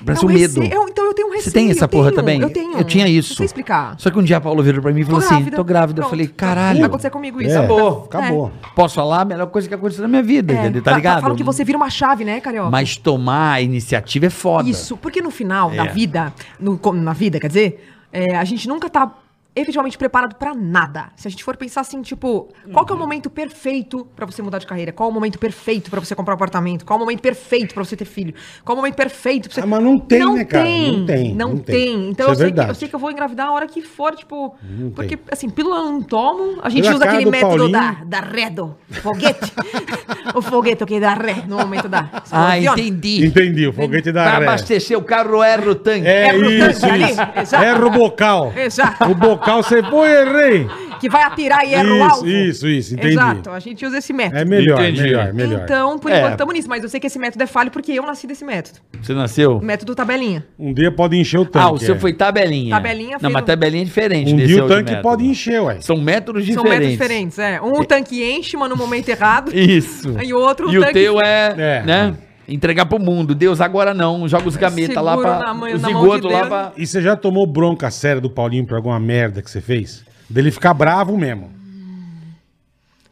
Speaker 2: Parece
Speaker 4: É
Speaker 2: um
Speaker 4: um
Speaker 2: medo.
Speaker 4: receio- eu- então eu tenho um
Speaker 2: Você tem
Speaker 4: receio,
Speaker 2: essa
Speaker 4: eu
Speaker 2: porra
Speaker 4: tenho,
Speaker 2: também?
Speaker 4: eu tenho.
Speaker 2: Eu tinha isso.
Speaker 4: Não sei explicar.
Speaker 2: Só que um dia a Paula virou pra mim e
Speaker 4: Tô
Speaker 2: falou assim, tô grávida. Eu
Speaker 4: Pronto.
Speaker 2: falei,
Speaker 4: Vai
Speaker 2: caralho,
Speaker 4: acontecer comigo isso.
Speaker 3: É.
Speaker 2: Acabou.
Speaker 3: Acabou.
Speaker 2: posso falar? A melhor coisa que aconteceu na minha vida,
Speaker 4: É,
Speaker 2: entendeu?
Speaker 4: fa-
Speaker 2: Tá
Speaker 4: fa-
Speaker 2: ligado?
Speaker 4: Falam que você vira uma chave, né, Carioca?
Speaker 2: Mas tomar a iniciativa é foda.
Speaker 4: Isso, porque no final
Speaker 3: É.
Speaker 4: da vida, no, co- na vida, quer dizer, é, a gente nunca tá efetivamente preparado pra nada. Se a gente for pensar assim, tipo, qual
Speaker 3: Uhum.
Speaker 4: que é o momento perfeito pra você mudar de carreira? Qual é o momento perfeito pra você comprar um apartamento? Qual é o momento perfeito pra você ter filho? Qual é o momento perfeito pra você
Speaker 3: Ah, mas não tem, né, cara?
Speaker 4: Não tem, não, tem. Então
Speaker 3: Isso é
Speaker 4: eu, sei que, eu
Speaker 3: verdade.
Speaker 4: sei que eu vou engravidar a hora que for, tipo,
Speaker 3: Não
Speaker 4: porque
Speaker 3: tem.
Speaker 4: assim, pílula eu não tomo, a gente
Speaker 3: Pela
Speaker 4: usa
Speaker 3: cara
Speaker 4: aquele
Speaker 3: do
Speaker 4: método da,
Speaker 3: Paulinho.
Speaker 4: da redo, foguete. <laughs> o foguete que dá ré no momento da
Speaker 2: Ah,
Speaker 4: escorpião.
Speaker 2: entendi.
Speaker 3: Entendi, o foguete da
Speaker 2: Pra
Speaker 3: ré.
Speaker 2: abastecer o carro era o tanque.
Speaker 3: É,
Speaker 4: É pro
Speaker 3: isso,
Speaker 4: tanque ali,
Speaker 3: isso.
Speaker 4: exato.
Speaker 3: Erra o bocal.
Speaker 4: Exato.
Speaker 3: O bocal você pô, errei.
Speaker 4: que vai atirar e erra o
Speaker 3: Isso,
Speaker 4: alvo.
Speaker 3: isso, isso, entendi.
Speaker 4: Exato, a gente usa esse método.
Speaker 3: É melhor,
Speaker 1: Entendi.
Speaker 3: melhor, melhor.
Speaker 4: Então, por
Speaker 2: É.
Speaker 4: enquanto, estamos nisso, mas eu sei que esse método é falho porque eu nasci desse método.
Speaker 2: Você nasceu?
Speaker 4: O método tabelinha.
Speaker 3: Um dia pode encher o tanque.
Speaker 2: Ah, o seu
Speaker 3: é.
Speaker 2: foi tabelinha.
Speaker 4: Tabelinha
Speaker 2: Não,
Speaker 4: fez
Speaker 2: mas
Speaker 4: um-
Speaker 2: tabelinha é diferente.
Speaker 3: Um
Speaker 2: desse
Speaker 3: dia o
Speaker 2: outro
Speaker 3: tanque
Speaker 2: método.
Speaker 3: pode encher, ué.
Speaker 2: São métodos
Speaker 4: São
Speaker 2: diferentes.
Speaker 4: métodos diferentes, é. Um o tanque enche, mas no momento errado.
Speaker 2: Isso.
Speaker 4: E outro
Speaker 2: E o
Speaker 4: tanque-
Speaker 2: teu é,
Speaker 3: É.
Speaker 2: né? Entregar pro mundo. Deus, agora não. Joga os gametas lá
Speaker 4: Seguro
Speaker 2: pra.
Speaker 4: na mão-
Speaker 2: os
Speaker 4: na mão de
Speaker 2: zigoto lá
Speaker 4: Deus.
Speaker 2: pra.
Speaker 3: E você já tomou bronca séria do Paulinho por alguma merda que você fez? Dele ficar bravo mesmo.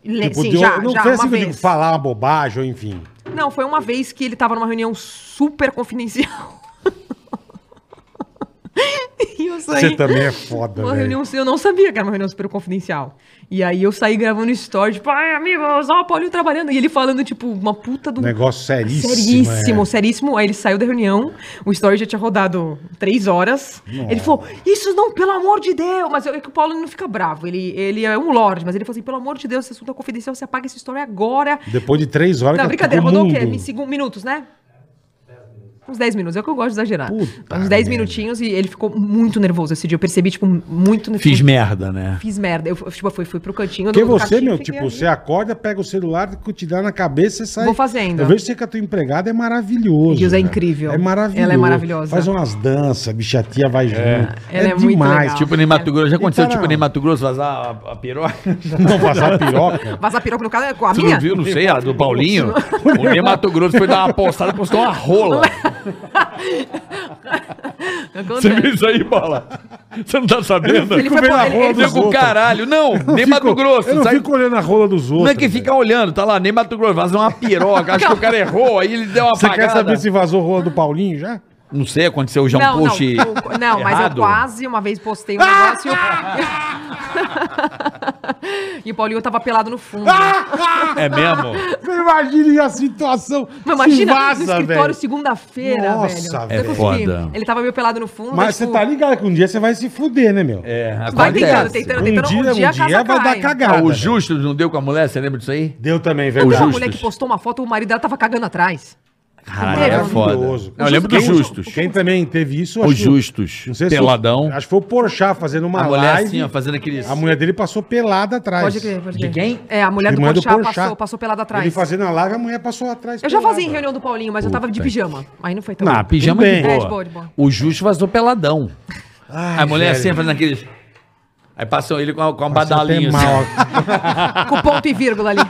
Speaker 4: Le-
Speaker 3: Tipo,
Speaker 4: Sim,
Speaker 3: de-
Speaker 4: já,
Speaker 3: não
Speaker 4: já,
Speaker 3: foi
Speaker 4: uma
Speaker 3: assim que eu digo,
Speaker 4: vez.
Speaker 3: falar uma bobagem, ou enfim.
Speaker 4: Não, foi uma vez que ele tava numa reunião super confidencial. <laughs> e eu
Speaker 3: Você
Speaker 4: saí.
Speaker 3: também é foda,
Speaker 4: Uma
Speaker 3: velho.
Speaker 4: reunião, eu não sabia que era uma reunião super confidencial. E aí eu saí gravando story, tipo, ai, amigo, só o Paulinho trabalhando. E ele falando, tipo, uma puta do.
Speaker 3: Negócio seríssimo.
Speaker 4: Seríssimo,
Speaker 3: é.
Speaker 4: seríssimo. Aí ele saiu da reunião, o story já tinha rodado três horas. Ele falou: Isso não, pelo amor de Deus. Mas é que o Paulo não fica bravo, ele, ele é um lorde, mas ele falou assim: Pelo amor de Deus, esse assunto é confidencial, você apaga esse story agora.
Speaker 3: Depois de três horas
Speaker 4: Não,
Speaker 3: que é
Speaker 4: brincadeira,
Speaker 3: ficou
Speaker 4: rodou o quê?
Speaker 3: mudo.
Speaker 4: Me- segun- Minutos, né? Uns 10 minutos, é o que eu gosto de exagerar.
Speaker 3: Puta
Speaker 4: Uns 10
Speaker 3: merda.
Speaker 4: minutinhos e ele ficou muito nervoso esse dia. Eu percebi, tipo, muito
Speaker 2: Fiz merda, né?
Speaker 4: Fiz merda. Eu tipo, fui, fui pro cantinho.
Speaker 3: Porque
Speaker 4: do- do
Speaker 3: você,
Speaker 4: cantinho,
Speaker 3: meu,
Speaker 4: fiquei
Speaker 3: tipo,
Speaker 4: ali.
Speaker 3: você acorda, pega o celular, que te dá na cabeça e sai.
Speaker 4: Vou fazendo.
Speaker 3: Eu vejo você com a tua empregada, é maravilhoso.
Speaker 4: Deus, é
Speaker 3: cara.
Speaker 4: incrível.
Speaker 3: É maravilhoso.
Speaker 4: Ela é maravilhosa.
Speaker 3: Faz umas danças, bichatia vai junto. É,
Speaker 4: Ela é muito
Speaker 3: demais.
Speaker 4: legal.
Speaker 3: Tipo,
Speaker 2: Tipo, nem Mato Grosso. Já
Speaker 3: E,
Speaker 2: aconteceu,
Speaker 3: cara,
Speaker 2: tipo, nem Mato Grosso vazar a, a <laughs> piroca?
Speaker 3: tipo, não passar
Speaker 4: <laughs>
Speaker 3: piroca.
Speaker 4: Vazar piroca no caso, é com a
Speaker 2: Você
Speaker 4: minha?
Speaker 2: não viu? Não sei, a do
Speaker 4: <laughs>
Speaker 2: Paulinho. o Ney Mato Grosso foi dar uma postada, postou uma rola. Você viu isso aí, Bola? Você não tá sabendo?
Speaker 4: Ele foi
Speaker 3: Fico vendo
Speaker 4: pro-
Speaker 3: a
Speaker 4: ele-
Speaker 3: rola
Speaker 4: ele-
Speaker 3: dos
Speaker 2: Digo,
Speaker 3: outros.
Speaker 2: caralho, não, nem
Speaker 3: Fico-
Speaker 2: Mato Grosso.
Speaker 3: Eu não
Speaker 2: sai-
Speaker 3: fico olhando a rola dos outros.
Speaker 2: não é que fica olhando, tá lá, nem Mato Grosso, vaza uma piroca, acho que o cara errou, aí ele deu uma
Speaker 3: Você
Speaker 2: apagada.
Speaker 3: quer saber se vazou rola do Paulinho
Speaker 4: <laughs>
Speaker 3: já?
Speaker 2: Não sei, aconteceu
Speaker 3: Então
Speaker 2: já um
Speaker 4: não,
Speaker 2: post
Speaker 4: não, eu- não, mas é eu
Speaker 2: errado.
Speaker 4: quase uma vez postei um negócio. <laughs> E o Paulinho tava pelado no fundo.
Speaker 3: Ah!
Speaker 2: É mesmo?
Speaker 3: Você imagina a situação.
Speaker 4: Não,
Speaker 3: Se
Speaker 4: imagina no
Speaker 3: vaza,
Speaker 4: escritório
Speaker 3: velho.
Speaker 4: segunda-feira,
Speaker 3: Nossa,
Speaker 4: velho.
Speaker 3: velho. É
Speaker 4: Eu consegui.
Speaker 2: foda.
Speaker 4: Ele tava meio pelado no fundo.
Speaker 3: Mas você
Speaker 4: tipo,
Speaker 3: tá ligado que um dia você vai se fuder, né, meu?
Speaker 2: É,
Speaker 4: Vai tentando,
Speaker 2: acontece.
Speaker 4: tentando,
Speaker 3: Um
Speaker 4: tentando.
Speaker 3: dia, um
Speaker 4: Então, a
Speaker 3: dia
Speaker 4: casa
Speaker 3: vai
Speaker 4: cai.
Speaker 3: dar cagada.
Speaker 2: Ah, o
Speaker 3: velho.
Speaker 2: Justo não deu com a mulher, você lembra disso aí?
Speaker 3: Deu também, velho.
Speaker 2: O
Speaker 4: Aquela
Speaker 2: Justus.
Speaker 4: mulher que postou uma foto, o marido dela tava cagando atrás.
Speaker 3: Ah,
Speaker 2: Caralho,
Speaker 4: Teve
Speaker 2: é
Speaker 4: um-
Speaker 2: foda.
Speaker 3: Maravilhoso.
Speaker 2: Não, eu lembro do
Speaker 3: Quem-
Speaker 2: Justus.
Speaker 3: Quem também teve isso,
Speaker 2: O
Speaker 3: acho que-
Speaker 2: Justus,
Speaker 3: não sei se
Speaker 2: peladão.
Speaker 3: foi- acho que foi o Porchat fazendo uma
Speaker 2: A mulher
Speaker 3: live.
Speaker 2: assim, ó, fazendo aqueles...
Speaker 3: A mulher dele passou pelada atrás.
Speaker 4: Pode crer, pode
Speaker 2: De
Speaker 4: crer.
Speaker 2: quem?
Speaker 4: É, a mulher do
Speaker 3: Irmã do
Speaker 4: Porchat
Speaker 3: Porchat.
Speaker 4: passou, passou pelada atrás.
Speaker 3: Ele fazendo a live, a mulher passou atrás.
Speaker 4: Eu já
Speaker 3: pelada.
Speaker 4: fazia em reunião do Paulinho, mas eu tava de pijama. Aí não foi tão
Speaker 2: Ah,
Speaker 4: bom.
Speaker 2: pijama
Speaker 3: Tudo
Speaker 2: de
Speaker 3: bem.
Speaker 2: boa.
Speaker 4: É, de boa, de boa.
Speaker 2: O Justo vazou peladão.
Speaker 3: Ai,
Speaker 2: a mulher
Speaker 3: velho.
Speaker 2: assim, fazendo aqueles... Aí passou ele com a, com a
Speaker 3: Passou é até
Speaker 2: badalinha. assim.
Speaker 3: mal. <laughs>
Speaker 4: Com ponto e vírgula ali.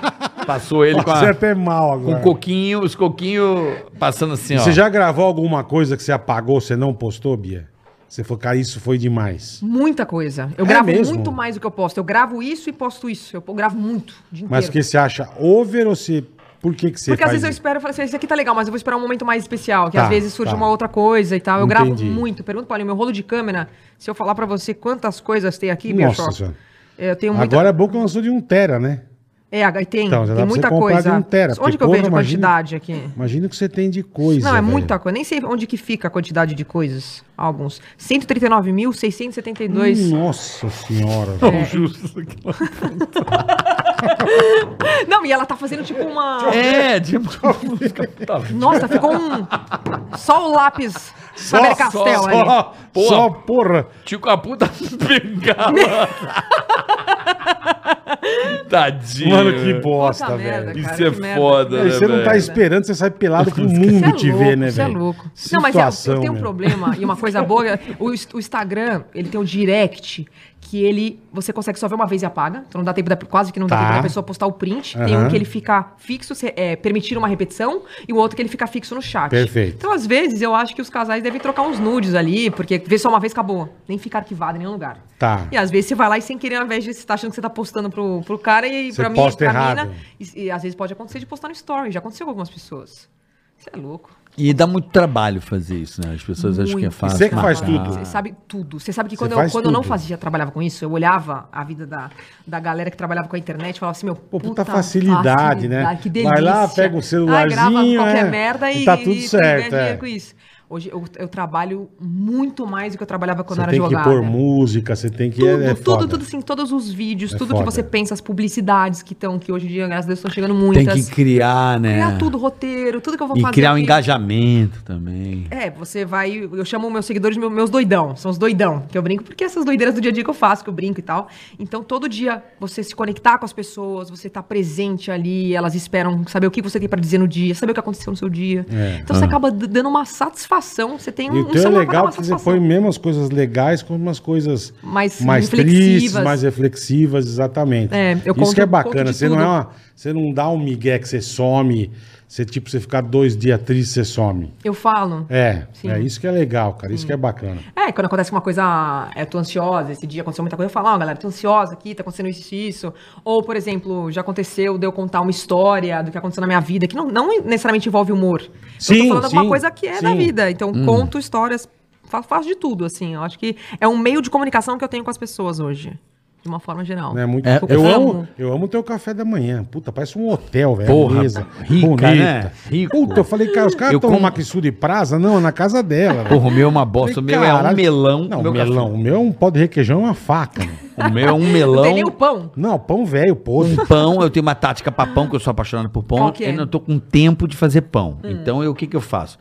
Speaker 2: Passou ele com, a-
Speaker 3: Passou é até mal
Speaker 2: com
Speaker 3: agora.
Speaker 2: o coquinho, os coquinhos passando assim, ó.
Speaker 3: Você já gravou alguma coisa que você apagou, você não postou, Bia? Você falou, cara, isso foi demais.
Speaker 4: Muita coisa. Eu
Speaker 3: É
Speaker 4: gravo
Speaker 3: mesmo?
Speaker 4: muito mais do que eu posto. Eu gravo isso e posto isso. Eu gravo muito. O dia
Speaker 3: Mas
Speaker 4: inteiro.
Speaker 3: o que você acha over ou você. Por que, que você
Speaker 4: Porque às
Speaker 3: faz
Speaker 4: vezes eu
Speaker 3: isso?
Speaker 4: espero e falo assim, esse aqui tá legal, mas eu vou esperar um momento mais especial, que
Speaker 3: Tá,
Speaker 4: às vezes surge
Speaker 3: tá.
Speaker 4: uma outra coisa e tal. Eu gravo
Speaker 3: Entendi.
Speaker 4: muito. Pergunta para meu rolo de câmera, se eu falar pra você quantas coisas tem aqui,
Speaker 3: Nossa
Speaker 4: Bioshock,
Speaker 3: Senhora.
Speaker 4: é, eu tenho muita...
Speaker 3: Agora é bom que lançou de 1 tera, né?
Speaker 4: É, aí tem,
Speaker 3: Então, já dá pra você
Speaker 4: tem muita
Speaker 3: comprar
Speaker 4: coisa.
Speaker 3: de um tera, porque,
Speaker 4: onde que eu
Speaker 3: porra,
Speaker 4: vejo a
Speaker 3: imagina-
Speaker 4: quantidade aqui?
Speaker 3: Imagina o que você tem de coisa.
Speaker 4: Não, é
Speaker 3: velho.
Speaker 4: muita coisa. Nem sei onde que fica a quantidade de coisas. Alguns.
Speaker 3: Hum.
Speaker 4: 139.672.
Speaker 3: Nossa senhora.
Speaker 2: O
Speaker 4: É.
Speaker 3: velho.
Speaker 2: Justo.
Speaker 4: Não, e ela tá fazendo tipo
Speaker 3: <laughs>
Speaker 4: uma...
Speaker 2: É, de... Tá
Speaker 4: Nossa, ficou um... Só o lápis Faber Castell é, né? ali.
Speaker 3: só, um
Speaker 2: Porra.
Speaker 3: só porra.
Speaker 2: Tio Caputa
Speaker 3: <laughs>
Speaker 2: pegava. Tadinho.
Speaker 3: Mano, que
Speaker 4: Puta
Speaker 3: bosta,
Speaker 4: merda,
Speaker 3: velho.
Speaker 2: Isso
Speaker 4: cara,
Speaker 2: é
Speaker 4: que merda.
Speaker 2: foda,
Speaker 3: Aí
Speaker 2: né,
Speaker 3: Você não tá
Speaker 2: velho?
Speaker 3: esperando, você sai pelado
Speaker 4: <laughs>
Speaker 3: pro
Speaker 4: Cê
Speaker 3: mundo
Speaker 4: é
Speaker 3: te
Speaker 4: louco,
Speaker 3: ver, né,
Speaker 4: cê é
Speaker 3: velho?
Speaker 4: louco.
Speaker 3: Não, mas
Speaker 4: não, mas é, tem um
Speaker 3: meu.
Speaker 4: problema e uma coisa boa. O, inst- o Instagram, ele tem um direct que ele. Você consegue só ver uma vez e apaga. Então não dá tempo da, quase que não dá
Speaker 3: Tá.
Speaker 4: tempo da pessoa postar o print. Tem
Speaker 3: Aham.
Speaker 4: um que ele fica fixo, cê- é, permitir uma repetição, e o outro que ele fica fixo no chat.
Speaker 3: Perfeito.
Speaker 4: Então, às vezes, eu acho que os casais devem trocar uns nudes ali, porque ver só uma vez acabou. Nem fica arquivado em nenhum lugar.
Speaker 3: Tá.
Speaker 4: E às vezes você vai lá e sem querer, ao invés de você tá achando que você tá postando pro, pro cara e
Speaker 3: Você
Speaker 4: pra mim,
Speaker 3: posta
Speaker 4: pra
Speaker 3: errado.
Speaker 4: E, e às vezes pode acontecer de postar no story. Já aconteceu com algumas pessoas. Você é louco.
Speaker 2: E dá muito trabalho fazer isso, né? As pessoas acham que é
Speaker 4: Muito.
Speaker 2: fácil.
Speaker 3: Você que faz
Speaker 2: marcar.
Speaker 3: tudo.
Speaker 4: Você sabe tudo. Você sabe que
Speaker 3: Você
Speaker 4: quando, eu,
Speaker 3: faz
Speaker 4: quando eu não
Speaker 3: tudo.
Speaker 4: fazia, trabalhava com isso, eu olhava a vida da, da galera que trabalhava com a internet e falava assim, meu,
Speaker 3: Pô, puta facilidade, né?
Speaker 4: Que delícia.
Speaker 3: Vai lá, pega o celularzinho,
Speaker 4: Ai, grava qualquer
Speaker 3: é,
Speaker 4: merda
Speaker 3: e
Speaker 4: e,
Speaker 3: tá tudo
Speaker 4: ganha
Speaker 3: certo,
Speaker 4: dinheiro
Speaker 3: é.
Speaker 4: com isso. Hoje eu, eu trabalho muito mais do que eu trabalhava quando
Speaker 3: Você
Speaker 4: eu era
Speaker 3: tem que
Speaker 4: advogada.
Speaker 3: pôr música, você tem que.
Speaker 4: Tudo,
Speaker 3: é, é
Speaker 4: tudo,
Speaker 3: foda.
Speaker 4: tudo sim, todos os vídeos,
Speaker 3: É
Speaker 4: tudo
Speaker 3: foda.
Speaker 4: que você pensa, as publicidades que estão, que hoje em dia, graças a Deus, estão chegando muitas.
Speaker 2: Tem que criar, né?
Speaker 4: assim.
Speaker 3: É.
Speaker 4: Criar tudo, roteiro, tudo que eu vou
Speaker 2: E
Speaker 4: fazer.
Speaker 2: criar um
Speaker 4: aqui.
Speaker 2: engajamento também.
Speaker 4: É, você vai. Eu chamo meus seguidores de meu- meus doidão. São os doidão que eu brinco, porque essas doideiras do dia a dia que eu faço, que eu brinco e tal. Então, todo dia, você se conectar com as pessoas, você tá presente ali, elas esperam saber o que você tem pra dizer no dia, saber o que aconteceu no seu dia.
Speaker 3: É.
Speaker 4: Então, você acaba d- dando uma satisfação. Você tem
Speaker 3: E
Speaker 4: um,
Speaker 3: o teu é
Speaker 4: celular pra dar
Speaker 3: legal
Speaker 4: uma
Speaker 3: que você
Speaker 4: satisfação.
Speaker 3: põe mesmo as coisas legais com umas coisas
Speaker 4: Mais
Speaker 3: mais
Speaker 4: reflexivas.
Speaker 3: tristes, mais reflexivas, exatamente.
Speaker 4: É, eu
Speaker 3: Isso
Speaker 4: conto-
Speaker 3: que é
Speaker 4: conto
Speaker 3: bacana.
Speaker 4: de
Speaker 3: Você não, é
Speaker 4: tudo.
Speaker 3: uma, você não dá um migué que você some, você tipo, você ficar dois dias triste, você some.
Speaker 4: Eu falo.
Speaker 3: É,
Speaker 4: Sim.
Speaker 3: é isso que é legal, cara. Isso que é bacana.
Speaker 4: É, quando acontece uma coisa, é, tô ansiosa, esse dia aconteceu muita coisa, eu falo, ó, galera, tô ansiosa aqui, tá acontecendo isso e isso. Ou, por exemplo, já aconteceu de eu contar uma história do que aconteceu na minha vida, que não, não necessariamente envolve humor. eu
Speaker 3: Sim,
Speaker 4: tô falando
Speaker 3: sim,
Speaker 4: alguma coisa que é da
Speaker 3: sim. Hum.
Speaker 4: vida, então conto histórias, fa- faço de tudo, assim. Eu acho que é um meio de comunicação que eu tenho com as pessoas hoje, de uma forma geral.
Speaker 3: É muito...
Speaker 2: É,
Speaker 3: eu,
Speaker 2: eu
Speaker 3: amo,
Speaker 4: amo.
Speaker 3: eu amo o teu café da manhã. Puta, parece um hotel, velho.
Speaker 2: Porra,
Speaker 3: A mesa
Speaker 2: rica, né? Rico.
Speaker 3: Puta, eu falei, cara, os caras
Speaker 2: Eu
Speaker 3: tomam
Speaker 2: como-
Speaker 3: Maxu de Praza? Não, é na casa dela. velho.
Speaker 2: Porra, o meu é uma bosta. O
Speaker 3: Falei,
Speaker 2: meu é um
Speaker 3: caralho.
Speaker 2: melão.
Speaker 3: Não,
Speaker 2: o
Speaker 3: o
Speaker 2: meu
Speaker 3: melão. O meu é um pó de requeijão, é uma faca. né?
Speaker 2: café- O meu é um
Speaker 4: Não tem nem <laughs> o
Speaker 2: melão.
Speaker 4: pão.
Speaker 3: Não, pão velho, podre.
Speaker 2: Um pão, eu tenho uma tática pra pão, que eu sou apaixonado por pão.
Speaker 4: Qual que é? Hum.
Speaker 2: Eu não tô com tempo de fazer pão. Então, eu, o que que eu faço?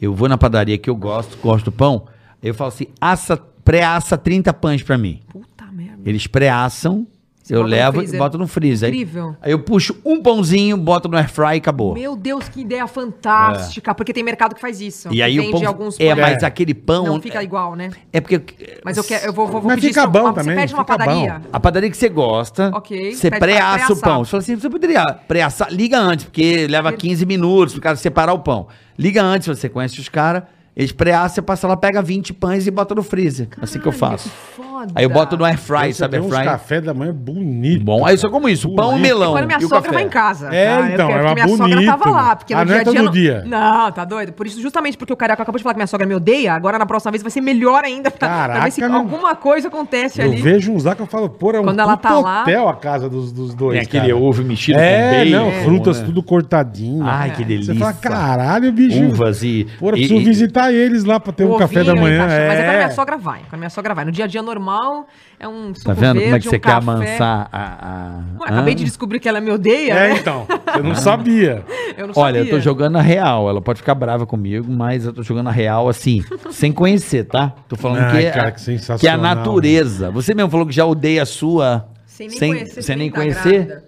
Speaker 2: Eu vou na padaria que eu gosto, gosto do pão. Eu falo assim, assa, pré-assa 30 pães pra mim.
Speaker 4: Puta merda.
Speaker 2: Eles pré-assam,
Speaker 4: Você
Speaker 2: eu
Speaker 4: bota no
Speaker 2: levo e
Speaker 4: freezer.
Speaker 2: boto no freezer. Aí-
Speaker 4: Incrível.
Speaker 2: Aí, eu puxo um pãozinho, boto no air fry e acabou.
Speaker 4: Meu Deus, que ideia fantástica, porque tem mercado que faz isso.
Speaker 2: e aí
Speaker 4: vende
Speaker 2: o pão
Speaker 4: alguns
Speaker 2: é,
Speaker 4: pães.
Speaker 2: mas aquele pão
Speaker 4: Não fica igual, né?
Speaker 2: é porque
Speaker 4: Mas eu, quero, eu vou, vou, vou
Speaker 3: Mas
Speaker 4: pedir
Speaker 3: fica
Speaker 4: só-
Speaker 3: bom
Speaker 4: você
Speaker 3: também,
Speaker 4: pede uma
Speaker 3: fica bom.
Speaker 4: padaria.
Speaker 2: A padaria que você gosta,
Speaker 4: Ok,
Speaker 2: você
Speaker 4: pede pra
Speaker 2: pré-assa o
Speaker 4: pré-assar.
Speaker 2: pão. Você fala assim, você poderia pré-assar, liga antes, porque leva 15 minutos pro cara separar o pão. Liga antes, você conhece os caras, Esprear, você passa lá, pega 20 pães e bota no freezer. assim que eu faço.
Speaker 4: foda.
Speaker 2: Aí eu boto no air fry, sabe
Speaker 3: tem
Speaker 2: air
Speaker 3: uns
Speaker 2: fry?
Speaker 3: café da manhã bonito.
Speaker 2: Bom, aí eu só como isso, pão e
Speaker 3: Bonito.
Speaker 2: melão.
Speaker 4: Quando minha
Speaker 2: e o
Speaker 4: sogra
Speaker 2: café.
Speaker 4: vai em casa.
Speaker 3: É,
Speaker 4: tá? Eu
Speaker 3: então,
Speaker 4: quero-
Speaker 3: era
Speaker 4: porque minha sogra
Speaker 3: bonito.
Speaker 4: tava lá, porque
Speaker 3: Ah,
Speaker 4: no
Speaker 3: não
Speaker 4: dia
Speaker 3: é
Speaker 4: a dia.
Speaker 3: todo dia.
Speaker 4: Não, tá doido? Por isso, justamente porque o Carioca acabou de falar que minha sogra me odeia, agora na próxima vez vai ser melhor ainda. pra- pra ver se
Speaker 3: Caraca, meu-
Speaker 4: alguma coisa acontece
Speaker 3: Eu
Speaker 4: ali.
Speaker 3: vejo uns lá que eu falo, pô, é um
Speaker 4: Quando ela
Speaker 3: puta
Speaker 4: tá lá-
Speaker 3: hotel a casa dos, dos dois.
Speaker 2: Tem aquele
Speaker 3: cara.
Speaker 2: ovo mexido com
Speaker 3: É,
Speaker 2: bacon.
Speaker 3: não, frutas
Speaker 2: né?
Speaker 3: tudo cortadinho.
Speaker 2: Ai,
Speaker 4: É.
Speaker 2: que delícia.
Speaker 3: Você fala, caralho, bicho.
Speaker 2: Uvas e...
Speaker 3: Pô, eu
Speaker 2: e-
Speaker 3: preciso
Speaker 2: e-
Speaker 3: visitar eles lá pra ter um
Speaker 4: O
Speaker 3: café da
Speaker 4: ovinho,
Speaker 3: manhã.
Speaker 4: encaixou. Mas agora
Speaker 3: é.
Speaker 4: minha sogra vai. Agora minha sogra vai. No dia a dia normal, é um suco
Speaker 2: Tá vendo como é
Speaker 4: verde,
Speaker 2: que você
Speaker 4: um
Speaker 2: quer
Speaker 4: café.
Speaker 2: amansar a... a-
Speaker 4: Ué, acabei
Speaker 2: Hã?
Speaker 4: de descobrir que ela me odeia,
Speaker 3: É,
Speaker 4: né?
Speaker 3: então. Eu não sabia.
Speaker 4: Eu não
Speaker 2: Olha, eu
Speaker 4: sabia.
Speaker 2: tô jogando a real. Ela pode ficar brava comigo, mas eu tô jogando a real
Speaker 4: <laughs>
Speaker 2: assim, sem conhecer, tá? Tô falando
Speaker 3: Ai,
Speaker 2: que, é,
Speaker 3: cara, que
Speaker 2: a,
Speaker 3: sensacional. né?
Speaker 2: que é a natureza. Você mesmo falou que já odeia a sua.
Speaker 4: Sem nem
Speaker 2: sem,
Speaker 4: conhecer,
Speaker 2: sem nem
Speaker 4: tá grávida.
Speaker 2: conhecer.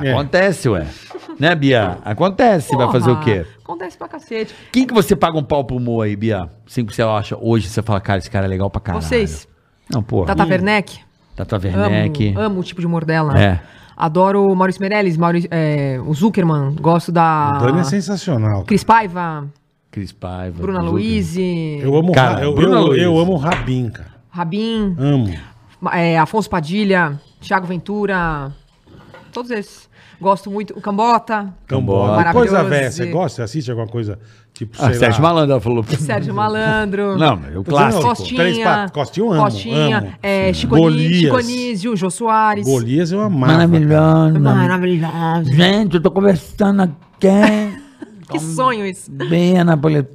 Speaker 3: É.
Speaker 2: Acontece,
Speaker 4: <laughs>
Speaker 2: ué. Né, Bia? Acontece. Vai fazer o
Speaker 4: Porra,
Speaker 2: quê?
Speaker 4: Acontece pra cacete.
Speaker 2: Quem que você paga um pau pro Mo aí, Bia? Cinco que você acha hoje, você fala, cara, esse cara é legal pra caralho.
Speaker 4: Vocês.
Speaker 2: Não, porra.
Speaker 4: Tata Werneck?
Speaker 2: Tata Werneck.
Speaker 4: Amo, amo o tipo de humor dela.
Speaker 2: É.
Speaker 4: Adoro o Maurício Meirelles, Maurício, é, o Zuckerman. Gosto da.
Speaker 3: O Dani é sensacional.
Speaker 4: Cris Paiva,
Speaker 2: Cris Paiva.
Speaker 4: Bruna
Speaker 2: Zuckerman.
Speaker 4: Luiz,
Speaker 3: Eu amo
Speaker 2: Cara,
Speaker 3: ra- eu,
Speaker 2: Bruna
Speaker 3: eu-
Speaker 2: Luiz. Então
Speaker 3: eu amo o Rabin, cara.
Speaker 4: Rabin,
Speaker 3: Amo.
Speaker 4: é, Afonso Padilha, Thiago Ventura. Todos esses. Gosto muito. O Cambota.
Speaker 3: Cambora.
Speaker 4: Maravilhoso.
Speaker 3: Então, Coisa velha. Você gosta? Você assiste alguma coisa? Tipo,
Speaker 2: Ah, Sérgio Malandro, ela falou.
Speaker 4: Sérgio
Speaker 2: <laughs>
Speaker 4: Malandro.
Speaker 2: Não, mas é o
Speaker 3: Não,
Speaker 2: clássico.
Speaker 4: Costinha.
Speaker 3: Três patas. Costinha eu amo,
Speaker 4: Costinha,
Speaker 3: amo.
Speaker 4: é,
Speaker 3: Sim.
Speaker 4: Chico Ani-
Speaker 3: Golias.
Speaker 4: Chico Anísio, Jô Soares.
Speaker 3: Golias eu amava. cara.
Speaker 2: Maravilhoso.
Speaker 4: Maravilhoso.
Speaker 2: Gente, eu tô conversando aqui.
Speaker 4: <laughs> Que sonho isso.
Speaker 2: Bem a napoletana.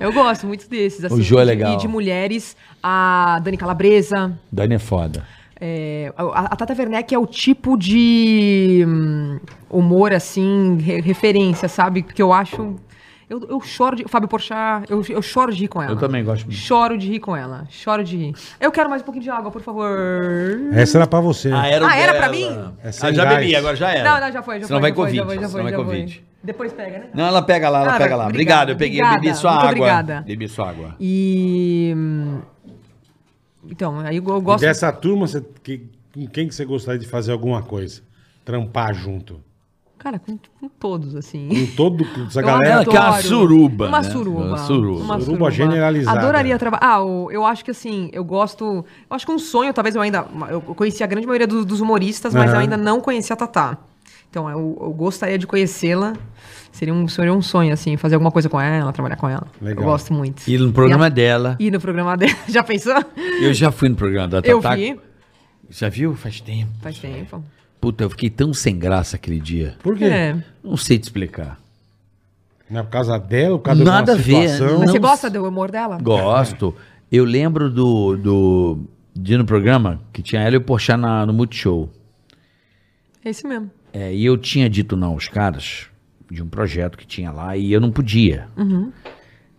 Speaker 4: Eu gosto muito desses. Assim,
Speaker 2: Jô é
Speaker 4: e de-
Speaker 2: legal.
Speaker 4: E de mulheres, a Dani Calabresa.
Speaker 2: Dani é foda.
Speaker 4: É, a, a Tata Werneck é o tipo de hum, humor, assim, re- referência, sabe? Que eu acho... Eu, eu choro de... Fábio Porchat, eu, eu choro de rir com ela.
Speaker 2: Eu também gosto muito.
Speaker 4: Choro de rir com ela. Choro de rir. Eu quero mais um pouquinho de água, por favor.
Speaker 3: Essa era pra você.
Speaker 2: era,
Speaker 4: o Ah, era pra dela. mim?
Speaker 3: É sem
Speaker 2: ah, já
Speaker 3: gás.
Speaker 2: bebi, agora já era.
Speaker 4: Não, não, já foi, já
Speaker 2: Senão vai
Speaker 4: foi. já foi,
Speaker 2: Covid.
Speaker 4: já foi, já
Speaker 2: senão
Speaker 4: foi,
Speaker 2: vai
Speaker 4: já foi.
Speaker 2: Covid.
Speaker 4: Depois pega, né?
Speaker 2: Não, ela pega lá, ela
Speaker 4: Ah,
Speaker 2: pega lá. Obrigado,
Speaker 4: obrigado,
Speaker 2: eu peguei,
Speaker 4: obrigada,
Speaker 2: bebi sua
Speaker 4: muito
Speaker 2: água.
Speaker 4: obrigada.
Speaker 2: Bebi sua água.
Speaker 4: E... hum, Então, aí eu, eu
Speaker 3: E
Speaker 4: gosto...
Speaker 3: Dessa turma, você, que, com quem que você gostaria de fazer alguma coisa? Trampar junto.
Speaker 4: Cara, com, com todos, assim.
Speaker 3: Com todo com essa
Speaker 4: Eu
Speaker 3: galera.
Speaker 4: adoro.
Speaker 2: que é uma suruba,
Speaker 4: Uma
Speaker 2: né?
Speaker 4: suruba.
Speaker 2: Uma suruba.
Speaker 4: Uma
Speaker 3: Suruba generalizada.
Speaker 4: Adoraria trabalhar. Ah, o- eu acho que assim, eu gosto. Eu acho que um sonho, talvez eu ainda. Eu conheci a grande maioria do- dos humoristas, mas
Speaker 3: Aham.
Speaker 4: eu ainda não conhecia a Tatá. Então, eu, eu gostaria de conhecê-la. Seria um, seria um sonho, assim, fazer alguma coisa com ela, trabalhar com ela.
Speaker 3: Legal.
Speaker 4: Eu gosto muito.
Speaker 2: E no programa dela.
Speaker 4: E no programa dela. <laughs> Já pensou?
Speaker 2: Eu já fui no programa da
Speaker 4: Eu
Speaker 2: Tatá.
Speaker 4: vi.
Speaker 2: Já viu? Faz tempo.
Speaker 4: Faz tempo.
Speaker 2: Puta, eu fiquei tão sem graça aquele dia.
Speaker 3: Por quê?
Speaker 4: É.
Speaker 2: Não sei te explicar.
Speaker 3: Não é por causa dela, por causa
Speaker 2: Nada
Speaker 3: de
Speaker 2: a ver, né?
Speaker 4: Mas
Speaker 2: Não s-
Speaker 4: você gosta do humor dela?
Speaker 2: Gosto. Eu lembro do, do de ir no programa que tinha ela e o Porchat na, no Multishow.
Speaker 4: É isso mesmo.
Speaker 2: É, e eu tinha dito não aos caras de um projeto que tinha lá e eu não podia.
Speaker 4: Uhum.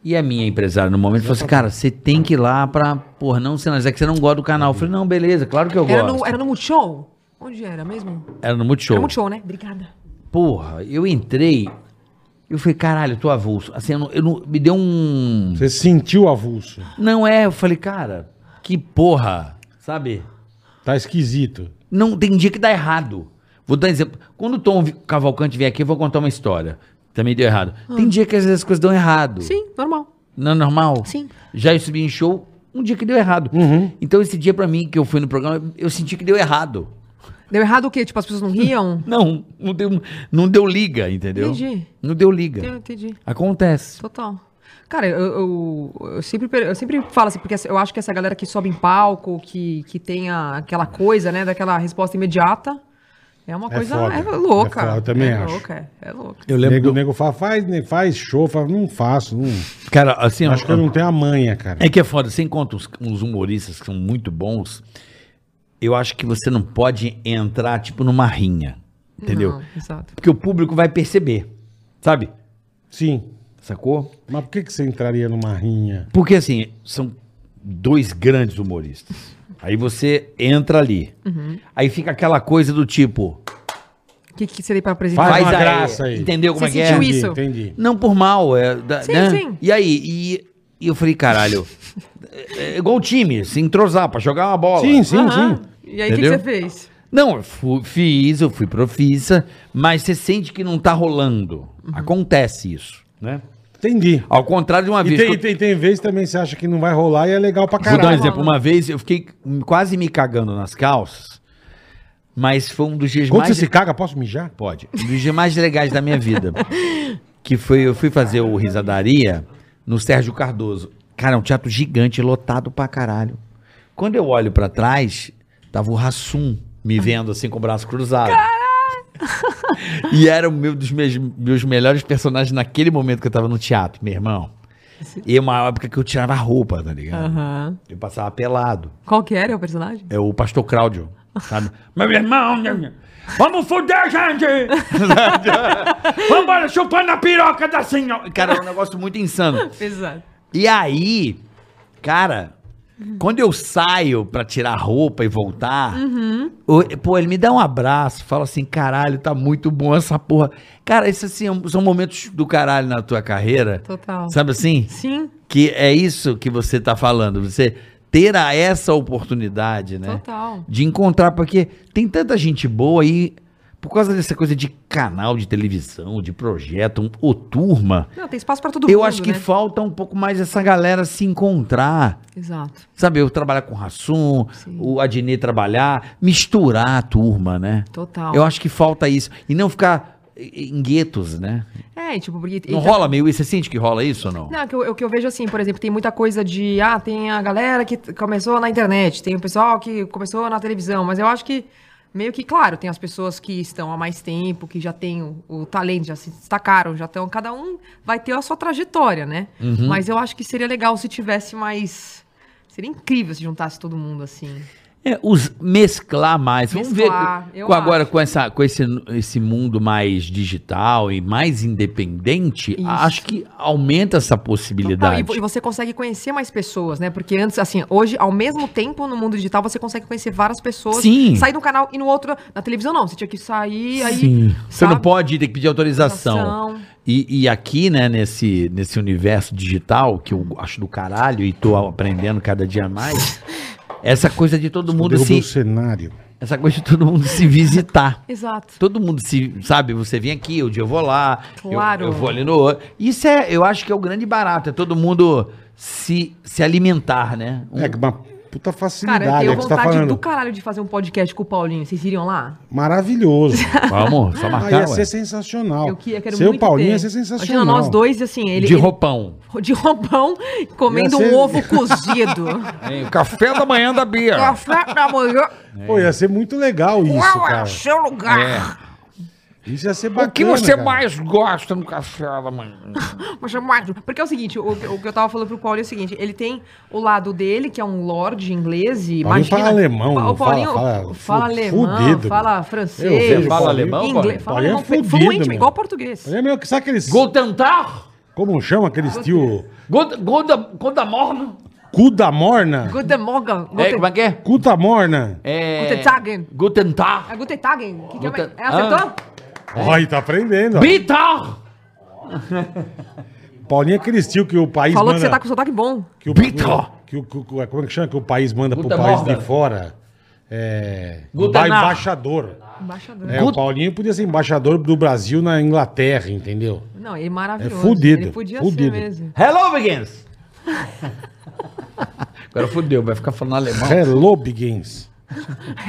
Speaker 2: E a minha empresária no momento falou assim, cara, você tem que ir lá pra, porra, não sinalizar que você não gosta do canal. Eu falei, não, beleza, claro que eu
Speaker 4: Era
Speaker 2: gosto.
Speaker 4: no, era no Multishow? Onde era mesmo?
Speaker 2: Era no Multishow.
Speaker 4: Era Multishow, né? Obrigada.
Speaker 2: Porra, eu entrei, eu falei, caralho, eu tô avulso. Assim, eu não- eu não- me deu um...
Speaker 3: Você sentiu o avulso.
Speaker 2: Não é, eu falei, cara, que porra, sabe?
Speaker 3: Tá esquisito.
Speaker 2: Não, tem dia que dá errado. Vou dar um exemplo. Quando o Tom Vi- Cavalcante vier aqui, eu vou contar uma história. Também deu errado. Tem dia que às vezes as coisas dão errado.
Speaker 4: Ah. Sim, normal.
Speaker 2: Não é normal?
Speaker 4: Sim.
Speaker 2: Já eu subi em show um dia que deu errado.
Speaker 3: Uhum.
Speaker 2: Então esse dia pra mim que eu fui no programa, eu senti que deu errado.
Speaker 4: Deu errado o quê? Tipo, as <laughs> pessoas não riam?
Speaker 2: Não, não deu, não deu liga, entendeu?
Speaker 4: Entendi.
Speaker 2: Não deu liga.
Speaker 4: Eu entendi.
Speaker 2: Acontece.
Speaker 4: Total. Cara, eu, eu, eu sempre, per- eu sempre falo assim, porque essa- eu acho que essa galera que sobe em palco, que, que tem a- aquela coisa, né, daquela resposta imediata, é uma
Speaker 3: É
Speaker 4: coisa
Speaker 3: foda.
Speaker 4: é louca.
Speaker 3: É foda, eu também
Speaker 4: é
Speaker 3: acho.
Speaker 4: Louca, é, é louca.
Speaker 2: Eu
Speaker 3: nego, nego fala, faz, nego faz show, fala, não faço. Não...
Speaker 2: Cara, assim,
Speaker 3: Acho que eu não tenho a manha, cara.
Speaker 2: É que é foda, você encontra uns, uns humoristas que são muito bons. Eu acho que você não pode entrar, tipo, numa rinha. Entendeu?
Speaker 4: Não, exato.
Speaker 2: Porque o público vai perceber. Sabe?
Speaker 3: Sim.
Speaker 2: Sacou?
Speaker 3: Mas por que, que você entraria numa rinha?
Speaker 2: Porque assim, são dois grandes humoristas. Aí você entra ali. Aí fica aquela coisa do tipo,
Speaker 4: O que, que seria pra apresentar?
Speaker 3: Faz
Speaker 2: faz,
Speaker 3: uma
Speaker 2: aí,
Speaker 3: graça aí.
Speaker 2: Entendeu como é
Speaker 4: Você
Speaker 2: que é?
Speaker 4: sentiu
Speaker 3: Entendi,
Speaker 4: isso.
Speaker 3: Entendi.
Speaker 2: Não por mal, é. da-
Speaker 4: Sim,
Speaker 2: né?
Speaker 4: sim.
Speaker 2: E aí, e, e eu falei, caralho, é, é igual o time, se entrosar pra jogar uma bola.
Speaker 3: Sim, sim,
Speaker 4: Aham.
Speaker 3: sim.
Speaker 4: E aí, o que que
Speaker 2: Entendeu?
Speaker 4: você fez?
Speaker 2: Não, eu fu- fiz, eu fui profissa, mas você sente que não tá rolando. Acontece isso, né?
Speaker 3: Entendi.
Speaker 2: Ao contrário de uma
Speaker 3: E
Speaker 2: vez. que
Speaker 3: tem,
Speaker 2: eu-
Speaker 3: tem, tem vez também que você acha que não vai rolar e é legal pra
Speaker 2: Vou dar um
Speaker 3: caralho.
Speaker 2: exemplo. Uma vez eu fiquei quase me cagando nas calças, mas foi um dos dias
Speaker 3: Quando
Speaker 2: mais.
Speaker 3: você se caga, posso mijar?
Speaker 2: Pode. Um dos dias mais legais da minha vida. Que foi, eu fui fazer o Risadaria no Sérgio Cardoso. Cara, é um teatro gigante, lotado pra caralho. Quando eu olho pra trás, tava o Rassum me vendo assim com o braço cruzado. <laughs> E era um meu, dos meus, meus melhores personagens naquele momento que eu tava no teatro, meu irmão. E uma época que eu tirava a roupa, tá ligado?
Speaker 4: Aham.
Speaker 2: Eu passava pelado.
Speaker 4: Qual que era o personagem?
Speaker 2: É o pastor Cláudio, sabe? Meu irmão, vamos foder, gente!
Speaker 4: <laughs>
Speaker 2: Vambora, chupando a piroca da senhora! <laughs> Cara, é um negócio muito insano.
Speaker 4: Exato.
Speaker 2: E aí, cara, quando eu saio pra tirar a roupa e voltar, o- pô, ele me dá um abraço, fala assim, caralho, tá muito bom essa porra. Cara, esses assim, são momentos do caralho na tua carreira.
Speaker 4: Total.
Speaker 2: Sabe assim?
Speaker 4: Sim,
Speaker 2: Que é isso que você tá falando. Você terá essa oportunidade, né?
Speaker 4: total.
Speaker 2: de encontrar, porque tem tanta gente boa aí, por causa dessa coisa de canal de televisão, de projeto, um- ou turma,
Speaker 4: Não, tem espaço pra todo mundo.
Speaker 2: eu acho que
Speaker 4: né?
Speaker 2: falta um pouco mais essa galera se encontrar.
Speaker 4: Exato.
Speaker 2: Sabe, eu trabalhar com o Rassum,
Speaker 4: Sim.
Speaker 2: o Adnet trabalhar, misturar a turma, né?
Speaker 4: Total.
Speaker 2: Eu acho que falta isso. E não ficar eh, em em guetos, né?
Speaker 4: É, e, tipo, porque.
Speaker 2: Não
Speaker 4: então-
Speaker 2: rola meio isso? Você sente que rola isso ou não?
Speaker 4: Não, que eu- o que eu vejo assim, por exemplo, tem muita coisa de. Ah, tem a galera que t- começou na internet, tem o pessoal que começou na televisão, mas eu acho que. Meio que, claro, tem as pessoas que estão há mais tempo, que já têm o, o talento, já se destacaram, já estão. Cada um vai ter a sua trajetória, né? Mas eu acho que seria legal se tivesse mais. Seria incrível se juntasse todo mundo assim.
Speaker 2: É, os mesclar mais. Vamos
Speaker 4: Mesclar,
Speaker 2: ver
Speaker 4: eu
Speaker 2: com agora
Speaker 4: acho.
Speaker 2: com, essa, com esse, esse mundo mais digital e mais independente,
Speaker 4: Isso.
Speaker 2: acho que aumenta essa
Speaker 4: Não, e
Speaker 2: possibilidade.
Speaker 4: vo- e, você consegue conhecer mais pessoas, né? Porque antes, assim, hoje, ao mesmo tempo no mundo digital, você consegue conhecer várias pessoas.
Speaker 2: Sim.
Speaker 4: Sair de um canal e no outro. Na televisão, não. Você tinha que sair, aí.
Speaker 2: Sim. Você
Speaker 4: sabe?
Speaker 2: não pode ir, tem que pedir autorização.
Speaker 4: Ação.
Speaker 2: E, e aqui, né, nesse, nesse universo digital, que eu acho do caralho e tô aprendendo cada dia
Speaker 4: <laughs>
Speaker 2: mais, essa coisa de todo Tipo, mundo
Speaker 3: Derrubei o
Speaker 2: se.
Speaker 3: cenário.
Speaker 2: Essa coisa de todo mundo se visitar.
Speaker 4: Exato.
Speaker 2: Todo mundo se sabe, você vem aqui, o dia eu vou lá, eu-
Speaker 4: Claro.
Speaker 2: eu, vou ali no outro. Isso é, eu acho que é o grande barato, é todo mundo se, se alimentar, né? Um-
Speaker 3: É que uma puta
Speaker 4: Cara,
Speaker 3: facilidade
Speaker 4: eu
Speaker 3: é
Speaker 4: tenho
Speaker 3: que você tá
Speaker 4: vontade do
Speaker 3: falando.
Speaker 4: caralho de fazer um podcast com o Paulinho. Vocês iriam lá? <laughs>
Speaker 3: Maravilhoso.
Speaker 2: <laughs> Vamos, só
Speaker 3: Ah, ia
Speaker 2: marcar, ué.
Speaker 4: é
Speaker 3: ser sensacional.
Speaker 4: Eu, que- eu quero
Speaker 3: Seu
Speaker 4: muito
Speaker 3: Paulinho
Speaker 4: ter.
Speaker 3: ia ser sensacional.
Speaker 4: Imagina nós dois, assim, ele...
Speaker 2: de
Speaker 4: ele- <laughs>
Speaker 2: roupão.
Speaker 4: de roupão, comendo
Speaker 3: Ia ser-
Speaker 4: um ovo
Speaker 3: <laughs>
Speaker 4: cozido.
Speaker 2: Hein, o café da manhã da Bia.
Speaker 4: Café da manhã.
Speaker 3: Pô, ia ser muito legal isso,
Speaker 4: Qual é
Speaker 3: cara.
Speaker 4: o seu lugar?
Speaker 3: Isso ia ser bacana,
Speaker 2: o que você
Speaker 3: cara.
Speaker 2: mais gosta no café da manhã?
Speaker 4: Mas é mais- Porque é o seguinte, o, o que eu tava falando pro Paulinho é o seguinte, ele tem o lado dele, que é um lorde inglês e
Speaker 3: Paulinho
Speaker 4: imagina...
Speaker 3: fala alemão, não
Speaker 4: O Paulinho
Speaker 3: fala-
Speaker 4: fala,
Speaker 3: fala- fu-
Speaker 4: alemão,
Speaker 3: fudido.
Speaker 4: fala
Speaker 3: Eu vejo
Speaker 4: francês,
Speaker 3: o
Speaker 2: fala
Speaker 3: Paulinho-
Speaker 2: alemão,
Speaker 4: inglês, fala
Speaker 3: Paulinho é
Speaker 4: alemão,
Speaker 3: fudido,
Speaker 4: fluente,
Speaker 3: meu.
Speaker 4: igual português.
Speaker 3: Ele é meio que sabe aqueles.
Speaker 2: Gol tentar?
Speaker 3: Como chama aqueles tio?
Speaker 2: Gol, gol, da, gol da morna?
Speaker 3: Cu da morna?
Speaker 4: Guten Morgen,
Speaker 2: É,
Speaker 4: guten-
Speaker 2: como é que é?
Speaker 3: Cuta morna.
Speaker 2: é...
Speaker 4: Guten Tagen.
Speaker 2: Gol tentar.
Speaker 4: É Guten Tagen, que que é mais-
Speaker 2: Guten-
Speaker 4: é, acertou?
Speaker 3: Olha, tá aprendendo. ó.
Speaker 2: Bitar!
Speaker 3: Paulinho é aqueles tio que o
Speaker 2: Ah.
Speaker 3: país
Speaker 4: Falou que
Speaker 3: manda.
Speaker 4: você tá com sotaque bom.
Speaker 3: que o,
Speaker 2: Bita!
Speaker 3: que o- que o- como é que chama que o país manda pro
Speaker 2: Guta
Speaker 3: país
Speaker 2: morna.
Speaker 3: de fora? É.
Speaker 2: Guta
Speaker 3: ba-
Speaker 2: na-
Speaker 3: embaixador.
Speaker 4: Embaixador.
Speaker 3: É, o
Speaker 2: Guta-
Speaker 3: Paulinho podia ser embaixador do Brasil na Inglaterra, entendeu?
Speaker 4: Não, ele é maravilhoso.
Speaker 3: É fudido,
Speaker 4: Ele podia
Speaker 3: fudido.
Speaker 4: ser mesmo. <laughs>
Speaker 2: Hello, Begins! <laughs> Agora fodeu, vai ficar falando alemão.
Speaker 3: Hello, Biggins.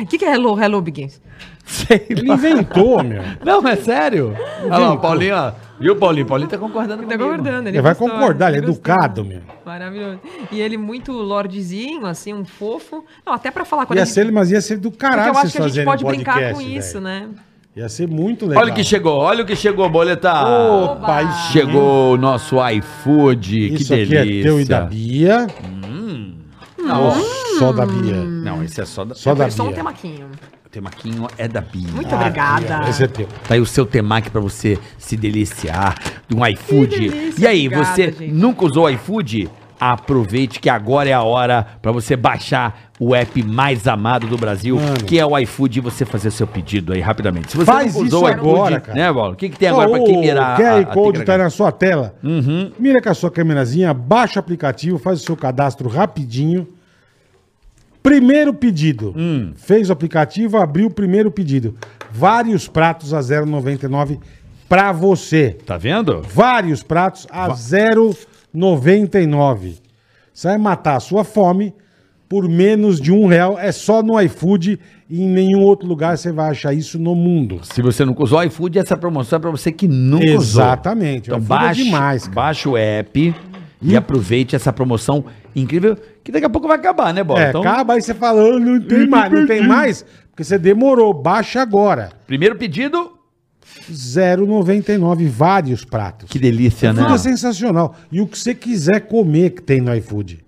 Speaker 4: O que, que é Hello, Hello Begins?
Speaker 2: <laughs> Sei
Speaker 3: Ele
Speaker 2: lá.
Speaker 4: <laughs>
Speaker 3: inventou, meu.
Speaker 2: Não, é sério? Olha lá, o Paulinho, ó. Viu, Paulinho? Paulinho tá concordando
Speaker 4: Tá
Speaker 2: comigo.
Speaker 4: concordando,
Speaker 3: Ele vai
Speaker 4: gostou,
Speaker 3: concordar, ele é
Speaker 4: gostou.
Speaker 3: educado, meu.
Speaker 4: Maravilhoso. E ele muito lordezinho, assim, um fofo. Não, até pra falar com
Speaker 3: Ia ser, mas ia ser do
Speaker 4: Porque
Speaker 3: caralho
Speaker 4: eu acho
Speaker 3: vocês
Speaker 4: que a gente
Speaker 3: fazerem um
Speaker 4: pode brincar
Speaker 3: podcast.
Speaker 4: com isso,
Speaker 3: velho.
Speaker 4: né?
Speaker 3: Ia ser muito legal.
Speaker 2: Olha o que chegou, olha o que chegou, boleta.
Speaker 3: Ô, pai,
Speaker 2: Chegou o nosso iFood,
Speaker 3: Isso
Speaker 2: que delícia. Hum.
Speaker 3: aqui é teu e da Bia. Ou Só da Bia.
Speaker 4: Hum.
Speaker 2: Não, esse é só da...
Speaker 3: Só da
Speaker 4: Foi só um
Speaker 3: Bia.
Speaker 4: temaquinho.
Speaker 2: O temaquinho é da Bia.
Speaker 4: Muito obrigada.
Speaker 3: Esse é teu.
Speaker 2: Tá aí o seu temaki pra você se deliciar de um iFood.
Speaker 4: delícia,
Speaker 2: e aí,
Speaker 4: obrigada,
Speaker 2: você
Speaker 4: gente.
Speaker 2: nunca usou o iFood? Aproveite que agora é a hora pra você baixar o app mais amado do Brasil,
Speaker 3: Mano.
Speaker 2: que é o iFood, e você fazer seu pedido aí rapidamente. Se você
Speaker 3: Faz
Speaker 2: nunca
Speaker 3: isso agora, cara.
Speaker 2: né, Paulo? O que, que tem agora pra
Speaker 3: Ó,
Speaker 2: quem mirar?
Speaker 3: O QR Code
Speaker 2: tem
Speaker 3: tá
Speaker 2: que-
Speaker 3: na sua tela.
Speaker 2: Uhum.
Speaker 3: Mira com a sua câmerazinha, baixa o aplicativo, faz o seu cadastro rapidinho. Primeiro pedido.
Speaker 2: Hum.
Speaker 3: Fez o aplicativo, abriu o primeiro pedido. Vários pratos a 0,99 pra você.
Speaker 2: Tá vendo?
Speaker 3: Vários pratos a 0,99. Você vai matar a sua fome por menos de um real. É só no iFood e em nenhum outro lugar você vai achar isso no mundo.
Speaker 2: Se você não usou o iFood, essa promoção é pra você que nunca usou.
Speaker 3: Exatamente. O
Speaker 2: Então
Speaker 3: iFood é
Speaker 2: baixa,
Speaker 3: demais, cara.
Speaker 2: baixa o app e aproveite essa promoção incrível que daqui a pouco vai acabar, né, Bola?
Speaker 3: É, acaba aí você fala, "Ah, não tem mais, não tem mais, porque você demorou, baixa agora.
Speaker 2: primeiro pedido.
Speaker 3: 0,99, vários pratos.
Speaker 2: Que delícia, né?
Speaker 3: Tudo é sensacional. E o que você quiser comer que tem no iFood.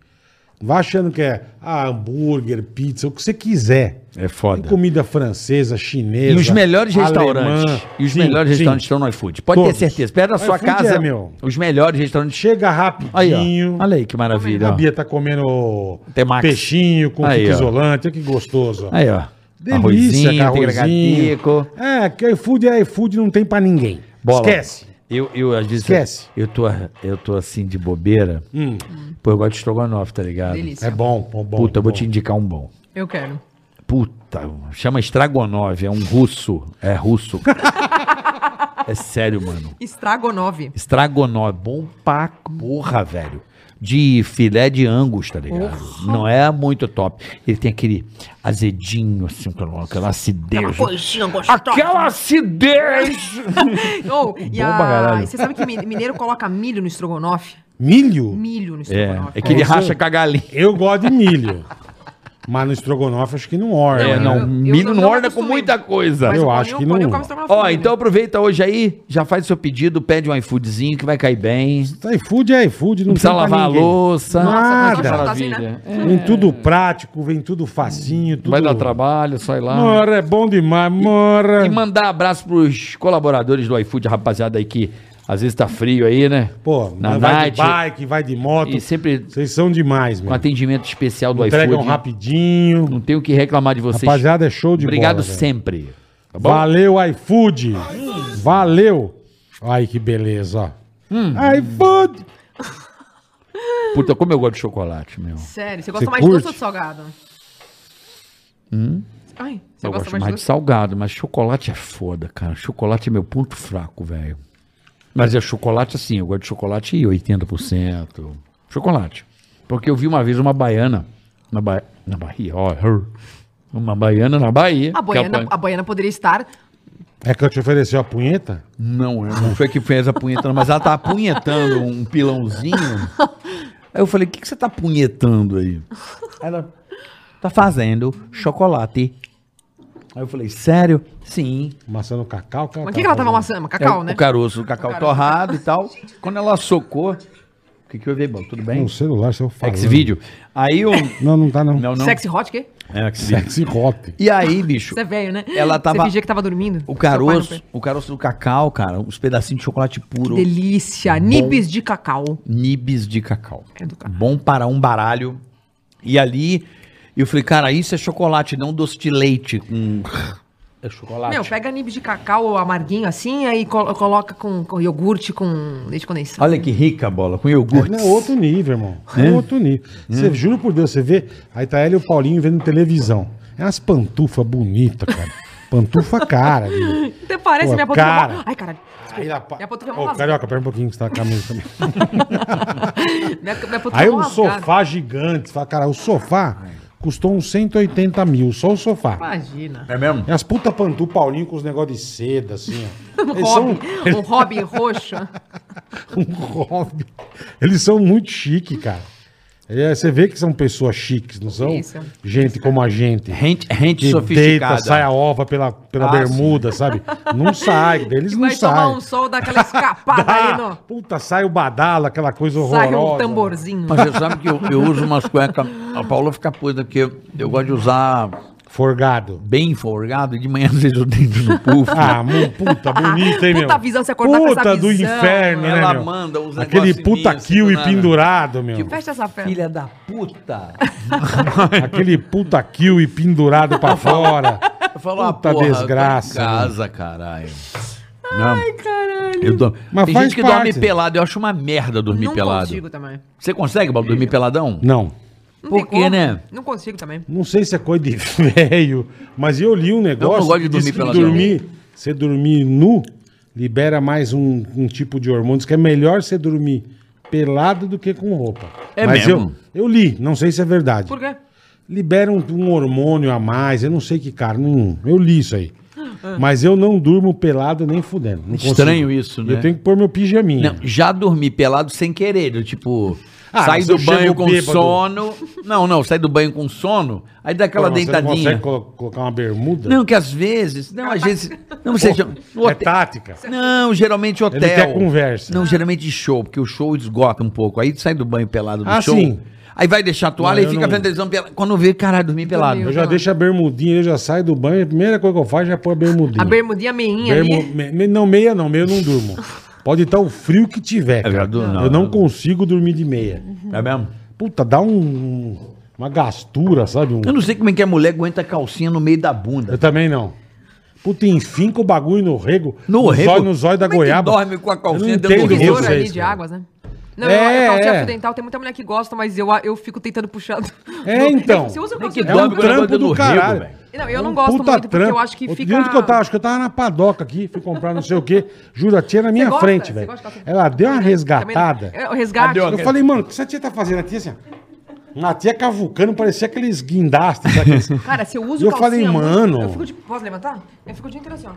Speaker 3: Não Vai achando que é ah, hambúrguer, pizza, o que você quiser.
Speaker 2: É
Speaker 3: Tem
Speaker 2: foda.
Speaker 3: comida francesa, chinesa.
Speaker 2: E os melhores
Speaker 3: alemã.
Speaker 2: restaurantes. E os
Speaker 3: Sim,
Speaker 2: melhores
Speaker 3: sim.
Speaker 2: restaurantes estão no iFood. Pode
Speaker 3: Todos.
Speaker 2: ter certeza. Pega na sua
Speaker 3: iFood
Speaker 2: casa.
Speaker 3: é, meu.
Speaker 2: Os melhores restaurantes.
Speaker 3: Chega
Speaker 2: Aí, ó.
Speaker 3: rapidinho.
Speaker 2: Olha aí que maravilha.
Speaker 3: A
Speaker 2: ó.
Speaker 3: Bia tá comendo
Speaker 2: Temax.
Speaker 3: peixinho com
Speaker 2: Aí,
Speaker 3: fita
Speaker 2: ó.
Speaker 3: isolante. Olha que gostoso. ó.
Speaker 2: Aí, ó.
Speaker 3: Delícia, cara, arrozinho.
Speaker 2: picadinho.
Speaker 3: É, que iFood é iFood, não tem pra ninguém.
Speaker 2: Bola.
Speaker 3: Esquece.
Speaker 2: Eu, eu, às vezes,
Speaker 3: Esquece.
Speaker 2: Eu tô, eu tô assim de bobeira.
Speaker 3: Hum,
Speaker 2: Pô, eu gosto de estrogonofe, tá ligado?
Speaker 4: Delícia.
Speaker 3: é bom, bom, bom.
Speaker 2: Puta, eu vou
Speaker 3: bom.
Speaker 2: te indicar um bom.
Speaker 4: Eu quero.
Speaker 2: Puta, chama Stragonov, é um russo. É
Speaker 3: <laughs>
Speaker 2: russo. é sério, mano.
Speaker 4: Estrago 9.
Speaker 2: Stragonov, é bom pra porra, velho. De filé de angus, tá ligado? Não é muito top. Ele tem aquele azedinho, assim, aquela aquela acidez.
Speaker 4: Coisinha gostosa.
Speaker 2: Aquela
Speaker 4: <laughs>
Speaker 2: acidez!
Speaker 4: Oh, e
Speaker 2: Bom
Speaker 4: a-
Speaker 2: pra caralho.
Speaker 4: e Você sabe que mi- mineiro coloca milho no estrogonofe?
Speaker 3: Milho?
Speaker 4: Milho no
Speaker 2: É,
Speaker 4: estrogonofe.
Speaker 2: é que ele
Speaker 3: Nossa.
Speaker 2: racha com a galinha.
Speaker 3: Eu gosto de milho. <laughs> Mas no estrogonofe acho que não orna.
Speaker 2: É,
Speaker 4: eu-
Speaker 2: não,
Speaker 4: eu
Speaker 2: milho
Speaker 4: não-
Speaker 2: não
Speaker 4: não
Speaker 2: orna com
Speaker 4: acostumei.
Speaker 2: muita coisa.
Speaker 4: Mas
Speaker 3: eu
Speaker 4: o
Speaker 3: acho
Speaker 4: Paulinho-
Speaker 3: que
Speaker 4: o Paulinho
Speaker 3: não-
Speaker 4: come estrogonofe
Speaker 2: Ó,
Speaker 4: com milho.
Speaker 2: então aproveita hoje aí, já faz seu pedido, pede um iFoodzinho que vai cair bem.
Speaker 3: iFood é iFood, não,
Speaker 2: Não precisa
Speaker 3: tem pra
Speaker 2: lavar a
Speaker 3: ninguém.
Speaker 2: louça.
Speaker 4: Nossa,
Speaker 3: Nada.
Speaker 4: tá assim, né?
Speaker 1: Maravilha.
Speaker 3: Vem tudo prático, vem tudo facinho, tudo...
Speaker 1: Vai dar trabalho, sai lá.
Speaker 3: Mora, é bom demais, mora.
Speaker 2: E mandar abraço pros colaboradores do iFood, rapaziada aí que às vezes tá frio aí, né?
Speaker 3: Pô,
Speaker 2: na
Speaker 3: vai
Speaker 2: night.
Speaker 3: de bike, vai de moto.
Speaker 2: E sempre
Speaker 3: Vocês são demais,
Speaker 2: com
Speaker 3: meu.
Speaker 2: atendimento especial do
Speaker 3: Entregam
Speaker 2: iFood.
Speaker 3: rapidinho.
Speaker 2: Não tenho o que reclamar de vocês.
Speaker 3: um Rapaziada, é show de
Speaker 2: Obrigado
Speaker 3: bola. velho.
Speaker 2: sempre. Tá bom?
Speaker 3: Valeu, iFood. Valeu. Ai, que beleza, Hum. ó. iFood.
Speaker 2: Puta, como eu gosto de chocolate, meu.
Speaker 4: Sério, você gosta
Speaker 3: Você
Speaker 4: mais de doce ou
Speaker 3: curte? Hum?
Speaker 4: de salgado? Ai, você
Speaker 2: Eu
Speaker 4: gosta
Speaker 2: gosto
Speaker 4: mais de
Speaker 2: mais de
Speaker 4: doce?
Speaker 2: salgado, mas chocolate é foda, cara. Chocolate é meu ponto fraco, velho. Mas é chocolate assim, eu gosto de chocolate 80%. Chocolate. Porque eu vi uma vez uma baiana na, ba... na Bahia, ó, her. uma baiana na Bahia.
Speaker 4: A
Speaker 1: Que é a
Speaker 4: baiana,
Speaker 1: pan-
Speaker 4: a baiana poderia estar
Speaker 3: É que eu te ofereci a punheta?
Speaker 2: Não, eu não foi que fez a punheta, não, mas ela tá apunhetando um pilãozinho. Aí eu falei, o que, que você tá apunhetando aí? Ela tá fazendo chocolate. Aí eu falei, sério? Sim.
Speaker 3: Maçã no cacau, cara.
Speaker 4: Mas o é que, que ela tava amassando? Cacau,
Speaker 2: É,
Speaker 4: né?
Speaker 2: O caroço, o cacau
Speaker 4: caroço.
Speaker 2: torrado e tal. Quando ela socou. O que, que eu vi, bom? Tudo bem?
Speaker 3: No celular, seu falo.
Speaker 2: Esse vídeo. Aí
Speaker 4: <laughs>
Speaker 2: o.
Speaker 3: Não, não tá, não.
Speaker 2: Não, não.
Speaker 4: Sexy hot, o quê?
Speaker 2: É, Xvideo.
Speaker 3: Sexy hot.
Speaker 2: E aí, bicho.
Speaker 4: Você é velho, né?
Speaker 2: Ela tava-
Speaker 4: Você fingia que tava dormindo.
Speaker 2: O
Speaker 4: Seu pai não
Speaker 2: caroço,
Speaker 4: per-
Speaker 2: o caroço do cacau, cara, uns pedacinhos de chocolate puro.
Speaker 4: Delícia. Nibs de cacau.
Speaker 2: Nibs de cacau.
Speaker 4: É do cacau.
Speaker 2: Bom para um baralho. E ali, eu falei, cara, isso é chocolate, não doce de leite.
Speaker 3: <laughs>
Speaker 2: Hum, é chocolate.
Speaker 4: Meu, pega nibs de cacau amarguinho assim, aí col- coloca com, com iogurte, com leite condensado.
Speaker 2: Olha que rica a bola, com iogurte.
Speaker 3: É outro nível, irmão. É outro nível. Você, juro por Deus, você vê, aí tá ela e o Paulinho vendo televisão. É umas pantufas bonitas, cara. Pantufa cara. viu?
Speaker 4: Até parece
Speaker 3: Pô,
Speaker 4: minha pantufa.
Speaker 3: cara.
Speaker 4: mó- Ai, caralho.
Speaker 3: Aí ela... pa-
Speaker 4: Minha pantufa é mó
Speaker 3: Ô,
Speaker 4: rasgada.
Speaker 3: Carioca, pera um pouquinho que você tá com a camisa também.
Speaker 4: Minha, minha pantufa
Speaker 3: Aí
Speaker 4: é
Speaker 3: um
Speaker 4: mó rasgada.
Speaker 3: sofá gigante. Você Fala, cara, o sofá custou uns 180 mil, só o sofá.
Speaker 4: Imagina.
Speaker 2: É mesmo?
Speaker 3: E as puta pantu Paulinho com os negócios de seda, assim,
Speaker 4: <laughs>
Speaker 3: ó.
Speaker 4: Um
Speaker 3: Eles são
Speaker 4: hobby,
Speaker 3: <laughs>
Speaker 4: um hobby roxo.
Speaker 3: um <laughs> hobby. Eles são muito chique, cara. É, você vê que são pessoas chiques, não são?
Speaker 4: Isso.
Speaker 3: Gente como a gente.
Speaker 2: Gente, gente
Speaker 3: É. Que
Speaker 2: sofisticada.
Speaker 3: deita, sai a ova pela, pela
Speaker 2: Ah,
Speaker 3: bermuda, sabe? Não sai,
Speaker 4: <laughs>
Speaker 3: eles
Speaker 4: Que
Speaker 3: não
Speaker 4: vai tomar
Speaker 3: saem.
Speaker 4: um sol, dá aquela escapada ali
Speaker 3: Dá,
Speaker 4: no...
Speaker 3: puta, sai o badalo, aquela coisa horrorosa.
Speaker 4: Sai um tamborzinho.
Speaker 2: Mas você sabe que eu, eu uso umas cuecas. A Paula fica puta porque eu, eu gosto de usar
Speaker 3: Forgado.
Speaker 2: bem folgado e de manhã às vezes eu dentro no puff.
Speaker 3: Ah, mu- puta, bonito, hein, meu?
Speaker 4: Puta visão, você acordar com
Speaker 3: Puta
Speaker 4: essa
Speaker 3: do
Speaker 4: visão,
Speaker 3: inferno, né,
Speaker 2: ela
Speaker 3: meu?
Speaker 2: manda uns
Speaker 3: Aquele
Speaker 2: negócio em
Speaker 3: puta
Speaker 2: mim, assim,
Speaker 3: kill
Speaker 2: do
Speaker 3: e
Speaker 2: nada.
Speaker 3: pendurado, meu.
Speaker 4: Fecha essa perna.
Speaker 2: Filha da puta!
Speaker 3: Aquele puta kill e pendurado pra fora.
Speaker 2: Eu falo, ah,
Speaker 3: Puta
Speaker 2: porra, eu tô
Speaker 3: desgraça,
Speaker 2: em casa, caralho. Ai, caralho. Eu dou-
Speaker 3: Mas
Speaker 2: Tem
Speaker 3: faz
Speaker 2: gente que
Speaker 3: parte.
Speaker 2: dorme pelado. Eu acho uma merda dormir
Speaker 4: Não
Speaker 2: pelado.
Speaker 4: consigo também.
Speaker 2: Você consegue, Bob, dormir peladão?
Speaker 3: Não.
Speaker 4: Não
Speaker 2: Por
Speaker 4: tem
Speaker 2: quê,
Speaker 4: como.
Speaker 2: né?
Speaker 4: Não consigo também.
Speaker 3: Não sei se é coisa de <laughs> velho, mas eu li um negócio.
Speaker 2: Eu não gosto de
Speaker 3: que diz
Speaker 2: dormir
Speaker 3: que
Speaker 2: pela
Speaker 3: dormir, Você dormir nu libera mais um, um tipo de hormônios que é melhor você dormir pelado do que com roupa.
Speaker 1: É
Speaker 3: Mas
Speaker 1: mesmo?
Speaker 3: Eu, eu li, não sei se é verdade.
Speaker 4: Por quê?
Speaker 3: Libera um, um hormônio a mais, eu não sei que cara, não, eu li isso aí. Mas eu não durmo pelado nem fudendo. não consigo.
Speaker 2: Estranho isso, né?
Speaker 3: Eu tenho que pôr meu pijaminha.
Speaker 2: Não, já dormi pelado sem querer. Eu, tipo,
Speaker 3: Ah,
Speaker 2: sai
Speaker 3: mas
Speaker 2: do
Speaker 3: eu chego
Speaker 2: banho com
Speaker 3: bêbado.
Speaker 2: sono. Não, não, sai do banho com sono, aí dá aquela
Speaker 3: Pô, mas Você
Speaker 2: deitadinha.
Speaker 3: não consegue colo- colocar uma bermuda?
Speaker 2: Não, que às vezes. Não, às vezes. Não, seja. no
Speaker 3: é
Speaker 2: hotel-
Speaker 3: tática.
Speaker 2: Não, geralmente hotel.
Speaker 3: quer conversa.
Speaker 2: Não, geralmente de show, porque o show esgota um pouco. Aí sai do banho pelado do
Speaker 3: Ah,
Speaker 2: show.
Speaker 3: sim.
Speaker 2: Aí vai deixar a toalha
Speaker 3: Não,
Speaker 2: e
Speaker 3: eu
Speaker 2: fica
Speaker 3: não-
Speaker 2: vendo televisão pelado. Quando vê, caralho, dormi pelado.
Speaker 4: Dormiu.
Speaker 3: Eu já deixo a bermudinha, eu já saio do banho, a primeira coisa que eu faço é já pôr a bermudinha.
Speaker 4: A bermudinha meinha
Speaker 3: Bermu-
Speaker 4: ali.
Speaker 3: me- me- não, meia não, meia eu não durmo. Pode estar o frio que tiver. cara.
Speaker 2: já durmo, não,
Speaker 3: eu
Speaker 2: eu
Speaker 3: não
Speaker 2: durmo.
Speaker 3: consigo dormir de meia.
Speaker 2: É mesmo?
Speaker 3: Puta, dá um, uma gastura, sabe? Um-
Speaker 2: Eu não sei como é que a mulher aguenta a calcinha no meio da bunda.
Speaker 3: Eu também não. Puta, enfinca o bagulho no rego.
Speaker 2: No rego?
Speaker 3: Zóio, no zóio da
Speaker 2: Como é que
Speaker 3: goiaba.
Speaker 2: dorme com a calcinha
Speaker 3: eu não
Speaker 2: dentro do
Speaker 3: entendo
Speaker 2: rego?
Speaker 3: vocês,
Speaker 2: Tesoura
Speaker 4: Revisor ali
Speaker 3: cara.
Speaker 4: de águas, né?
Speaker 3: É,
Speaker 4: Não, eu, eu calcinha
Speaker 3: é.
Speaker 4: fio dental, tem muita mulher que gosta, mas eu, eu fico tentando puxar. do-
Speaker 3: É,
Speaker 4: <laughs>
Speaker 3: então.
Speaker 4: Você usa o
Speaker 2: Tem que
Speaker 4: calcinha
Speaker 3: É
Speaker 4: fio
Speaker 3: um
Speaker 2: dorme
Speaker 4: dental?
Speaker 2: quando ela
Speaker 3: trampo
Speaker 2: anda
Speaker 3: do
Speaker 2: no
Speaker 3: caralho.
Speaker 2: rego, velho.
Speaker 4: Não, eu
Speaker 3: É
Speaker 4: não
Speaker 3: um
Speaker 4: gosto
Speaker 3: puta
Speaker 4: muito, porque
Speaker 3: trampo.
Speaker 4: eu acho que
Speaker 3: Outro
Speaker 4: fica...
Speaker 3: dia, onde que eu tava? Acho que eu tava na padoca aqui, fui comprar não sei o quê. Juro, a tia na minha
Speaker 4: gosta?
Speaker 3: frente,
Speaker 4: Você
Speaker 3: velho.
Speaker 4: gosta de calcinha?
Speaker 3: Ela deu uma
Speaker 4: Também não-
Speaker 3: resgatada.
Speaker 4: É, o resgate.
Speaker 3: Eu falei, mano, o que essa tia tá fazendo? A tia assim, ó. A tia cavucando, parecia aqueles guindastes. sabe aqueles-
Speaker 2: <laughs>
Speaker 4: Cara, se eu uso
Speaker 3: Eu
Speaker 4: calcinha
Speaker 3: falei,
Speaker 4: muito,
Speaker 3: mano.
Speaker 4: Eu fico de... Posso levantar? Eu fico de inteiro assim, ó.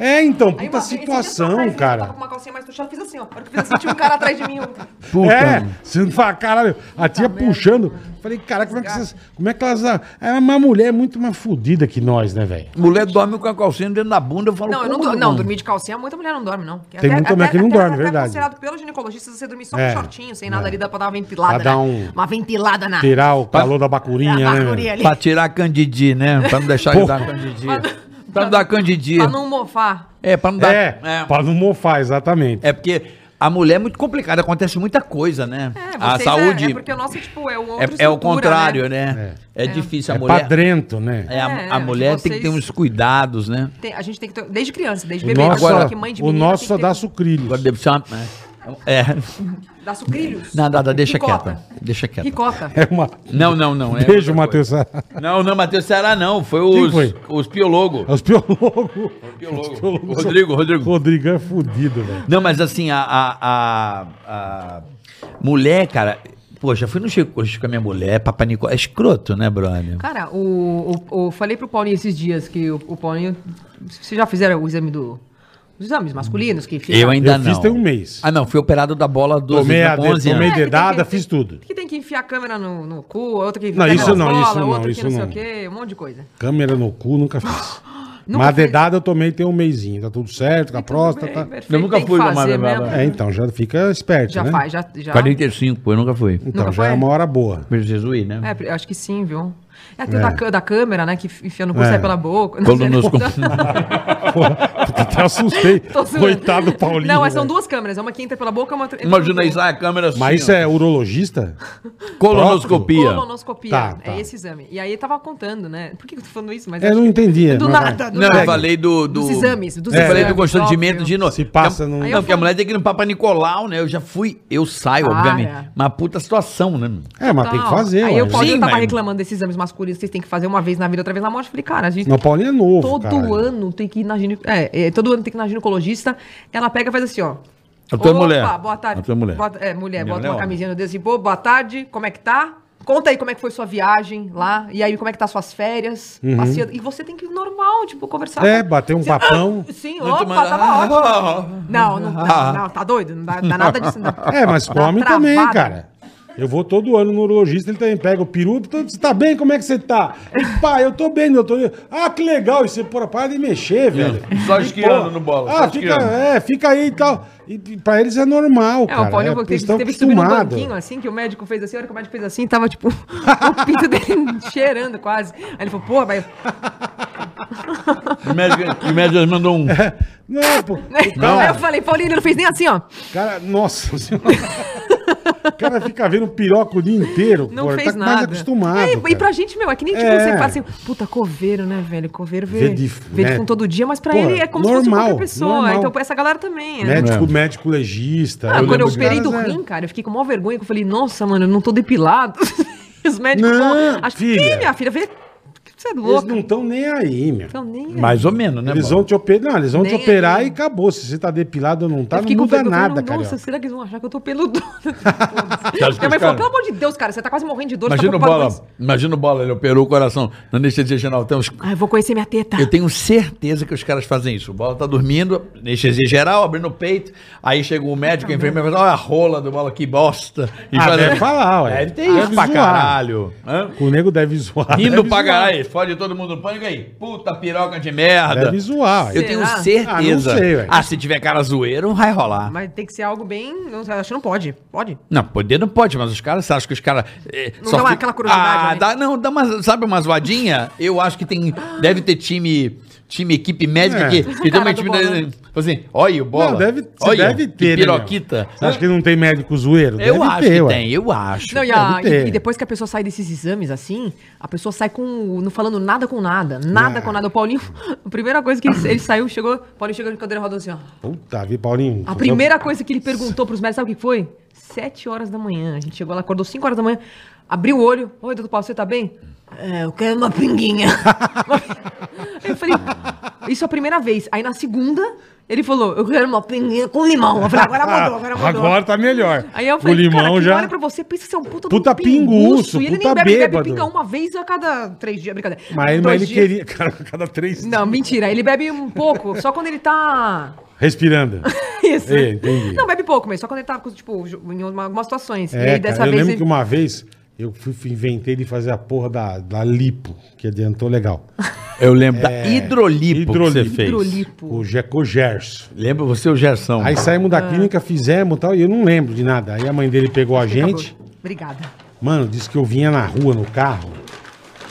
Speaker 3: é, então,
Speaker 4: Aí,
Speaker 3: puta
Speaker 4: uma- esse dia
Speaker 3: situação,
Speaker 4: atrás, Eu tava
Speaker 3: cara.
Speaker 4: tá com uma calcinha mais puxada, fiz assim, ó. A hora que eu fiz assim, tinha um cara atrás de mim. eu-
Speaker 2: Puta.
Speaker 3: É, você não fala, caralho, a tia
Speaker 4: merda,
Speaker 3: puxando. Falei, caraca, como é que vocês. Como é que elas. Era uma mulher é muito mais fodida que nós, né, velho?
Speaker 2: Mulher dorme com a calcinha dentro da bunda, eu falo,
Speaker 4: Não, eu não,
Speaker 2: como
Speaker 4: dou- não, dormir de calcinha, muita mulher não dorme, não.
Speaker 3: Tem muita mulher que não dorme, verdade.
Speaker 4: considerado pelo ginecologista você dormir só
Speaker 3: É.
Speaker 4: com shortinho, sem nada ali, dá pra dar uma ventilada.
Speaker 3: Pra dar
Speaker 4: né?
Speaker 3: um-
Speaker 4: Uma ventilada na.
Speaker 3: Tirar o calor da
Speaker 4: na
Speaker 3: bacurinha, né?
Speaker 4: bacurinha
Speaker 3: velho?
Speaker 4: ali.
Speaker 2: Pra tirar a candidi, né? Pra não deixar ele dar candidia. Pra não dar candidia.
Speaker 4: Pra não mofar.
Speaker 2: É, pra não dar...
Speaker 3: É, pra não mofar, exatamente.
Speaker 2: É porque a mulher é muito complicada, acontece muita coisa, né?
Speaker 4: É,
Speaker 2: a
Speaker 4: vocês É,
Speaker 2: saúde
Speaker 4: é porque o nosso, tipo, é, o
Speaker 2: é,
Speaker 4: outro
Speaker 2: é o contrário, né? É, difícil. A
Speaker 3: É
Speaker 2: mulher,
Speaker 3: padrento, né?
Speaker 2: é, a,
Speaker 4: É,
Speaker 2: a
Speaker 4: é,
Speaker 2: mulher
Speaker 4: vocês-
Speaker 2: tem que ter uns cuidados, né?
Speaker 4: a gente tem que. ter- Desde criança, desde
Speaker 3: O
Speaker 4: bebê.
Speaker 3: nosso,
Speaker 4: Agora,
Speaker 3: só-
Speaker 4: que mãe de
Speaker 3: o
Speaker 4: menina
Speaker 3: nosso
Speaker 4: tem
Speaker 3: só
Speaker 4: que
Speaker 3: dá
Speaker 4: ter- um-
Speaker 3: sucrilhos.
Speaker 2: Agora deve ser uma... É,
Speaker 4: Dá sucrilhos.
Speaker 2: não, nada, deixa
Speaker 4: Ricota.
Speaker 2: quieta. Deixa quieta.
Speaker 4: Ricota.
Speaker 3: É uma...
Speaker 2: Não, não, não. é
Speaker 3: Beijo,
Speaker 2: outra coisa.
Speaker 3: Matheus. Sá.
Speaker 2: Não, não, Matheus Ceará não. Foi
Speaker 3: Quem
Speaker 2: os,
Speaker 3: foi?
Speaker 2: os biólogos.
Speaker 3: <laughs> É Os biólogos.
Speaker 2: Biólogo.
Speaker 3: biólogos são-
Speaker 2: Rodrigo, Rodrigo.
Speaker 3: Rodrigão é fudido, velho.
Speaker 2: Não, mas assim, a, a, a, a mulher, cara. Pô, já fui no Chico Coxa com a minha mulher, Papa Nicolau. É escroto, né, brother?
Speaker 4: Cara, o, o, o- falei pro Paulinho esses dias que o, o Paulinho. Vocês já fizeram o exame do. Os exames masculinos que fica-
Speaker 2: Eu ainda
Speaker 3: Eu
Speaker 2: não.
Speaker 3: fiz tem um mês.
Speaker 2: Ah, não, fui operado da bola 12
Speaker 3: Tomei
Speaker 2: pra
Speaker 3: a de-
Speaker 2: 11
Speaker 3: tomei
Speaker 2: anos.
Speaker 4: É, que tem
Speaker 3: dedada,
Speaker 4: que-
Speaker 3: fiz tudo.
Speaker 4: Que tem que enfiar a câmera no, no cu, outra que
Speaker 3: Não,
Speaker 4: pega
Speaker 3: isso
Speaker 4: nas
Speaker 3: não,
Speaker 4: bolas,
Speaker 3: isso não,
Speaker 4: outra
Speaker 3: isso
Speaker 4: que não, sei
Speaker 3: não.
Speaker 4: o quê, um monte de coisa.
Speaker 3: Câmera no cu, nunca fiz.
Speaker 4: <gasps> Nunca
Speaker 3: Mas a
Speaker 4: fez? Então, é
Speaker 3: dedada eu tomei tem um mêsinho. Tá tudo certo, com a próstata. tá?
Speaker 4: Bem, perfeito,
Speaker 2: Eu nunca
Speaker 4: tem que
Speaker 2: fui
Speaker 4: fazer
Speaker 2: numa
Speaker 4: mesmo.
Speaker 2: babá.
Speaker 3: É, então, já fica esperto,
Speaker 4: Já
Speaker 3: né?
Speaker 4: faz, já. já.
Speaker 2: 45, eu nunca fui.
Speaker 3: Então,
Speaker 4: Nunca
Speaker 3: já é
Speaker 4: foi?
Speaker 3: uma hora boa.
Speaker 2: Meu Jesus, né?
Speaker 4: É, eu acho que sim, viu? É até
Speaker 3: É.
Speaker 4: Da, cã- da câmera, né? Que enfia no cu,
Speaker 3: É.
Speaker 4: sai pela boca.
Speaker 2: Quando
Speaker 4: sei, <laughs>
Speaker 2: nos
Speaker 4: né?
Speaker 2: com-
Speaker 3: <laughs> Pô, até <laughs> assustei.
Speaker 4: Tô zoando.
Speaker 3: Coitado do Paulinho.
Speaker 4: Não, mas
Speaker 1: né?
Speaker 4: são
Speaker 3: velho.
Speaker 4: duas câmeras. Uma que entra pela boca e uma
Speaker 2: <laughs>
Speaker 4: outra.
Speaker 2: Imagina aí, sai a câmera assim.
Speaker 3: Mas isso
Speaker 2: ó.
Speaker 3: é urologista?
Speaker 2: colonoscopia.
Speaker 4: Colonoscopia.
Speaker 3: Tá, tá.
Speaker 4: É esse exame. E aí eu tava contando, né? Por que eu tô falando isso? Mas
Speaker 3: É, não entendi.
Speaker 4: Do
Speaker 3: mas vai.
Speaker 4: nada, do
Speaker 2: Não,
Speaker 4: nada.
Speaker 2: eu falei do, do-
Speaker 4: Dos exames, dos
Speaker 2: eu falei
Speaker 4: exames,
Speaker 2: do constrangimento
Speaker 4: óbvio.
Speaker 2: de novo.
Speaker 3: Se passa num-
Speaker 2: Não,
Speaker 3: Aí
Speaker 4: eu
Speaker 2: porque a
Speaker 4: fui-
Speaker 2: mulher tem que ir no Papa Nicolau, né? Eu já fui, eu saio,
Speaker 4: Para.
Speaker 2: obviamente. Mas puta situação,
Speaker 3: <laughs>
Speaker 2: né? meu?
Speaker 3: É, mas tem que fazer.
Speaker 4: Aí
Speaker 3: ué.
Speaker 4: eu o Paulinho
Speaker 2: Sim,
Speaker 4: tava
Speaker 2: mas-
Speaker 4: reclamando desses exames masculinos que vocês têm que fazer uma vez na vida, outra vez na morte. Eu falei, cara, a gente
Speaker 3: Não, o Paulinho é novo.
Speaker 4: todo
Speaker 3: caralho.
Speaker 4: ano tem que ir na gine... é, é, todo ano tem que ir na ginecologista. Ela pega e faz assim, ó.
Speaker 1: A tua
Speaker 4: Opa,
Speaker 1: mulher.
Speaker 4: boa tarde.
Speaker 1: A tua mulher.
Speaker 4: Bota, é, mulher, bota
Speaker 2: mulher,
Speaker 4: uma
Speaker 2: ó.
Speaker 4: camisinha no dedo assim, pô, boa tarde, como é que tá? Conta aí como é que foi sua viagem lá, e aí como é que tá suas férias, passeando. E você tem que ir normal, tipo, conversar.
Speaker 3: Uhum. É,
Speaker 4: com-
Speaker 3: bater um
Speaker 4: Você- <laughs>
Speaker 3: papão.
Speaker 4: Sim,
Speaker 2: Não te
Speaker 4: opa,
Speaker 2: manda-
Speaker 4: tava
Speaker 2: Ah,
Speaker 4: ótimo.
Speaker 2: ah, ah.
Speaker 4: Não, não, não, não, tá doido? Não dá, dá nada disso. Não.
Speaker 3: É, mas
Speaker 4: Dá
Speaker 3: com homem também,
Speaker 4: travada.
Speaker 3: cara. Eu vou todo ano no urologista, ele também pega o peru. "Tô- Você tá bem? Como é que você tá? E, Pá, eu tô bem, doutor. Ah, que legal. E você, porra, para de mexer, velho.
Speaker 1: É. Só
Speaker 3: E,
Speaker 1: esquiando
Speaker 3: pô,
Speaker 1: no bola,
Speaker 3: Ah,
Speaker 1: só
Speaker 3: fica,
Speaker 1: esquiando.
Speaker 3: é, fica aí e tal. E, e pra eles é normal,
Speaker 4: É,
Speaker 3: cara.
Speaker 4: o Paulinho
Speaker 3: é,
Speaker 4: teve,
Speaker 3: estão
Speaker 4: teve que subir num
Speaker 3: acostumados.
Speaker 4: banquinho, assim, que o médico fez assim, a hora que o médico fez assim, tava, tipo, <laughs> o pinto dele <laughs> cheirando quase. Aí ele falou, porra, mas... <laughs>
Speaker 1: O médico, o médico mandou um.
Speaker 3: É. Não, pô. Então,
Speaker 4: Aí eu falei, Paulinho, ele não fez nem assim, ó.
Speaker 3: Cara, nossa senhora. O cara fica vendo piroca o dia inteiro.
Speaker 4: Não
Speaker 3: porra,
Speaker 4: fez
Speaker 3: tá
Speaker 4: nada.
Speaker 3: mais acostumado.
Speaker 4: É, e
Speaker 3: cara.
Speaker 4: pra gente, meu, é que nem, tipo,
Speaker 3: É.
Speaker 4: você fala assim, puta, coveiro, né, velho? Coveiro vê,
Speaker 3: Vê
Speaker 4: vê,
Speaker 3: de-
Speaker 4: de,
Speaker 3: né?
Speaker 4: com todo dia, mas pra
Speaker 3: Porra,
Speaker 4: ele é como se
Speaker 3: normal,
Speaker 4: fosse qualquer pessoa.
Speaker 3: normal.
Speaker 4: Então, pra essa galera também, é.
Speaker 3: Médico, médico legista.
Speaker 4: Ah, quando
Speaker 3: lembro
Speaker 4: eu
Speaker 3: de
Speaker 4: operei do
Speaker 3: caras, é.
Speaker 4: rim, cara, eu fiquei com maior vergonha, que eu falei, nossa, mano, eu não tô depilado. <laughs> Os médicos
Speaker 3: Não,
Speaker 4: falam, acho que
Speaker 3: filha.
Speaker 4: minha filha, vê. Você é
Speaker 3: Eles
Speaker 4: louco.
Speaker 3: não estão nem aí, meu.
Speaker 4: Então nem.
Speaker 2: Mais ou menos, né,
Speaker 3: Eles
Speaker 2: Bola?
Speaker 3: vão te operar, não, eles vão te
Speaker 4: Nem
Speaker 3: operar
Speaker 4: aí.
Speaker 3: e acabou. Se você tá depilado ou não tá,
Speaker 4: Eu
Speaker 3: não
Speaker 4: fiquei com
Speaker 3: muda
Speaker 4: medo, eu falei,
Speaker 3: nada, cara.
Speaker 4: Nossa, será que eles vão achar que eu
Speaker 3: <laughs>
Speaker 4: tô peludo?
Speaker 2: acha que
Speaker 4: Minha mãe
Speaker 2: os cara-
Speaker 4: falou, pelo amor de Deus, cara, você tá quase morrendo de dor.
Speaker 2: Imagina o
Speaker 4: você tá preocupado
Speaker 2: Bola, imagina o Bola, ele operou o coração na anestesia geral. Tem uns-
Speaker 4: com isso. Ai, Ah, eu vou conhecer minha teta.
Speaker 2: Eu tenho certeza que os caras fazem isso. O Bola tá dormindo, anestesia geral, abrindo o peito, aí chega o médico, a enfermeira, fala, olha a rola do Bola, que bosta. E
Speaker 3: Ah,
Speaker 2: faz-
Speaker 3: deve falar, ué.
Speaker 2: Deve ter isso
Speaker 3: Deve
Speaker 2: pra
Speaker 3: zoar.
Speaker 2: caralho. Hã?
Speaker 3: O nego deve zoar.
Speaker 2: Rindo
Speaker 3: deve
Speaker 2: pra
Speaker 3: zoar,
Speaker 2: caralho, fode todo mundo no pânico aí. Puta piroca de merda.
Speaker 3: Deve zoar.
Speaker 2: Eu
Speaker 3: ué.
Speaker 2: tenho
Speaker 4: Será?
Speaker 2: certeza.
Speaker 3: Ah,
Speaker 2: Ah,
Speaker 3: não sei, velho.
Speaker 2: se tiver cara zoeiro, vai rolar.
Speaker 4: Mas tem que ser algo bem. Eu acho que não pode. Pode.
Speaker 2: Não, poder não pode, mas os caras, você acha que os caras. eh,
Speaker 4: Não dá uma- aquela curiosidade,
Speaker 2: Ah,
Speaker 4: né?
Speaker 2: dá, não, dá uma, sabe, uma zoadinha? Eu acho que tem. Deve ter time. Time, equipe médica
Speaker 3: É.
Speaker 2: que, que tem
Speaker 4: Cara
Speaker 2: uma
Speaker 4: do
Speaker 2: time.
Speaker 4: Bola.
Speaker 2: Fala Assim, olha o bola.
Speaker 3: Não, deve, você
Speaker 2: olha,
Speaker 3: deve
Speaker 2: que
Speaker 3: ter, né,
Speaker 2: Piroquita.
Speaker 3: meu? Você acha que não tem médico zoeiro?
Speaker 2: eu
Speaker 3: Deve
Speaker 2: acho
Speaker 3: ter,
Speaker 2: que
Speaker 3: ué.
Speaker 2: tem, eu acho.
Speaker 4: Não, e, a-
Speaker 3: deve ter.
Speaker 4: e- e depois que a pessoa sai desses exames assim, a pessoa sai com. não falando nada com nada. Nada
Speaker 3: Ah.
Speaker 4: com nada. O Paulinho, <laughs> a primeira coisa que ele, ele saiu, chegou. O Paulinho chegou de cadeira rodando assim, ó.
Speaker 3: Puta, vi, Paulinho.
Speaker 4: A primeira coisa que ele perguntou pros médicos, sabe o que foi? Sete horas da manhã. A gente chegou lá, acordou cinco horas da manhã, abriu o olho. Oi, doutor Paulo, você tá bem? É, eu quero uma pinguinha. <laughs> eu falei, isso é a primeira vez. Aí na segunda, ele falou, eu quero uma pinguinha com limão. Eu falei, agora mudou, agora mudou.
Speaker 3: Ah, Agora tá melhor.
Speaker 4: Aí eu falei,
Speaker 3: o limão
Speaker 4: cara, já...
Speaker 3: já.
Speaker 4: olha pra você, pensa que você é um puta, de um
Speaker 3: Puta pinguço,
Speaker 4: E ele
Speaker 3: puta
Speaker 4: nem bebe, ele
Speaker 3: bêbado.
Speaker 4: bebe pinga uma vez a cada três dias, brincadeira.
Speaker 3: Mas,
Speaker 4: Dois
Speaker 3: mas ele
Speaker 4: dias.
Speaker 3: queria. <laughs> Cara, a cada três.
Speaker 4: Não, mentira, ele bebe um pouco, só quando ele tá...
Speaker 3: Respirando.
Speaker 4: Isso.
Speaker 3: É, entendi.
Speaker 4: Não, bebe pouco, mas só quando ele tava, tipo, em uma- algumas situações. <laughs> e
Speaker 3: É,
Speaker 4: aí, dessa
Speaker 3: cara, eu
Speaker 4: vez,
Speaker 3: lembro
Speaker 4: ele...
Speaker 3: que uma vez eu fui, fui- inventei de fazer a porra da, da lipo, que adiantou legal.
Speaker 2: Eu lembro da hidrolipo, que
Speaker 3: É. hidrolipo.
Speaker 2: você fez.
Speaker 4: hidrolipo.
Speaker 3: O Jeco Gerson.
Speaker 2: Lembra você, o Gerson?
Speaker 3: Aí saímos
Speaker 4: Ah.
Speaker 3: da clínica, fizemos e tal, e eu não lembro de nada. Aí a mãe dele pegou a gente.
Speaker 4: Acabou. Obrigada.
Speaker 3: Mano, disse que eu vinha na rua, no carro,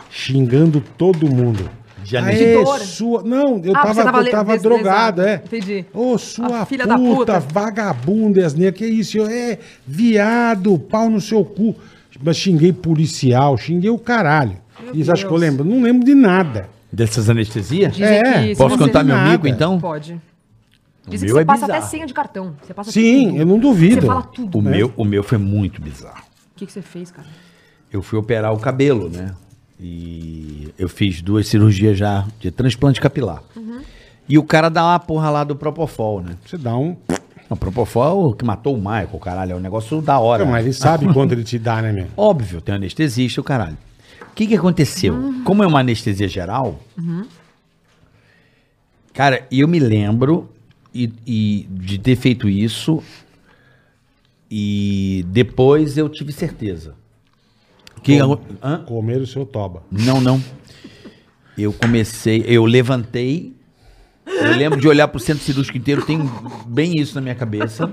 Speaker 3: xingando todo mundo.
Speaker 2: De
Speaker 3: Aê,
Speaker 4: anestesia.
Speaker 3: sua... Não, eu
Speaker 4: Ah,
Speaker 3: tava,
Speaker 4: você tava
Speaker 3: eu
Speaker 4: le-
Speaker 3: tava
Speaker 4: des-
Speaker 3: drogado,
Speaker 4: lesado.
Speaker 3: é.
Speaker 4: Entendi.
Speaker 3: Ô, sua
Speaker 4: A filha
Speaker 3: puta,
Speaker 4: da puta.
Speaker 3: vagabunda, Esneia, que isso? Eu, é, viado, pau no seu cu. Mas xinguei policial, xinguei o caralho.
Speaker 4: Meu
Speaker 3: Isso acho que eu
Speaker 4: Deus.
Speaker 3: lembro. Não lembro de nada.
Speaker 2: Dessas anestesias?
Speaker 4: Dizem
Speaker 3: É,
Speaker 4: que se
Speaker 2: Posso
Speaker 4: você-
Speaker 2: contar meu
Speaker 3: Nada.
Speaker 2: mico, então?
Speaker 4: Pode.
Speaker 2: O
Speaker 4: Dizem que
Speaker 2: meu
Speaker 4: você
Speaker 2: é
Speaker 4: passa até
Speaker 2: bizarro.
Speaker 4: senha de cartão. Você passa
Speaker 3: Sim,
Speaker 4: tudo.
Speaker 3: eu não
Speaker 4: Você
Speaker 3: duvido.
Speaker 4: fala tudo.
Speaker 2: O,
Speaker 3: né?
Speaker 2: meu, o meu foi muito bizarro.
Speaker 4: O que, que você fez, cara?
Speaker 2: eu fui operar o cabelo, né? E eu fiz duas cirurgias já de transplante capilar.
Speaker 3: Uhum.
Speaker 2: E o cara dá uma porra lá do Propofol, né?
Speaker 3: Você dá um.
Speaker 2: O Propofol é o que matou o Michael, caralho. É um negócio da hora.
Speaker 3: Não, mas é-
Speaker 2: <laughs>
Speaker 3: ele sabe quanto ele te dá, né, meu?
Speaker 2: Óbvio, tem anestesista, o caralho. O que que aconteceu?
Speaker 3: Uhum.
Speaker 2: Como é uma anestesia geral, cara, eu me lembro e, e de ter feito isso e depois eu tive certeza. Que, Hã?
Speaker 3: Comer o seu toba.
Speaker 2: Não, não. Eu comecei, eu levantei. Eu lembro de olhar pro centro cirúrgico inteiro, tem bem isso na minha cabeça.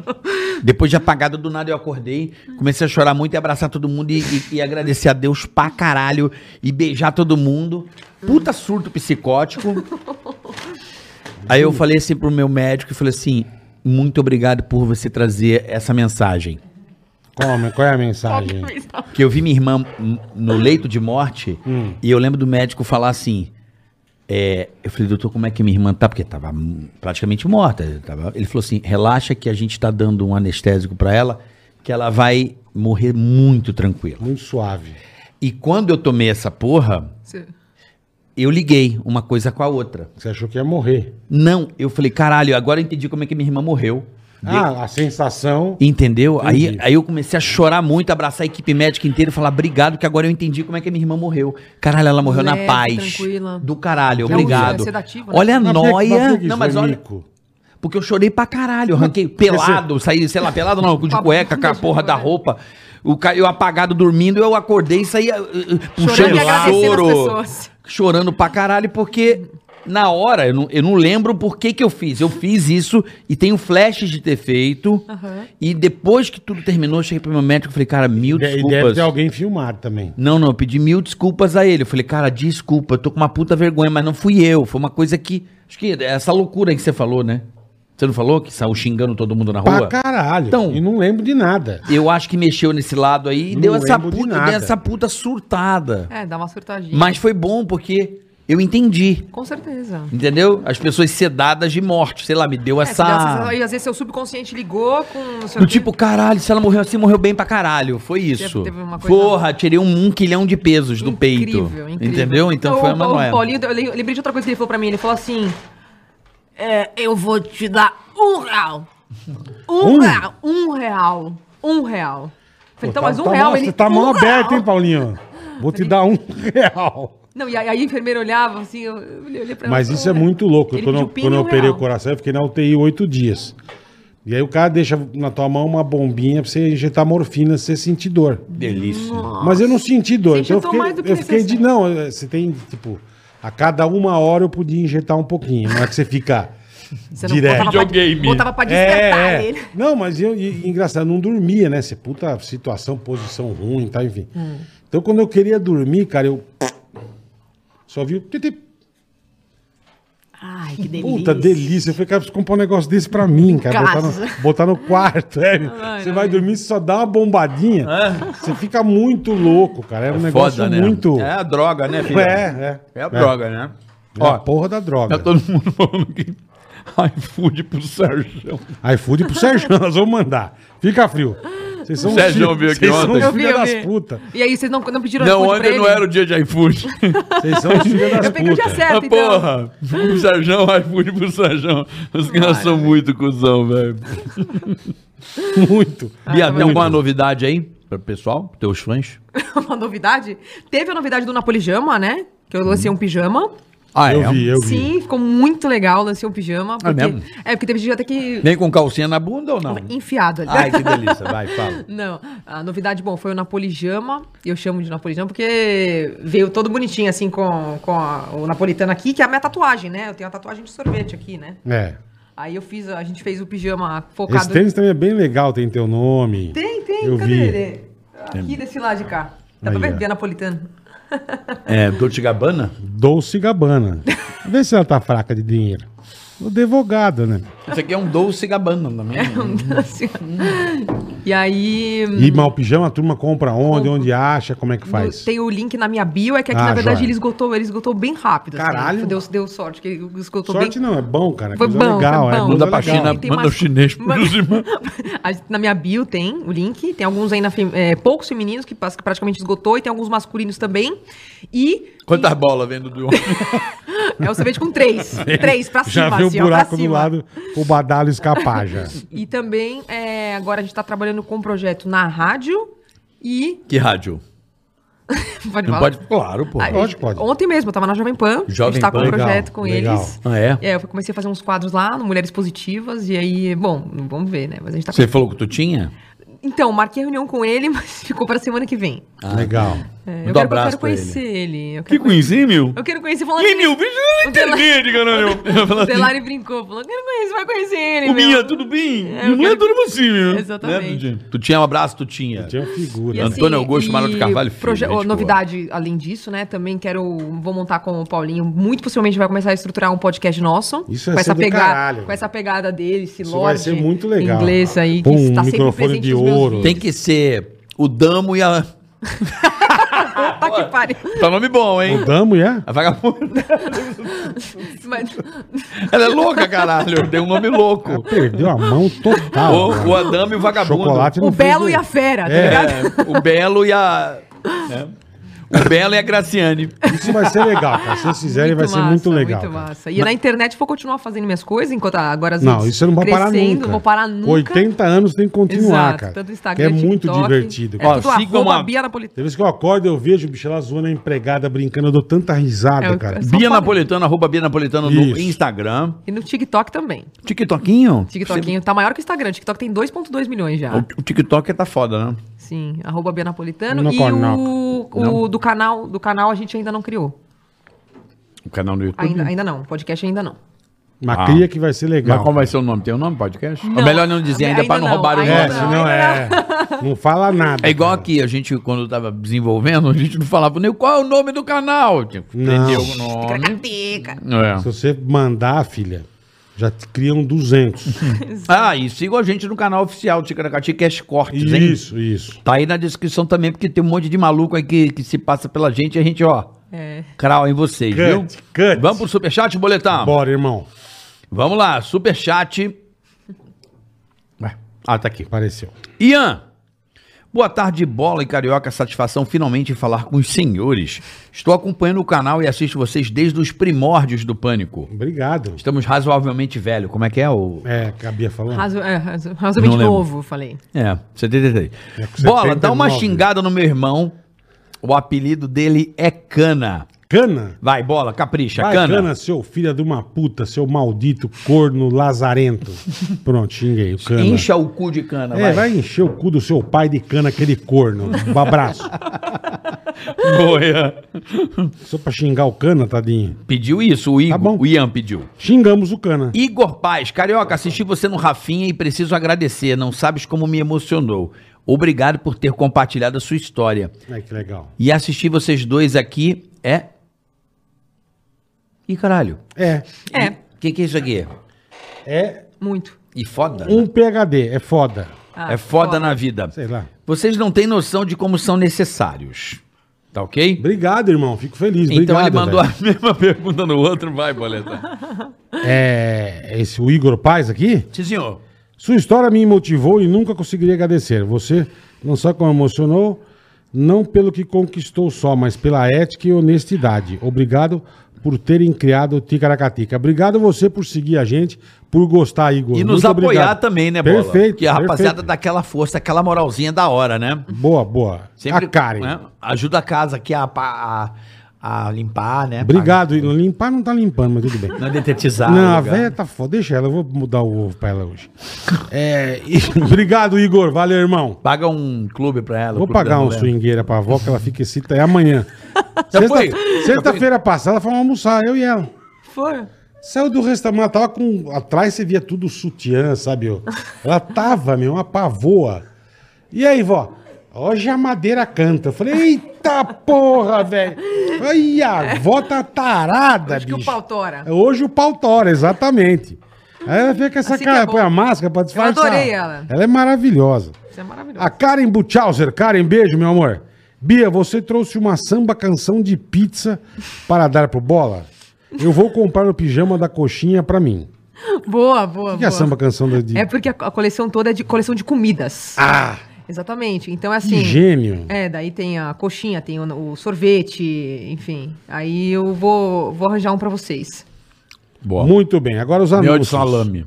Speaker 2: Depois de apagado do nada, eu acordei, comecei a chorar muito e abraçar todo mundo e, e- e agradecer a Deus pra caralho e beijar todo mundo. Puta surto psicótico. Aí eu falei assim pro meu médico e falei assim: muito obrigado por você trazer essa mensagem
Speaker 3: Qual, a- qual é a mensagem?
Speaker 4: <laughs> Então,
Speaker 2: que eu vi minha irmã hum, no leito de morte e eu lembro do médico falar assim. é, eu falei, doutor, como é que minha irmã tá? Porque tava hum, praticamente morta. tava- ele falou assim: relaxa que a gente tá dando um anestésico pra ela, que ela vai morrer muito tranquila.
Speaker 3: Muito suave.
Speaker 2: E quando eu tomei essa porra,
Speaker 4: Você-
Speaker 2: eu liguei uma coisa com a outra.
Speaker 3: Você achou que ia morrer.
Speaker 2: Não, eu falei, caralho, agora eu entendi como é que minha irmã morreu.
Speaker 3: Ah, a sensação.
Speaker 2: Entendeu? Aí,
Speaker 3: Entendi.
Speaker 2: aí eu comecei a chorar muito, abraçar a equipe médica inteira e falar obrigado, que agora eu entendi como é que a minha irmã morreu. Caralho, ela morreu na
Speaker 4: Leve,
Speaker 2: paz.
Speaker 4: tranquila.
Speaker 2: Do caralho,
Speaker 4: É um
Speaker 2: obrigado.
Speaker 4: sedativo, né?
Speaker 2: Olha a
Speaker 3: Mas por que- é mas por
Speaker 2: noia.
Speaker 3: que
Speaker 2: Não,
Speaker 3: que isso
Speaker 2: mas
Speaker 3: foi
Speaker 2: olha.
Speaker 3: mico?
Speaker 2: Porque eu chorei pra caralho. Eu arranquei pelado, saí, sei lá, pelado não,
Speaker 4: <laughs>
Speaker 2: de cueca, com a porra da roupa. O ca- eu apagado dormindo, eu acordei e saí uh, puxando
Speaker 4: e agradecendo as
Speaker 2: choro.
Speaker 4: pessoas.
Speaker 2: Chorando pra caralho, porque na hora, eu não, eu não lembro por que que eu fiz. Eu fiz isso e tenho flashes de ter feito.
Speaker 4: Aham.
Speaker 2: E depois que tudo terminou, eu cheguei pro meu médico e falei, cara, mil
Speaker 3: De- E deve
Speaker 2: desculpas.
Speaker 3: ter alguém filmado também.
Speaker 2: Não, não, eu pedi mil desculpas a ele. Eu falei, cara, desculpa, eu tô com uma puta vergonha, mas não fui eu. Foi uma coisa que. Acho que é essa loucura aí que você falou, né? Você não falou que saiu xingando todo mundo na
Speaker 3: Pra
Speaker 2: rua?
Speaker 3: caralho.
Speaker 2: Então-
Speaker 3: E não lembro de nada.
Speaker 2: Eu acho que mexeu nesse lado aí e
Speaker 3: Não
Speaker 2: deu essa
Speaker 3: lembro de
Speaker 2: puta,
Speaker 3: nada.
Speaker 2: deu essa puta surtada.
Speaker 4: É, dá uma surtadinha.
Speaker 2: Mas foi bom porque eu entendi.
Speaker 4: Com certeza.
Speaker 2: Entendeu? As pessoas sedadas de morte, sei lá, me deu
Speaker 4: É, se dá
Speaker 2: essa.
Speaker 4: essa- e às vezes seu subconsciente ligou com. não sei o
Speaker 2: Do
Speaker 4: quê.
Speaker 2: tipo, caralho, se ela morreu assim, morreu bem pra caralho. Foi isso.
Speaker 4: teve uma coisa-
Speaker 2: Porra, tirei um, um quilhão de pesos do peito. Entendeu? Então
Speaker 4: O-
Speaker 2: foi a
Speaker 4: o- O
Speaker 2: Manuela.
Speaker 4: Paulinho, eu lem- eu lembrei de outra coisa que ele falou pra mim. Ele falou assim: é, Eu vou te dar um real. Um,
Speaker 3: Um?
Speaker 4: real. Um real. Um real. Eu Falei, então,
Speaker 3: Pô,
Speaker 4: mas
Speaker 3: tá-
Speaker 4: um
Speaker 3: tá
Speaker 4: real.
Speaker 3: mó-
Speaker 4: ele,
Speaker 3: Você tá
Speaker 4: um
Speaker 3: mão
Speaker 4: real."
Speaker 3: aberta, hein, Paulinho? Vou te dar um <laughs> real.
Speaker 4: Não, e aí aí a enfermeira olhava assim, eu, eu olhei pra ela,
Speaker 3: Mas
Speaker 4: "Um
Speaker 3: isso é
Speaker 4: real."
Speaker 3: muito louco. Eu,
Speaker 4: Ele
Speaker 3: quando eu,
Speaker 4: pediu pin
Speaker 3: quando
Speaker 4: e
Speaker 3: eu
Speaker 4: um
Speaker 3: operei
Speaker 4: real.
Speaker 3: o coração, eu fiquei na UTI oito dias. E aí o cara deixa na tua mão uma bombinha pra você injetar morfina se você sentir dor.
Speaker 2: Delícia.
Speaker 3: Mas eu não senti dor. então
Speaker 4: Você
Speaker 3: eu
Speaker 4: injetou
Speaker 3: fiquei,
Speaker 4: mais do que
Speaker 3: eu fiquei de.
Speaker 4: necessário.
Speaker 3: Não, eh, você tem, tipo, a cada uma hora eu podia injetar um pouquinho. Não é que você fica
Speaker 4: Você não
Speaker 3: direto.
Speaker 4: botava pra-
Speaker 1: Videogame.
Speaker 4: Botava pra despertar
Speaker 3: É, é.
Speaker 4: ele.
Speaker 3: Não, mas eu, e- e engraçado, não dormia, né? Você puta situação, posição ruim, tá? Enfim.
Speaker 4: Hum.
Speaker 3: Então, quando eu queria dormir, cara, eu. Só vi o. titip.
Speaker 4: Ai, que delícia.
Speaker 3: Puta delícia. Eu falei, cara, preciso comprar um negócio desse pra mim, cara. Botar
Speaker 4: casa.
Speaker 3: no, botar no quarto,
Speaker 4: <laughs>
Speaker 3: é. você vai dormir, você só dá uma bombadinha. Você fica muito louco, cara. É um negócio
Speaker 2: É. Foda, né?
Speaker 3: muito.
Speaker 2: É a droga, né, filho?
Speaker 3: É, é.
Speaker 2: É a droga, né?
Speaker 3: É a porra da droga.
Speaker 1: Tá todo
Speaker 2: <laughs>
Speaker 1: mundo falando que iFood pro Sérgio.
Speaker 3: iFood pro Sérgio, <laughs> nós vamos mandar. Fica frio. Vocês são
Speaker 1: O Sérgio
Speaker 3: fi-
Speaker 1: veio aqui
Speaker 3: vocês são
Speaker 1: ontem.
Speaker 4: Eu vi,
Speaker 3: filha
Speaker 4: eu
Speaker 3: das
Speaker 4: vi.
Speaker 3: putas.
Speaker 4: E aí, vocês não, não pediram
Speaker 1: Não,
Speaker 4: iFood pra
Speaker 1: ontem não
Speaker 4: ele?
Speaker 1: era o dia de iFood.
Speaker 3: Vocês são os filhos das
Speaker 4: Eu peguei o dia
Speaker 2: <laughs>
Speaker 3: putas.
Speaker 1: Ah,
Speaker 4: certo, então.
Speaker 1: porra! Pro Sérgio, iFood pro Sérgio. Os caras são muito cuzão, velho.
Speaker 3: Muito.
Speaker 4: Ah.
Speaker 2: Bia, tem alguma novidade aí pro pessoal, pros teus fãs?
Speaker 4: <laughs> uma novidade. Teve a novidade do Napolijama, né? Que eu lancei um pijama.
Speaker 2: Ah,
Speaker 3: Eu vi, Uhum. eu vi. Ah,
Speaker 4: Sim, ficou muito legal, lancei um pijama. Porque...
Speaker 2: mesmo?
Speaker 4: É, porque teve gente até que.
Speaker 2: Nem com calcinha na bunda ou não?
Speaker 4: Enfiado ali.
Speaker 2: Ai, que delícia.
Speaker 4: <laughs>
Speaker 2: Vai, fala.
Speaker 4: Não, a novidade, bom, foi o Napolijama. Eu chamo de Napolijama porque veio todo bonitinho, assim, com, com a- o napolitano aqui, que é a minha tatuagem, né? Eu tenho a tatuagem de sorvete aqui, né?
Speaker 3: É.
Speaker 4: Aí eu fiz, a gente fez o pijama
Speaker 3: Esse
Speaker 4: focado.
Speaker 3: tênis também é bem legal, tem teu nome.
Speaker 4: Tem, tem,
Speaker 3: Eu
Speaker 4: cadê
Speaker 3: vi.
Speaker 4: ele? Aqui desse lado de cá. Dá pra
Speaker 3: Aí,
Speaker 4: ver?
Speaker 3: ó.
Speaker 4: Bia Napolitano. <laughs>
Speaker 2: É, Dolce Gabbana?
Speaker 3: Dolce
Speaker 4: <laughs>
Speaker 3: Gabbana. Vê se ela tá fraca de dinheiro. O advogado, né?
Speaker 2: Isso aqui é um Dolce Gabbana também.
Speaker 4: Assim, ó. e aí.
Speaker 3: Hum. E mal pijama, a turma compra onde, onde acha, como é que
Speaker 4: no-
Speaker 3: faz?
Speaker 4: tem o link na minha bio, é que aqui,
Speaker 3: Ah,
Speaker 4: na verdade,
Speaker 3: joia.
Speaker 4: ele esgotou, ele esgotou bem rápido. assim.
Speaker 3: Caralho.
Speaker 4: Deu, deu sorte, que ele esgotou
Speaker 3: Sorte
Speaker 4: bem.
Speaker 3: não, é bom, cara. é
Speaker 4: Foi
Speaker 3: coisa
Speaker 4: bom,
Speaker 3: legal,
Speaker 4: foi
Speaker 3: é
Speaker 4: bom.
Speaker 3: coisa
Speaker 1: Manda pra
Speaker 3: legal.
Speaker 1: China,
Speaker 4: E tem
Speaker 1: manda
Speaker 4: mais-
Speaker 1: o chinês
Speaker 4: Ma-
Speaker 1: pros irmãos.
Speaker 4: <laughs> A gente- Na minha bio tem o link, tem alguns ainda, fem- é, poucos femininos, que pas- que praticamente esgotou, e tem alguns masculinos também. E
Speaker 1: Quantas bolas vendo do homem?
Speaker 4: é o sorvete com três. três pra
Speaker 3: Já
Speaker 4: cima,
Speaker 3: viu o
Speaker 4: assim, ó, pra
Speaker 3: buraco do
Speaker 4: cima.
Speaker 3: lado, o badalo escapar
Speaker 4: <laughs>
Speaker 3: já.
Speaker 4: E também, é, agora a gente tá trabalhando com um projeto na rádio e... <laughs>
Speaker 2: Que rádio?
Speaker 4: Pode
Speaker 2: Não
Speaker 4: falar?
Speaker 2: pode... Claro, pô.
Speaker 4: Ah,
Speaker 3: Lógico, pode.
Speaker 4: Ontem mesmo, eu tava na Jovem Pan. a
Speaker 2: Jovem
Speaker 4: gente tá
Speaker 2: Pan,
Speaker 4: com um
Speaker 3: legal,
Speaker 4: projeto com
Speaker 3: legal.
Speaker 4: eles.
Speaker 2: Ah, é?
Speaker 4: É, eu comecei a fazer uns quadros lá, no Mulheres Positivas, e aí, bom, vamos ver, né? Mas a gente tá com-
Speaker 2: Você falou que tu tinha?
Speaker 4: Então, marquei a reunião com ele, <laughs> mas ficou pra semana que vem.
Speaker 3: Legal.
Speaker 4: É,
Speaker 2: Manda um
Speaker 4: eu, quero, eu
Speaker 2: abraço
Speaker 4: quero
Speaker 2: pra ele.
Speaker 4: conhecer ele. Eu
Speaker 1: Que
Speaker 4: quero,
Speaker 1: coisinha, meu?
Speaker 4: eu quero conhecer falando.
Speaker 1: Ih, meu, veja na
Speaker 4: O Delari-
Speaker 1: internet, caralho.
Speaker 4: O Delari brincou, falou: quero conhecer, vai conhecer ele.
Speaker 1: Ô,
Speaker 4: meu."
Speaker 1: Minha, tudo bem?
Speaker 4: É, eu
Speaker 1: não
Speaker 4: quero-
Speaker 1: é tudo assim, meu.
Speaker 4: Exatamente.
Speaker 2: Tu tinha um abraço, tu tinha.
Speaker 3: Tinha figura.
Speaker 4: E assim,
Speaker 2: Antônio Augusto,
Speaker 4: e
Speaker 2: Mário de Carvalho, filho,
Speaker 4: proje-
Speaker 2: gente
Speaker 4: oh, novidade, além disso, né? Também quero. Vou montar com o Paulinho. Muito possivelmente vai começar a estruturar um podcast nosso.
Speaker 3: Isso vai
Speaker 4: com
Speaker 3: ser
Speaker 4: essa
Speaker 3: do
Speaker 4: pega-
Speaker 3: caralho.
Speaker 4: Com essa pegada dele, esse
Speaker 3: Isso
Speaker 4: lorde.
Speaker 3: vai ser muito legal.
Speaker 4: Inglês aí, tá
Speaker 3: Pô, um microfone de
Speaker 4: nos meus
Speaker 3: ouro.
Speaker 4: vídeos.
Speaker 2: Tem que ser o Damo e a...
Speaker 4: Puta que pariu.
Speaker 2: Tá nome bom, hein?
Speaker 3: O Damo, é?
Speaker 2: A vagabunda.
Speaker 4: <laughs> Mas-
Speaker 2: Ela é louca, caralho. Tem um nome louco.
Speaker 3: Perdeu a mão
Speaker 2: O,
Speaker 3: total. cara.
Speaker 2: o Adamo e o Vagabundo.
Speaker 3: Ah, Chocolate não
Speaker 4: o
Speaker 3: fez
Speaker 4: Belo
Speaker 3: nem-
Speaker 4: e a Fera, tá
Speaker 3: É.
Speaker 4: ligado?
Speaker 2: É, o Belo e a. é. O Belo e a Graciane.
Speaker 3: Isso vai ser legal, cara. Se
Speaker 4: <laughs>
Speaker 3: vocês fizerem, vai
Speaker 4: Muito
Speaker 3: ser
Speaker 4: massa,
Speaker 3: muito legal.
Speaker 4: Muito
Speaker 3: cara.
Speaker 4: massa. E na internet vou continuar fazendo minhas coisas, enquanto agora as
Speaker 3: Não,
Speaker 4: redes
Speaker 3: isso eu não vou parar
Speaker 4: crescendo,
Speaker 3: nunca.
Speaker 4: Não vou parar nunca.
Speaker 3: 80 anos tem que continuar,
Speaker 4: Exato,
Speaker 3: cara.
Speaker 4: Tanto
Speaker 3: que
Speaker 4: Instagram,
Speaker 3: é muito
Speaker 4: TikTok.
Speaker 3: divertido.
Speaker 4: É
Speaker 3: Cara.
Speaker 4: tudo
Speaker 2: sigam
Speaker 4: arroba
Speaker 2: a-
Speaker 4: Bia Napolitano.
Speaker 3: Tem vezes que eu acordo, eu vejo, bicho, ela zoando a empregada, brincando, eu dou tanta risada,
Speaker 4: É, eu-
Speaker 3: cara.
Speaker 4: eu-
Speaker 2: Bia Napolitano, arroba Bia Napolitano no
Speaker 3: Isso.
Speaker 2: Instagram.
Speaker 4: E no TikTok também.
Speaker 2: TikTokinho?
Speaker 4: TikTokinho tá maior que o Instagram. TikTok tem 2,2 milhões já.
Speaker 2: Você- O, o TikTok tá foda, né?
Speaker 4: Sim, arroba Bia Napolitano.
Speaker 3: No
Speaker 4: e
Speaker 3: canal.
Speaker 4: o, o do, canal, do canal a gente ainda não criou.
Speaker 2: O canal no YouTube.
Speaker 4: Ainda, ainda não. Podcast ainda não.
Speaker 3: Mas
Speaker 2: Ah.
Speaker 3: cria que vai ser legal.
Speaker 2: Mas qual vai ser o nome? Tem o nome, podcast? Ou melhor não dizer ainda,
Speaker 4: ainda
Speaker 2: pra não
Speaker 4: não,
Speaker 2: roubar o
Speaker 4: ainda
Speaker 3: É,
Speaker 2: nome.
Speaker 4: não.
Speaker 3: senão é. Não fala nada.
Speaker 2: É igual
Speaker 3: cara.
Speaker 2: aqui, a gente, quando tava desenvolvendo, a gente não falava nem qual é o nome do canal. Tipo, Tinha que
Speaker 3: Não.
Speaker 2: entender o
Speaker 3: né?
Speaker 2: nome.
Speaker 3: Se
Speaker 2: É.
Speaker 3: você mandar, filha, já te um
Speaker 2: <laughs>
Speaker 3: criam 200.
Speaker 2: Ah, e sigam a gente no canal oficial Ticaracati Cash Cortes, hein?
Speaker 3: isso, isso.
Speaker 2: Tá aí na descrição também, porque tem um monte de maluco aí que, que se passa pela gente e a gente, ó.
Speaker 4: É.
Speaker 2: Crau em vocês,
Speaker 3: Cut,
Speaker 2: viu?
Speaker 3: cut.
Speaker 2: Vamos pro superchat, boletão?
Speaker 3: Bora, irmão.
Speaker 2: Vamos lá, superchat. Ué, Ah, tá aqui.
Speaker 3: Apareceu.
Speaker 2: Ian! Boa tarde, bola e carioca. Satisfação finalmente em falar com os senhores. Estou acompanhando o canal e assisto vocês desde os primórdios do pânico.
Speaker 3: Obrigado.
Speaker 2: Estamos razoavelmente velho. Como é que é o.
Speaker 3: É, cabia falando.
Speaker 4: Razo, é, razo- razoavelmente
Speaker 2: lembro.
Speaker 4: novo, falei.
Speaker 2: É, 73.
Speaker 3: É com
Speaker 2: Bola, dá uma
Speaker 3: 79.
Speaker 2: xingada no meu irmão. O apelido dele é Cana.
Speaker 3: Cana?
Speaker 2: Vai, bola, capricha,
Speaker 3: Vai,
Speaker 2: Cana.
Speaker 3: cana, seu filho de uma puta, seu maldito corno lazarento. Pronto, xinguei o cana.
Speaker 2: Incha o cu de Cana,
Speaker 3: É,
Speaker 2: vai.
Speaker 3: vai encher o cu do seu pai de cana, aquele corno. Um abraço.
Speaker 2: <laughs> Boa, Ian.
Speaker 3: Só pra xingar o cana, tadinho.
Speaker 2: Pediu isso, o, Igor,
Speaker 3: Tá bom.
Speaker 2: o Ian pediu.
Speaker 3: Xingamos o cana.
Speaker 2: Igor Paz, carioca, assisti você no Rafinha e preciso agradecer. Não sabes como me emocionou. Obrigado por ter compartilhado a sua história.
Speaker 3: Ai, que legal.
Speaker 2: E assistir vocês dois aqui é. Ih, caralho.
Speaker 3: É,
Speaker 4: É,
Speaker 2: O que, que é isso aqui?
Speaker 3: é
Speaker 4: muito.
Speaker 2: E foda? né?
Speaker 3: um PHD, é foda.
Speaker 4: Ah,
Speaker 2: é foda, na vida.
Speaker 3: Sei lá.
Speaker 2: Vocês não têm noção de como são necessários. Tá ok?
Speaker 3: Obrigado, irmão. Fico feliz.
Speaker 2: então
Speaker 3: Obrigado,
Speaker 2: ele mandou
Speaker 3: velho.
Speaker 2: a <laughs> mesma pergunta no outro, vai, boleta.
Speaker 3: É, esse, o Igor Paz aqui?
Speaker 2: Tizinho,
Speaker 3: Sua história me motivou e nunca conseguiria agradecer. Você não só como emocionou, não pelo que conquistou só, mas pela ética e honestidade. Obrigado por terem criado o Ticaracatica. Obrigado você por seguir a gente, por gostar, Igor.
Speaker 2: e nos
Speaker 3: Muito
Speaker 2: apoiar
Speaker 3: obrigado.
Speaker 2: também, né, Bola?
Speaker 3: Perfeito.
Speaker 2: Que a rapaziada tá
Speaker 3: perfeito.
Speaker 2: dá aquela força, aquela moralzinha da hora, né?
Speaker 3: Boa, boa. a Karen.
Speaker 2: né, Ajuda a casa aqui a, pa- a, a limpar, né?
Speaker 3: Obrigado, Igor. Limpar não tá limpando, mas tudo bem.
Speaker 2: <laughs> Pra Não é detetizar.
Speaker 3: Não, a
Speaker 2: lugar.
Speaker 3: velha tá foda. Deixa ela, eu vou mudar o ovo pra ela
Speaker 2: <laughs>
Speaker 3: hoje. É, e- <laughs> Obrigado, Igor. Valeu, irmão.
Speaker 2: Paga um clube pra ela.
Speaker 3: Vou
Speaker 2: o clube da
Speaker 3: pagar um uma
Speaker 2: novela.
Speaker 3: swingueira pra avó, que ela fica excitada. É
Speaker 4: <laughs>
Speaker 3: amanhã. Sexta-
Speaker 2: foi?
Speaker 3: Sexta-feira passada, fomos almoçar, eu e ela.
Speaker 4: Foi.
Speaker 3: Saiu do restaurante, tava com. Atrás você via tudo sutiã, sabe? ó. Ela tava, meu, uma pavoa. E aí, vó? Hoje a madeira canta. Eu falei, eita porra, velho. Aí a vó tá tarada,
Speaker 4: Acho que
Speaker 3: bicho.
Speaker 4: o pau tá. tora.
Speaker 3: Hoje o pau tora, exatamente. Aí ela fica com essa
Speaker 4: Assim que
Speaker 3: cara,
Speaker 4: é bom.
Speaker 3: põe a máscara pra disfarçar.
Speaker 4: adorei ela.
Speaker 3: Ela é maravilhosa.
Speaker 4: Isso é maravilhoso.
Speaker 3: A Karen Buchhauser, Karen, beijo, meu amor. Bia, você trouxe uma samba canção de pizza para dar pro bola? Eu vou comprar o pijama da coxinha pra mim.
Speaker 4: Boa, boa,
Speaker 3: O que é a
Speaker 4: boa.
Speaker 3: samba canção da de...
Speaker 4: É porque a a coleção toda é de coleção de comidas.
Speaker 3: Ah,
Speaker 4: Exatamente. Então
Speaker 3: que
Speaker 4: assim.
Speaker 3: gênio.
Speaker 4: É, daí tem a coxinha, tem o, o sorvete, enfim. Aí eu vou, vou arranjar um pra vocês.
Speaker 2: Boa.
Speaker 3: Muito bem, agora os
Speaker 2: Mel de
Speaker 3: anúncios.
Speaker 2: salame.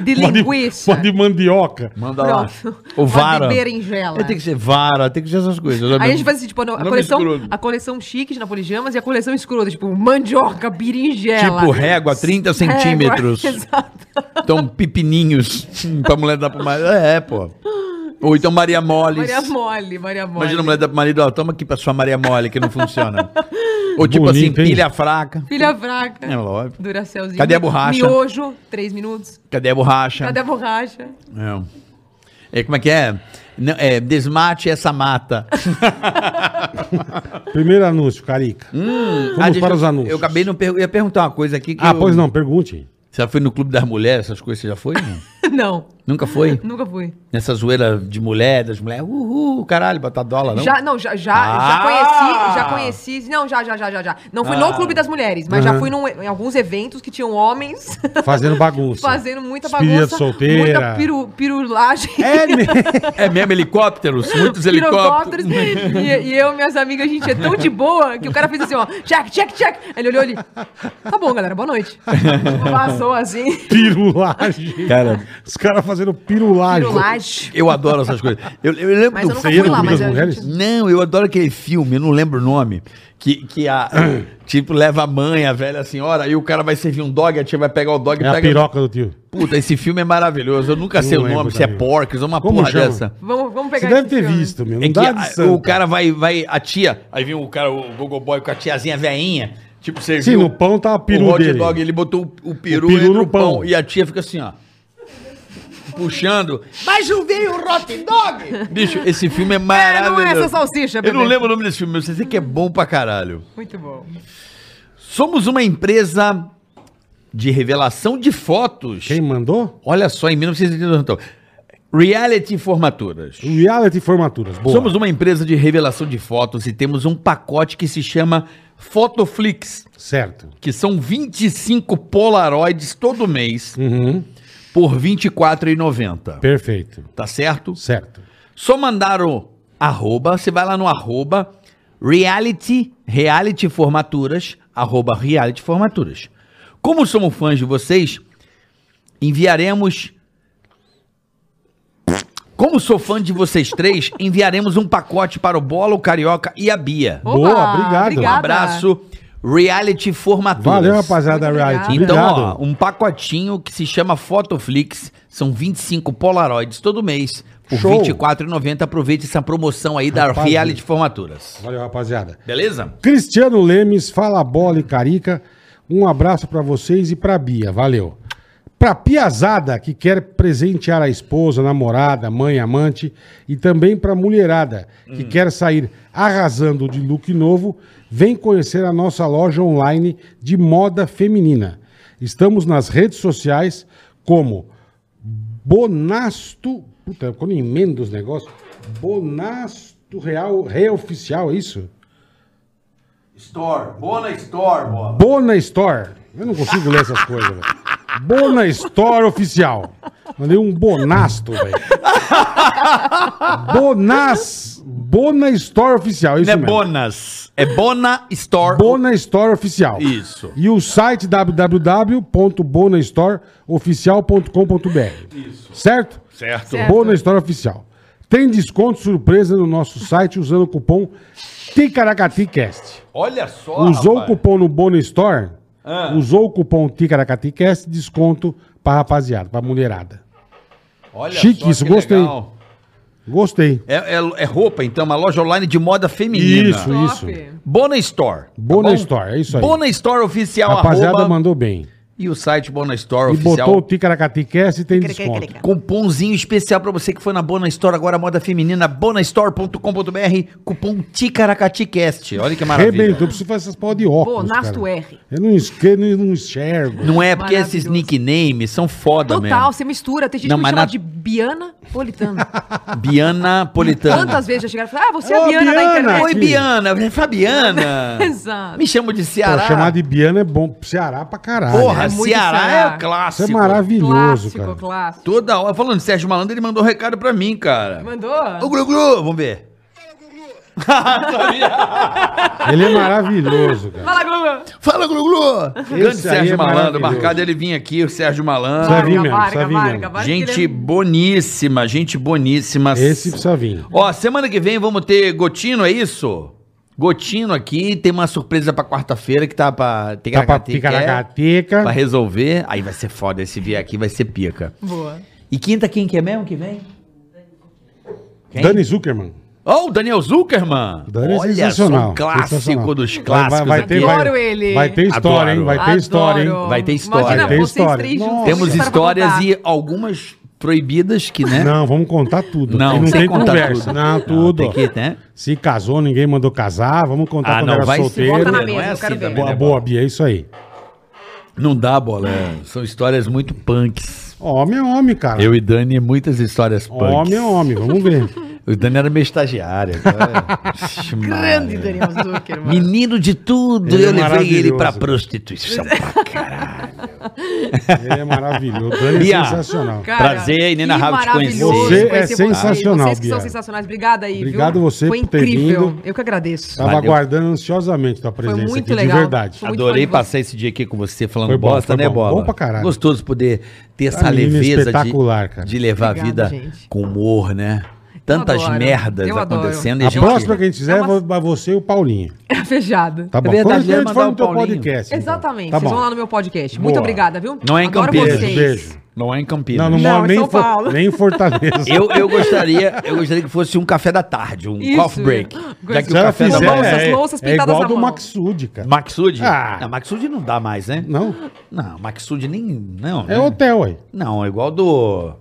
Speaker 4: De
Speaker 3: Pó de-
Speaker 4: linguiça.
Speaker 3: pó de mandioca.
Speaker 2: Manda lá.
Speaker 4: Pronto.
Speaker 2: O vara.
Speaker 4: Pó de berinjela.
Speaker 2: É, Tem que ser vara, tem que ser essas coisas.
Speaker 4: Aí a gente faz assim, tipo, a,
Speaker 2: Nome é
Speaker 4: coleção,
Speaker 2: escroto.
Speaker 4: a coleção chique de napolijamas e a coleção escrota, tipo, mandioca, berinjela.
Speaker 2: Tipo régua, 30
Speaker 4: Régua, <laughs>
Speaker 2: centímetros.
Speaker 4: Exato.
Speaker 2: Então, pepininhos <laughs> pra mulher dar pro marido. É, pô. Ou então Maria Moles.
Speaker 4: Maria mole, Maria mole.
Speaker 2: Imagina a mulher dar pro marido, ó, toma aqui pra sua Maria Mole, que não funciona. Ou tipo
Speaker 3: Bonito,
Speaker 2: assim,
Speaker 3: hein?
Speaker 2: pilha fraca.
Speaker 4: Filha fraca.
Speaker 2: É lógico.
Speaker 4: Duracelzinho.
Speaker 2: Cadê a borracha?
Speaker 4: Miojo, três minutos.
Speaker 2: Cadê a borracha?
Speaker 4: Cadê a borracha? <laughs>
Speaker 2: É. É, como é que é? Não, é, desmate essa mata.
Speaker 3: Primeiro anúncio, Carica. Vamos
Speaker 2: Ah, deixa
Speaker 3: para
Speaker 2: eu-
Speaker 3: os anúncios.
Speaker 2: Eu acabei não per... ia perguntar uma coisa aqui. que
Speaker 3: Ah,
Speaker 2: eu-
Speaker 3: pois não, pergunte.
Speaker 2: Você já foi no Clube das Mulheres, essas coisas? Você já foi? não?
Speaker 4: Não,
Speaker 2: Nunca foi?
Speaker 4: nunca fui.
Speaker 2: Nessa zoeira de mulher, das mulheres. Uhul, caralho, botar dólar, não?
Speaker 4: Já, não, já, já,
Speaker 2: Ah!
Speaker 4: já conheci, já conheci. Não, já, já, já, já, já. Não fui
Speaker 2: Ah.
Speaker 4: no Clube das Mulheres, mas
Speaker 3: Aham.
Speaker 4: já fui num- em alguns eventos que tinham homens <laughs>
Speaker 3: Fazendo bagunça.
Speaker 4: fazendo muita
Speaker 3: Despedida
Speaker 4: bagunça,
Speaker 3: solteira.
Speaker 4: muita piru, pirulagem. <laughs>
Speaker 3: É mesmo.
Speaker 2: <laughs> É mesmo helicópteros? Muitos
Speaker 4: pirocópteros.
Speaker 2: helicópteros.
Speaker 4: E, e eu e minhas amigas, a gente é tão de boa que o cara fez assim, ó, check, check, check. Aí ele olhou ali, tá bom, galera, boa noite. Passou
Speaker 3: <laughs>
Speaker 4: assim,
Speaker 3: <laughs> Pirulagem.
Speaker 2: Cara.
Speaker 3: Os caras fazendo pirulagem.
Speaker 4: pirulagem.
Speaker 2: Eu adoro essas coisas. Eu, eu lembro
Speaker 4: Mas eu
Speaker 2: do
Speaker 4: nunca
Speaker 3: Você ia
Speaker 4: fui
Speaker 3: no
Speaker 4: lá,
Speaker 3: Clube
Speaker 4: mas
Speaker 3: das
Speaker 4: a
Speaker 3: Mulheres?
Speaker 4: gente...
Speaker 2: Não, eu adoro aquele filme, eu não lembro o nome, que, que a, tipo, leva a mãe, a velha senhora, aí o cara vai servir um dog, a tia vai pegar o dog
Speaker 3: É
Speaker 2: e
Speaker 3: a
Speaker 2: pega...
Speaker 3: piroca do tio.
Speaker 2: Puta, esse filme é maravilhoso, eu nunca sei o
Speaker 3: lembro
Speaker 2: nome, se é
Speaker 3: também.
Speaker 2: Porcas ou uma
Speaker 3: Como
Speaker 2: porra
Speaker 3: chama?
Speaker 2: dessa.
Speaker 4: Vamos, vamos
Speaker 3: Você
Speaker 4: pegar
Speaker 3: deve
Speaker 4: esse
Speaker 3: ter
Speaker 4: filme.
Speaker 3: visto, meu. Não
Speaker 2: É que
Speaker 3: dá de
Speaker 2: a-
Speaker 3: santa.
Speaker 2: o cara vai, vai, a tia, aí vem o cara, o Gogo Boy com a tiazinha veinha, tipo, serviu
Speaker 3: Sim, no pão tá a
Speaker 2: o
Speaker 3: peru
Speaker 2: hot
Speaker 3: dele.
Speaker 2: dog, ele botou o, o peru,
Speaker 3: O peru
Speaker 2: entre
Speaker 3: no
Speaker 2: o pão.
Speaker 3: pão.
Speaker 2: e a tia fica assim, ó. Puxando. Mas não veio o hot dog? Bicho, esse filme é
Speaker 4: É,
Speaker 2: maravilhoso.
Speaker 4: não é essa salsicha,
Speaker 2: Eu não
Speaker 4: bebê.
Speaker 2: lembro o nome desse filme, mas eu sei que é bom pra caralho.
Speaker 4: Muito bom.
Speaker 2: Somos uma empresa de revelação de fotos.
Speaker 3: Quem mandou?
Speaker 2: Olha só, em 1982. então. Reality Formaturas.
Speaker 3: Reality Formaturas. Boa.
Speaker 2: Somos uma empresa de revelação de fotos e temos um pacote que se chama Fotoflix,
Speaker 3: Certo.
Speaker 2: que são 25 Polaroids todo mês
Speaker 3: Uhum.
Speaker 2: por R$ 24,90.
Speaker 3: Perfeito.
Speaker 2: Tá certo?
Speaker 3: Certo.
Speaker 2: Só mandar o arroba, você vai lá no arroba reality, reality formaturas, arroba reality formaturas. Como somos fãs de vocês, enviaremos... Como sou fã de vocês três, enviaremos um pacote para o Bola, o Carioca e a Bia. Um
Speaker 4: Opa,
Speaker 3: Boa, obrigado.
Speaker 4: obrigada.
Speaker 2: abraço, reality formaturas.
Speaker 3: Valeu, rapaziada
Speaker 4: Muito
Speaker 3: Reality.
Speaker 2: Então,
Speaker 3: Ah, Obrigado.
Speaker 2: ó, um pacotinho que se chama Fotoflix. São 25 Polaroids todo mês por
Speaker 3: Show.
Speaker 2: R$ 24,90. Aproveite essa promoção aí da
Speaker 3: Rapaz, é.
Speaker 2: Reality Formaturas.
Speaker 3: Valeu, rapaziada.
Speaker 2: Beleza?
Speaker 3: Cristiano Lemes, Fala Bola e Carica. Um abraço pra vocês e pra Bia. Valeu. Pra piazada que quer presentear a esposa, namorada, mãe, amante e também pra mulherada que quer sair arrasando de look novo, vem conhecer a nossa loja online de moda feminina. Estamos nas redes sociais como Bonasto, puta, quando emenda os negócios, Bonasto Real, Reoficial, é isso?
Speaker 7: Store, Bona Store, Bola.
Speaker 3: Bona Store. Eu não consigo ler essas coisas, velho. Bona Store Oficial. Mandei um bonasto, velho. Bonas. Bona Store Oficial. Isso
Speaker 2: Não é
Speaker 3: mesmo.
Speaker 2: Bonas. É Bona Store.
Speaker 3: Bona Store Oficial.
Speaker 2: Isso.
Speaker 3: E o site www.bonastoreoficial.com.br. Isso. Certo?
Speaker 2: Certo.
Speaker 4: Certo.
Speaker 3: Boa na história oficial. Tem desconto surpresa no nosso site usando o cupom TICARACATICAST.
Speaker 2: Olha só.
Speaker 3: Usou o
Speaker 2: rapaz. Ah.
Speaker 3: cupom no Bono Store? Usou o cupom TICARACATICAST, desconto pra rapaziada, pra mulherada.
Speaker 2: Olha
Speaker 3: Chique
Speaker 2: só
Speaker 3: isso,
Speaker 2: que
Speaker 3: gostei.
Speaker 2: legal.
Speaker 3: Gostei.
Speaker 2: É, é- é roupa, então, uma loja online de moda feminina.
Speaker 3: Isso,
Speaker 4: Top.
Speaker 3: isso.
Speaker 2: Bona Store. tá
Speaker 3: Bona
Speaker 2: bom?
Speaker 3: Store, é isso aí.
Speaker 2: Bona Store oficial.
Speaker 3: rapaziada
Speaker 2: É um arroba,
Speaker 3: mandou bem.
Speaker 2: E o site Bona Store
Speaker 3: E
Speaker 2: oficial.
Speaker 3: botou o TICARACATICAST e tem
Speaker 4: Ticaracatica.
Speaker 3: desconto.
Speaker 2: Cupomzinho um especial pra você que foi na Bona Store agora, moda feminina, bonastore.com.br, cupom TICARACATICAST. Olha que maravilha.
Speaker 3: Rebentou, preciso fazer essas pau de óculos.
Speaker 4: Bonasto é.
Speaker 3: cara.
Speaker 4: R.
Speaker 3: Eu não esqueço, eu não enxergo.
Speaker 2: Não é porque esses
Speaker 4: Maravilhoso.
Speaker 2: nicknames são foda
Speaker 4: Total, você mistura. Tem gente
Speaker 2: Não,
Speaker 4: que me
Speaker 2: mas
Speaker 4: chama
Speaker 2: na-
Speaker 4: de Biana
Speaker 3: <laughs>
Speaker 4: Politano.
Speaker 2: mesmo. Biana Politano.
Speaker 4: Quantas vezes já chegaram e falaram, ah, você é
Speaker 3: Ô,
Speaker 4: a Biana,
Speaker 3: Biana!
Speaker 4: da internet.
Speaker 2: Oi, Biana. É Fabiana.
Speaker 4: <laughs> Exato.
Speaker 2: Me chamo de
Speaker 3: Pô,
Speaker 2: Ceará.
Speaker 3: chamar de Biana é bom pro Ceará pra caralho.
Speaker 2: Porra,
Speaker 4: É muito
Speaker 2: Ceará,
Speaker 4: Ceará.
Speaker 2: é clássico.
Speaker 3: Isso é maravilhoso,
Speaker 4: clássico,
Speaker 3: cara.
Speaker 4: clássico.
Speaker 2: Toda hora. Falando de Sérgio Malandro, ele mandou um recado pra mim, cara. Ô,
Speaker 4: Mandou?
Speaker 2: Gru Gru, vamos
Speaker 3: <laughs>
Speaker 2: ver. <laughs>
Speaker 3: Ele é maravilhoso, cara.
Speaker 4: Fala, Globo.
Speaker 2: Fala, Gru Gru. Grande
Speaker 3: aí
Speaker 2: Sérgio
Speaker 3: é
Speaker 2: Malandro,
Speaker 3: maravilhoso.
Speaker 2: marcado ele vinha aqui, o Sérgio Malandro.
Speaker 3: Sérgio vir mesmo, precisa vir mesmo.
Speaker 4: que
Speaker 2: Gente
Speaker 4: ele é-
Speaker 2: boníssima, gente boníssima.
Speaker 3: Esse precisa vir.
Speaker 2: Ó, semana que vem vamos ter Gotino, é isso? Gotino aqui, tem uma surpresa pra quarta-feira que tá pra
Speaker 3: Tá pra
Speaker 2: ticaracateca,
Speaker 3: picaracateca.
Speaker 2: é pra resolver. Aí vai ser foda, esse vier aqui vai ser pica.
Speaker 4: Boa.
Speaker 2: E quinta quem que é mesmo que vem? Quem?
Speaker 3: Dani Zuckerman.
Speaker 2: Ó, o Daniel Zuckerman!
Speaker 3: Dani é
Speaker 2: Olha, só
Speaker 3: sensacional.
Speaker 2: um clássico
Speaker 3: sensacional.
Speaker 2: dos
Speaker 3: Vai-
Speaker 2: clássicos
Speaker 3: Vai, vai, ter, vai,
Speaker 4: Adoro ele.
Speaker 3: vai ter história, hein?
Speaker 2: Adoro.
Speaker 3: Vai ter história, hein?
Speaker 4: Adoro.
Speaker 2: Vai ter história.
Speaker 4: Imagina
Speaker 3: Vai ter
Speaker 4: vocês
Speaker 3: história.
Speaker 4: três juntos.
Speaker 3: Nossa.
Speaker 2: Temos
Speaker 4: História pra
Speaker 2: histórias
Speaker 4: contar.
Speaker 2: e algumas proibidas que, né?
Speaker 3: Não, vamos contar tudo.
Speaker 2: Não,
Speaker 3: E não
Speaker 2: sem
Speaker 3: tem
Speaker 2: contar
Speaker 3: conversa.
Speaker 2: tudo.
Speaker 3: Não,
Speaker 2: Não,
Speaker 3: tudo.
Speaker 2: tem que, né?
Speaker 3: Se casou, ninguém mandou casar. Vamos contar
Speaker 2: Ah,
Speaker 3: quando
Speaker 2: não,
Speaker 3: era
Speaker 2: vai se
Speaker 3: solteiro.
Speaker 4: Bota na
Speaker 2: Não é
Speaker 4: mesa, eu
Speaker 2: assim
Speaker 4: quero ver.
Speaker 2: também,
Speaker 3: Boa,
Speaker 2: né?
Speaker 3: boa, Bia, é isso aí.
Speaker 2: Não dá bola. é. São histórias muito punks.
Speaker 3: Homem é homem, cara.
Speaker 2: Eu e Dani, muitas histórias punks.
Speaker 3: Homem é homem, vamos ver.
Speaker 2: O Dani era meu
Speaker 4: <laughs>
Speaker 2: estagiário. agora- Ixi, Maria.
Speaker 4: Grande Daniel Zuckerman.
Speaker 2: Menino de tudo,
Speaker 3: Ele é
Speaker 2: eu levei ele pra
Speaker 3: maravilhoso.
Speaker 4: <laughs>
Speaker 2: prostituição. pra caralho.
Speaker 3: Ele <laughs> é maravilhoso. Dani é
Speaker 2: Bia.
Speaker 3: sensacional.
Speaker 2: Prazer, Nina
Speaker 4: que
Speaker 2: Rabi, te conhecer.
Speaker 4: maravilhoso
Speaker 3: Você é
Speaker 4: conhecer
Speaker 3: sensacional,
Speaker 4: Vocês que são
Speaker 3: Bia.
Speaker 4: sensacionais. Obrigada aí, viu?
Speaker 3: Obrigado você
Speaker 4: Foi
Speaker 3: por ter
Speaker 4: incrível.
Speaker 3: vindo. Tá.
Speaker 4: Eu que agradeço. <laughs>
Speaker 3: Tava
Speaker 2: Valeu.
Speaker 3: aguardando ansiosamente tua presença
Speaker 4: muito
Speaker 3: aqui,
Speaker 4: legal.
Speaker 3: de verdade.
Speaker 4: Foi
Speaker 2: <laughs>
Speaker 4: muito
Speaker 2: Adorei
Speaker 4: bom de
Speaker 2: passar esse dia aqui com você falando
Speaker 3: Foi bom,
Speaker 2: bosta,
Speaker 3: foi
Speaker 2: né,
Speaker 3: bom.
Speaker 2: Bola?
Speaker 3: Bom pra caralho.
Speaker 2: Gostoso poder ter essa
Speaker 3: menina
Speaker 2: leveza
Speaker 3: espetacular,
Speaker 2: de,
Speaker 3: cara.
Speaker 2: de levar
Speaker 4: Obrigada,
Speaker 2: a vida
Speaker 4: gente.
Speaker 2: com humor, né? Tantas
Speaker 4: adoro,
Speaker 2: merdas
Speaker 4: eu adoro.
Speaker 2: acontecendo. e
Speaker 3: A
Speaker 2: gente-
Speaker 3: próxima que a gente fizer
Speaker 4: É uma-
Speaker 3: é vo- você e o Paulinho.
Speaker 4: É Fechado.
Speaker 3: Tá bom.
Speaker 2: verdade,
Speaker 3: Quando
Speaker 2: ia
Speaker 3: a gente
Speaker 2: mandar
Speaker 3: for
Speaker 2: o
Speaker 3: no teu
Speaker 2: Paulinho.
Speaker 3: podcast. então.
Speaker 4: Exatamente.
Speaker 3: Tá
Speaker 4: vocês
Speaker 3: bom.
Speaker 4: vão lá no meu podcast. Muito
Speaker 3: Boa.
Speaker 4: obrigada, viu?
Speaker 2: Não é em
Speaker 4: Adoro
Speaker 2: Campinas.
Speaker 4: vocês.
Speaker 3: Beijo.
Speaker 2: Não é em Campinas.
Speaker 3: Não, não,
Speaker 4: Não,
Speaker 3: moro
Speaker 4: em
Speaker 3: nem,
Speaker 4: São
Speaker 3: em Fo-
Speaker 4: Paulo.
Speaker 3: nem em Fortaleza.
Speaker 4: <laughs>
Speaker 2: Eu, eu, gostaria, eu gostaria que fosse um café da tarde, um
Speaker 4: Isso.
Speaker 2: coffee break. Já que
Speaker 4: Se
Speaker 2: o
Speaker 4: ela
Speaker 2: café
Speaker 4: fizer,
Speaker 2: da manhã...
Speaker 4: Louças, louças
Speaker 3: é
Speaker 4: pintadas
Speaker 3: igual
Speaker 4: na
Speaker 3: do
Speaker 4: mão.
Speaker 3: Maxud, cara.
Speaker 2: Maxud?
Speaker 3: Ah.
Speaker 2: Não, Maxud não dá mais, né?
Speaker 3: Não,
Speaker 2: Não, Maxud nem... Não,
Speaker 3: é
Speaker 2: né?
Speaker 3: hotel aí.
Speaker 2: Não, é igual do...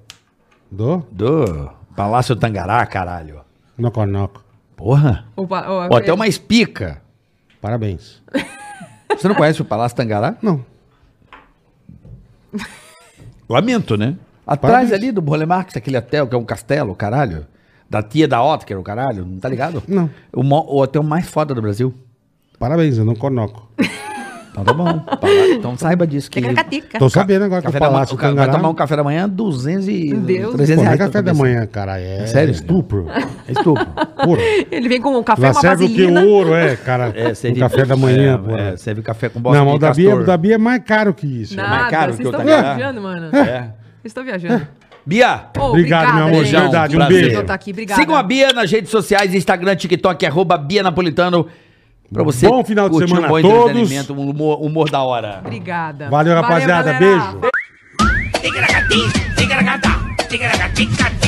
Speaker 3: Do
Speaker 2: Do Palácio Tangará, caralho.
Speaker 3: Noconoco.
Speaker 2: Porra.
Speaker 4: Opa, ó,
Speaker 2: Ou até uma espica.
Speaker 3: Parabéns.
Speaker 2: Você não conhece o Palácio Tangará?
Speaker 3: Não.
Speaker 2: Lamento, né? Atrás
Speaker 3: Parabéns.
Speaker 2: ali do Borle Marx, aquele hotel que é um castelo, caralho. Da tia da Otker, o caralho, não tá ligado?
Speaker 3: Não.
Speaker 2: O, mo- o hotel mais foda do Brasil.
Speaker 3: Parabéns, eu não conoco.
Speaker 2: Então tá bom. Fala- então saiba disso.
Speaker 4: É
Speaker 2: Que
Speaker 4: Ticaracatica.
Speaker 3: Tô sabendo agora que
Speaker 2: café
Speaker 3: o
Speaker 2: da manhã,
Speaker 3: Palácio
Speaker 2: o ca- vai
Speaker 3: Cangará...
Speaker 2: tomar um café da manhã, 200 e... 300
Speaker 4: Deus.
Speaker 3: Pô, não é
Speaker 2: reais.
Speaker 3: café da
Speaker 2: cabeça.
Speaker 3: manhã, cara. É,
Speaker 2: Sério?
Speaker 4: <laughs>
Speaker 3: Estupro.
Speaker 2: É estupro.
Speaker 3: Porra.
Speaker 4: Ele vem com um café,
Speaker 3: Lá
Speaker 4: uma
Speaker 3: serve o que?
Speaker 4: vaselina.
Speaker 3: Ouro, é, cara.
Speaker 2: É,
Speaker 3: o
Speaker 2: serve-
Speaker 3: café da manhã,
Speaker 2: é,
Speaker 3: porra.
Speaker 2: é, serve café com bosta
Speaker 3: não, mas o
Speaker 2: de
Speaker 3: da Bia,
Speaker 2: castor.
Speaker 3: o da Bia é mais caro que isso.
Speaker 4: Nada,
Speaker 2: mais caro
Speaker 4: vocês
Speaker 2: que o
Speaker 4: estão
Speaker 2: Itacará.
Speaker 4: viajando, mano.
Speaker 2: É.
Speaker 4: Vocês estão viajando.
Speaker 2: Bia!
Speaker 4: Ô,
Speaker 3: Obrigado, meu amor, de
Speaker 4: gente.
Speaker 3: verdade. Um
Speaker 2: prazer.
Speaker 3: beijo.
Speaker 4: Tá aqui, obrigada.
Speaker 2: Sigam a Bia nas redes sociais, Instagram, TikTok, arroba Bia Napolitano. Pra você
Speaker 3: Bom final de
Speaker 2: curtir
Speaker 3: semana
Speaker 2: um bom
Speaker 3: a todos.
Speaker 2: entretenimento, um humor, humor da hora.
Speaker 4: Obrigada.
Speaker 3: Valeu, rapaziada.
Speaker 4: galera.
Speaker 3: beijo.
Speaker 6: Tica-tica-tica, tica-tica-tica, tica-tica-tica.